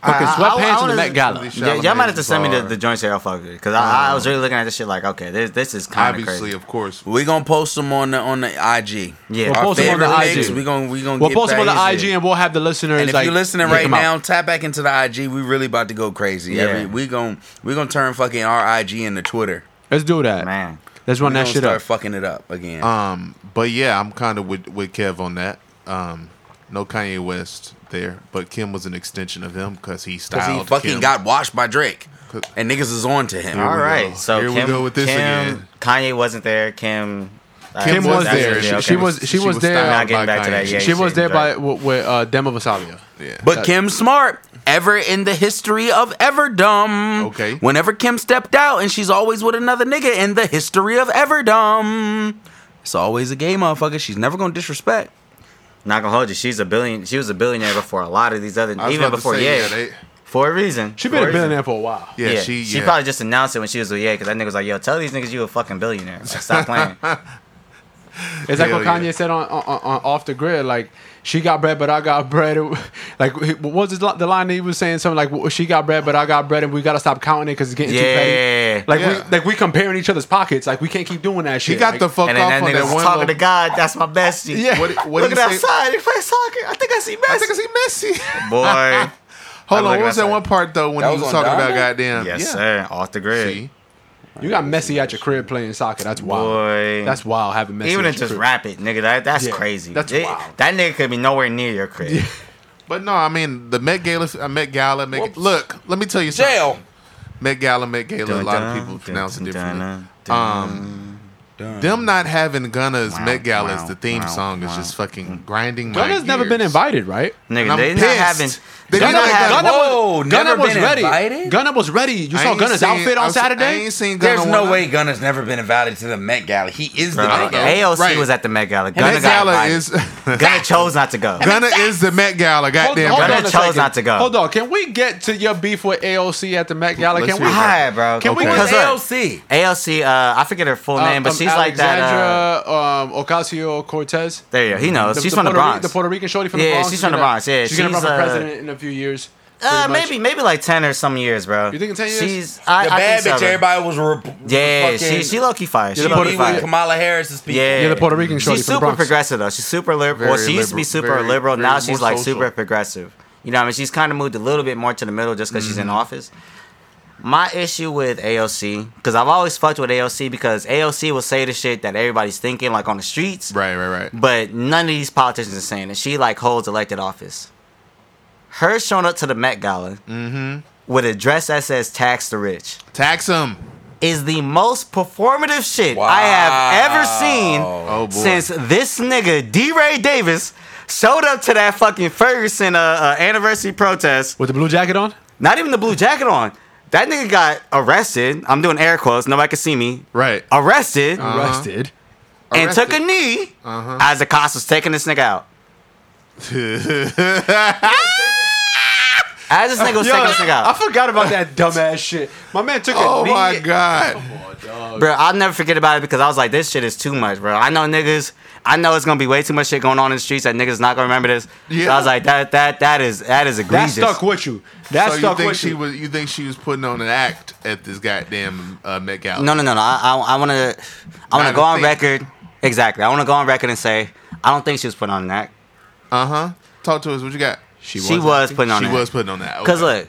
Speaker 3: I- I- I
Speaker 4: sweatpants in
Speaker 3: wanna-
Speaker 4: the Met Gala.
Speaker 2: Timothy
Speaker 3: Yeah, y'all might have to
Speaker 2: Chalamet
Speaker 3: send me the,
Speaker 2: was
Speaker 3: the joint sale fuck because I, I was really looking at this shit like, okay, this this is kind of
Speaker 2: Uh-huh. obviously,
Speaker 3: crazy.
Speaker 2: of course.
Speaker 5: We gonna post them on the on the IG.
Speaker 3: Yeah.
Speaker 5: Our
Speaker 4: We'll post 'em on
Speaker 5: favorite
Speaker 4: the
Speaker 5: legs,
Speaker 4: IG.
Speaker 5: We gonna we gonna
Speaker 4: We'll
Speaker 5: get
Speaker 4: post them on the
Speaker 5: crazy.
Speaker 4: IG and we'll have the listeners.
Speaker 5: And if
Speaker 4: like,
Speaker 5: you're listening
Speaker 4: check
Speaker 5: right
Speaker 4: them out.
Speaker 5: now, tap back into the IG. We really about to go crazy.
Speaker 3: Yeah.
Speaker 5: Every, we gon' we gonna turn fucking our IG into Twitter.
Speaker 4: let's do that.
Speaker 3: Man,
Speaker 4: Let's run that
Speaker 5: we gonna
Speaker 4: shit
Speaker 5: start
Speaker 4: up.
Speaker 5: fucking it up again.
Speaker 2: Um, but yeah, I'm kind of with with Kev on that. Um, no Kanye West there, but Kim was an extension of him because he
Speaker 5: Cause
Speaker 2: styled.
Speaker 5: he fucking
Speaker 2: Kim.
Speaker 5: got washed by Drake,
Speaker 2: 'Cause-
Speaker 5: and niggas is on to him.
Speaker 2: Here
Speaker 3: all
Speaker 2: we
Speaker 3: right.
Speaker 2: go.
Speaker 3: So
Speaker 2: Here we
Speaker 3: Kim,
Speaker 2: go with this
Speaker 3: Kim,
Speaker 2: again.
Speaker 3: Kanye wasn't there. Kim, uh,
Speaker 2: Kim
Speaker 4: Kim was
Speaker 2: was
Speaker 3: that's
Speaker 2: there.
Speaker 3: it,
Speaker 4: She-
Speaker 3: okay.
Speaker 4: she was- she was there.
Speaker 2: styled
Speaker 3: Not
Speaker 2: by
Speaker 3: getting back to that
Speaker 2: Kanye.
Speaker 3: yet.
Speaker 4: She was there
Speaker 3: Shades,
Speaker 4: by
Speaker 3: right.
Speaker 4: with, with uh, Demo Vasalia.
Speaker 2: Yeah.
Speaker 5: But Kim Smart, ever in the history of Everdom.
Speaker 2: Okay.
Speaker 5: Whenever Kim stepped out, and she's always with another nigga in the history of Everdom. It's always a gay motherfucker. She's never gonna disrespect.
Speaker 3: Not gonna hold you. She's a billion. She was a billionaire before a lot of these other,
Speaker 2: I was
Speaker 3: even
Speaker 2: about to
Speaker 3: before
Speaker 2: say,
Speaker 3: Ye,
Speaker 2: yeah, they-
Speaker 3: for a reason.
Speaker 4: She
Speaker 3: For
Speaker 4: been a
Speaker 3: a reason.
Speaker 4: billionaire for a while.
Speaker 2: yeah, she, yeah.
Speaker 3: probably just announced it when she was with Ye because that nigga was like, "Yo, tell these niggas you a fucking billionaire. Like, stop playing."
Speaker 4: It's like
Speaker 2: Hell
Speaker 4: what Kanye
Speaker 2: yeah.
Speaker 4: said on, on, on off the grid. Like she got bread, but I got bread. Like what was his, li- the line that he was saying? Something like well, she got bread, but I got bread, and we gotta stop counting it because it's getting
Speaker 3: Yeah.
Speaker 4: too petty. Like
Speaker 2: Yeah.
Speaker 4: we like we comparing each other's pockets. Like we can't keep doing that
Speaker 2: he
Speaker 4: shit.
Speaker 2: got
Speaker 4: Like,
Speaker 2: the fuck
Speaker 3: and
Speaker 2: off
Speaker 3: then that
Speaker 2: on
Speaker 3: nigga
Speaker 2: that
Speaker 3: was
Speaker 2: one.
Speaker 3: talking to
Speaker 2: little-
Speaker 3: God. That's my bestie.
Speaker 4: Yeah.
Speaker 2: What, what
Speaker 3: Look
Speaker 2: he
Speaker 3: at
Speaker 2: say?
Speaker 3: outside. He plays soccer. I think I see
Speaker 2: I think
Speaker 3: Messi.
Speaker 2: I see Messi.
Speaker 3: Boy.
Speaker 2: Hold
Speaker 3: I'm
Speaker 2: on,
Speaker 3: looking
Speaker 2: what was that
Speaker 3: outside.
Speaker 2: one part though when
Speaker 5: That
Speaker 2: he
Speaker 5: was
Speaker 2: was
Speaker 5: on
Speaker 2: talking about
Speaker 5: Dynamite?
Speaker 2: goddamn?
Speaker 3: Yes,
Speaker 2: yeah.
Speaker 3: sir. Off the grid.
Speaker 2: See?
Speaker 4: you got Messi at your crib playing soccer. That's wild.
Speaker 3: Boy.
Speaker 4: That's wild. Having Messi
Speaker 3: Even in
Speaker 4: at your
Speaker 3: just
Speaker 4: crib.
Speaker 3: rap it, nigga. That, that's
Speaker 4: Yeah,
Speaker 3: crazy.
Speaker 4: that's
Speaker 3: It-
Speaker 4: wild.
Speaker 3: That nigga could be nowhere near your crib.
Speaker 2: But no, I mean the Met Gala. uh, Met Gala. Met, look, let me tell you something.
Speaker 5: Jail.
Speaker 2: Met Gala, Met Gala. A lot of
Speaker 3: Dun,
Speaker 2: people
Speaker 3: dun,
Speaker 2: pronounce it
Speaker 3: dun,
Speaker 2: differently.
Speaker 3: dun, dun.
Speaker 2: Um, them not having Gunna's Met Gala as the theme
Speaker 3: wow,
Speaker 2: song is
Speaker 3: wow. Mm.
Speaker 2: just fucking grinding. my
Speaker 4: Gunna's never been
Speaker 2: gears.
Speaker 4: invited, right?
Speaker 2: And
Speaker 3: nigga,
Speaker 2: I'm
Speaker 3: they not
Speaker 2: pissed.
Speaker 3: having.
Speaker 2: They
Speaker 3: They
Speaker 2: did
Speaker 3: not
Speaker 2: not
Speaker 3: having.
Speaker 5: Gunna- Whoa, never been
Speaker 4: ready.
Speaker 5: invited?
Speaker 4: Gunna was ready. You
Speaker 2: I
Speaker 4: saw
Speaker 2: ain't
Speaker 4: Gunna's
Speaker 2: seen-
Speaker 4: outfit
Speaker 2: I
Speaker 4: on
Speaker 2: was- I
Speaker 4: Saturday.
Speaker 2: ain't seen Gunna.
Speaker 5: There's no
Speaker 2: one-
Speaker 5: way Gunna's never been invited to the Met Gala. He is the
Speaker 3: Bro,
Speaker 5: Met Gala.
Speaker 3: AOC
Speaker 2: Right.
Speaker 3: was at the Met Gala. Gunna
Speaker 2: Met
Speaker 3: got
Speaker 2: Gala
Speaker 3: invited.
Speaker 2: is
Speaker 3: Gunna chose not to go.
Speaker 2: Gunna is the Met Gala. Goddamn.
Speaker 3: hold
Speaker 2: right.
Speaker 3: on. Gunna chose not to go.
Speaker 4: Hold on. Can we get to your beef with AOC at the Met Gala?
Speaker 2: Let's
Speaker 4: Can we?
Speaker 2: hear it.
Speaker 3: Hi, bro.
Speaker 4: Can we
Speaker 5: Who
Speaker 4: Okay.
Speaker 5: is
Speaker 3: Because look,
Speaker 5: AOC?
Speaker 3: AOC, uh, I forget her full name, but
Speaker 4: um,
Speaker 3: she's like that. Uh,
Speaker 4: Alexandra, um, Ocasio Cortez.
Speaker 3: there you go. He knows. she's from the
Speaker 4: Puerto Ri-
Speaker 3: Bronx.
Speaker 4: the Puerto Rican shorty from the
Speaker 3: Yeah,
Speaker 4: Bronx.
Speaker 3: she's from the
Speaker 4: gonna-
Speaker 3: Bronx, yeah,
Speaker 4: she's, gonna run
Speaker 3: she's,
Speaker 4: for
Speaker 3: uh,
Speaker 4: president in a few years.
Speaker 3: Uh,
Speaker 4: pretty much.
Speaker 3: maybe maybe like ten or some years, bro.
Speaker 4: You think in 10 years?
Speaker 3: She's I,
Speaker 5: The
Speaker 3: I
Speaker 5: bad
Speaker 3: think
Speaker 5: bitch.
Speaker 3: so, bro.
Speaker 5: Everybody was. Re-
Speaker 3: Yeah,
Speaker 5: was
Speaker 3: she
Speaker 5: fucking-
Speaker 3: she low key fire. She
Speaker 4: You're the
Speaker 3: low key
Speaker 4: Puerto
Speaker 5: She with
Speaker 3: fire.
Speaker 4: Rican.
Speaker 5: Kamala Harris is speaking.
Speaker 3: Yeah,
Speaker 4: You're the Puerto Rican shorty
Speaker 3: She's
Speaker 4: from the
Speaker 3: super
Speaker 4: Bronx.
Speaker 3: progressive though. She's super liberal. Well,
Speaker 2: Very
Speaker 3: she used to be
Speaker 2: liberal.
Speaker 3: super
Speaker 2: Very-
Speaker 3: liberal.
Speaker 2: very
Speaker 3: now
Speaker 2: more
Speaker 3: she's like
Speaker 2: social.
Speaker 3: super progressive. You know, what I mean, she's kind of moved a little bit more to the middle just because she's in
Speaker 4: Mm-hmm.
Speaker 3: office. My issue with AOC, because I've always fucked with AOC because AOC will say the shit that everybody's thinking, like on the streets.
Speaker 2: Right, right, right.
Speaker 3: But none of these politicians are saying it. She like holds elected office. Her showing up to the Met Gala
Speaker 2: Mm-hmm.
Speaker 3: with a dress that says "Tax the Rich"
Speaker 2: Tax him.
Speaker 3: is the most performative shit I have ever seen
Speaker 2: Oh boy.
Speaker 3: since this nigga D. Ray Davis showed up to that fucking Ferguson uh, uh, anniversary protest.
Speaker 4: With the blue jacket on?
Speaker 3: Not even the blue jacket on. That nigga got arrested. I'm doing air quotes. Nobody can see me.
Speaker 2: right.
Speaker 3: Arrested
Speaker 4: Arrested.
Speaker 3: and took a
Speaker 2: arrested. Uh-huh.
Speaker 3: knee as the cops was taking this nigga out. As this nigga was taking this nigga
Speaker 4: I
Speaker 3: out,
Speaker 4: forgot about that dumbass shit. My man took a
Speaker 2: Oh
Speaker 4: knee.
Speaker 2: my god.
Speaker 3: bro, I'll never forget about it because I was like, this shit is too much, bro. I know niggas, I know it's gonna be way too much shit going on in the streets that niggas not gonna remember this. So
Speaker 2: Yeah.
Speaker 3: I was like, that that that is that is
Speaker 4: That
Speaker 3: egregious.
Speaker 4: stuck with you. That
Speaker 2: so you
Speaker 4: stuck
Speaker 2: think
Speaker 4: with
Speaker 2: she
Speaker 4: you.
Speaker 2: was? You think she was putting on an act at this goddamn uh, Met Gala?
Speaker 3: No, no, no, no. I, I, I want to, I want
Speaker 2: Not
Speaker 3: to go
Speaker 2: a
Speaker 3: on
Speaker 2: thing.
Speaker 3: record. Exactly. I want to go on record and say I don't think she was putting on that.
Speaker 2: Uh huh. Talk to us. What you got?
Speaker 3: She was was acting. putting on
Speaker 2: She
Speaker 3: an
Speaker 2: was
Speaker 3: act.
Speaker 2: putting on that.
Speaker 3: Cause
Speaker 2: okay.
Speaker 3: look,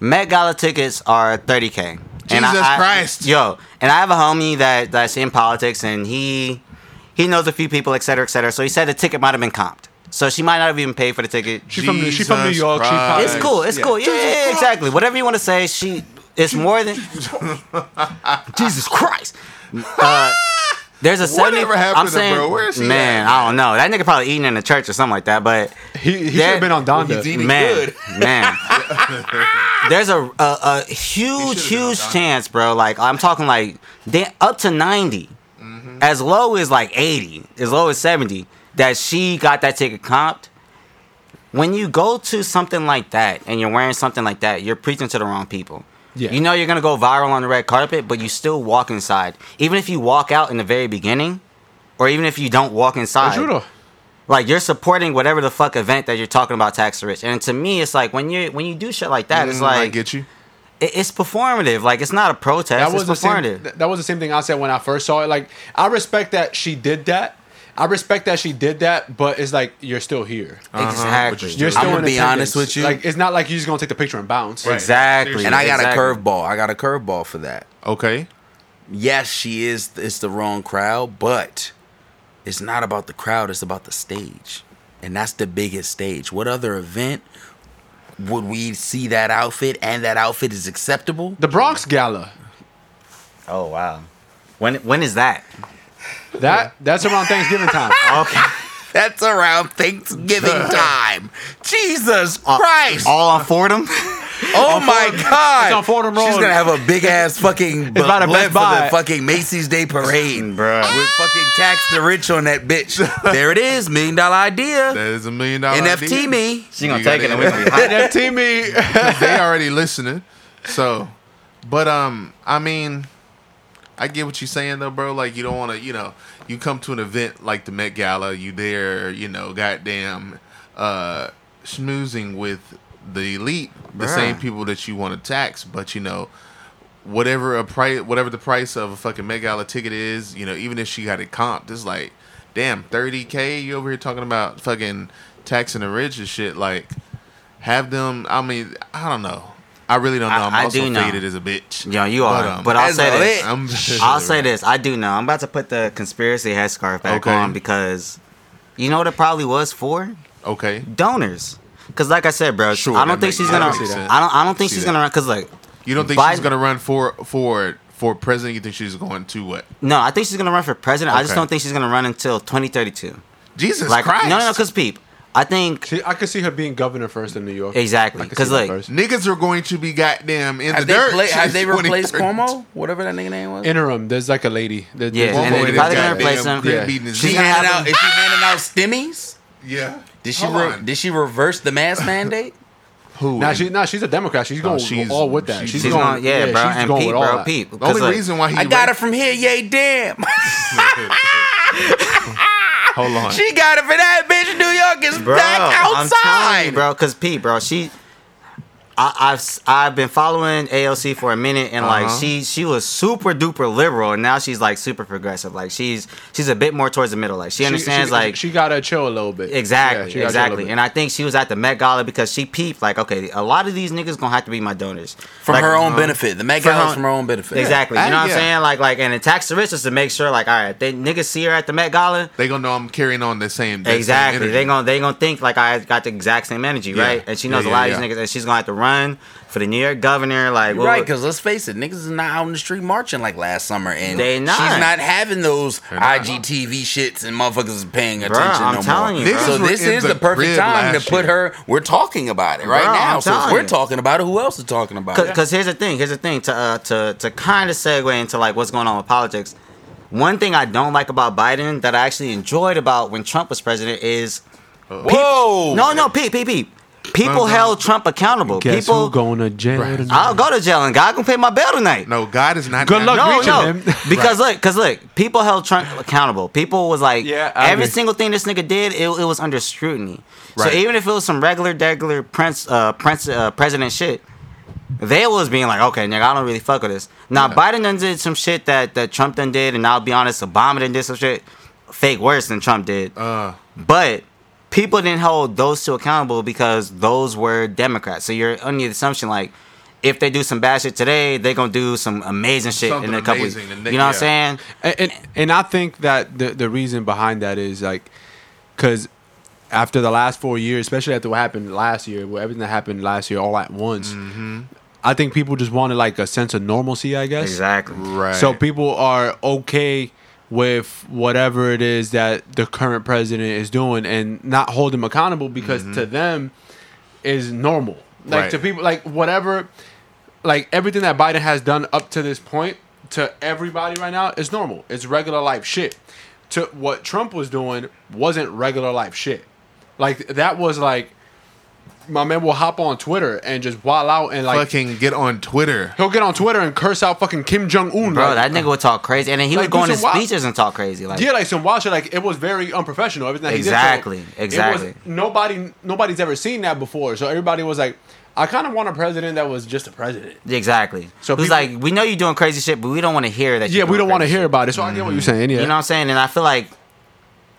Speaker 3: Met Gala tickets are thirty k.
Speaker 2: Jesus Christ.
Speaker 3: Yo, and I have a homie that that's in politics, and he he knows a few people, et cetera, et cetera. So he said the ticket might have been comped, so she might not have even paid for the ticket.
Speaker 4: She from, the, she from New
Speaker 2: Jesus
Speaker 4: York. She
Speaker 2: Christ.
Speaker 4: probably-
Speaker 3: It's cool. It's
Speaker 4: yeah.
Speaker 3: cool. Yeah, yeah, yeah, exactly. Whatever you want to say, she. It's more than Jesus Christ. Uh, There's a seventy.
Speaker 2: Whatever happened
Speaker 3: I'm
Speaker 2: to
Speaker 3: saying,
Speaker 2: bro? Where is he
Speaker 3: man,
Speaker 2: at?
Speaker 3: I don't know. That nigga probably eating in the church or something like that. But
Speaker 4: He, he should
Speaker 3: That-
Speaker 4: have been on
Speaker 5: He's
Speaker 4: Donda.
Speaker 5: eating
Speaker 3: man,
Speaker 5: good.
Speaker 3: man, there's a a, a huge,
Speaker 2: should've been on
Speaker 3: huge
Speaker 2: Donda.
Speaker 3: chance, bro. Like I'm talking like da- up to 90 as low as like eighty, as low as seventy. That she got that ticket comped. When you go to something like that and you're wearing something like that, you're preaching to the wrong people.
Speaker 4: Yeah.
Speaker 3: You know you're gonna go viral on the red carpet, but you still walk inside. Even if you walk out in the very beginning, or even if you don't walk inside,
Speaker 4: Judo.
Speaker 3: like you're supporting whatever the fuck event that you're talking about tax the rich and to me it's like when you when you do shit like that it's
Speaker 2: Mm, I
Speaker 3: like
Speaker 2: get you.
Speaker 3: it- it's performative like it's not a protest
Speaker 4: That
Speaker 3: it's
Speaker 4: was the same.
Speaker 3: performative
Speaker 4: th- That was the same thing I said when I first saw it. Like I respect that she did that. I respect that she did that, but it's like you're still here.
Speaker 3: exactly
Speaker 4: You're still
Speaker 5: I'm gonna
Speaker 4: in
Speaker 5: be
Speaker 4: attendance.
Speaker 5: honest with you.
Speaker 4: Like it's not like you're just gonna take the picture and bounce.
Speaker 3: exactly
Speaker 5: And I got
Speaker 3: exactly.
Speaker 5: a curveball. I got a curveball for that.
Speaker 2: Okay.
Speaker 5: Yes, she is. It's the wrong crowd, but it's not about the crowd. It's about the stage, and that's the biggest stage. What other event would we see that outfit and that outfit is acceptable?
Speaker 4: The Bronx Gala.
Speaker 3: oh wow when when is that Oh.
Speaker 4: That that's around Thanksgiving time.
Speaker 3: okay
Speaker 5: That's around Thanksgiving time. Jesus
Speaker 3: Uh,
Speaker 5: Christ!
Speaker 3: all on fordham
Speaker 5: oh my God!
Speaker 4: it's on Fordham Road.
Speaker 5: She's gonna have a big ass fucking b-
Speaker 4: by the Best
Speaker 5: blimp for the
Speaker 4: Buy.
Speaker 5: fucking Macy's Day Parade.
Speaker 3: bro
Speaker 5: We fucking tax the rich on that bitch. There it is, million dollar idea.
Speaker 2: That is a million dollar idea.
Speaker 5: NFT me.
Speaker 3: she gonna
Speaker 2: You
Speaker 3: take
Speaker 2: gotta-
Speaker 3: it and we gonna be hot.
Speaker 4: that teammate.
Speaker 2: they already listening. So, but um, I mean, I get what you're saying though, bro. Like you don't want to, you know, you come to an event like the Met Gala, you there, you know, goddamn, uh, schmoozing with the elite, the
Speaker 5: Bruh.
Speaker 2: same people that you want to tax, but you know. Whatever a price, whatever the price of a fucking Met Gala ticket is, you know, even if she got it comped, it's like, damn, thirty k. You over here talking about fucking taxing the rich and shit. Like, have them. I mean, I don't know. I really don't know.
Speaker 3: I-
Speaker 2: I'm
Speaker 3: I
Speaker 2: also
Speaker 3: do know.
Speaker 2: faded as a bitch. um,
Speaker 3: Yeah, you are. But I'll
Speaker 5: that's
Speaker 3: say
Speaker 5: a
Speaker 3: this.
Speaker 5: lit.
Speaker 2: I'm
Speaker 3: I'll say this. I do know. I'm about to put the conspiracy headscarf back
Speaker 2: Okay.
Speaker 3: on because you know what it probably was for?
Speaker 2: Okay.
Speaker 3: donors. Cause like I said, bro,
Speaker 2: Sure,
Speaker 3: I don't
Speaker 2: that
Speaker 3: think she's
Speaker 2: makes-
Speaker 3: gonna.
Speaker 2: that
Speaker 3: I
Speaker 2: makes sense.
Speaker 3: don't. I don't think
Speaker 2: See
Speaker 3: she's
Speaker 2: that.
Speaker 3: gonna run. Cause like,
Speaker 2: You don't think she's
Speaker 3: Biden-
Speaker 2: gonna run for for for president? You think she's going to what?
Speaker 3: no, I think she's gonna run for president. I just
Speaker 2: Okay.
Speaker 3: don't think she's gonna run until 2032.
Speaker 2: Jesus
Speaker 3: Like,
Speaker 2: Christ!
Speaker 3: no, no, no. Cause peep, I think
Speaker 4: I could see her being governor first in New York.
Speaker 3: exactly.
Speaker 4: I could
Speaker 3: Cause
Speaker 4: see that
Speaker 3: like,
Speaker 4: first.
Speaker 2: niggas are going to be goddamn in
Speaker 5: Have
Speaker 2: the
Speaker 5: they,
Speaker 2: dirt.
Speaker 5: play, have
Speaker 2: since
Speaker 5: they replaced
Speaker 2: 2030.
Speaker 5: Cuomo? Whatever that nigga name was.
Speaker 4: interim, there's like a lady. There-
Speaker 3: Yeah,
Speaker 4: there's
Speaker 2: Cuomo
Speaker 3: and they're
Speaker 2: in his
Speaker 3: probably gonna
Speaker 2: goddamn
Speaker 3: replace him.
Speaker 2: crib
Speaker 4: Yeah.
Speaker 2: beating his
Speaker 5: She
Speaker 2: shit.
Speaker 5: handed out. Is she handing out stimmies?
Speaker 2: Yeah.
Speaker 5: Did she
Speaker 2: Hold
Speaker 5: re-
Speaker 2: on.
Speaker 5: did she reverse the mask mandate?
Speaker 2: Who?
Speaker 4: Nah, she, nah, she's a Democrat. She's going
Speaker 2: she's-
Speaker 4: all with that.
Speaker 2: she's
Speaker 4: She's,
Speaker 3: she's
Speaker 4: going,
Speaker 3: gonna, yeah, bro,
Speaker 4: she's
Speaker 3: and
Speaker 4: going
Speaker 3: peep,
Speaker 4: with all
Speaker 3: bro,
Speaker 4: that.
Speaker 3: peep.
Speaker 2: the only
Speaker 3: like,
Speaker 2: reason why he
Speaker 5: I got
Speaker 2: ra-
Speaker 5: it from here. Yay, damn!
Speaker 2: Hold on.
Speaker 5: she got it for that bitch. New York is
Speaker 3: bro,
Speaker 5: back
Speaker 3: I'm telling you,
Speaker 5: outside,
Speaker 3: bro. Cause peep, bro, she. I, I've s- I've been following AOC for a minute and like
Speaker 2: Uh-huh.
Speaker 3: she she was super duper liberal and now she's like super progressive like she's she's a bit more towards the middle like she,
Speaker 4: She-
Speaker 3: understands
Speaker 4: she,
Speaker 3: like
Speaker 4: she got to chill a little bit. Yeah,
Speaker 3: Exactly,
Speaker 4: she gotta chill a little
Speaker 3: exactly.
Speaker 4: bit.
Speaker 3: And I think she was at the Met Gala because she peeped, like, okay, a lot of these niggas gonna have to be my donors.
Speaker 5: From
Speaker 3: Like,
Speaker 5: her
Speaker 4: Uh-huh.
Speaker 5: own benefit. The Met
Speaker 3: from
Speaker 5: Gala
Speaker 3: her-
Speaker 5: is from her own benefit.
Speaker 3: Exactly. You know
Speaker 2: Yeah,
Speaker 3: what I'm
Speaker 2: yeah.
Speaker 3: saying? Like, like, and it tax the rich is to make sure, like, all right, they niggas see her at the Met Gala.
Speaker 2: they gonna know I'm carrying on the same. that same
Speaker 3: Exactly.
Speaker 2: energy.
Speaker 3: They gonna they gonna think like I got the exact same energy,
Speaker 2: Yeah.
Speaker 3: right? And she knows
Speaker 2: Yeah,
Speaker 3: a lot
Speaker 2: yeah,
Speaker 3: of these
Speaker 2: yeah.
Speaker 3: niggas, and she's gonna have to run for the New York governor. Like,
Speaker 5: You're
Speaker 3: what-
Speaker 5: right, because let's face it, niggas is not out in the street marching like last summer, and
Speaker 3: They not.
Speaker 5: she's not having those
Speaker 2: not.
Speaker 5: IGTV shits and motherfuckers is paying attention.
Speaker 3: I'm
Speaker 5: no
Speaker 3: telling
Speaker 5: more.
Speaker 3: you, bro.
Speaker 5: so
Speaker 2: Niggas were
Speaker 5: this
Speaker 2: in
Speaker 5: is
Speaker 2: the
Speaker 5: the perfect
Speaker 2: crib
Speaker 5: time to
Speaker 2: last
Speaker 5: put
Speaker 2: year.
Speaker 5: her. We're talking about it right
Speaker 3: Bro,
Speaker 5: now.
Speaker 3: I'm
Speaker 5: so if
Speaker 3: telling
Speaker 5: we're
Speaker 3: you.
Speaker 5: talking about it, who else is talking about it?
Speaker 3: Because here's the thing. Here's the thing. To uh, to to kind of segue into like what's going on with politics. One thing I don't like about Biden that I actually enjoyed about when Trump was president is
Speaker 2: Oh,
Speaker 5: Whoa!
Speaker 3: no, no, peep, peep, peep. People
Speaker 2: Uh-huh.
Speaker 3: held Trump accountable.
Speaker 4: Guess
Speaker 3: People,
Speaker 4: who going to jail?
Speaker 2: Right.
Speaker 4: tonight?
Speaker 3: I'll go to jail and God gonna pay my bail tonight.
Speaker 2: No, God is not.
Speaker 4: Good
Speaker 2: down-
Speaker 4: luck
Speaker 2: No,
Speaker 3: no,
Speaker 4: reaching
Speaker 3: no.
Speaker 4: him.
Speaker 3: because look, because look, people held Trump accountable. People was like,
Speaker 4: Yeah, I
Speaker 3: every
Speaker 4: agree.
Speaker 3: single thing this nigga did, it, it was under scrutiny.
Speaker 2: Right.
Speaker 3: So even if it was some regular, regular prince, uh, prince, uh, president shit, they was being like, okay, nigga, I don't really fuck with this. Now Biden done did some shit that that Trump done did, and I'll be honest, Obama done did some shit fake worse than Trump did.
Speaker 4: Oh,
Speaker 2: Uh,
Speaker 3: But people didn't hold those two accountable because those were Democrats. So you're under the assumption like if they do some bad shit today, they're gonna do some amazing shit
Speaker 2: Something
Speaker 3: in a couple
Speaker 2: amazing,
Speaker 3: weeks.
Speaker 2: and
Speaker 3: You
Speaker 2: they-
Speaker 3: know what I'm
Speaker 2: yeah.
Speaker 3: saying?
Speaker 4: and, and and I think that the the reason behind that is like, because after the last four years, especially after what happened last year, where everything that happened last year all at once, I think people just wanted like a sense of normalcy. I guess
Speaker 3: Exactly.
Speaker 2: right.
Speaker 4: So people are okay with whatever it is that the current president is doing and not hold him accountable because to
Speaker 3: Mm-hmm.
Speaker 4: them is normal. Like
Speaker 2: Right.
Speaker 4: to people, like whatever, like everything that Biden has done up to this point to everybody right now is normal. It's regular life shit. To what Trump was doing wasn't regular life shit. Like that was like my man will hop on Twitter and just wild out and like
Speaker 2: Fucking get on Twitter.
Speaker 4: he'll get on Twitter and curse out fucking Kim Jong Un.
Speaker 3: Bro, that nigga would talk crazy, and then he
Speaker 4: Like,
Speaker 3: would go
Speaker 4: do
Speaker 3: on
Speaker 4: some
Speaker 3: his
Speaker 4: wild-
Speaker 3: speeches and talk crazy. Like,
Speaker 4: yeah, like some wild shit. Like it was very unprofessional. Everything that
Speaker 3: Exactly,
Speaker 4: he did. So it was-
Speaker 3: exactly.
Speaker 4: nobody, nobody's ever seen that before. So everybody was like, I kind of want a president that was just a president.
Speaker 3: exactly. So
Speaker 4: So
Speaker 3: he's
Speaker 4: people-
Speaker 3: like, we know you're doing crazy shit, but we don't want to hear that.
Speaker 4: Yeah,
Speaker 3: you're
Speaker 4: we
Speaker 3: doing
Speaker 4: don't want to
Speaker 3: crazy
Speaker 4: hear
Speaker 3: shit."
Speaker 4: about it. So I get what you're saying. Yeah,
Speaker 3: You know what I'm saying? And I feel like,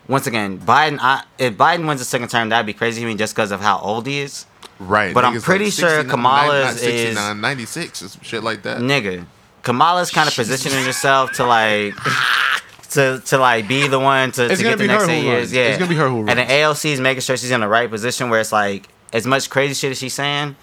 Speaker 3: once again, Biden. I, if Biden wins a second term, that'd be crazy to me just because of how old he is.
Speaker 2: Right.
Speaker 3: But
Speaker 2: niggas
Speaker 3: I'm pretty sure
Speaker 2: 69,
Speaker 3: Kamala's
Speaker 2: not
Speaker 3: is-
Speaker 2: 69, 96, or some shit like that.
Speaker 3: nigga, Kamala's kind of positioning herself to like to to like be the one to, to
Speaker 4: It's gonna
Speaker 3: get the
Speaker 4: be
Speaker 3: next
Speaker 4: her
Speaker 3: eight
Speaker 4: who
Speaker 3: years.
Speaker 4: runs.
Speaker 3: Yeah,
Speaker 4: It's gonna be her who
Speaker 3: And the
Speaker 4: runs.
Speaker 3: AOC is making sure she's in the right position where it's like as much crazy shit as she's saying.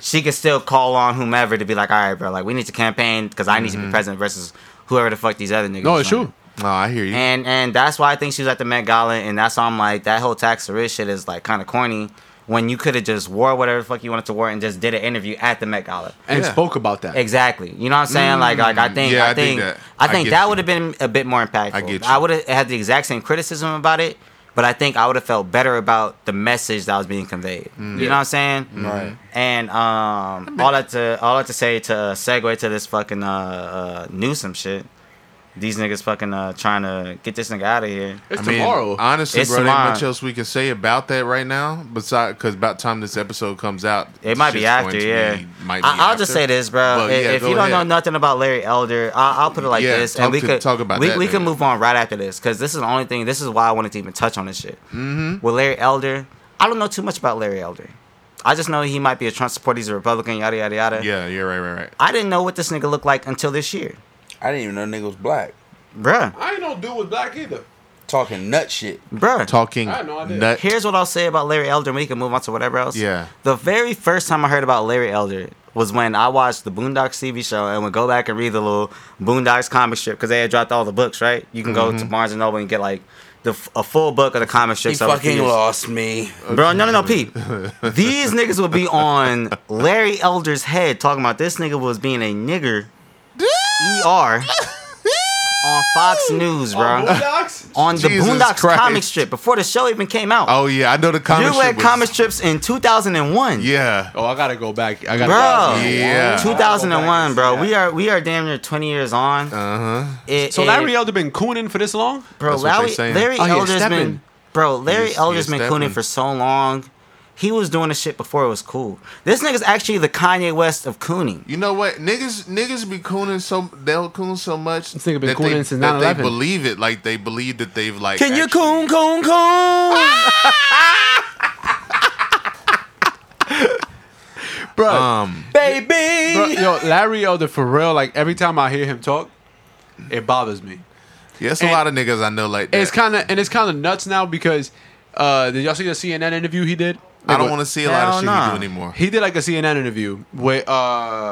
Speaker 3: She can still call on whomever to be like, all right, bro, like we need to campaign because I need to be president versus whoever the fuck these other niggas.
Speaker 4: Mm-hmm. no,
Speaker 3: is
Speaker 4: it's
Speaker 3: running."
Speaker 4: true.
Speaker 2: Oh, I hear you.
Speaker 3: And and that's why I think she was at the Met Gala, and that's why I'm like that whole tax the rich shit is like kind of corny. When you could have just wore whatever the fuck you wanted to wear and just did an interview at the Met Gala.
Speaker 4: And
Speaker 2: Yeah. Mm.
Speaker 4: spoke about that.
Speaker 3: Exactly. You know what I'm saying? like, like I think,
Speaker 2: yeah,
Speaker 3: I
Speaker 2: I dig
Speaker 3: think,
Speaker 2: that.
Speaker 3: I
Speaker 2: I
Speaker 3: think
Speaker 2: get
Speaker 3: that
Speaker 2: you.
Speaker 3: would have been a bit more impactful. I,
Speaker 2: get you.
Speaker 3: would have had the exact same criticism about it, but I think I would have felt better about the message that was being conveyed.
Speaker 2: Mm.
Speaker 3: You know what I'm saying? Mm-hmm.
Speaker 4: Right.
Speaker 3: And um, all that to all that to say to uh, segue to this fucking uh, uh, Newsom shit. These niggas fucking uh, trying to get this nigga out of here.
Speaker 4: It's
Speaker 2: I mean,
Speaker 4: tomorrow.
Speaker 2: honestly,
Speaker 3: It's
Speaker 2: bro, there
Speaker 3: tomorrow.
Speaker 2: ain't much else we can say about that right now. Besides, because about time this episode comes out,
Speaker 3: It might be
Speaker 2: shit's
Speaker 3: after,
Speaker 2: going to
Speaker 3: yeah.
Speaker 2: be- might be
Speaker 3: I, I'll just
Speaker 2: after.
Speaker 3: say this, bro.
Speaker 2: But,
Speaker 3: if
Speaker 2: yeah,
Speaker 3: if
Speaker 2: go
Speaker 3: you don't know
Speaker 2: ahead.
Speaker 3: nothing about Larry Elder, I, I'll put it like
Speaker 2: Yeah,
Speaker 3: this, and
Speaker 2: talk
Speaker 3: we
Speaker 2: to-
Speaker 3: could
Speaker 2: talk about
Speaker 3: we,
Speaker 2: that,
Speaker 3: we can
Speaker 2: nigga.
Speaker 3: move on right after this because this is the only thing. This is why I wanted to even touch on this shit. Mm-hmm. With Larry Elder, I don't know too much about Larry Elder. I just know he might be a Trump supporter. He's a Republican. Yada yada yada.
Speaker 2: Yeah, yeah, right, right, right.
Speaker 3: I didn't know what this nigga looked like until this year,
Speaker 5: I didn't even know nigga was black.
Speaker 3: bruh.
Speaker 4: I ain't no dude with black either.
Speaker 5: Talking nut shit.
Speaker 3: Bruh.
Speaker 2: Talking
Speaker 4: I had no idea.
Speaker 2: nut.
Speaker 3: Here's what I'll say about Larry Elder, and we can move on to whatever else.
Speaker 2: Yeah.
Speaker 3: The very first time I heard about Larry Elder was when I watched the Boondocks TV show and would go back and read the little Boondocks comic strip because they had dropped all the books, right? You can
Speaker 2: Mm-hmm.
Speaker 3: go to Barnes and Noble and get like the f- a full book of the comic
Speaker 5: He
Speaker 3: strips. that were
Speaker 5: fucking
Speaker 3: produced.
Speaker 5: lost me.
Speaker 3: Bro, no, no, no, Pete. These niggas would be on Larry Elder's head talking about this nigga was being a nigger. ER. on Fox News, bro.
Speaker 4: Boondocks?
Speaker 3: on the
Speaker 2: Oh, Jesus
Speaker 3: Boondocks
Speaker 2: Christ.
Speaker 3: comic strip before the show even came out.
Speaker 2: Oh yeah, I know the comic.
Speaker 3: You read
Speaker 2: strip was-
Speaker 3: comic strips in 2001.
Speaker 2: Yeah,
Speaker 4: Oh, I gotta go back. I gotta.
Speaker 3: Bro,
Speaker 2: Yeah.
Speaker 3: 2001, bro. We are we are damn near 20 years on.
Speaker 2: uh huh.
Speaker 3: It-
Speaker 4: So
Speaker 3: it-
Speaker 4: Larry Elder been cooning for this long?
Speaker 3: bro,
Speaker 2: That's what they
Speaker 3: Larry,
Speaker 2: saying.
Speaker 3: Larry
Speaker 4: Oh, yeah,
Speaker 3: Elder's
Speaker 4: stepping.
Speaker 3: been, bro, Larry
Speaker 2: He's-
Speaker 3: Elder's
Speaker 2: he's
Speaker 3: been cooning
Speaker 2: stepping.
Speaker 3: for so long. He was doing the shit before it was cool. This nigga's actually the Kanye West of cooning.
Speaker 2: You know what? Niggas, niggas be cooning so they'll coon so much
Speaker 4: This nigga been
Speaker 2: that, they,
Speaker 4: cooning since
Speaker 2: that they
Speaker 4: 9/11.
Speaker 2: believe it. Like they believe that they've like.
Speaker 5: Can you
Speaker 2: actually-
Speaker 5: coon coon
Speaker 3: Ah!
Speaker 5: coon?
Speaker 4: Bro,
Speaker 2: Um,
Speaker 5: Baby.
Speaker 4: bro, yo, Larry Elder for real. Like every time I hear him talk, it bothers me.
Speaker 2: Yeah, it's a
Speaker 4: and-
Speaker 2: lot of niggas I know like that.
Speaker 4: It's kind of and it's kind of nuts now because uh, did y'all see the CNN interview he did?
Speaker 2: I don't want to see a lot
Speaker 3: Hell
Speaker 2: of shit
Speaker 3: nah.
Speaker 2: you do anymore.
Speaker 4: He did like a CNN interview with uh,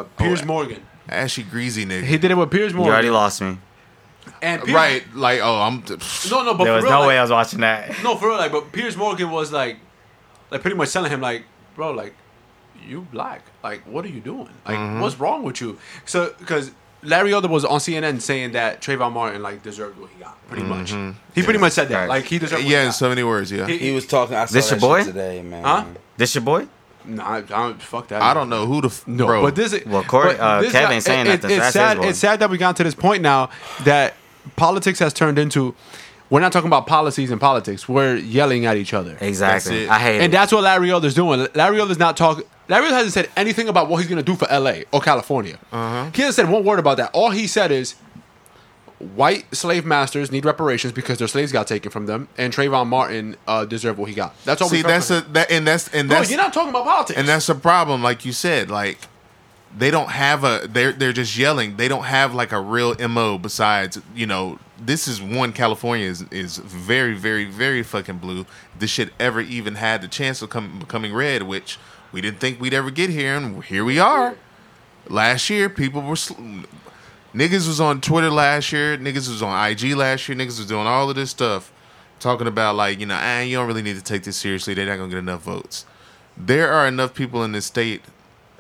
Speaker 2: Oh,
Speaker 4: Piers Morgan.
Speaker 2: Ashy greasy nigga.
Speaker 4: He did it with Piers
Speaker 3: You
Speaker 4: Morgan.
Speaker 3: already lost me.
Speaker 4: And Piers,
Speaker 2: right? Like oh, I'm.
Speaker 4: No, no, but
Speaker 3: There
Speaker 4: for
Speaker 3: was
Speaker 4: real,
Speaker 3: no
Speaker 4: like-
Speaker 3: way I was watching that.
Speaker 4: No, for real, like, but Piers Morgan was like, like pretty much telling him like, bro, like, you black, like, what are you doing? Like,
Speaker 2: Mm-hmm.
Speaker 4: what's wrong with you? So, because Larry Elder was on CNN saying that Trayvon Martin like deserved what he got, pretty much. He pretty much said that,
Speaker 3: Right.
Speaker 4: like, he deserved. What
Speaker 2: Mm-hmm. Yeah, in
Speaker 4: he
Speaker 2: so many words. Yeah,
Speaker 4: got.
Speaker 5: He was talking. I saw
Speaker 3: This
Speaker 5: that
Speaker 3: your boy?
Speaker 5: shit today, man.
Speaker 4: Huh?
Speaker 3: This your boy?
Speaker 4: Nah, I, I don't. Fuck that.
Speaker 2: I don't know who the f-
Speaker 4: No,
Speaker 2: bro.
Speaker 4: but this is
Speaker 3: Well, Corey-
Speaker 4: but
Speaker 3: uh,
Speaker 4: this is
Speaker 3: Kev
Speaker 4: not-
Speaker 3: ain't saying nothing, so
Speaker 4: It's
Speaker 3: that's his
Speaker 4: sad.
Speaker 3: one.
Speaker 4: It's sad that we got to this point now that politics has turned into. We're not talking about policies and politics. We're yelling at each other.
Speaker 3: Exactly.
Speaker 2: it.
Speaker 3: I hate
Speaker 4: And
Speaker 3: it.
Speaker 4: that's what Larry Elder's doing. Larry Elder's not talking. Larry Elder hasn't said anything about what he's going to do for LA or California. He hasn't said one word about that. All he said is white slave masters need reparations because their slaves got taken from them, and Trayvon Martin uh, deserved what he got. That's all
Speaker 2: see
Speaker 4: we felt
Speaker 2: that's
Speaker 4: for
Speaker 2: a
Speaker 4: him.
Speaker 2: that and that's and
Speaker 4: Bro,
Speaker 2: that's
Speaker 4: you're not talking about politics.
Speaker 2: and that's a problem. Like you said, like they don't have a they're they're just yelling. They don't have like a real mo. Besides, you know, this is one California is is very very very fucking blue. This shit ever even had the chance of come, becoming red, which we didn't think we'd ever get here, and here we are. Last year, people were. Sl- Niggas was on Twitter last year. Niggas was on IG last year. Niggas was doing all of this stuff, talking about like you know, ah, you don't really need to take this seriously. They're not gonna get enough votes. There are enough people in this state.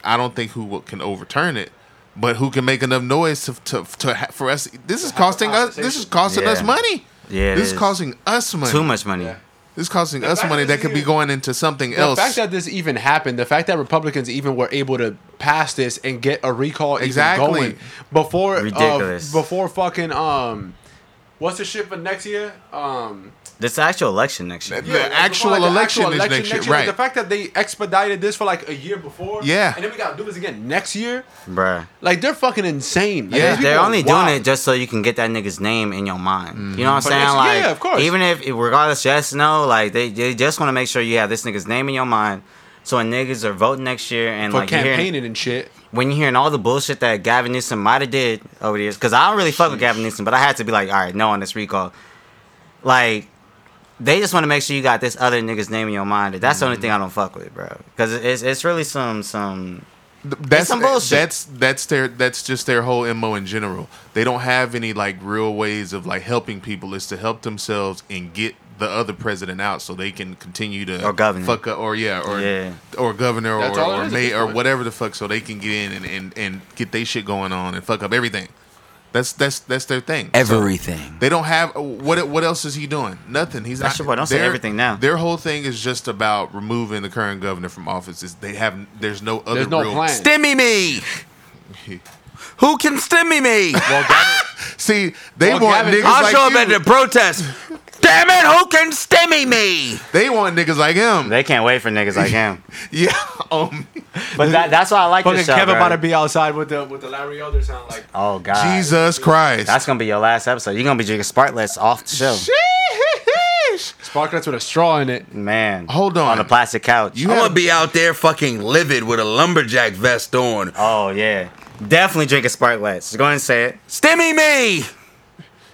Speaker 2: I don't think who will- can overturn it, but who can make enough noise to, to, to ha- for us? This is costing us. This is costing us
Speaker 3: Yeah.
Speaker 2: money.
Speaker 3: Yeah, it
Speaker 2: this is
Speaker 3: is.
Speaker 2: costing us money.
Speaker 3: Too much money.
Speaker 4: Yeah.
Speaker 2: This is costing us
Speaker 4: fact
Speaker 2: money
Speaker 4: that
Speaker 2: that
Speaker 4: this
Speaker 2: could be
Speaker 4: even-
Speaker 2: going into something
Speaker 4: The
Speaker 2: else.
Speaker 4: fact that this even happened, the fact that Republicans even were able to pass this and get a recall
Speaker 2: Exactly.
Speaker 4: even going before uh,
Speaker 3: Ridiculous.
Speaker 4: before fucking um, what's the shit for next year? Um,
Speaker 3: This actual election next year.
Speaker 2: The actual election is next year,
Speaker 4: like,
Speaker 2: right.
Speaker 4: the fact that they expedited this for like a year before,
Speaker 2: Yeah.
Speaker 4: and then we gotta do this again next year.
Speaker 3: Bruh.
Speaker 4: Like they're fucking insane. Like,
Speaker 2: Yeah.
Speaker 4: these people
Speaker 3: They're
Speaker 4: are
Speaker 3: only
Speaker 4: wild. Mm-hmm.
Speaker 3: doing it just so you can get that nigga's name in your mind. You know what I'm
Speaker 4: But it's-
Speaker 3: saying? Like,
Speaker 4: yeah, of course.
Speaker 3: Even if, regardless, yes, no, like they, they just want to make sure you have this nigga's name in your mind. So when niggas are voting next year and
Speaker 4: for
Speaker 3: like you're hearing,
Speaker 4: campaigning and shit.
Speaker 3: when you're hearing all the bullshit that Gavin Newsom might have did over the years, because I don't really fuck with Gavin Newsom, but I had to be like, all right, no on this recall. Like, they just want to make sure you got this other nigga's name in your mind. That's the only thing I
Speaker 4: Mm-hmm.
Speaker 3: don't fuck with, bro. Because it's it's really some some
Speaker 2: that's
Speaker 3: some bullshit.
Speaker 2: that's that's their that's just their whole mo in general. They don't have any like real ways of like helping people. It's to help themselves and get the other president out so they can continue to
Speaker 3: Or governor.
Speaker 2: fuck up, or yeah, or
Speaker 3: Yeah.
Speaker 2: or governor,
Speaker 4: That's
Speaker 2: or
Speaker 4: all it
Speaker 2: or
Speaker 4: is at
Speaker 2: may
Speaker 4: this
Speaker 2: or
Speaker 4: point.
Speaker 2: whatever the fuck, so they can get in and and and get they shit going on and fuck up everything. That's that's that's their thing. So-
Speaker 5: Everything.
Speaker 2: They don't have what. What else is he doing? Nothing. He's
Speaker 3: That's
Speaker 2: not.
Speaker 3: your boy. Don't say
Speaker 2: their-
Speaker 3: everything now.
Speaker 2: Their whole thing is just about removing the current governor from office. Is they have. There's no other.
Speaker 4: There's no
Speaker 2: real,
Speaker 4: plan.
Speaker 5: Stimmy me. Who can stimmy me?
Speaker 4: Well, Gavin,
Speaker 2: See, they
Speaker 4: Well,
Speaker 2: want
Speaker 4: Gavin-
Speaker 2: niggas
Speaker 5: I'll
Speaker 2: like
Speaker 5: show up
Speaker 2: you.
Speaker 5: at the protest. Damn it! Who can stimmy me?
Speaker 2: They want niggas like him.
Speaker 3: they can't wait for niggas like him.
Speaker 2: Yeah. Um,
Speaker 3: But that, that's why I like
Speaker 4: fucking
Speaker 3: this show,
Speaker 4: Kevin
Speaker 3: bro.
Speaker 4: about to be outside with the with the Larry Elder sound like.
Speaker 3: Oh God,
Speaker 2: Jesus Christ.
Speaker 3: that's gonna be your last episode. You're gonna be drinking Sparklets off the show,
Speaker 2: Sheesh.
Speaker 4: Sparklets with a straw in it.
Speaker 3: man.
Speaker 2: Hold on.
Speaker 3: on the plastic couch.
Speaker 2: You
Speaker 5: I'm
Speaker 2: had
Speaker 5: gonna be out there fucking livid with a lumberjack vest on.
Speaker 3: oh yeah, definitely drinking Sparklets. Go ahead and say it.
Speaker 5: Stimmy me.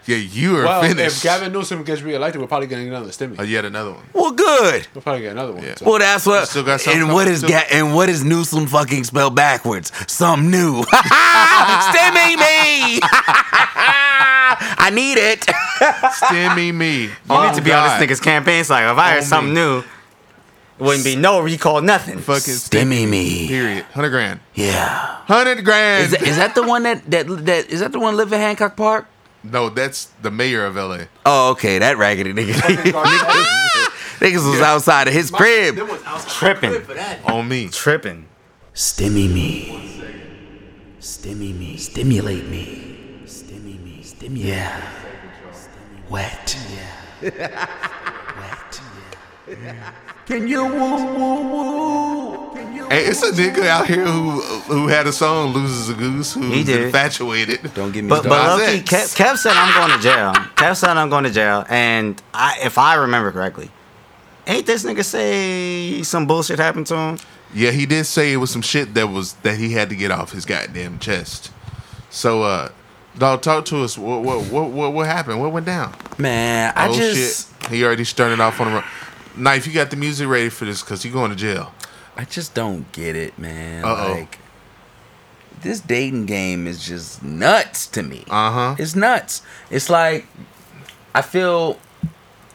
Speaker 2: yeah, you are
Speaker 4: Well,
Speaker 2: finished.
Speaker 4: if Gavin Newsom gets reelected, we're probably getting another stimmy.
Speaker 2: oh, yet another one.
Speaker 5: Well, good.
Speaker 4: We'll probably get another one. So-
Speaker 5: Well, that's what.
Speaker 2: still got something
Speaker 5: and what
Speaker 2: coming
Speaker 5: is
Speaker 2: too?
Speaker 5: ga- and what is Newsom fucking spelled backwards? Some new. Stimmy me. I need it.
Speaker 2: Stimmy me. Oh, You
Speaker 3: You need to be on this nigga's campaign cycle. If I
Speaker 2: On
Speaker 3: heard something
Speaker 2: me.
Speaker 3: new, wouldn't be no recall, nothing.
Speaker 2: Fucking
Speaker 5: Stimmy me.
Speaker 2: Period. Hundred grand.
Speaker 5: Yeah.
Speaker 2: Hundred grand.
Speaker 5: Is that, is that the one that that that is that the one live in Hancock Park?
Speaker 2: no, that's the mayor of L.A.
Speaker 5: Oh, okay, that raggedy nigga. Niggas was outside of his crib.
Speaker 3: Tripping,
Speaker 2: On me.
Speaker 3: tripping.
Speaker 6: Stimmy me. Stimmy me. Stimulate me. Stimmy me. Stimulate yeah. Wet. Yeah. Wet.
Speaker 5: Can you
Speaker 2: Hey, it's a nigga out here who who had a song "Loses a Goose" who's
Speaker 3: He did.
Speaker 2: infatuated.
Speaker 5: Don't get me
Speaker 3: But but
Speaker 5: started.
Speaker 2: Dog
Speaker 3: lucky,
Speaker 2: sex.
Speaker 3: Kev, Kev said I'm going to jail. Kev said I'm going to jail, and I, if I remember correctly, ain't this nigga say some bullshit happened to him?
Speaker 2: Yeah, he did say it was some shit that was that he had to get off his goddamn chest. So, uh, dog, talk to us. What what what what, what happened? What went down?
Speaker 5: Man, I just
Speaker 2: Oh, shit! He already started off on the run. Knife, you got the music ready for this because you going to jail.
Speaker 5: I just don't get it, man.
Speaker 2: Uh-oh.
Speaker 5: Like this dating game is just nuts to me.
Speaker 2: Uh huh.
Speaker 5: It's nuts. It's like I feel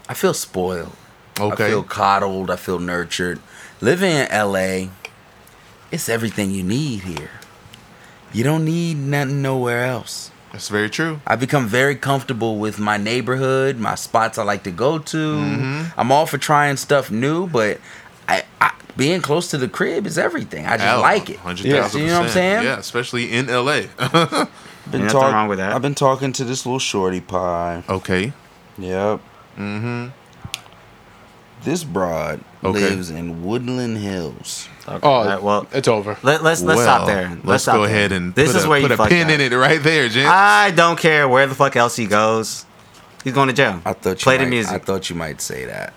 Speaker 5: I feel spoiled. I
Speaker 2: Okay.
Speaker 5: feel coddled. I feel nurtured. Living in LA, it's everything you need here. You don't need nothing nowhere else.
Speaker 2: That's very true.
Speaker 5: I've become very comfortable with my neighborhood, my spots I like to go to. I'm all for trying stuff new, but I, I being close to the crib is everything. I just like it.
Speaker 2: Hundred
Speaker 4: Yeah.
Speaker 2: thousand.
Speaker 5: You know what I'm saying?
Speaker 2: Yeah, especially in L.A.
Speaker 3: Ain't
Speaker 7: Been
Speaker 3: nothing
Speaker 7: talk-
Speaker 3: wrong with that.
Speaker 7: I've been talking to this little shorty pie.
Speaker 2: okay.
Speaker 7: Yep. Mm-hmm. This broad
Speaker 2: Okay.
Speaker 7: lives in Woodland Hills.
Speaker 3: Okay.
Speaker 4: Oh,
Speaker 3: all right, well,
Speaker 4: it's over.
Speaker 3: let, let's let's
Speaker 2: Well,
Speaker 3: stop there.
Speaker 2: Let's,
Speaker 3: stop
Speaker 2: go
Speaker 3: there.
Speaker 2: ahead and
Speaker 3: this
Speaker 2: put
Speaker 3: is
Speaker 2: a,
Speaker 3: where you
Speaker 2: put a
Speaker 3: fucked
Speaker 2: pin
Speaker 3: up.
Speaker 2: in it right there, Jen.
Speaker 3: I don't care where the fuck else he goes. He's going to jail.
Speaker 7: I thought you
Speaker 3: play
Speaker 7: might,
Speaker 3: the music.
Speaker 7: I thought you might say that.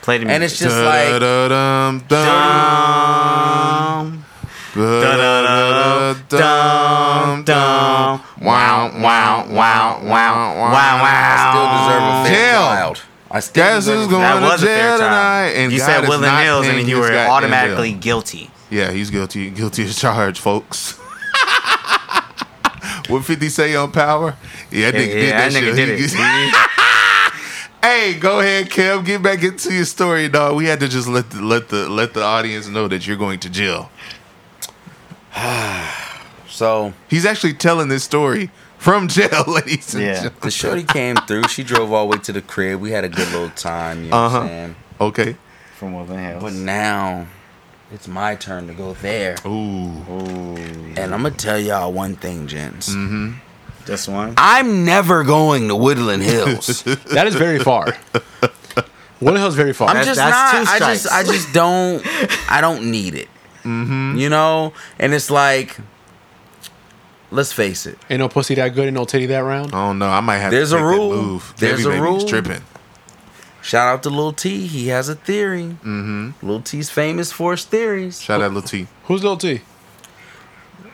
Speaker 3: play the music.
Speaker 5: And it's just like
Speaker 2: Da-da-dum, dum.
Speaker 3: Um,
Speaker 2: Da-da-da-dum, dum. Wow, wow, wow, wow, wow,
Speaker 5: I still deserve a fair
Speaker 2: Jail.
Speaker 5: trial. Um, I still
Speaker 2: Guess who's
Speaker 5: deserve
Speaker 2: going
Speaker 3: that
Speaker 2: to
Speaker 3: was a
Speaker 2: jail
Speaker 3: fair
Speaker 2: tonight?
Speaker 3: trial.
Speaker 2: And
Speaker 3: you
Speaker 2: God
Speaker 3: said
Speaker 2: is
Speaker 3: Will
Speaker 2: not
Speaker 3: and Hills, and
Speaker 2: paying
Speaker 3: then you
Speaker 2: his
Speaker 3: were
Speaker 2: goddamn
Speaker 3: automatically
Speaker 2: bill.
Speaker 3: guilty.
Speaker 2: Yeah, he's guilty. Guilty as charged, folks. What 50 say on power? Yeah, that
Speaker 3: Yeah,
Speaker 2: nigga did that,
Speaker 3: yeah, that nigga
Speaker 2: shit.
Speaker 3: did it.
Speaker 2: hey, go ahead, Kev. Get back into your story, dog. We had to just let the, let the let the audience know that you're going to jail.
Speaker 5: So
Speaker 2: He's actually telling this story from jail, ladies and
Speaker 5: Yeah.
Speaker 2: gentlemen.
Speaker 7: The shorty came through. She drove all the way to the crib. We had a good little time. You know what
Speaker 2: Uh-huh.
Speaker 7: I'm saying?
Speaker 2: Okay.
Speaker 7: From Woodland Hills. But now it's my turn to go there.
Speaker 2: Ooh.
Speaker 7: And I'm gonna tell y'all one thing, gents.
Speaker 3: Mm-hmm. Just one.
Speaker 5: I'm never going to Woodland Hills.
Speaker 4: That is very far. Woodland Hill's very far.
Speaker 5: I'm
Speaker 3: That's-
Speaker 5: just
Speaker 3: that's
Speaker 5: not.
Speaker 3: two
Speaker 5: I just. I
Speaker 3: strikes. Mm-hmm.
Speaker 5: just don't. I don't need it. You know. And it's like, let's face it.
Speaker 4: Ain't no pussy that good, ain't no titty that round.
Speaker 5: Oh.
Speaker 2: I don't know. I might have
Speaker 5: There's
Speaker 2: to
Speaker 5: a
Speaker 2: make
Speaker 5: rule.
Speaker 2: That move.
Speaker 5: There's
Speaker 2: Debbie
Speaker 5: a
Speaker 2: baby's
Speaker 5: rule.
Speaker 2: tripping.
Speaker 5: Shout out to Lil T. He has a theory. Mm-hmm. Lil T's famous for his theories.
Speaker 2: Shout out Lil T.
Speaker 4: Who's Lil T?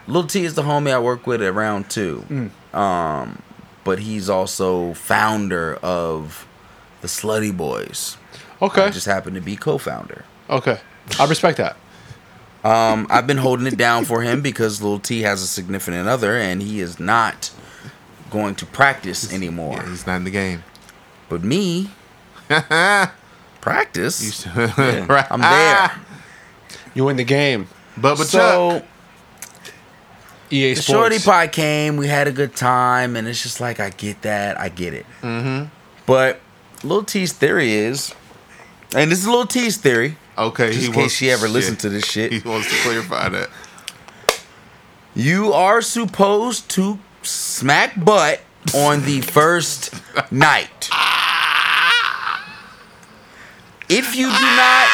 Speaker 5: Lil T is the homie I work with at Round Two.
Speaker 2: Mm.
Speaker 5: Um, but he's also founder of the Slutty Boys. I
Speaker 4: Okay.
Speaker 5: just happen to be co-founder.
Speaker 4: Okay. I respect that.
Speaker 5: Um, I've been holding it down for him because Lil T has a significant other, and he is not going to practice anymore.
Speaker 2: Yeah, he's not in the game.
Speaker 5: But me,
Speaker 2: You
Speaker 5: practice.
Speaker 2: s- right. Ah,
Speaker 5: I'm there.
Speaker 4: You in the game.
Speaker 2: But but
Speaker 5: so
Speaker 4: EA
Speaker 5: the
Speaker 4: Sports.
Speaker 5: shorty pot came. We had a good time, and it's just like I get that. I get it. Mm-hmm. But Lil T's theory is, and this is Lil T's theory.
Speaker 2: okay.
Speaker 5: Just in case she ever listened to this shit.
Speaker 2: He wants to clarify that.
Speaker 5: You are supposed to smack butt on the first night. If you do not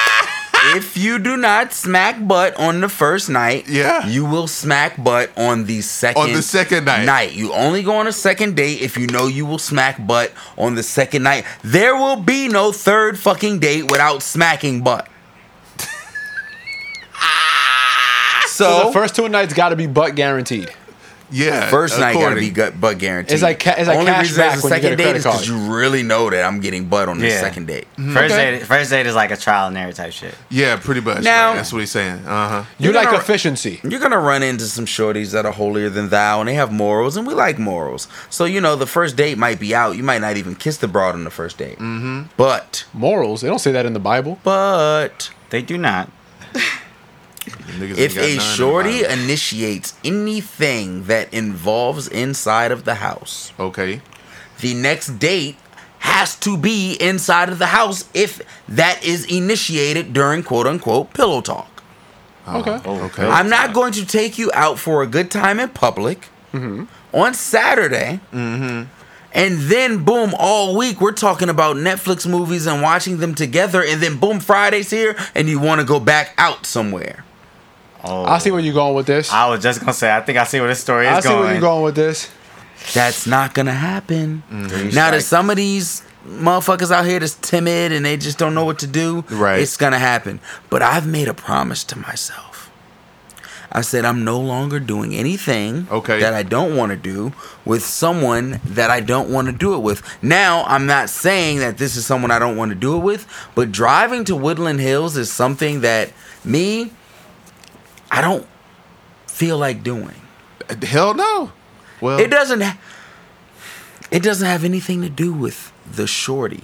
Speaker 5: if you do not smack butt on the first night,
Speaker 2: Yeah.
Speaker 5: you will smack butt on the second
Speaker 2: On the second night.
Speaker 5: night. You only go on a second date if you know you will smack butt on the second night. There will be no third fucking date without smacking butt.
Speaker 4: So
Speaker 5: so
Speaker 4: the first two nights got to be butt guaranteed.
Speaker 2: Yeah.
Speaker 5: First night gotta
Speaker 2: Uh, according.
Speaker 5: be gut butt guaranteed.
Speaker 4: It's like ca- it's like
Speaker 5: only
Speaker 4: cash
Speaker 5: reason
Speaker 4: back
Speaker 5: it's a
Speaker 4: when you get
Speaker 5: second
Speaker 4: a
Speaker 5: date
Speaker 4: credit
Speaker 5: is because
Speaker 4: card.
Speaker 5: you really know that I'm getting butt on the
Speaker 3: Yeah.
Speaker 5: second date.
Speaker 3: First
Speaker 4: Okay.
Speaker 3: date. First date is like a trial and error type shit.
Speaker 2: Yeah, pretty much.
Speaker 5: Now-
Speaker 2: right. That's what he's saying. Uh huh.
Speaker 4: You
Speaker 5: You're
Speaker 4: like
Speaker 5: gonna-
Speaker 4: efficiency.
Speaker 5: You're gonna run into some shorties that are holier than thou, and they have morals, and we like morals. So you know, the first date might be out. You might not even kiss the broad on the first date. Mm-hmm. But
Speaker 4: Morals. They don't say that in the Bible.
Speaker 5: but
Speaker 3: They do not.
Speaker 5: if a shorty initiates anything that involves inside of the house,
Speaker 2: Okay.
Speaker 5: the next date has to be inside of the house if that is initiated during quote unquote pillow talk.
Speaker 4: Okay.
Speaker 3: Oh,
Speaker 2: Okay.
Speaker 5: I'm not going to take you out for a good time in public on Saturday. And then, boom, all week we're talking about Netflix movies and watching them together. And then, boom, Friday's here and you want to go back out somewhere.
Speaker 3: Oh,
Speaker 4: I see where you're going with this. I,
Speaker 3: I was just gonna say. I think I see where this story is
Speaker 4: see
Speaker 3: going.
Speaker 4: where you're going with this.
Speaker 5: That's not going to happen.
Speaker 2: Mm,
Speaker 5: Now, there's some of these motherfuckers out here that's timid and they just don't know what to do.
Speaker 2: Right.
Speaker 5: It's going to happen. But I've made a promise to myself. I said, I'm no longer doing anything
Speaker 2: Okay.
Speaker 5: that I don't want to do with someone that I don't want to do it with. Now, I'm not saying that this is someone I don't want to do it with, but driving to Woodland Hills is something that me, I don't feel like doing.
Speaker 2: Hell no.
Speaker 3: Oh.
Speaker 2: Well,
Speaker 5: It doesn't. ha- It doesn't have anything to do with the shorty.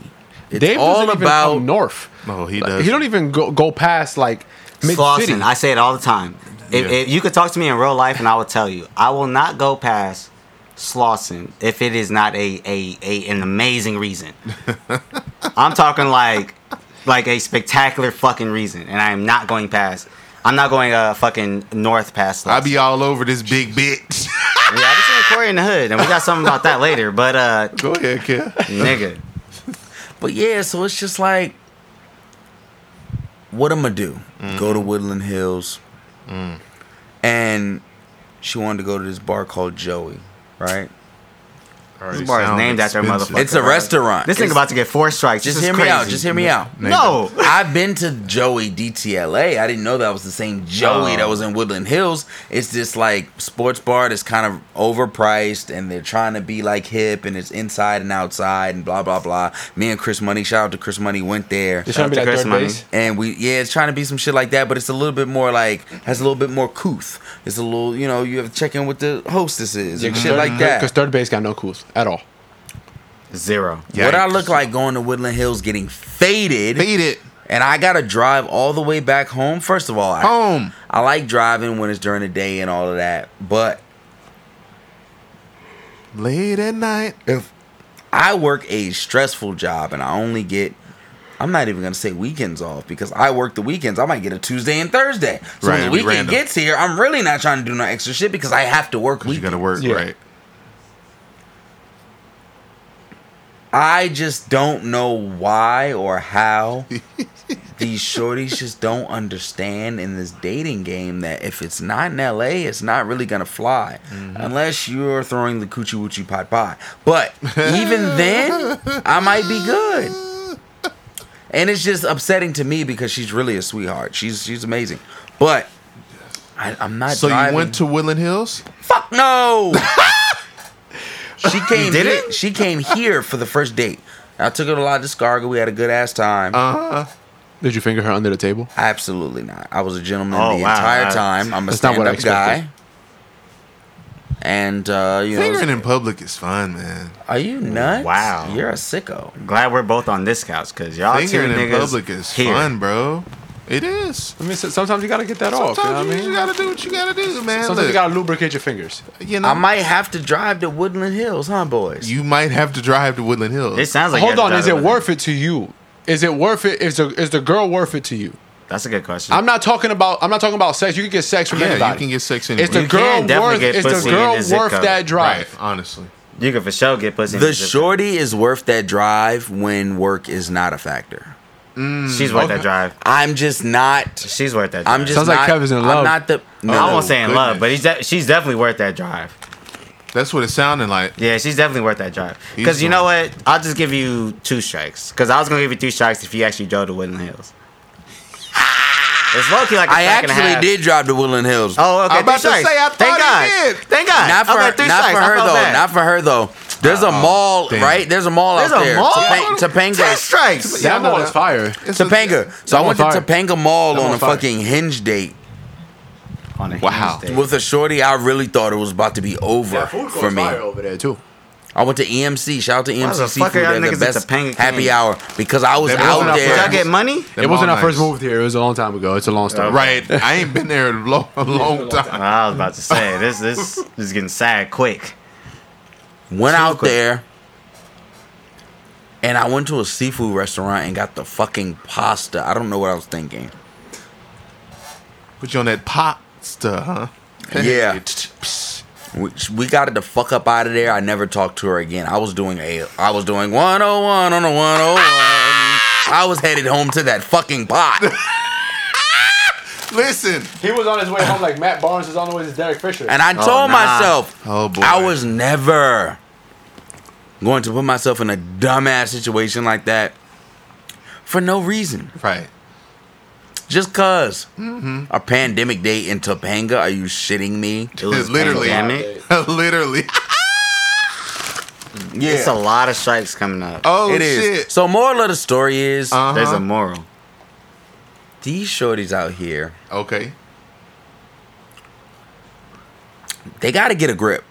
Speaker 5: It's
Speaker 4: Dave
Speaker 5: all
Speaker 4: doesn't
Speaker 5: about Oh,
Speaker 4: even come north.
Speaker 2: No, he
Speaker 4: Like,
Speaker 2: doesn't.
Speaker 4: He don't even go, go past like mid city.
Speaker 3: Slauson. I say it all the time. If,
Speaker 2: Yeah.
Speaker 3: if you could talk to me in real life, and I will tell you, I will not go past Slauson if it is not a, a, a an amazing reason. I'm talking like like a spectacular fucking reason, and I am not going past. I'm not going uh fucking north past. Slauson.
Speaker 2: I be all over this big bitch.
Speaker 3: yeah, I just seen Corey in the hood, and we got something about that later. But uh,
Speaker 2: go ahead, Kev.
Speaker 3: nigga,
Speaker 5: But yeah, so it's just like, what I'm gonna do?
Speaker 3: Mm.
Speaker 5: Go to Woodland Hills, and she wanted to go to this bar called Joey, right?
Speaker 3: This bar is named after a motherfucker.
Speaker 5: It's a restaurant.
Speaker 3: This thing
Speaker 5: It's-
Speaker 3: about to get four strikes.
Speaker 5: Just
Speaker 3: This is
Speaker 5: hear me
Speaker 3: crazy.
Speaker 5: out. Just hear me out.
Speaker 3: No.
Speaker 5: I've been to Joey DTLA. I didn't know that was the same Joey that was in Woodland Hills. It's this like sports bar that's kind of overpriced and they're trying to be like hip and it's inside and outside and blah blah blah. Me and Chris Money, shout out to Chris Money, went there.
Speaker 4: It's trying to be
Speaker 3: Shout out
Speaker 4: that
Speaker 3: to
Speaker 4: third
Speaker 3: Chris,
Speaker 4: base.
Speaker 5: And we yeah, it's trying to be some shit like that, but it's a little bit more like has a little bit more couth. It's a little you know you have to check in with the hostesses and shit like that.
Speaker 4: Because third base got no cools at all.
Speaker 3: Zero.
Speaker 5: What I look like going to Woodland Hills getting faded.
Speaker 2: Beat it.
Speaker 5: And I gotta drive all the way back home. First of all, I,
Speaker 2: Home.
Speaker 5: I like driving when it's during the day and all of that. But
Speaker 2: Late at night.
Speaker 5: if I work a stressful job and I only get, I'm not even gonna say weekends off because I work the weekends. I might get a Tuesday and Thursday. So
Speaker 2: Right,
Speaker 5: when the
Speaker 2: it'd be
Speaker 5: weekend
Speaker 2: random.
Speaker 5: gets here, I'm really not trying to do no extra shit because I have to work.
Speaker 2: You gotta work,
Speaker 5: weekends.
Speaker 4: Yeah.
Speaker 2: right?
Speaker 5: I just don't know why or how these shorties just don't understand in this dating game that if it's not in LA, it's not really gonna fly
Speaker 2: Mm-hmm.
Speaker 5: unless you're throwing the coochie woochie pot pie. But even then, I might be good. And it's just upsetting to me because she's really a sweetheart. She's she's amazing, but I, I'm not.
Speaker 2: So
Speaker 5: driving.
Speaker 2: you went to Woodland Hills?
Speaker 5: Fuck no. she came.
Speaker 3: did
Speaker 5: here-
Speaker 3: it?
Speaker 5: She came here for the first date. I took her to La Descarga. We had a good ass time.
Speaker 4: Uh,
Speaker 2: Uh-huh.
Speaker 4: Did you finger her under the table?
Speaker 5: Absolutely not. I was a gentleman
Speaker 3: Oh,
Speaker 5: the
Speaker 3: wow.
Speaker 5: entire
Speaker 3: That's-
Speaker 5: time. I'm a
Speaker 4: that's not what I
Speaker 5: stand-up guy.
Speaker 4: expected.
Speaker 5: And uh, you
Speaker 2: Fingering
Speaker 5: know,
Speaker 2: in public is fun, man.
Speaker 5: are you nuts?
Speaker 3: Wow.
Speaker 5: you're a sicko.
Speaker 3: Glad we're both on this couch because y'all two
Speaker 2: Fingering in
Speaker 3: niggas
Speaker 2: public is
Speaker 3: here.
Speaker 2: fun, bro. It is.
Speaker 4: I mean, so- sometimes you gotta get that off. You know
Speaker 2: Sometimes
Speaker 4: what I
Speaker 2: you,
Speaker 4: mean?
Speaker 2: you gotta do what you gotta do, man.
Speaker 4: sometimes you
Speaker 2: Look,
Speaker 4: gotta lubricate your fingers.
Speaker 2: you know,
Speaker 5: I might have to drive to Woodland Hills, huh, boys?
Speaker 2: you might have to drive to Woodland Hills.
Speaker 3: It sounds like
Speaker 4: Hold
Speaker 3: you
Speaker 4: on,
Speaker 3: had to
Speaker 4: is
Speaker 3: drive
Speaker 4: it worth it to you? Is it worth it? Is the is the girl worth it to you?
Speaker 3: That's a good question.
Speaker 4: I'm not talking about I'm not talking about sex. You can get sex from
Speaker 2: yeah,
Speaker 4: anybody.
Speaker 2: you can get sex anywhere.
Speaker 4: Is the
Speaker 3: You
Speaker 4: girl
Speaker 3: can definitely
Speaker 4: worth?
Speaker 3: get
Speaker 4: Is
Speaker 3: pussy
Speaker 4: the
Speaker 3: in
Speaker 4: girl
Speaker 3: this zip
Speaker 4: worth
Speaker 3: code.
Speaker 4: that drive?
Speaker 2: right, honestly.
Speaker 3: You can for sure get pussy. in
Speaker 5: the
Speaker 3: this zip
Speaker 5: shorty is worth that drive when work is not a factor.
Speaker 3: code. She's worth that drive.
Speaker 5: I'm just not.
Speaker 3: She's worth that. Drive.
Speaker 5: I'm just
Speaker 4: Sounds like
Speaker 5: not-
Speaker 4: Kevin's in
Speaker 5: I'm
Speaker 4: love.
Speaker 5: not the. No,
Speaker 3: I won't say in love,
Speaker 2: goodness.
Speaker 3: but he's de- she's definitely worth that drive.
Speaker 2: That's what it sounded like.
Speaker 3: Yeah, she's definitely worth that drive.
Speaker 2: He's
Speaker 3: Because you
Speaker 2: going-
Speaker 3: know what? I'll just give you two strikes. Because I was gonna give you two strikes if you actually drove to Woodland Hills. It's low key like a
Speaker 5: I
Speaker 3: strike and a
Speaker 5: actually
Speaker 3: half.
Speaker 5: did drive to Woodland Hills.
Speaker 3: Oh, okay.
Speaker 2: I'm about
Speaker 3: two
Speaker 2: to
Speaker 3: strikes.
Speaker 2: say, I
Speaker 3: Thank
Speaker 2: thought
Speaker 3: God.
Speaker 2: he did.
Speaker 3: Thank God.
Speaker 5: Not for,
Speaker 3: I'm at three
Speaker 5: not
Speaker 3: strikes.
Speaker 5: for
Speaker 3: I
Speaker 5: her
Speaker 3: felt
Speaker 5: though.
Speaker 3: bad.
Speaker 5: Not for her though. There's a mall,
Speaker 2: damn.
Speaker 5: right? There's a mall
Speaker 3: There's
Speaker 5: out
Speaker 3: a
Speaker 5: there.
Speaker 3: mall.
Speaker 5: Topang-
Speaker 3: Ten
Speaker 5: Topanga.
Speaker 3: strikes.
Speaker 4: That
Speaker 2: no,
Speaker 4: ball
Speaker 2: no.
Speaker 4: is fire.
Speaker 2: It's a-
Speaker 5: Topanga. So
Speaker 4: That
Speaker 5: I went to
Speaker 4: one's fire.
Speaker 5: Topanga Mall
Speaker 4: That
Speaker 5: on a
Speaker 4: one's fire.
Speaker 5: fucking hinge date
Speaker 3: On a
Speaker 2: Wow.
Speaker 3: Tuesday.
Speaker 5: with a shorty. I really thought it was about to be over for me.
Speaker 4: over there too.
Speaker 5: I went to EMC. Shout out to EMC
Speaker 3: the fuck
Speaker 5: Seafood.
Speaker 3: are y'all
Speaker 5: They had the
Speaker 3: niggas at
Speaker 5: best
Speaker 3: Topanga
Speaker 5: happy
Speaker 3: King?
Speaker 5: hour because I was
Speaker 2: That wasn't
Speaker 5: out
Speaker 2: our
Speaker 3: Did
Speaker 5: there.
Speaker 3: y'all get money?
Speaker 2: Them
Speaker 4: it wasn't
Speaker 2: all
Speaker 4: our first
Speaker 2: nights.
Speaker 4: moved here. It was a long time ago. It's a long story.
Speaker 2: Right. I ain't been there in a long, a long time.
Speaker 3: I was about to say this. This is getting sad quick.
Speaker 5: Went out
Speaker 3: quick.
Speaker 5: there. And I went to a seafood restaurant and got the fucking pasta. I don't know what I was thinking.
Speaker 2: Put you on that pasta, huh?
Speaker 5: Yeah. We, we got it the fuck up out of there. I never talked to her again. I was doing a I was doing 101 on a 101. I was headed home to that fucking pot.
Speaker 2: Listen.
Speaker 4: He was on his way home like Matt Barnes is on the way to Derek Fisher.
Speaker 5: And I told
Speaker 3: nah.
Speaker 5: myself
Speaker 2: Oh, boy.
Speaker 5: I was never going to put myself in a dumbass situation like that for no reason.
Speaker 2: Right.
Speaker 5: Just because
Speaker 2: Mm-hmm.
Speaker 5: A pandemic date in Topanga? Are you shitting me?
Speaker 3: It was
Speaker 2: Literally.
Speaker 3: pandemic.
Speaker 2: Literally.
Speaker 5: Yeah.
Speaker 3: It's a lot of strikes coming up.
Speaker 2: Oh,
Speaker 5: it is.
Speaker 2: shit.
Speaker 5: So moral of the story is
Speaker 2: Uh-huh.
Speaker 3: There's a moral.
Speaker 5: these shorties out here,
Speaker 2: Okay.
Speaker 5: they got to get a grip.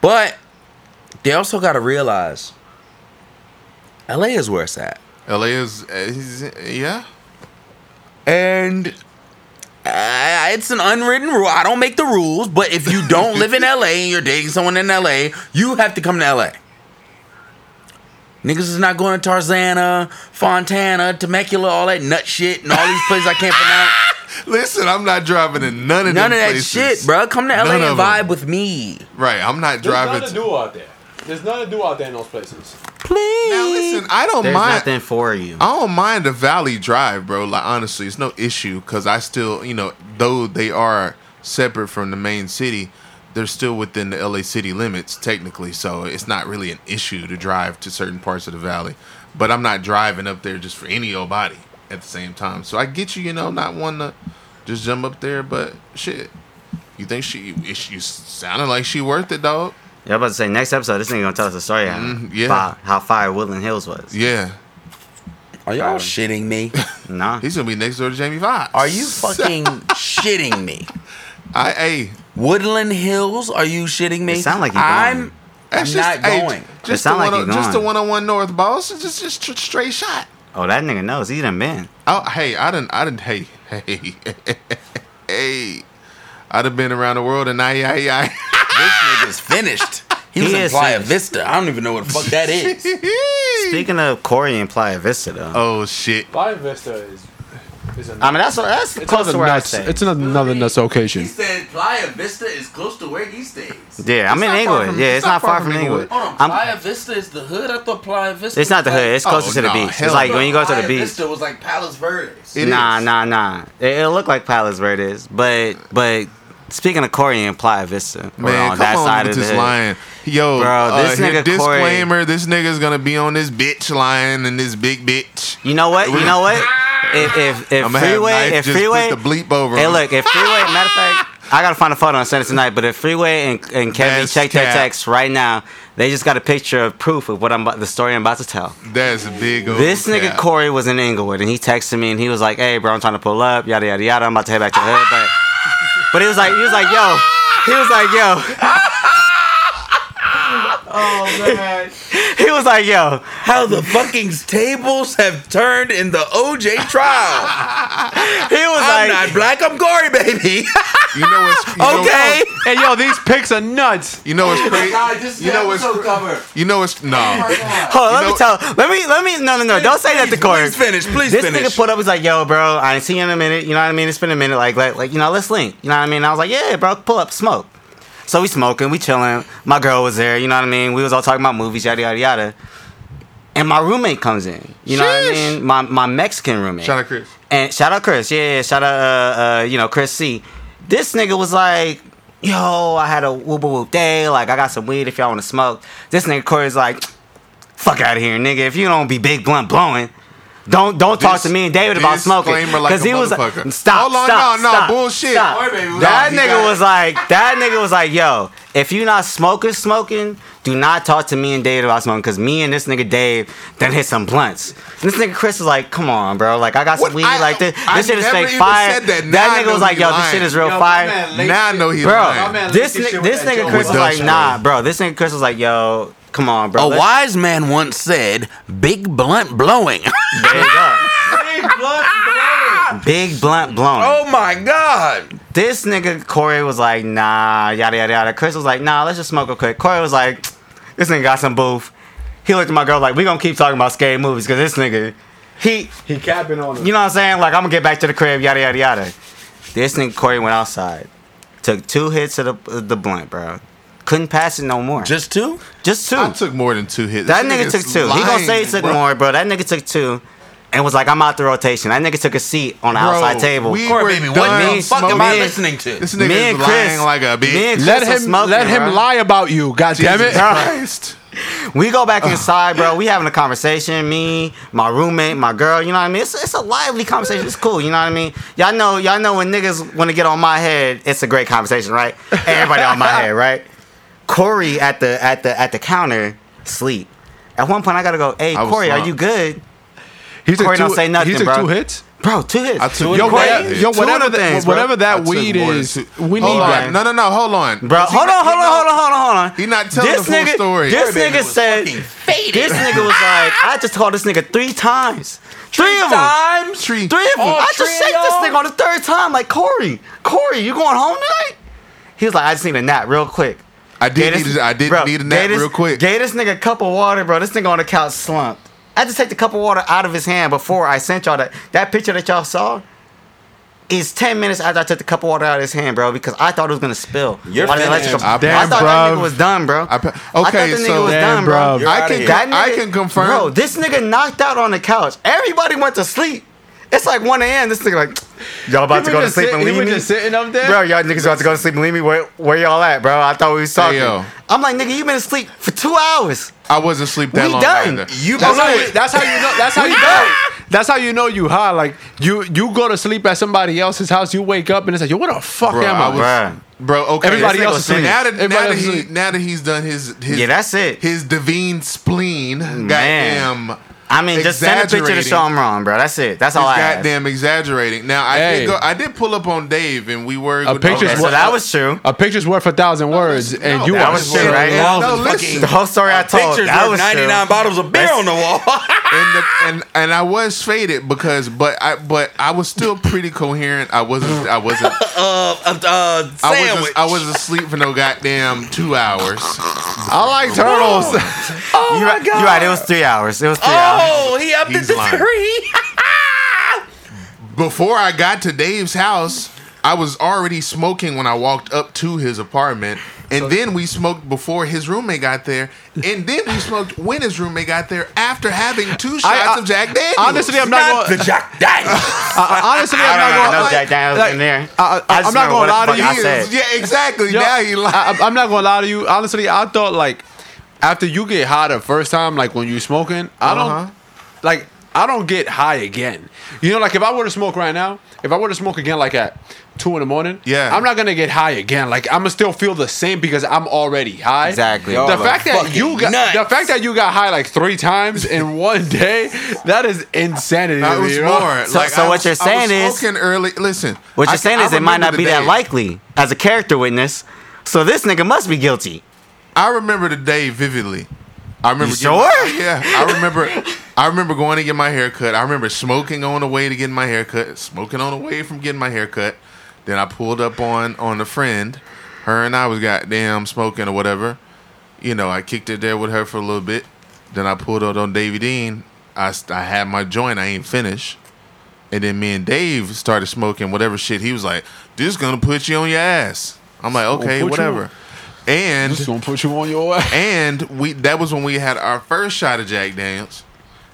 Speaker 5: But they also got to realize LA is where it's at.
Speaker 2: LA is, uh, is yeah.
Speaker 5: And uh, it's an unwritten rule. I don't make the rules, but if you don't live in LA and you're dating someone in LA, you have to come to LA. Niggas is not going to Tarzana, Fontana, Temecula, all that nut shit, and all these places I can't pronounce.
Speaker 2: Listen, I'm not driving to none of
Speaker 5: None
Speaker 2: them
Speaker 5: of that
Speaker 2: places.
Speaker 5: shit, bro. Come to LA
Speaker 2: None
Speaker 5: and
Speaker 2: of 'em.
Speaker 5: vibe with me.
Speaker 2: Right, I'm not driving. To,
Speaker 4: do out there. There's nothing to do out there in those places.
Speaker 5: Please.
Speaker 2: now listen, I don't
Speaker 3: There's
Speaker 2: mind.
Speaker 3: nothing for you.
Speaker 2: I don't mind the Valley Drive, bro. Like honestly, it's no issue because I still, you know, though they are separate from the main city, they're still within the LA city limits technically, so it's not really an issue to drive to certain parts of the valley. But I'm not driving up there just for any old body at the same time. So I get you, you know, not wanting to just jump up there, but shit. You think she is she sounded like she worth it, dog?
Speaker 3: Yeah, I was about to say next episode. This nigga gonna tell us the story.
Speaker 2: Mm,
Speaker 3: how,
Speaker 2: yeah.
Speaker 3: fi- how fire Woodland Hills was.
Speaker 2: Yeah.
Speaker 5: Are y'all shitting me?
Speaker 3: Nah,
Speaker 2: He's gonna be next door to Jamie Foxx.
Speaker 5: Are you fucking shitting me?
Speaker 2: I hey,
Speaker 5: Woodland Hills? Are you shitting me?
Speaker 3: It sound like you're
Speaker 5: I'm.
Speaker 3: going.
Speaker 5: I'm
Speaker 2: that's
Speaker 5: not
Speaker 2: hey,
Speaker 5: going.
Speaker 2: just,
Speaker 3: It
Speaker 2: the
Speaker 3: sound like
Speaker 2: one,
Speaker 3: you're
Speaker 2: just the
Speaker 3: going.
Speaker 2: one on one north, boss. It's just just tr- straight shot.
Speaker 3: oh that nigga knows. He done been.
Speaker 2: Oh, hey, I didn't, I didn't, hey, hey, hey, I'd have been around the world and I, I,
Speaker 5: This nigga's finished. He,
Speaker 3: He
Speaker 5: was in
Speaker 3: is
Speaker 5: Playa
Speaker 3: finished.
Speaker 5: Vista. I don't even know what the fuck that is.
Speaker 2: I.
Speaker 3: Speaking of Corey and Playa Vista though,
Speaker 2: oh shit!
Speaker 4: Playa Vista is is a
Speaker 3: I mean that's that's close to where I
Speaker 4: nuts.
Speaker 3: stay.
Speaker 4: It's another nuts location.
Speaker 7: said Playa Vista is close to where he stays.
Speaker 3: yeah, I'm in
Speaker 2: not far
Speaker 3: Inglewood.
Speaker 2: from-
Speaker 3: Yeah, it's not far from Inglewood.
Speaker 7: Hold on,
Speaker 3: I'm-
Speaker 7: Playa Vista is the hood. I thought Playa Vista.
Speaker 3: It's not the
Speaker 7: was
Speaker 3: hood. It's
Speaker 2: Oh,
Speaker 3: closer to the
Speaker 2: nah,
Speaker 3: beach.
Speaker 2: hell
Speaker 3: It's like
Speaker 2: no.
Speaker 7: no,
Speaker 3: when you go to the
Speaker 7: Playa
Speaker 3: beach.
Speaker 7: Vista was like Palos Verdes.
Speaker 2: It
Speaker 3: nah,
Speaker 2: is.
Speaker 3: nah, nah. It, it looked like Palace where it is, but but speaking of Corey and Playa Vista, we're
Speaker 2: Man,
Speaker 3: on
Speaker 2: come
Speaker 3: that
Speaker 2: on
Speaker 3: side
Speaker 2: with
Speaker 3: of the
Speaker 2: this
Speaker 3: hood.
Speaker 2: lying, yo,
Speaker 3: Bro,
Speaker 2: uh,
Speaker 3: this
Speaker 2: here-
Speaker 3: nigga Corey-
Speaker 2: disclaimer: this nigga's gonna be on this bitch line and this big bitch.
Speaker 3: You know what? You know what? If if, if
Speaker 2: I'ma have
Speaker 3: freeway,
Speaker 2: Knife
Speaker 3: if
Speaker 2: just
Speaker 3: freeway,
Speaker 2: put the bleep over.
Speaker 3: hey,
Speaker 2: him.
Speaker 3: look, if freeway. matter of fact, I gotta find a photo and send it tonight. But if freeway and, and Kevin
Speaker 2: That's
Speaker 3: check their
Speaker 2: cap.
Speaker 3: text right now, they just got a picture of proof of what I'm about, the story I'm about to tell.
Speaker 2: that's a big. Old
Speaker 3: This nigga
Speaker 2: cap.
Speaker 3: Corey was in Inglewood and he texted me and he was like, "Hey, bro, I'm trying to pull up, yada yada yada. I'm about to head back to the hood." But but he was like, he was like, "Yo," he was like, "Yo,"
Speaker 7: Oh man.
Speaker 3: he was like, "Yo."
Speaker 5: How the fucking tables have turned in the OJ trial.
Speaker 3: He was
Speaker 5: I'm
Speaker 3: like,
Speaker 5: not black. I'm gory, baby.
Speaker 2: You know what's you know-
Speaker 5: okay.
Speaker 4: Hey yo, these pics are nuts.
Speaker 2: You know what's crazy.
Speaker 7: God, this is
Speaker 2: You
Speaker 7: the
Speaker 2: know what's.
Speaker 7: episode cover.
Speaker 2: You know it's no.
Speaker 3: Hold on,
Speaker 2: You
Speaker 3: let me
Speaker 2: know-
Speaker 3: tell. Let me, let me. No, no, no. Don't say that to Corey.
Speaker 5: Please finish. Please
Speaker 3: This
Speaker 5: finish.
Speaker 3: nigga pulled up. He's like, "Yo, bro, I ain't seen you in a minute. You know what I mean? It's been a minute. Like, like, like you know, let's link. You know what I mean?" And I was like, "Yeah, bro, pull up, smoke." So we smoking, we chilling. My girl was there. You know what I mean? We was all talking about movies, yada yada yada. And my roommate comes in. You know what I
Speaker 2: Sheesh.
Speaker 3: mean? My my Mexican roommate.
Speaker 2: Shout out Chris.
Speaker 3: And shout out Chris. Yeah, yeah, shout out uh, uh you know Chris C. This nigga was like, yo, I had a whoop whoop whoop day. Like I got some weed if y'all want to smoke. This nigga Corey's like, fuck out of here, nigga. If you don't be big blunt blowing. Don't don't
Speaker 2: This-
Speaker 3: talk to me and David about smoking
Speaker 2: disclaimer like a
Speaker 3: he was like,
Speaker 2: motherfucker.
Speaker 3: stop
Speaker 2: Hold on,
Speaker 3: stop
Speaker 2: no, no,
Speaker 3: stop,
Speaker 2: bullshit.
Speaker 3: stop.
Speaker 7: All right, baby, we
Speaker 3: that
Speaker 2: got it.
Speaker 3: nigga was like that nigga was like yo if you not smoking smoking do not talk to me and David about smoking because me and this nigga Dave done hit some blunts And this nigga Chris is like come on bro like I got some
Speaker 2: What?
Speaker 3: weed
Speaker 2: I-
Speaker 3: like this
Speaker 2: I
Speaker 3: this shit is
Speaker 2: never
Speaker 3: fake
Speaker 2: even
Speaker 3: fire
Speaker 2: said that.
Speaker 3: that,
Speaker 2: Now I
Speaker 3: nigga
Speaker 2: know
Speaker 3: was like
Speaker 2: he
Speaker 3: yo this
Speaker 2: lying.
Speaker 3: shit is real
Speaker 7: Yo, my
Speaker 3: fire
Speaker 7: man laced
Speaker 2: Now I
Speaker 7: this
Speaker 2: know he's
Speaker 3: Bro,
Speaker 2: lying.
Speaker 7: man
Speaker 3: this
Speaker 7: linked this shit
Speaker 3: nigga, this
Speaker 7: with that
Speaker 3: nigga
Speaker 7: Joe
Speaker 3: Chris was
Speaker 2: Budden.
Speaker 3: like,
Speaker 2: Dutch
Speaker 3: nah, bro. This nigga Chris was like, yo, come on, bro.
Speaker 5: A
Speaker 3: let's-
Speaker 5: wise man once said, "Big blunt blowing."
Speaker 3: There you go.
Speaker 7: Big blood blowing.
Speaker 3: Big blunt blown.
Speaker 5: oh my god.
Speaker 3: This nigga Corey was like, nah, yada yada yada. Chris was like, nah, let's just smoke real quick. Corey was like, this nigga got some booth. He looked at my girl like, we gonna keep talking about scary movies because this nigga, he,
Speaker 4: He capping on
Speaker 3: you know what I'm saying? Like, I'm gonna get back to the crib, yada yada yada. This nigga Corey went outside, took two hits of the the blunt, bro. Couldn't pass it no more. Just,
Speaker 5: Just two?
Speaker 3: two.
Speaker 2: I took more than two hits.
Speaker 3: That
Speaker 2: This
Speaker 3: nigga took
Speaker 2: nigga's
Speaker 3: two. he gonna
Speaker 2: lying,
Speaker 3: say he took
Speaker 2: bro.
Speaker 3: more, bro. That nigga took two and was like, I'm out the rotation. That nigga took a seat on the
Speaker 2: Bro,
Speaker 3: outside table.
Speaker 2: we
Speaker 5: Corey,
Speaker 2: were
Speaker 5: baby, what
Speaker 2: done
Speaker 3: the fuck am I
Speaker 2: smoking.
Speaker 5: listening to?
Speaker 2: This
Speaker 3: Me
Speaker 2: nigga
Speaker 3: and
Speaker 2: is
Speaker 3: Chris-
Speaker 2: lying like a
Speaker 3: me
Speaker 2: bitch.
Speaker 3: and
Speaker 4: Let
Speaker 3: Chris was
Speaker 4: him
Speaker 3: smoking,
Speaker 4: let him
Speaker 3: bro.
Speaker 4: lie about you. God damn
Speaker 2: Jesus
Speaker 4: it.
Speaker 2: Christ.
Speaker 3: We go back inside, bro. We having a conversation. Me, my roommate, my girl. You know what I mean? It's, it's a lively conversation. It's cool. You know what I mean? Y'all know, y'all know when niggas want to get on my head, it's a great conversation, right? Everybody on my head, right? Corey at the at the at the counter sleep. At one point, I gotta go. Hey,
Speaker 2: I was
Speaker 3: Corey, are
Speaker 2: slumped.
Speaker 3: you good,
Speaker 4: He took
Speaker 3: Corey
Speaker 4: two,
Speaker 3: don't say nothing,
Speaker 4: he took
Speaker 3: bro.
Speaker 4: two hits.
Speaker 3: bro? Two hits.
Speaker 2: I took
Speaker 3: Two
Speaker 2: Yo,
Speaker 4: Yo,
Speaker 3: hits.
Speaker 2: whatever-
Speaker 4: whatever,
Speaker 2: hits.
Speaker 3: Two
Speaker 4: yo,
Speaker 3: of
Speaker 4: whatever
Speaker 3: the
Speaker 4: that
Speaker 3: things, bro.
Speaker 4: whatever
Speaker 2: I
Speaker 4: that
Speaker 2: took
Speaker 4: weed
Speaker 2: more than
Speaker 4: is,
Speaker 2: two-
Speaker 4: we need
Speaker 2: hold on.
Speaker 4: that.
Speaker 2: No, no, no. Hold on.
Speaker 3: Bro, hold on, hold on, hold on, hold on, hold on.
Speaker 2: He's not telling
Speaker 3: this
Speaker 2: the full
Speaker 3: nigga,
Speaker 2: story.
Speaker 3: This
Speaker 5: Corey Baby
Speaker 3: nigga
Speaker 5: was
Speaker 3: said,
Speaker 5: fucking faded.
Speaker 3: this nigga was like, I just called this nigga three times. Three, of them.
Speaker 5: Times?
Speaker 2: Tree.
Speaker 3: Three of them.
Speaker 5: All
Speaker 3: I just
Speaker 5: Oh, three
Speaker 3: shake
Speaker 5: of
Speaker 3: this
Speaker 5: y'all?
Speaker 3: nigga on the third time. Like, Corey, Corey, you going home tonight? He was like, I just need a nap real quick.
Speaker 2: I did.
Speaker 3: Gave this-
Speaker 2: Need a, I did
Speaker 3: bro,
Speaker 2: need a
Speaker 3: gave
Speaker 2: nap
Speaker 3: this-
Speaker 2: real quick.
Speaker 3: Gave this nigga a cup of water, bro. This nigga on the couch slumped. I just take the cup of water out of his hand before I sent y'all that. That picture that y'all saw is 10 minutes after I took the cup of water out of his hand, bro, because I thought it was going to spill.
Speaker 5: You're
Speaker 3: Why they let you
Speaker 5: finished.
Speaker 3: come- I,
Speaker 4: Damn,
Speaker 3: thought that
Speaker 4: bruv.
Speaker 3: nigga was done, bro.
Speaker 2: I pa-
Speaker 3: I thought
Speaker 2: okay,
Speaker 3: the nigga
Speaker 2: so-
Speaker 3: was
Speaker 4: Damn,
Speaker 3: done, bro.
Speaker 4: bruv.
Speaker 5: You're
Speaker 2: I
Speaker 5: outta
Speaker 2: can.
Speaker 5: here.
Speaker 3: That
Speaker 2: I
Speaker 3: nigga-
Speaker 2: can confirm.
Speaker 3: Bro, this nigga knocked out on the couch. Everybody went to sleep. It's like 1 a.m. This nigga like, y'all about to
Speaker 4: He
Speaker 3: go
Speaker 4: was
Speaker 3: to
Speaker 4: just
Speaker 3: sleep
Speaker 4: sit-
Speaker 3: and
Speaker 4: he
Speaker 3: leave
Speaker 4: was
Speaker 3: me?
Speaker 4: just sitting up there?
Speaker 3: Bro, y'all niggas about to go to sleep and leave me? Where, where y'all at, bro? I thought we was talking.
Speaker 2: yo.
Speaker 3: I'm like, nigga, you been asleep for two hours.
Speaker 2: I wasn't asleep that
Speaker 3: We
Speaker 2: long
Speaker 3: done.
Speaker 2: either.
Speaker 5: You
Speaker 4: That's how,
Speaker 5: good.
Speaker 4: you, that's how you know. That's how you know. That's how you know you high. Like you, you go to sleep at somebody else's house. You wake up and it's like, yo, what the fuck
Speaker 2: Bro,
Speaker 4: am
Speaker 2: I
Speaker 4: I?
Speaker 2: was-
Speaker 3: Bruh.
Speaker 2: bro, okay.
Speaker 4: Everybody
Speaker 2: This
Speaker 4: else
Speaker 2: nigga
Speaker 4: is asleep.
Speaker 2: Now that,
Speaker 4: Everybody
Speaker 2: now that,
Speaker 4: else is
Speaker 2: he,
Speaker 4: asleep.
Speaker 2: now that he's done his, his
Speaker 3: Yeah, that's it.
Speaker 2: His divine spleen, goddamn.
Speaker 3: I mean, just send a picture to
Speaker 2: exaggerating.
Speaker 3: show I'm wrong, bro. That's it. That's all I
Speaker 2: He's
Speaker 3: asked.
Speaker 2: goddamn exaggerating. Now I
Speaker 4: Hey.
Speaker 2: did go, I did pull up on Dave, and we were
Speaker 4: A picture's
Speaker 3: Okay,
Speaker 4: what-
Speaker 3: so that was true.
Speaker 4: A picture's worth a thousand words, and you
Speaker 2: that
Speaker 4: are
Speaker 2: was
Speaker 3: true,
Speaker 4: so
Speaker 3: right?
Speaker 4: wrong.
Speaker 2: No,
Speaker 5: Fucking
Speaker 2: listen.
Speaker 3: The whole story I told.
Speaker 5: Pictures
Speaker 3: That
Speaker 5: with
Speaker 3: was true.
Speaker 5: 99 bottles of beer on the wall. uh,
Speaker 2: and, the, and and I was faded because, but I but I was still pretty coherent. I wasn't I wasn't
Speaker 5: uh, uh, uh,
Speaker 2: I was
Speaker 5: sandwich.
Speaker 2: I was asleep for no goddamn two hours.
Speaker 4: I like turtles.
Speaker 3: You
Speaker 2: Oh
Speaker 3: right, you right. It was three hours. It was three hours.
Speaker 5: oh, he upped it
Speaker 2: He's
Speaker 5: to
Speaker 2: lying.
Speaker 5: three.
Speaker 2: Before I got to Dave's house, I was already smoking when I walked up to his apartment, and then we smoked before his roommate got there, and then we smoked when his roommate got there after having two shots
Speaker 4: I-
Speaker 2: of Jack Daniels.
Speaker 4: honestly, I'm not going.
Speaker 5: the Jack Daniels.
Speaker 4: Honestly,
Speaker 3: I don't
Speaker 4: I'm not
Speaker 3: even know
Speaker 4: going.
Speaker 3: if Jack Daniels in there.
Speaker 4: I- I-
Speaker 3: just
Speaker 4: I'm not
Speaker 3: remember
Speaker 4: gonna
Speaker 3: what
Speaker 4: lie
Speaker 3: the
Speaker 4: to
Speaker 3: fuck
Speaker 4: you.
Speaker 3: I said.
Speaker 2: yeah, exactly.
Speaker 4: Yo,
Speaker 2: now he lied.
Speaker 4: I, am not gonna lie to you. Honestly, I thought like after you get high the first time, like when you smoking, I don't
Speaker 2: Uh-huh.
Speaker 4: like I don't get high again. You know, like if I were to smoke right now, if I were to smoke again, like at two in the morning,
Speaker 2: Yeah.
Speaker 4: I'm not gonna get high again. Like I'm gonna still feel the same because I'm already high.
Speaker 3: Exactly.
Speaker 4: The
Speaker 3: Y'all
Speaker 4: fact that you got
Speaker 5: nuts.
Speaker 4: the fact that you got high like three times in one day, that is insanity.
Speaker 2: That
Speaker 4: to me,
Speaker 2: was
Speaker 4: bro.
Speaker 2: more.
Speaker 3: So-
Speaker 2: like,
Speaker 3: so
Speaker 2: I
Speaker 3: what
Speaker 2: was-
Speaker 3: you're saying
Speaker 2: I
Speaker 3: is-
Speaker 2: was smoking early. Listen,
Speaker 3: What
Speaker 2: I-
Speaker 3: you're saying
Speaker 2: I
Speaker 3: is it might not
Speaker 2: remember
Speaker 3: be
Speaker 2: the
Speaker 3: that
Speaker 2: day.
Speaker 3: likely. As a character witness, so this nigga must be guilty.
Speaker 2: I remember the day vividly. I remember.
Speaker 3: You
Speaker 2: getting-
Speaker 3: sure?
Speaker 2: yeah, I remember. I remember going to get my hair cut. I remember smoking on the way to getting my hair cut. Smoking on the way from getting my hair cut. Then I pulled up on on a friend. Her and I was goddamn smoking or whatever. You know, I kicked it there with her for a little bit. Then I pulled out on Davy Dean. I, st- I had my joint. I ain't finished. And then me and Dave started smoking whatever shit. He was like, "This is gonna put you on your ass." I'm like,
Speaker 4: Oh, put
Speaker 2: "Okay,
Speaker 4: you on-
Speaker 2: whatever." And
Speaker 4: Just gonna put you on your way.
Speaker 2: and we that was when we had our first shot of Jack Daniels.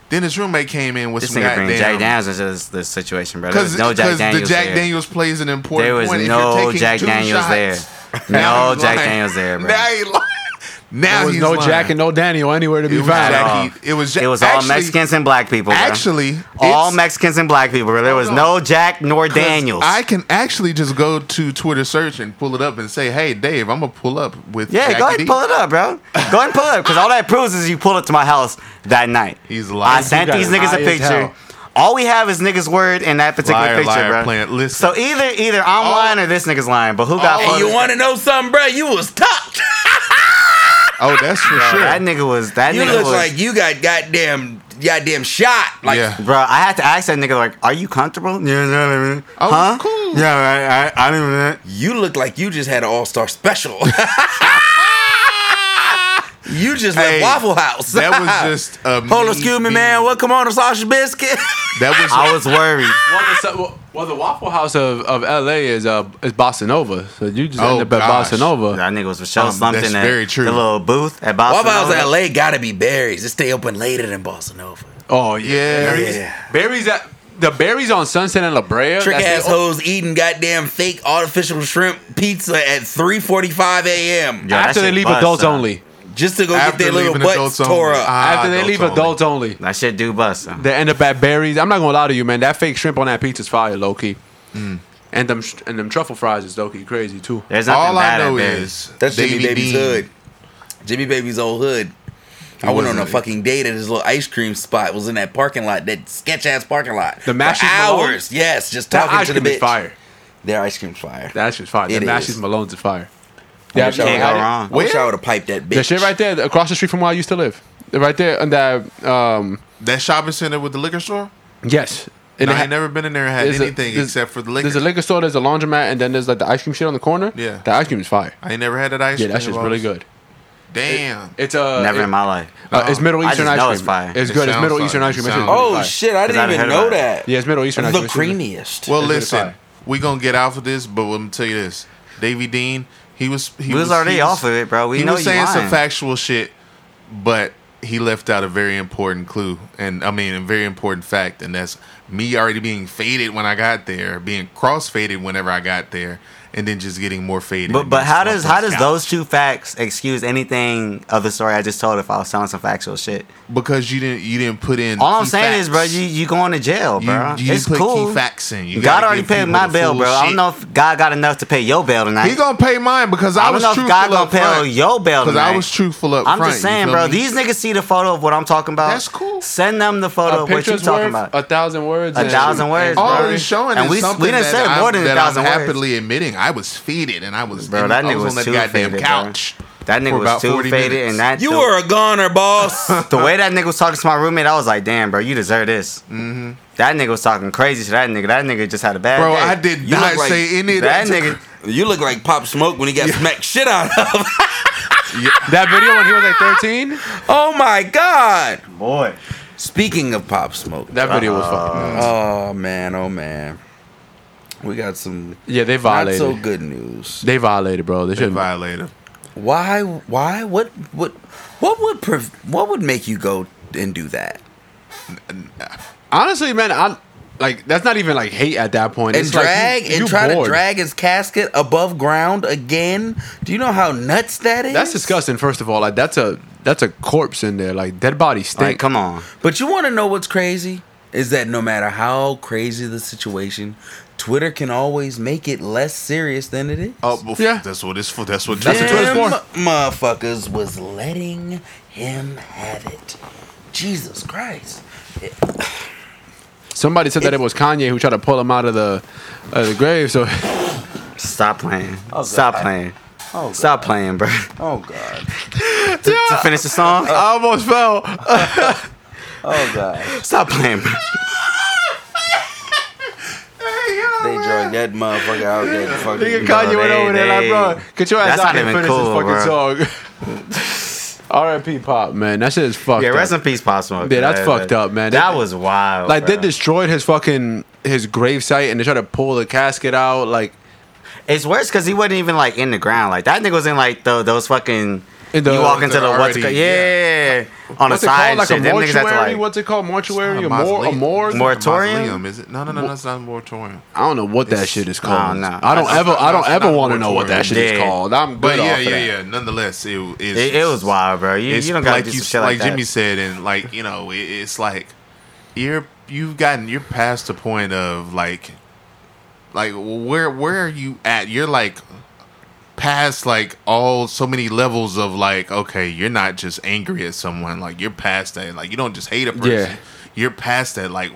Speaker 2: Then his roommate came in with
Speaker 3: This
Speaker 2: some
Speaker 3: nigga
Speaker 2: goddamn
Speaker 3: bring Jack Daniels into this, this situation, bro. There was
Speaker 2: because
Speaker 3: no Jack
Speaker 2: the
Speaker 3: Daniels
Speaker 2: Jack
Speaker 3: there.
Speaker 2: Daniels plays an important
Speaker 3: There was
Speaker 2: point. If you're
Speaker 3: no
Speaker 2: taking
Speaker 3: Jack
Speaker 2: two
Speaker 3: Daniels
Speaker 2: shots-
Speaker 3: there.
Speaker 2: Now
Speaker 3: No
Speaker 2: he's
Speaker 3: Jack
Speaker 2: lying.
Speaker 3: Daniels there, bro.
Speaker 2: Now he lying. Now
Speaker 4: There was
Speaker 2: he's
Speaker 4: no
Speaker 2: lying.
Speaker 4: Jack and no Daniel anywhere to
Speaker 2: it
Speaker 4: be
Speaker 2: was
Speaker 4: found.
Speaker 2: Jackie. It was Jack-
Speaker 3: It was all
Speaker 2: actually-
Speaker 3: Mexicans and black people. Bro.
Speaker 2: Actually,
Speaker 3: all
Speaker 2: it's-
Speaker 3: Mexicans and black people. Bro. There was
Speaker 2: Hold on.
Speaker 3: no Jack nor
Speaker 2: 'Cause
Speaker 3: Daniels.
Speaker 2: I can actually just go to Twitter search and pull it up and say, "Hey, Dave, I'm gonna pull up with."
Speaker 3: Yeah,
Speaker 2: Jackie
Speaker 3: go ahead
Speaker 2: D."
Speaker 3: and pull it up, bro. Go ahead and pull it up, because all that proves is you pulled up to my house that night.
Speaker 2: He's lying.
Speaker 3: I sent
Speaker 4: You
Speaker 3: these
Speaker 4: guys
Speaker 3: niggas a
Speaker 4: high as hell.
Speaker 3: picture. All we have is niggas' word in that particular
Speaker 2: Liar,
Speaker 3: picture,
Speaker 2: liar,
Speaker 3: bro.
Speaker 2: plant. Oh. Listen.
Speaker 3: So either either I'm
Speaker 2: All-
Speaker 3: lying or this nigga's lying, but who got
Speaker 5: And
Speaker 3: fucked?
Speaker 5: you want to know something, bro? You was topped.
Speaker 2: oh, that's for sure.
Speaker 3: That nigga was that
Speaker 5: You
Speaker 3: nigga
Speaker 5: look
Speaker 3: was
Speaker 5: like you got goddamn, goddamn shot. Like
Speaker 2: yeah.
Speaker 3: Bro, I had to ask that nigga like, "Are you comfortable?" Yeah, yeah, yeah, yeah.
Speaker 2: Oh,
Speaker 3: huh?
Speaker 2: cool.
Speaker 3: Yeah, right. I, I didn't even.
Speaker 5: you look like you just had an all star special. you just left
Speaker 2: Hey,
Speaker 5: Waffle House.
Speaker 2: That was just a
Speaker 5: Hold on, excuse me, man. Welcome on to Sausage Biscuit.
Speaker 2: That was
Speaker 3: I was worried.
Speaker 4: Well, the, well, well, the Waffle House of, of LA is uh is Bossa Nova, so you just
Speaker 2: Oh,
Speaker 4: end up at
Speaker 2: gosh.
Speaker 4: Bossa Nova.
Speaker 3: That nigga was for sure
Speaker 2: Um,
Speaker 3: slumped
Speaker 2: that's
Speaker 3: in that
Speaker 2: very true.
Speaker 3: the little booth at Boston.
Speaker 5: Waffle House in LA gotta be berries. It stay open later than Bossa Nova.
Speaker 4: Oh yeah,
Speaker 2: Yeah.
Speaker 4: Berries,
Speaker 5: Yeah.
Speaker 4: berries at the berries on Sunset and La Brea.
Speaker 5: Trick
Speaker 4: that's
Speaker 5: ass
Speaker 4: the-
Speaker 5: hoes eating goddamn fake artificial shrimp pizza at 3:45 a.m.
Speaker 3: Yeah, that
Speaker 4: after they
Speaker 3: shit
Speaker 4: leave
Speaker 3: bust,
Speaker 4: adults
Speaker 3: son.
Speaker 4: only.
Speaker 5: just to go
Speaker 2: after
Speaker 5: get their little
Speaker 2: leaving
Speaker 5: butts
Speaker 2: adults only.
Speaker 5: tore up.
Speaker 2: Ah,
Speaker 4: after they leave adults only.
Speaker 3: That shit do bust. son.
Speaker 4: they end up at berries. I'm not gonna lie to you, man. That fake shrimp on that pizza's fire, low key. And them and them truffle fries is low key crazy too.
Speaker 3: There's nothing
Speaker 2: All I
Speaker 3: bad
Speaker 2: know
Speaker 3: at there.
Speaker 2: is
Speaker 5: That's Jimmy
Speaker 2: Davey
Speaker 5: Baby's
Speaker 2: Dean.
Speaker 5: hood. Jimmy Baby's old hood. I went on
Speaker 2: wasn't
Speaker 5: a
Speaker 2: it?
Speaker 5: fucking date at his little ice cream spot. Was in that parking lot, that sketch ass parking lot.
Speaker 4: The
Speaker 5: for
Speaker 4: Mashes Malone?
Speaker 5: hours. Yes, just
Speaker 4: That
Speaker 5: talking
Speaker 4: ice
Speaker 5: to the
Speaker 4: cream
Speaker 5: bitch.
Speaker 4: is fire.
Speaker 5: Their ice cream's fire.
Speaker 4: That shit's fire.
Speaker 5: It
Speaker 4: the mashes
Speaker 5: is.
Speaker 4: Malone's is fire. Yeah,
Speaker 5: Wish I
Speaker 3: Can't
Speaker 5: would've-
Speaker 3: go wrong.
Speaker 5: I wish
Speaker 2: Where?
Speaker 5: I would have piped that bitch.
Speaker 4: The shit right there across the street from where I used to live. Right there on that um
Speaker 2: That shopping center with the liquor store.
Speaker 4: yes.
Speaker 2: And
Speaker 4: it
Speaker 2: I
Speaker 4: ha-
Speaker 2: ain't never been in there and had
Speaker 4: There's a-
Speaker 2: anything
Speaker 4: there's-
Speaker 2: except for the liquor.
Speaker 4: There's a liquor store, there's a laundromat, and then there's like the ice cream shit on the corner.
Speaker 2: Yeah.
Speaker 4: The ice cream is fire.
Speaker 2: I ain't never had that ice
Speaker 4: Yeah,
Speaker 2: cream.
Speaker 4: that shit's
Speaker 2: boss.
Speaker 4: really good.
Speaker 2: Damn.
Speaker 4: It's uh,
Speaker 3: Never
Speaker 4: it-
Speaker 3: in my life.
Speaker 4: uh, it's Middle
Speaker 3: I
Speaker 4: Eastern
Speaker 3: just
Speaker 4: ice
Speaker 3: know
Speaker 4: cream.
Speaker 3: it's fire.
Speaker 4: It's
Speaker 2: Uh-uh. It
Speaker 4: good. It's
Speaker 2: sounds
Speaker 4: Middle
Speaker 2: fire.
Speaker 4: Eastern ice
Speaker 2: It
Speaker 4: cream. It's
Speaker 2: sounds-
Speaker 4: really
Speaker 5: Oh
Speaker 4: fire.
Speaker 5: shit! I
Speaker 3: I'd
Speaker 5: didn't even
Speaker 3: heard
Speaker 5: know
Speaker 3: about it.
Speaker 5: that.
Speaker 4: Yeah, it's Middle Eastern ice
Speaker 5: the
Speaker 4: cream. It's really-
Speaker 5: creamiest.
Speaker 2: well,
Speaker 4: it's really
Speaker 2: listen,
Speaker 4: fire.
Speaker 2: we gonna get off of this, but let me tell you this: Davy Dean, he was he
Speaker 3: We was already
Speaker 2: he
Speaker 3: off of it, bro. We
Speaker 2: he
Speaker 3: know
Speaker 2: was
Speaker 3: you
Speaker 2: saying some
Speaker 3: lying.
Speaker 2: factual shit, but he left out a very important clue, and I mean a very important fact, and that's me already being faded when I got there, being cross faded whenever I got there, and then just getting more faded.
Speaker 3: But
Speaker 2: and
Speaker 3: but
Speaker 2: just
Speaker 3: how does
Speaker 2: fucking
Speaker 3: how does
Speaker 2: scout.
Speaker 3: those two facts excuse anything of the story I just told if I was telling some factual shit?
Speaker 2: because you didn't you didn't put in
Speaker 3: All I'm
Speaker 2: key
Speaker 3: saying is, bro,
Speaker 2: facts.
Speaker 3: you you going to jail,
Speaker 2: You-
Speaker 3: bro.
Speaker 2: you didn't
Speaker 3: it's
Speaker 2: put key
Speaker 3: cool.
Speaker 2: facts in. You
Speaker 3: God
Speaker 2: gotta
Speaker 3: already
Speaker 2: give
Speaker 3: paid
Speaker 2: people
Speaker 3: my
Speaker 2: the
Speaker 3: bail,
Speaker 2: full
Speaker 3: bro. I
Speaker 2: shit.
Speaker 3: don't know if God got enough to pay your bail tonight.
Speaker 2: He gonna pay mine because I,
Speaker 3: I don't
Speaker 2: was
Speaker 3: know if
Speaker 2: truthful
Speaker 3: God gonna
Speaker 2: up
Speaker 3: pay
Speaker 2: front.
Speaker 3: your bail
Speaker 2: Because I
Speaker 3: tonight.
Speaker 2: was truthful up
Speaker 3: I'm
Speaker 2: front.
Speaker 3: just
Speaker 2: you
Speaker 3: saying,
Speaker 2: feel
Speaker 3: bro.
Speaker 2: me?
Speaker 3: These niggas see the photo of what I'm talking about.
Speaker 2: That's cool.
Speaker 3: Send them the photo of
Speaker 4: A
Speaker 3: what you're
Speaker 4: picture's
Speaker 3: talking
Speaker 4: worth
Speaker 3: about.
Speaker 4: a thousand words. Oh,
Speaker 3: A
Speaker 4: and-
Speaker 3: thousand words,
Speaker 4: and-
Speaker 2: all
Speaker 3: bro.
Speaker 2: he's showing
Speaker 3: And
Speaker 2: is
Speaker 3: we- we
Speaker 2: something
Speaker 3: done
Speaker 2: that,
Speaker 3: said
Speaker 2: I'm,
Speaker 3: more than a
Speaker 2: that
Speaker 3: thousand
Speaker 2: I'm
Speaker 3: words.
Speaker 2: happily admitting I was faded and I was
Speaker 3: Bro,
Speaker 2: and
Speaker 3: that
Speaker 2: I
Speaker 3: nigga
Speaker 2: was,
Speaker 3: was
Speaker 2: on
Speaker 3: too
Speaker 2: that goddamn
Speaker 3: faded,
Speaker 2: couch.
Speaker 3: bro. That
Speaker 2: for
Speaker 3: nigga was
Speaker 2: about
Speaker 3: too
Speaker 2: 40
Speaker 3: faded,
Speaker 2: minutes.
Speaker 3: and that
Speaker 5: You
Speaker 3: the,
Speaker 5: were a goner, boss.
Speaker 3: the way that nigga was talking to my roommate. I was like, damn, bro, you deserve this. Mm-hmm. That nigga was talking crazy to that nigga. That nigga just had a bad
Speaker 2: bro.
Speaker 3: day.
Speaker 2: I did
Speaker 5: you
Speaker 2: not
Speaker 5: look like
Speaker 2: say any of
Speaker 3: That
Speaker 2: that.
Speaker 3: nigga,
Speaker 5: you look like Pop Smoke when he got smacked shit out of.
Speaker 4: That video when he was like 13.
Speaker 5: Oh my god.
Speaker 3: boy,
Speaker 5: Speaking of Pop Smoke.
Speaker 4: That video
Speaker 2: Uh,
Speaker 4: was fucking.
Speaker 5: Oh man, oh man. We got some
Speaker 4: Yeah, they
Speaker 5: not
Speaker 4: violated.
Speaker 5: so good news.
Speaker 4: They violated, bro. They
Speaker 2: They
Speaker 4: should not
Speaker 2: violated.
Speaker 5: Why why what what what would prev- what would make you go and do that?
Speaker 4: Honestly, man, I like that's not even like hate at that point.
Speaker 5: and
Speaker 4: It's like,
Speaker 5: drag
Speaker 4: you- you
Speaker 5: and try
Speaker 4: bored.
Speaker 5: to drag his casket above ground again. Do you know how nuts that is?
Speaker 4: That's disgusting. First of all, like that's a that's a corpse in there. Like dead body stink.
Speaker 3: like, come on.
Speaker 5: But you want to know what's crazy is that no matter how crazy the situation, Twitter can always make it less serious than it is.
Speaker 2: Oh, well,
Speaker 4: Yeah.
Speaker 2: yeah. that's what it's for. That's what.
Speaker 4: That's what Twitter's
Speaker 5: Them
Speaker 4: for.
Speaker 5: motherfuckers was letting him have it. Jesus Christ.
Speaker 4: Somebody said that it was Kanye who tried to pull him out of the uh, the grave. So
Speaker 3: Stop playing. Stop playing. Stop playing, bro.
Speaker 5: Oh God.
Speaker 3: to, to finish the song.
Speaker 4: I almost fell.
Speaker 5: Oh God.
Speaker 3: Stop playing, bro.
Speaker 5: They drug that motherfucker out there. Fucking
Speaker 4: Nigga Kanye went
Speaker 3: they-
Speaker 4: over there
Speaker 3: they-
Speaker 4: like, bro, get your ass
Speaker 3: That's
Speaker 4: out
Speaker 3: not
Speaker 4: here and
Speaker 3: even
Speaker 4: finish
Speaker 3: cool,
Speaker 4: this fucking song. R.I.P. Pop, man. That shit is fucked
Speaker 3: Yeah,
Speaker 4: up.
Speaker 3: rest in peace, Pop Smoke.
Speaker 4: Yeah, that's
Speaker 3: man.
Speaker 4: fucked up, man.
Speaker 3: That
Speaker 4: They-
Speaker 3: was wild.
Speaker 4: like they
Speaker 3: bro.
Speaker 4: destroyed his fucking his gravesite and they tried to pull the casket out. Like
Speaker 3: It's worse because he wasn't even like in the ground. Like that nigga was in like the, those fucking.
Speaker 4: In the-
Speaker 3: you walk into
Speaker 2: They're
Speaker 3: the what's
Speaker 2: already-
Speaker 3: yeah, yeah, on
Speaker 4: what's
Speaker 3: the
Speaker 4: it
Speaker 3: side
Speaker 4: called? Like
Speaker 3: shit.
Speaker 4: a
Speaker 3: Them niggas had to
Speaker 4: mortuary?
Speaker 3: like
Speaker 4: What's it called? Mortuary? A,
Speaker 2: A
Speaker 4: mor- a
Speaker 2: mausoleum.
Speaker 4: morgue?
Speaker 3: Mor- Moratorium?
Speaker 2: Mausoleum, Is it? No, no, no, that's not a moratorium.
Speaker 4: I don't know what that shit is called.
Speaker 3: don't know.
Speaker 4: I don't
Speaker 2: That's
Speaker 4: ever,
Speaker 2: not-
Speaker 4: I don't
Speaker 2: that's
Speaker 4: ever
Speaker 2: not
Speaker 4: want to know what that
Speaker 2: mortuary.
Speaker 4: shit is
Speaker 3: Yeah.
Speaker 4: called. I'm good
Speaker 2: But
Speaker 4: off
Speaker 2: yeah,
Speaker 4: of
Speaker 2: yeah,
Speaker 4: that.
Speaker 2: yeah. Nonetheless, it it,
Speaker 3: it, it was wild, bro. You,
Speaker 2: it's
Speaker 3: you don't gotta
Speaker 2: like
Speaker 3: do
Speaker 2: you,
Speaker 3: some shit like,
Speaker 2: Jimmy
Speaker 3: that.
Speaker 2: said, and like you know, it, it's like you're you've gotten you're past the point of like like where where are you at? You're like past like all so many levels of like okay, you're not just angry at someone like you're past that. Like you don't just hate a person.
Speaker 4: Yeah.
Speaker 2: You're past that. Like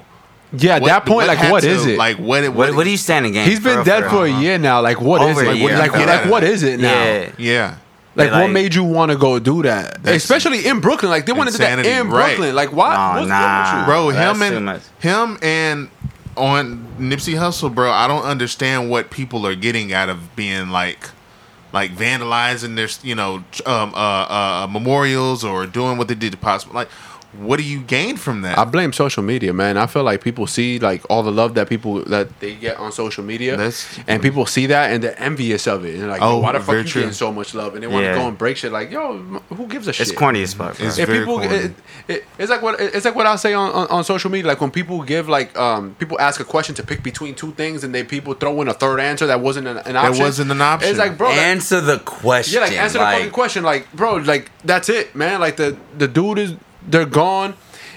Speaker 4: Yeah, at
Speaker 2: what-
Speaker 4: that point, like,
Speaker 2: had
Speaker 4: what
Speaker 2: to-
Speaker 4: is it?
Speaker 2: Like uh-huh. what? What,
Speaker 3: What, what do you stand against?
Speaker 4: He's been
Speaker 3: bro,
Speaker 4: dead for a
Speaker 3: real?
Speaker 4: year now. Like, what is
Speaker 3: Over
Speaker 4: it?
Speaker 3: a
Speaker 4: Like,
Speaker 3: year.
Speaker 4: what- like,
Speaker 2: Yeah.
Speaker 4: like, what is it now?
Speaker 3: Yeah.
Speaker 2: Yeah.
Speaker 4: Like,
Speaker 3: Like-
Speaker 4: what made you want to go do that?
Speaker 2: That's-
Speaker 4: Especially in Brooklyn. Like, they wanted to do that
Speaker 2: Insanity,
Speaker 4: in
Speaker 2: right.
Speaker 4: Brooklyn. Like, why?
Speaker 3: Nah,
Speaker 4: what's
Speaker 3: nah.
Speaker 4: good with you?
Speaker 2: bro.
Speaker 3: Oh,
Speaker 2: him
Speaker 3: that's too
Speaker 2: and
Speaker 3: much.
Speaker 2: him and on Nipsey Hussle, bro. I don't understand what people are getting out of being like, like vandalizing their, you know, tr- um, uh, uh, memorials or doing what they did to possible. Like, what do you gain from that?
Speaker 4: I blame social media, man. I feel like people see like all the love that people that they get on social media,
Speaker 2: That's-
Speaker 4: and people see that and they're envious of it. And they're like, oh,
Speaker 2: Oh,
Speaker 4: why the fuck
Speaker 2: very
Speaker 4: you
Speaker 2: true.
Speaker 4: getting so much love? And they want to
Speaker 3: Yeah.
Speaker 4: go and break shit. Like, yo, m- who gives a shit?
Speaker 3: It's corny as fuck. Bro.
Speaker 2: It's-
Speaker 4: if
Speaker 2: very
Speaker 4: people
Speaker 2: corny.
Speaker 4: it, it, it's like what it's like what i say on, on, on social media like when people give like um people ask a question to pick between two things and they people throw in a third answer that wasn't an, an option
Speaker 2: wasn't an option.
Speaker 4: it's like bro that-
Speaker 5: answer the question.
Speaker 4: yeah like answer the fucking question like bro like that's it man like the the dude is they're gone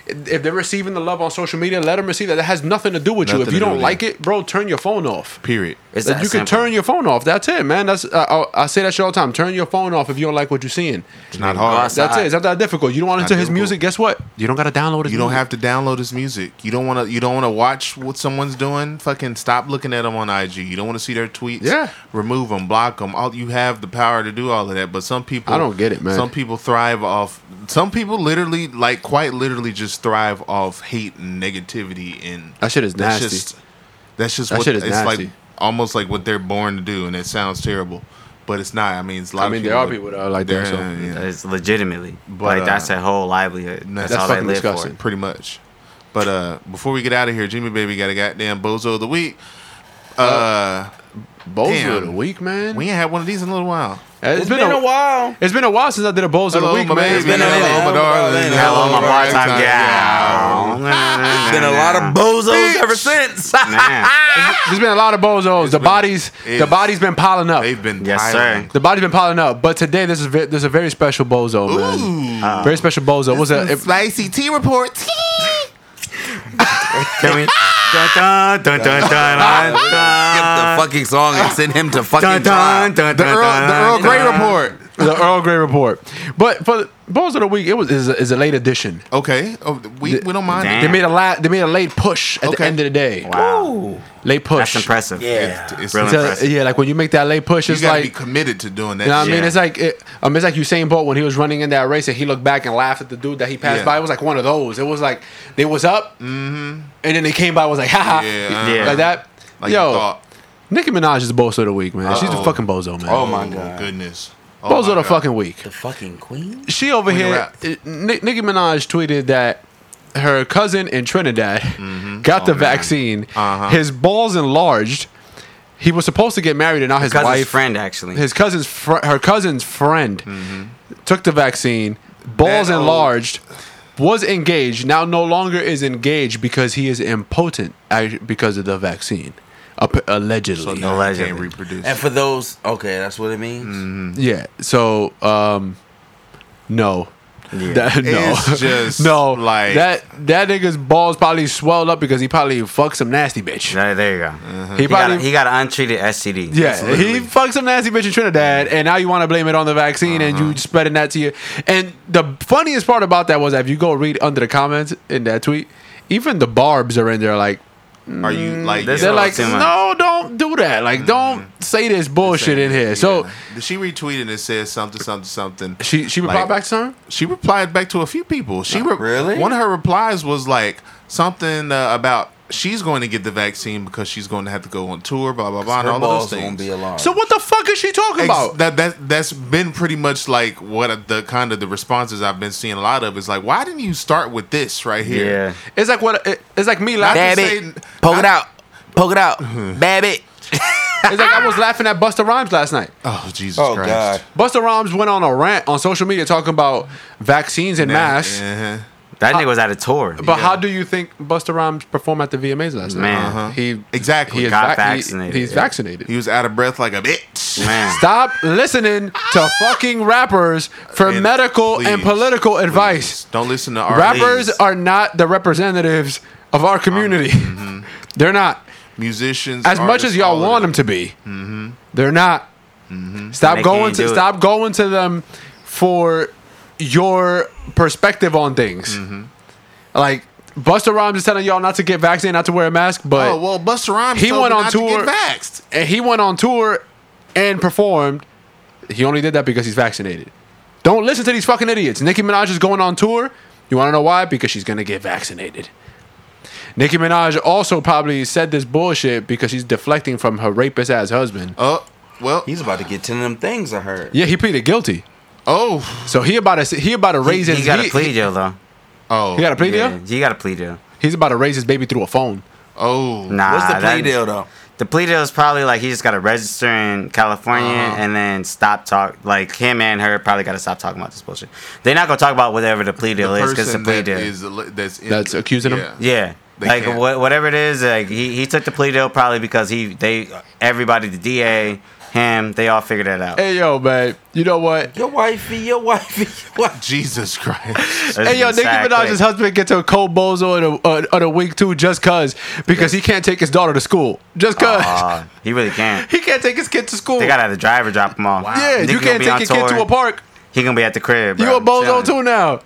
Speaker 4: if they're receiving the love on social media let them receive that that has nothing to do with you
Speaker 2: Nothing
Speaker 4: if you
Speaker 2: to do
Speaker 4: don't
Speaker 2: with
Speaker 4: like it bro turn your phone off
Speaker 2: Period.
Speaker 3: It's
Speaker 4: Like,
Speaker 3: that
Speaker 4: you can
Speaker 3: simple.
Speaker 4: turn your phone off. That's it, man. That's I, I, I say that shit all the time. Turn your phone off if you don't like what you're seeing.
Speaker 2: It's not hard.
Speaker 3: That's
Speaker 4: That's
Speaker 3: not-
Speaker 4: it. It's not that difficult. You don't want to
Speaker 2: not
Speaker 4: listen to his
Speaker 2: difficult.
Speaker 4: music. Guess what? You don't got to download his
Speaker 2: You don't
Speaker 4: music.
Speaker 2: have to download his music. You don't want to. You don't want to watch what someone's doing. Fucking stop looking at them on IG. You don't want to see their tweets.
Speaker 4: Yeah.
Speaker 2: remove them, block them. All you have the power to do all of that. But some people,
Speaker 4: I don't get it, man.
Speaker 2: Some people thrive off. Some people literally, like quite literally, just thrive off hate and negativity. And
Speaker 4: That shit is
Speaker 2: that's
Speaker 4: nasty.
Speaker 2: just- that's just
Speaker 4: That
Speaker 2: what
Speaker 4: shit is
Speaker 2: it's like.
Speaker 4: nasty.
Speaker 2: Almost like what they're born to do, and it sounds terrible, but it's not. I mean, it's a lot
Speaker 4: I
Speaker 2: of
Speaker 4: mean, there are people that are like that. So.
Speaker 2: Yeah, yeah.
Speaker 3: It's legitimately
Speaker 2: But,
Speaker 3: like that's
Speaker 2: uh,
Speaker 3: their whole livelihood. That's,
Speaker 2: that's
Speaker 3: all they
Speaker 4: fucking
Speaker 3: live
Speaker 4: disgusting.
Speaker 3: for.
Speaker 2: pretty much. But uh, before we get out of here, Jimmy Baby got a goddamn bozo of the week. Uh,
Speaker 4: Bozo of
Speaker 2: Damn.
Speaker 4: the week, man.
Speaker 2: we ain't had one of these in a little while.
Speaker 4: It's been, a,
Speaker 7: while.
Speaker 4: It's been a while since I did a Bowls of the
Speaker 2: Hello,
Speaker 4: Week,
Speaker 2: my
Speaker 4: man.
Speaker 2: baby.
Speaker 4: It's been a-
Speaker 5: a minute.
Speaker 2: Hello, my darling.
Speaker 3: Hello, my
Speaker 2: my
Speaker 3: part-time gal.
Speaker 5: It's been a lot of bozos ever since.
Speaker 3: Man.
Speaker 4: There's been a lot of bozos. The
Speaker 2: been-
Speaker 4: bodies, the
Speaker 2: it's-
Speaker 4: body's been piling up.
Speaker 2: They've been
Speaker 3: Yes, sir.
Speaker 2: piling.
Speaker 4: The body's been piling up. But today, this is ve- this is a very special bozo, man. very special bozo. What's that? Uh, If-
Speaker 2: Spicy tea report.
Speaker 3: Can we? Dun dun dun dun dun dun
Speaker 5: Skip the fucking song and send him to fucking
Speaker 3: Uh, dun
Speaker 5: trial.
Speaker 3: dun dun.
Speaker 2: The Earl, the Earl Grey report.
Speaker 4: the Earl Grey report. But for the Bowls of the Week, it was is a, is a late edition.
Speaker 2: Okay, oh, we, we don't mind.
Speaker 3: Damn.
Speaker 4: They made a la- they made a late push at
Speaker 2: Okay.
Speaker 4: the end of the day.
Speaker 3: Wow,
Speaker 4: Late push.
Speaker 3: that's impressive.
Speaker 2: It's, it's,
Speaker 3: Really
Speaker 4: So,
Speaker 3: impressive.
Speaker 4: yeah, like when you make that late push,
Speaker 2: You
Speaker 4: it's
Speaker 2: gotta
Speaker 4: like
Speaker 2: be committed to doing that.
Speaker 4: You know what
Speaker 2: shit.
Speaker 4: I mean? It's like it, um, it's like Usain Bolt when he was running in that race and he looked back and laughed at the dude that he passed
Speaker 2: Yeah. Mm-hmm.
Speaker 4: by. It was like one of those. It was like they was up, and then they came by. and was like, haha,
Speaker 2: Yeah,
Speaker 3: Yeah.
Speaker 4: like that.
Speaker 2: Like you
Speaker 4: Yo,
Speaker 2: thought.
Speaker 4: Nicki Minaj is the bozo of the week, man. She's the
Speaker 2: Uh-oh.
Speaker 4: fucking bozo, man.
Speaker 2: Oh my god, goodness. Oh
Speaker 4: bozo
Speaker 2: my
Speaker 4: of the
Speaker 2: God.
Speaker 4: fucking week.
Speaker 7: The fucking queen.
Speaker 4: She over
Speaker 2: Queen of
Speaker 4: here.
Speaker 2: rap.
Speaker 4: N- Nicki Minaj tweeted that her cousin in Trinidad got the vaccine.
Speaker 2: Mm-hmm. Oh, Uh-huh.
Speaker 4: His balls enlarged. He was supposed to get married, and now his
Speaker 3: Cousin's
Speaker 4: wife
Speaker 3: friend actually.
Speaker 4: his cousin's fr- her cousin's friend took the vaccine, balls
Speaker 2: Mm-hmm. That old-
Speaker 4: enlarged, was engaged, now no longer is engaged because he is impotent ac- because of the vaccine. Ap- Allegedly,
Speaker 2: So now you can't
Speaker 3: Allegedly.
Speaker 2: reproduce.
Speaker 7: And for those, okay, that's what it means.
Speaker 3: Mm-hmm.
Speaker 4: yeah. So, um, no, That- no,
Speaker 2: It's just
Speaker 4: no,
Speaker 2: like-
Speaker 4: that. That nigga's balls probably swelled up because he probably fucked some nasty bitch.
Speaker 3: There there you go.
Speaker 4: He
Speaker 3: uh-huh. He got,
Speaker 4: probably
Speaker 3: a, he got an untreated STD.
Speaker 4: Yeah, he fucked some nasty bitch in Trinidad, and now you want to blame it on the vaccine, and you spreading that to you. And the funniest part about that was that if you go read under the comments in that tweet, even the barbs are in there like
Speaker 2: Are you like?
Speaker 3: There's
Speaker 4: they're
Speaker 3: a-
Speaker 2: yeah.
Speaker 4: like,
Speaker 3: too much.
Speaker 4: no, don't do that. Like, don't say this bullshit in here. So
Speaker 2: Yeah. she retweeted and said something, something, something.
Speaker 4: she she replied
Speaker 2: Like-
Speaker 4: back to something.
Speaker 2: She replied back to a few people. She re-
Speaker 7: really?
Speaker 2: one of her replies was like something uh, about she's going to get the vaccine because she's going to have to go on tour, blah blah blah, and
Speaker 7: Her
Speaker 2: all of those
Speaker 7: balls
Speaker 2: things.
Speaker 7: won't be alarmed.
Speaker 4: So what the fuck is she talking
Speaker 2: Ex-
Speaker 4: about?
Speaker 2: that that that's been pretty much like what the kind of the responses I've been seeing a lot of is like, why didn't you start with this right here?
Speaker 3: Yeah.
Speaker 4: It's like what it- it's like me
Speaker 2: Not to
Speaker 4: laughing.
Speaker 5: Dab
Speaker 2: say-
Speaker 5: it. Poke it out. Poke it out. Bab it.
Speaker 4: It's like I was laughing at Buster Rhymes last night.
Speaker 2: Oh Jesus
Speaker 7: Oh,
Speaker 2: Christ!
Speaker 7: God.
Speaker 4: Buster Rhymes went on a rant on social media talking about vaccines and masks.
Speaker 2: Uh-huh.
Speaker 3: That nigga was at a tour.
Speaker 4: But how do you think Buster Rhymes performed at the VMAs last night?
Speaker 3: Man.
Speaker 2: Uh-huh.
Speaker 4: He
Speaker 2: Exactly.
Speaker 4: He is
Speaker 3: Got
Speaker 4: vac- he-
Speaker 3: vaccinated,
Speaker 4: he's
Speaker 3: yeah.
Speaker 4: vaccinated.
Speaker 2: He was out of breath like a bitch.
Speaker 3: Man.
Speaker 4: Stop listening to fucking rappers for
Speaker 2: And
Speaker 4: medical and
Speaker 2: please,
Speaker 4: political
Speaker 2: please,
Speaker 4: advice.
Speaker 2: Don't listen to our
Speaker 4: Rappers
Speaker 2: leads.
Speaker 4: are not the representatives of our community.
Speaker 2: Um, mm-hmm.
Speaker 4: they're not.
Speaker 2: musicians.
Speaker 4: As much
Speaker 2: artists,
Speaker 4: as
Speaker 2: all
Speaker 4: y'all
Speaker 2: of
Speaker 4: want them to be, they're not. Stop
Speaker 3: They
Speaker 4: going
Speaker 3: can't
Speaker 4: to
Speaker 3: do it.
Speaker 4: stop going to them for your perspective on things. Like Buster Rhymes is telling y'all not to get vaccinated, not to wear a mask, but
Speaker 2: Oh well, Buster Rhymes.
Speaker 4: He
Speaker 2: told
Speaker 4: went
Speaker 2: me
Speaker 4: on
Speaker 2: not to
Speaker 4: tour-
Speaker 2: get vaxxed.
Speaker 4: and he went on tour and performed. He only did that because he's vaccinated. Don't listen to these fucking idiots. Nicki Minaj is going on tour. You want to know why? Because she's going to get vaccinated. Nicki Minaj also probably said this bullshit because she's deflecting from her rapist ass husband.
Speaker 2: Oh well.
Speaker 7: He's about to get ten of them things. I heard.
Speaker 4: Yeah, he pleaded guilty.
Speaker 2: oh
Speaker 4: So he about to he about to raise
Speaker 3: he,
Speaker 4: his
Speaker 3: he got a
Speaker 4: he-
Speaker 3: plea deal though.
Speaker 2: oh
Speaker 4: He got a plea
Speaker 3: Yeah,
Speaker 4: deal.
Speaker 3: he got a plea deal.
Speaker 4: He's about to raise his baby through a phone.
Speaker 2: oh.
Speaker 3: Nah,
Speaker 7: What's the plea
Speaker 3: that-
Speaker 7: deal though?
Speaker 3: The plea deal is probably like he just got to register in California and then stop talk. Like him and her probably got to stop talking about this bullshit. They're not gonna talk about whatever the plea deal is because it's a
Speaker 2: person
Speaker 3: plea
Speaker 2: that
Speaker 3: deal.
Speaker 2: is that's in-
Speaker 4: That's accusing him?
Speaker 2: Yeah.
Speaker 3: yeah.
Speaker 2: They
Speaker 3: like
Speaker 2: can't.
Speaker 3: wha- whatever it is, like he, he took the plea deal probably because he they everybody the DA him they all figured that out.
Speaker 4: Hey yo, man, you know what?
Speaker 7: Your wifey, your wifey, your wifey.
Speaker 2: Jesus Christ.
Speaker 3: It's
Speaker 4: Hey yo,
Speaker 3: been
Speaker 4: Nicki
Speaker 3: sad
Speaker 4: Minaj's
Speaker 3: quick.
Speaker 4: husband gets a cold bozo on a, on- on a week too, just cause because he can't take his daughter to school, just cause.
Speaker 3: Aw, he really can't.
Speaker 4: He can't take his kid to school.
Speaker 3: They gotta have the driver drop him off.
Speaker 4: yeah,
Speaker 3: Nicki
Speaker 4: you
Speaker 3: gonna
Speaker 4: can't
Speaker 3: be
Speaker 4: take
Speaker 3: on
Speaker 4: your kid
Speaker 3: tour.
Speaker 4: to a park.
Speaker 3: He gonna be at the crib.
Speaker 4: You
Speaker 3: bro.
Speaker 4: a bozo
Speaker 3: Chilling.
Speaker 4: too now.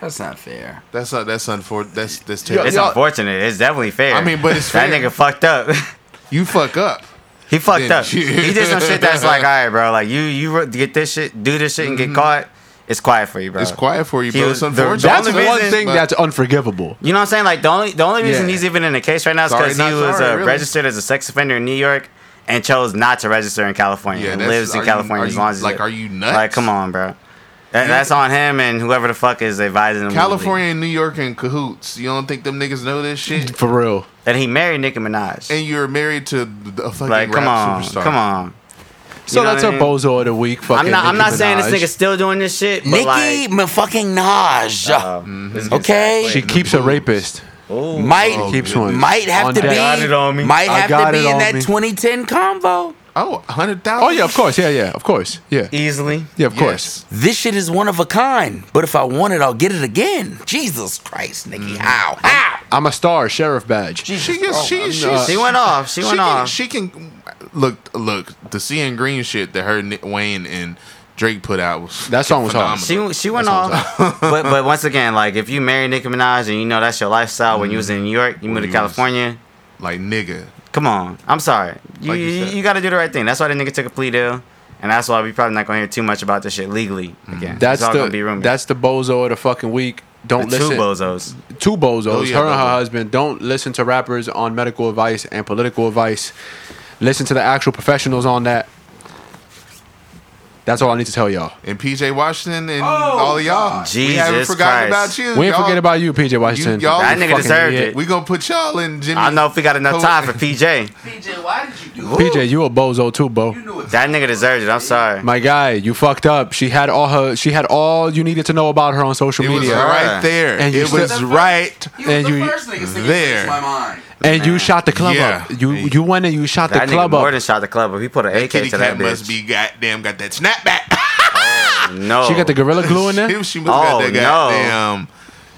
Speaker 7: That's not fair.
Speaker 2: That's not. That's unfortunate. That's that's
Speaker 4: Yo,
Speaker 2: terrible.
Speaker 3: It's
Speaker 4: yo-
Speaker 3: unfortunate. It's definitely fair.
Speaker 2: I mean, but it's
Speaker 3: that
Speaker 2: fair.
Speaker 3: nigga fucked up.
Speaker 2: You fuck up.
Speaker 3: He fucked
Speaker 2: Then
Speaker 3: up.
Speaker 2: you-
Speaker 3: He did some shit that's like, all right, bro. Like you, you ro- get this shit, do this shit, and
Speaker 4: Mm-hmm.
Speaker 3: get caught. It's quiet for you, bro.
Speaker 2: It's quiet for you,
Speaker 3: He
Speaker 2: bro.
Speaker 3: was-
Speaker 2: It's unfortunate.
Speaker 3: the
Speaker 4: Uh, That's
Speaker 3: only
Speaker 4: one
Speaker 3: reason-
Speaker 4: thing
Speaker 2: but-
Speaker 4: that's unforgivable.
Speaker 3: You know what I'm saying? Like the only the only reason
Speaker 4: Yeah.
Speaker 3: he's even in the case right now is
Speaker 2: Sorry,
Speaker 3: because he
Speaker 2: not
Speaker 3: was
Speaker 2: sorry,
Speaker 3: uh,
Speaker 2: really.
Speaker 3: registered as a sex offender in New York and chose not to register in California.
Speaker 2: Yeah,
Speaker 3: and
Speaker 2: that's-
Speaker 3: lives
Speaker 2: are
Speaker 3: in
Speaker 2: you-
Speaker 3: California
Speaker 2: are
Speaker 3: as
Speaker 2: you-
Speaker 3: long as
Speaker 2: like, are you nuts?
Speaker 3: Like, come on, bro. That, that's on him and whoever the fuck is advising him.
Speaker 2: California and New York in cahoots. You don't think them niggas know this shit?
Speaker 4: For real.
Speaker 3: And he married Nicki Minaj.
Speaker 2: And you're married to the- a fucking
Speaker 3: like, come
Speaker 2: rap
Speaker 3: on,
Speaker 2: superstar.
Speaker 3: come on.
Speaker 4: So
Speaker 3: know
Speaker 4: that's
Speaker 3: what
Speaker 4: a
Speaker 3: I mean?
Speaker 4: bozo of the week. Fucking
Speaker 3: I'm not. I'm
Speaker 4: Nicki
Speaker 3: not saying this
Speaker 4: Minaj.
Speaker 3: nigga's still doing this shit. But
Speaker 5: Nicki
Speaker 3: like,
Speaker 5: ma fucking Naj
Speaker 3: mhm.
Speaker 5: Okay.
Speaker 4: She keeps a rapist.
Speaker 5: might
Speaker 4: Keeps one.
Speaker 5: might have
Speaker 4: Oh, On
Speaker 5: to
Speaker 4: deck.
Speaker 5: be
Speaker 4: Got
Speaker 3: it on me.
Speaker 5: might
Speaker 4: I
Speaker 5: have
Speaker 4: got
Speaker 5: to be
Speaker 4: it
Speaker 5: in
Speaker 4: on
Speaker 5: that
Speaker 4: me.
Speaker 5: 2010 combo.
Speaker 2: Oh, 100,000?
Speaker 4: Oh yeah, of course. Yeah, yeah, of course. Yeah,
Speaker 3: easily.
Speaker 4: yeah, of course.
Speaker 5: This shit is one of a kind. But if I want it, I'll get it again. Jesus Christ, Nikki, how? How?
Speaker 4: Mm. I'm a star, sheriff badge.
Speaker 2: She gets,
Speaker 4: Oh,
Speaker 2: she, she,
Speaker 4: not-
Speaker 3: She went off. She
Speaker 2: Uh, she
Speaker 3: went
Speaker 2: can,
Speaker 3: off.
Speaker 2: She can look, look. The CN Green shit that her Nick Wayne and Drake put out was
Speaker 4: That song was hard.
Speaker 2: phenomenal.
Speaker 3: She she went off, but but once again, like if you marry Nicki Minaj and you know that's your lifestyle when you was in New York, you moved to
Speaker 2: you was-
Speaker 3: California.
Speaker 2: Like nigga,
Speaker 3: Come on, I'm sorry. You
Speaker 2: Like you
Speaker 3: you,
Speaker 2: said.
Speaker 3: got to do the right thing. That's why the nigga took a plea deal, and that's why we probably not gonna hear too much about this shit legally again.
Speaker 4: Mm-hmm. That's
Speaker 3: it's all
Speaker 4: the
Speaker 3: gonna be rumored.
Speaker 4: that's the bozo of the fucking week.
Speaker 3: the
Speaker 4: Don't
Speaker 3: two
Speaker 4: listen.
Speaker 3: bozos.
Speaker 4: two bozos,
Speaker 2: Oh, yeah,
Speaker 4: her and her
Speaker 2: bozo.
Speaker 4: husband, don't listen to rappers on medical advice and political advice. Listen to the actual professionals on that. That's all I need to tell y'all.
Speaker 2: and PJ Washington and all of y'all. we haven't
Speaker 3: Oh, Jesus
Speaker 2: forgotten
Speaker 3: Christ.
Speaker 2: about you.
Speaker 4: We ain't
Speaker 2: y'all.
Speaker 4: forget about you, PJ Washington.
Speaker 2: y'all
Speaker 4: You
Speaker 2: That
Speaker 3: nigga
Speaker 4: fucking
Speaker 3: deserved it.
Speaker 2: We gonna put y'all in Jimmy.
Speaker 3: I don't know if we got enough
Speaker 2: Cole-
Speaker 3: time for PJ.
Speaker 7: PJ, why did you do that?
Speaker 4: PJ, you a bozo too, bo.
Speaker 3: That nigga deserves it. I'm sorry.
Speaker 4: My guy, you fucked up. She had all her. She had all you needed to know about her on social
Speaker 2: It was
Speaker 4: media,
Speaker 2: right there.
Speaker 4: And you
Speaker 2: it was
Speaker 4: still-
Speaker 2: right.
Speaker 7: You was
Speaker 4: And
Speaker 7: the
Speaker 4: you-
Speaker 7: first nigga singing
Speaker 2: there.
Speaker 7: Fix My Mind.
Speaker 4: and you shot the club
Speaker 2: Yeah.
Speaker 4: up. You you went and you shot
Speaker 3: That
Speaker 4: the
Speaker 3: nigga
Speaker 4: club
Speaker 3: more
Speaker 4: up.
Speaker 3: than shot the club, but he put an AK
Speaker 2: Kitty
Speaker 3: to that
Speaker 2: cat
Speaker 3: bitch.
Speaker 2: must be goddamn got that snapback.
Speaker 3: No,
Speaker 4: She got the gorilla glue in there.
Speaker 2: she, she must got
Speaker 3: Oh,
Speaker 2: that
Speaker 3: no.
Speaker 2: goddamn.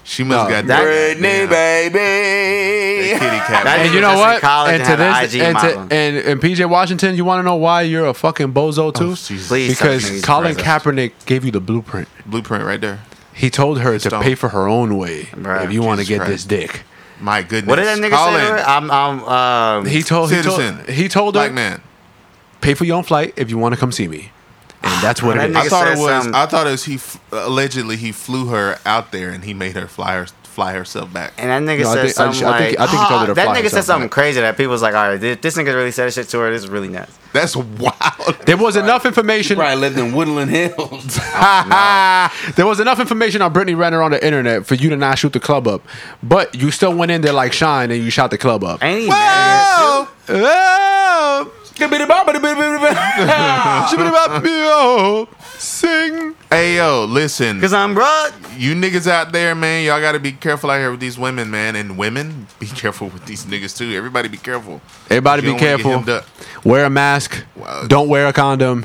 Speaker 2: She must
Speaker 4: No.
Speaker 2: got
Speaker 3: That-
Speaker 2: that
Speaker 5: Britney,
Speaker 2: goddamn-
Speaker 5: baby.
Speaker 2: that kitty cat.
Speaker 3: That
Speaker 4: And
Speaker 3: nigga
Speaker 4: you
Speaker 3: just
Speaker 4: know
Speaker 3: in
Speaker 4: what?
Speaker 3: college
Speaker 4: And
Speaker 3: and
Speaker 4: to
Speaker 3: had an
Speaker 4: this,
Speaker 3: IG
Speaker 4: and, to,
Speaker 3: model.
Speaker 4: and and PJ Washington, you want to know why you're a fucking
Speaker 3: Oh,
Speaker 4: bozo too?
Speaker 2: Jesus.
Speaker 3: Please tell me
Speaker 4: because
Speaker 3: he's
Speaker 4: Colin
Speaker 3: racist.
Speaker 4: Kaepernick gave you the blueprint.
Speaker 2: Blueprint right there.
Speaker 4: He told her to
Speaker 2: don't.
Speaker 4: pay for her own way
Speaker 3: Bruh,
Speaker 4: if you want to
Speaker 2: Jesus
Speaker 4: get
Speaker 2: Christ.
Speaker 4: this dick.
Speaker 2: My goodness.
Speaker 3: What did that nigga say? to her?
Speaker 2: Colin,
Speaker 3: I'm, I'm, um,
Speaker 4: He told he
Speaker 2: Citizen.
Speaker 4: told, he told her
Speaker 2: black man.
Speaker 4: pay for your own flight if you want to come see me, and that's what
Speaker 3: That
Speaker 4: it is.
Speaker 3: nigga
Speaker 2: I thought it
Speaker 3: said
Speaker 2: was.
Speaker 3: something.
Speaker 2: I thought it was. He f- allegedly he flew her out there and he made her fly her, fly herself back.
Speaker 3: and that nigga
Speaker 4: No, I
Speaker 3: said
Speaker 4: think- I
Speaker 3: something
Speaker 4: think- I
Speaker 3: like,
Speaker 4: think- I think he told her to
Speaker 3: "Ah," that
Speaker 4: fly
Speaker 3: nigga said
Speaker 4: herself
Speaker 3: something
Speaker 4: back.
Speaker 3: crazy that people was like, all right, this, this nigga really said this shit to her. This is really nuts.
Speaker 2: That's wild.
Speaker 4: There was enough information.
Speaker 7: Probably lived in Woodland Hills.
Speaker 4: there was enough information on Brittany Renner on the internet for you to not shoot the club up, but you still went in there like Shine and you shot the club up.
Speaker 3: Ain't he mad?
Speaker 4: Oh,
Speaker 7: That's
Speaker 4: ship it about me, oh, sing.
Speaker 2: Hey yo, listen.
Speaker 3: Cause I'm broad.
Speaker 2: you niggas out there, man, y'all gotta be careful out here with these women, man, and women be careful with these niggas too. Everybody be careful.
Speaker 4: Everybody
Speaker 2: You
Speaker 4: be
Speaker 2: don't wanna get
Speaker 4: careful.
Speaker 2: hemmed up.
Speaker 4: Wear a mask.
Speaker 2: Wow.
Speaker 4: Don't wear a condom.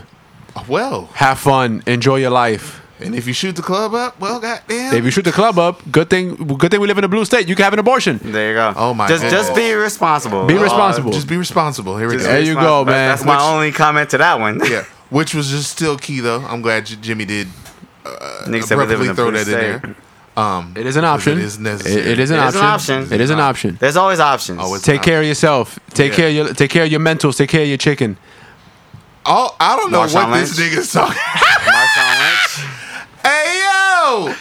Speaker 2: Well,
Speaker 4: Have fun. Enjoy your life.
Speaker 2: and if you shoot the club up, well, goddamn.
Speaker 4: If you shoot the club up, good thing good thing we live in a blue state. You can have an abortion.
Speaker 3: There you go.
Speaker 2: Oh my
Speaker 3: Just, just
Speaker 2: God.
Speaker 3: be responsible.
Speaker 4: Be
Speaker 3: Uh,
Speaker 4: responsible.
Speaker 2: just be responsible. Here we
Speaker 3: just
Speaker 2: go.
Speaker 4: There
Speaker 3: be
Speaker 4: you go,
Speaker 3: responsible.
Speaker 4: man.
Speaker 3: That's my
Speaker 2: Which-
Speaker 3: only comment to that one.
Speaker 2: yeah, which was just still key though. I'm glad J- Jimmy did uh,
Speaker 3: Nigga said we live
Speaker 2: abruptly
Speaker 3: in a
Speaker 2: throw
Speaker 3: blue
Speaker 2: that in
Speaker 3: state.
Speaker 2: there. Um,
Speaker 4: It is an option.
Speaker 2: It is necessary.
Speaker 4: It- it is an
Speaker 3: It is an
Speaker 4: option.
Speaker 3: option.
Speaker 4: It is an option.
Speaker 3: There's always options.
Speaker 2: Always.
Speaker 4: Take care of yourself. Take
Speaker 2: Yeah.
Speaker 4: care of your take care of your mentals. Take care of your chicken.
Speaker 2: All, Oh, I don't know
Speaker 3: Marshawn
Speaker 2: what this
Speaker 3: Lynch.
Speaker 2: nigga's talking.
Speaker 3: Marshawn Lynch.
Speaker 2: hey yo,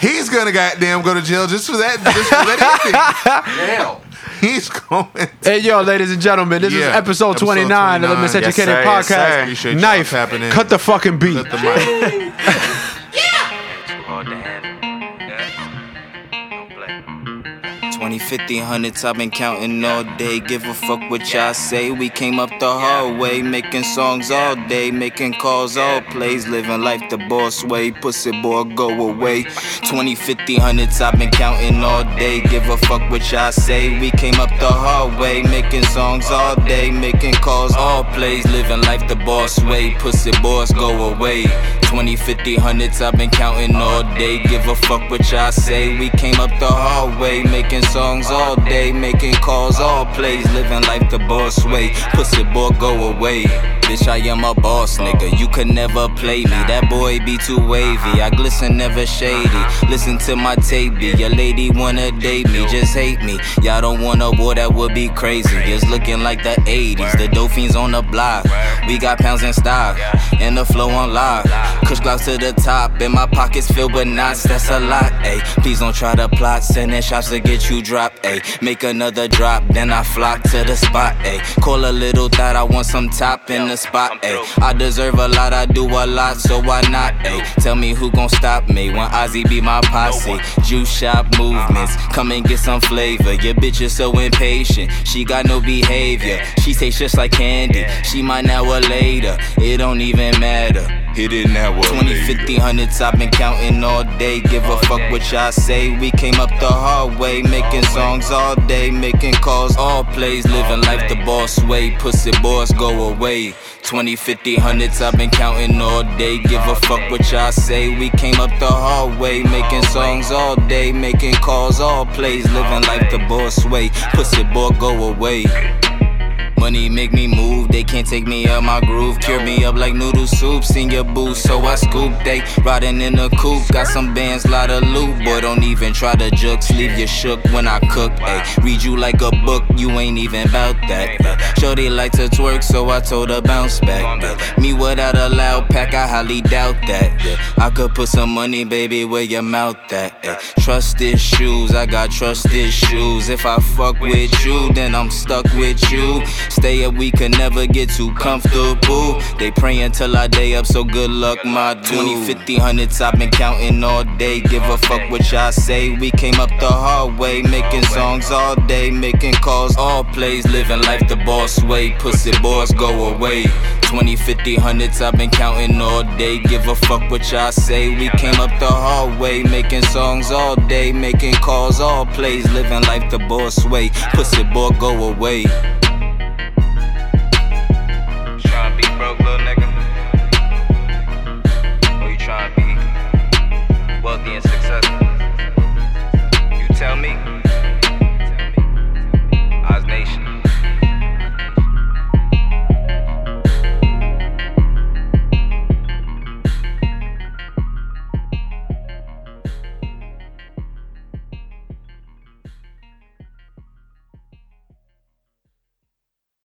Speaker 2: he's gonna goddamn go to jail just for that. Just for that incident. He's going.
Speaker 4: Hey yo, ladies and gentlemen, this is
Speaker 2: Yeah.
Speaker 4: episode
Speaker 2: Episode
Speaker 4: 29, of the
Speaker 2: 29.
Speaker 3: Yes,
Speaker 4: Miseducated
Speaker 3: sir, yes,
Speaker 4: Podcast.
Speaker 3: sir.
Speaker 2: Appreciate y'all
Speaker 4: Knife.
Speaker 2: tapping in.
Speaker 4: Cut the fucking beat.
Speaker 2: Cut the mic.
Speaker 1: Too hard to handle. Yeah. Don't play. 20, 50, 100s, I've been counting all day. Give a fuck what y'all say. We came up the hallway, making songs all day, making calls all plays, living life the boss way. Pussy boy, go away. 20, 50, 100s, I've been counting all day. Give a fuck what y'all say. We came up the hallway, making songs all day, making calls all plays, living life the boss way. Pussy boys, go away. 20, 50, 100s, I've been counting all day. Give a fuck what y'all say. We came up the hallway, making songs all day, making calls all plays, living life the boss way. Pussy boy, go away. Bitch, I am a boss, nigga. You could never play me. That boy be too wavy. I glisten, never shady. Listen to my tape, be your lady wanna date me, just hate me. Y'all don't wanna war, that would be crazy. It's looking like the 80s. The Dolphins on the block. We got pounds in stock, and the flow on lock. Kush Glocks to the top, and my pockets filled with knots. That's a lot, ayy. Please don't try to plot, sending shots to get you dropped, ayy. Make another drop, then I flock to the spot, ayy. Call a little thought, I want some top in the spot, ayy. I deserve a lot, I do a lot, so why not, ayy? Tell me who gon' stop me when Ozzy be my posse. Juice shop movements, come and get some flavor. Your bitch is so impatient, she got no behavior. She tastes just like candy, she mine now or later. It don't even matter.
Speaker 8: Hit it now, what?
Speaker 1: 20, 50, hundreds, I've been counting all day. Give a fuck what y'all say. We came up the hard way, making songs all day, making calls, all plays, living life the boss way. Pussy boys go away. 20, 50, hundreds, I've been counting all day. Give a fuck what y'all say. We came up the hard way, making songs all day, making calls, all plays, living life the boss way. Pussy boy go away. Money make me move, they can't take me out my groove. Cure me up like noodle soup, seen your boo, so I scoop. They riding in a coupe, got some bands, lot of loot. Boy, don't even try to jux, leave you shook when I cook. Ayy, read you like a book, you ain't even about that. ayy. Shorty like to twerk, so I told her bounce back. ayy. Me without a loud pack, I highly doubt that. yeah. I could put some money, baby, where your mouth at. ayy. Trusted shoes, I got trusted shoes. If I fuck with you, then I'm stuck with you. Stay up, we could never get too comfortable. They praying till I day up, so good luck, my dude. 20, 50, hundreds, I've been counting all day. Give a fuck what y'all say. We came up the hard way, making songs all day, making calls, all plays, living life the boss way. Pussy boys go away. 20, 50, hundreds, I've been counting all day. Give a fuck what y'all say. We came up the hard way, making songs all day, making calls, all plays, living life the boss way. Pussy boy go away.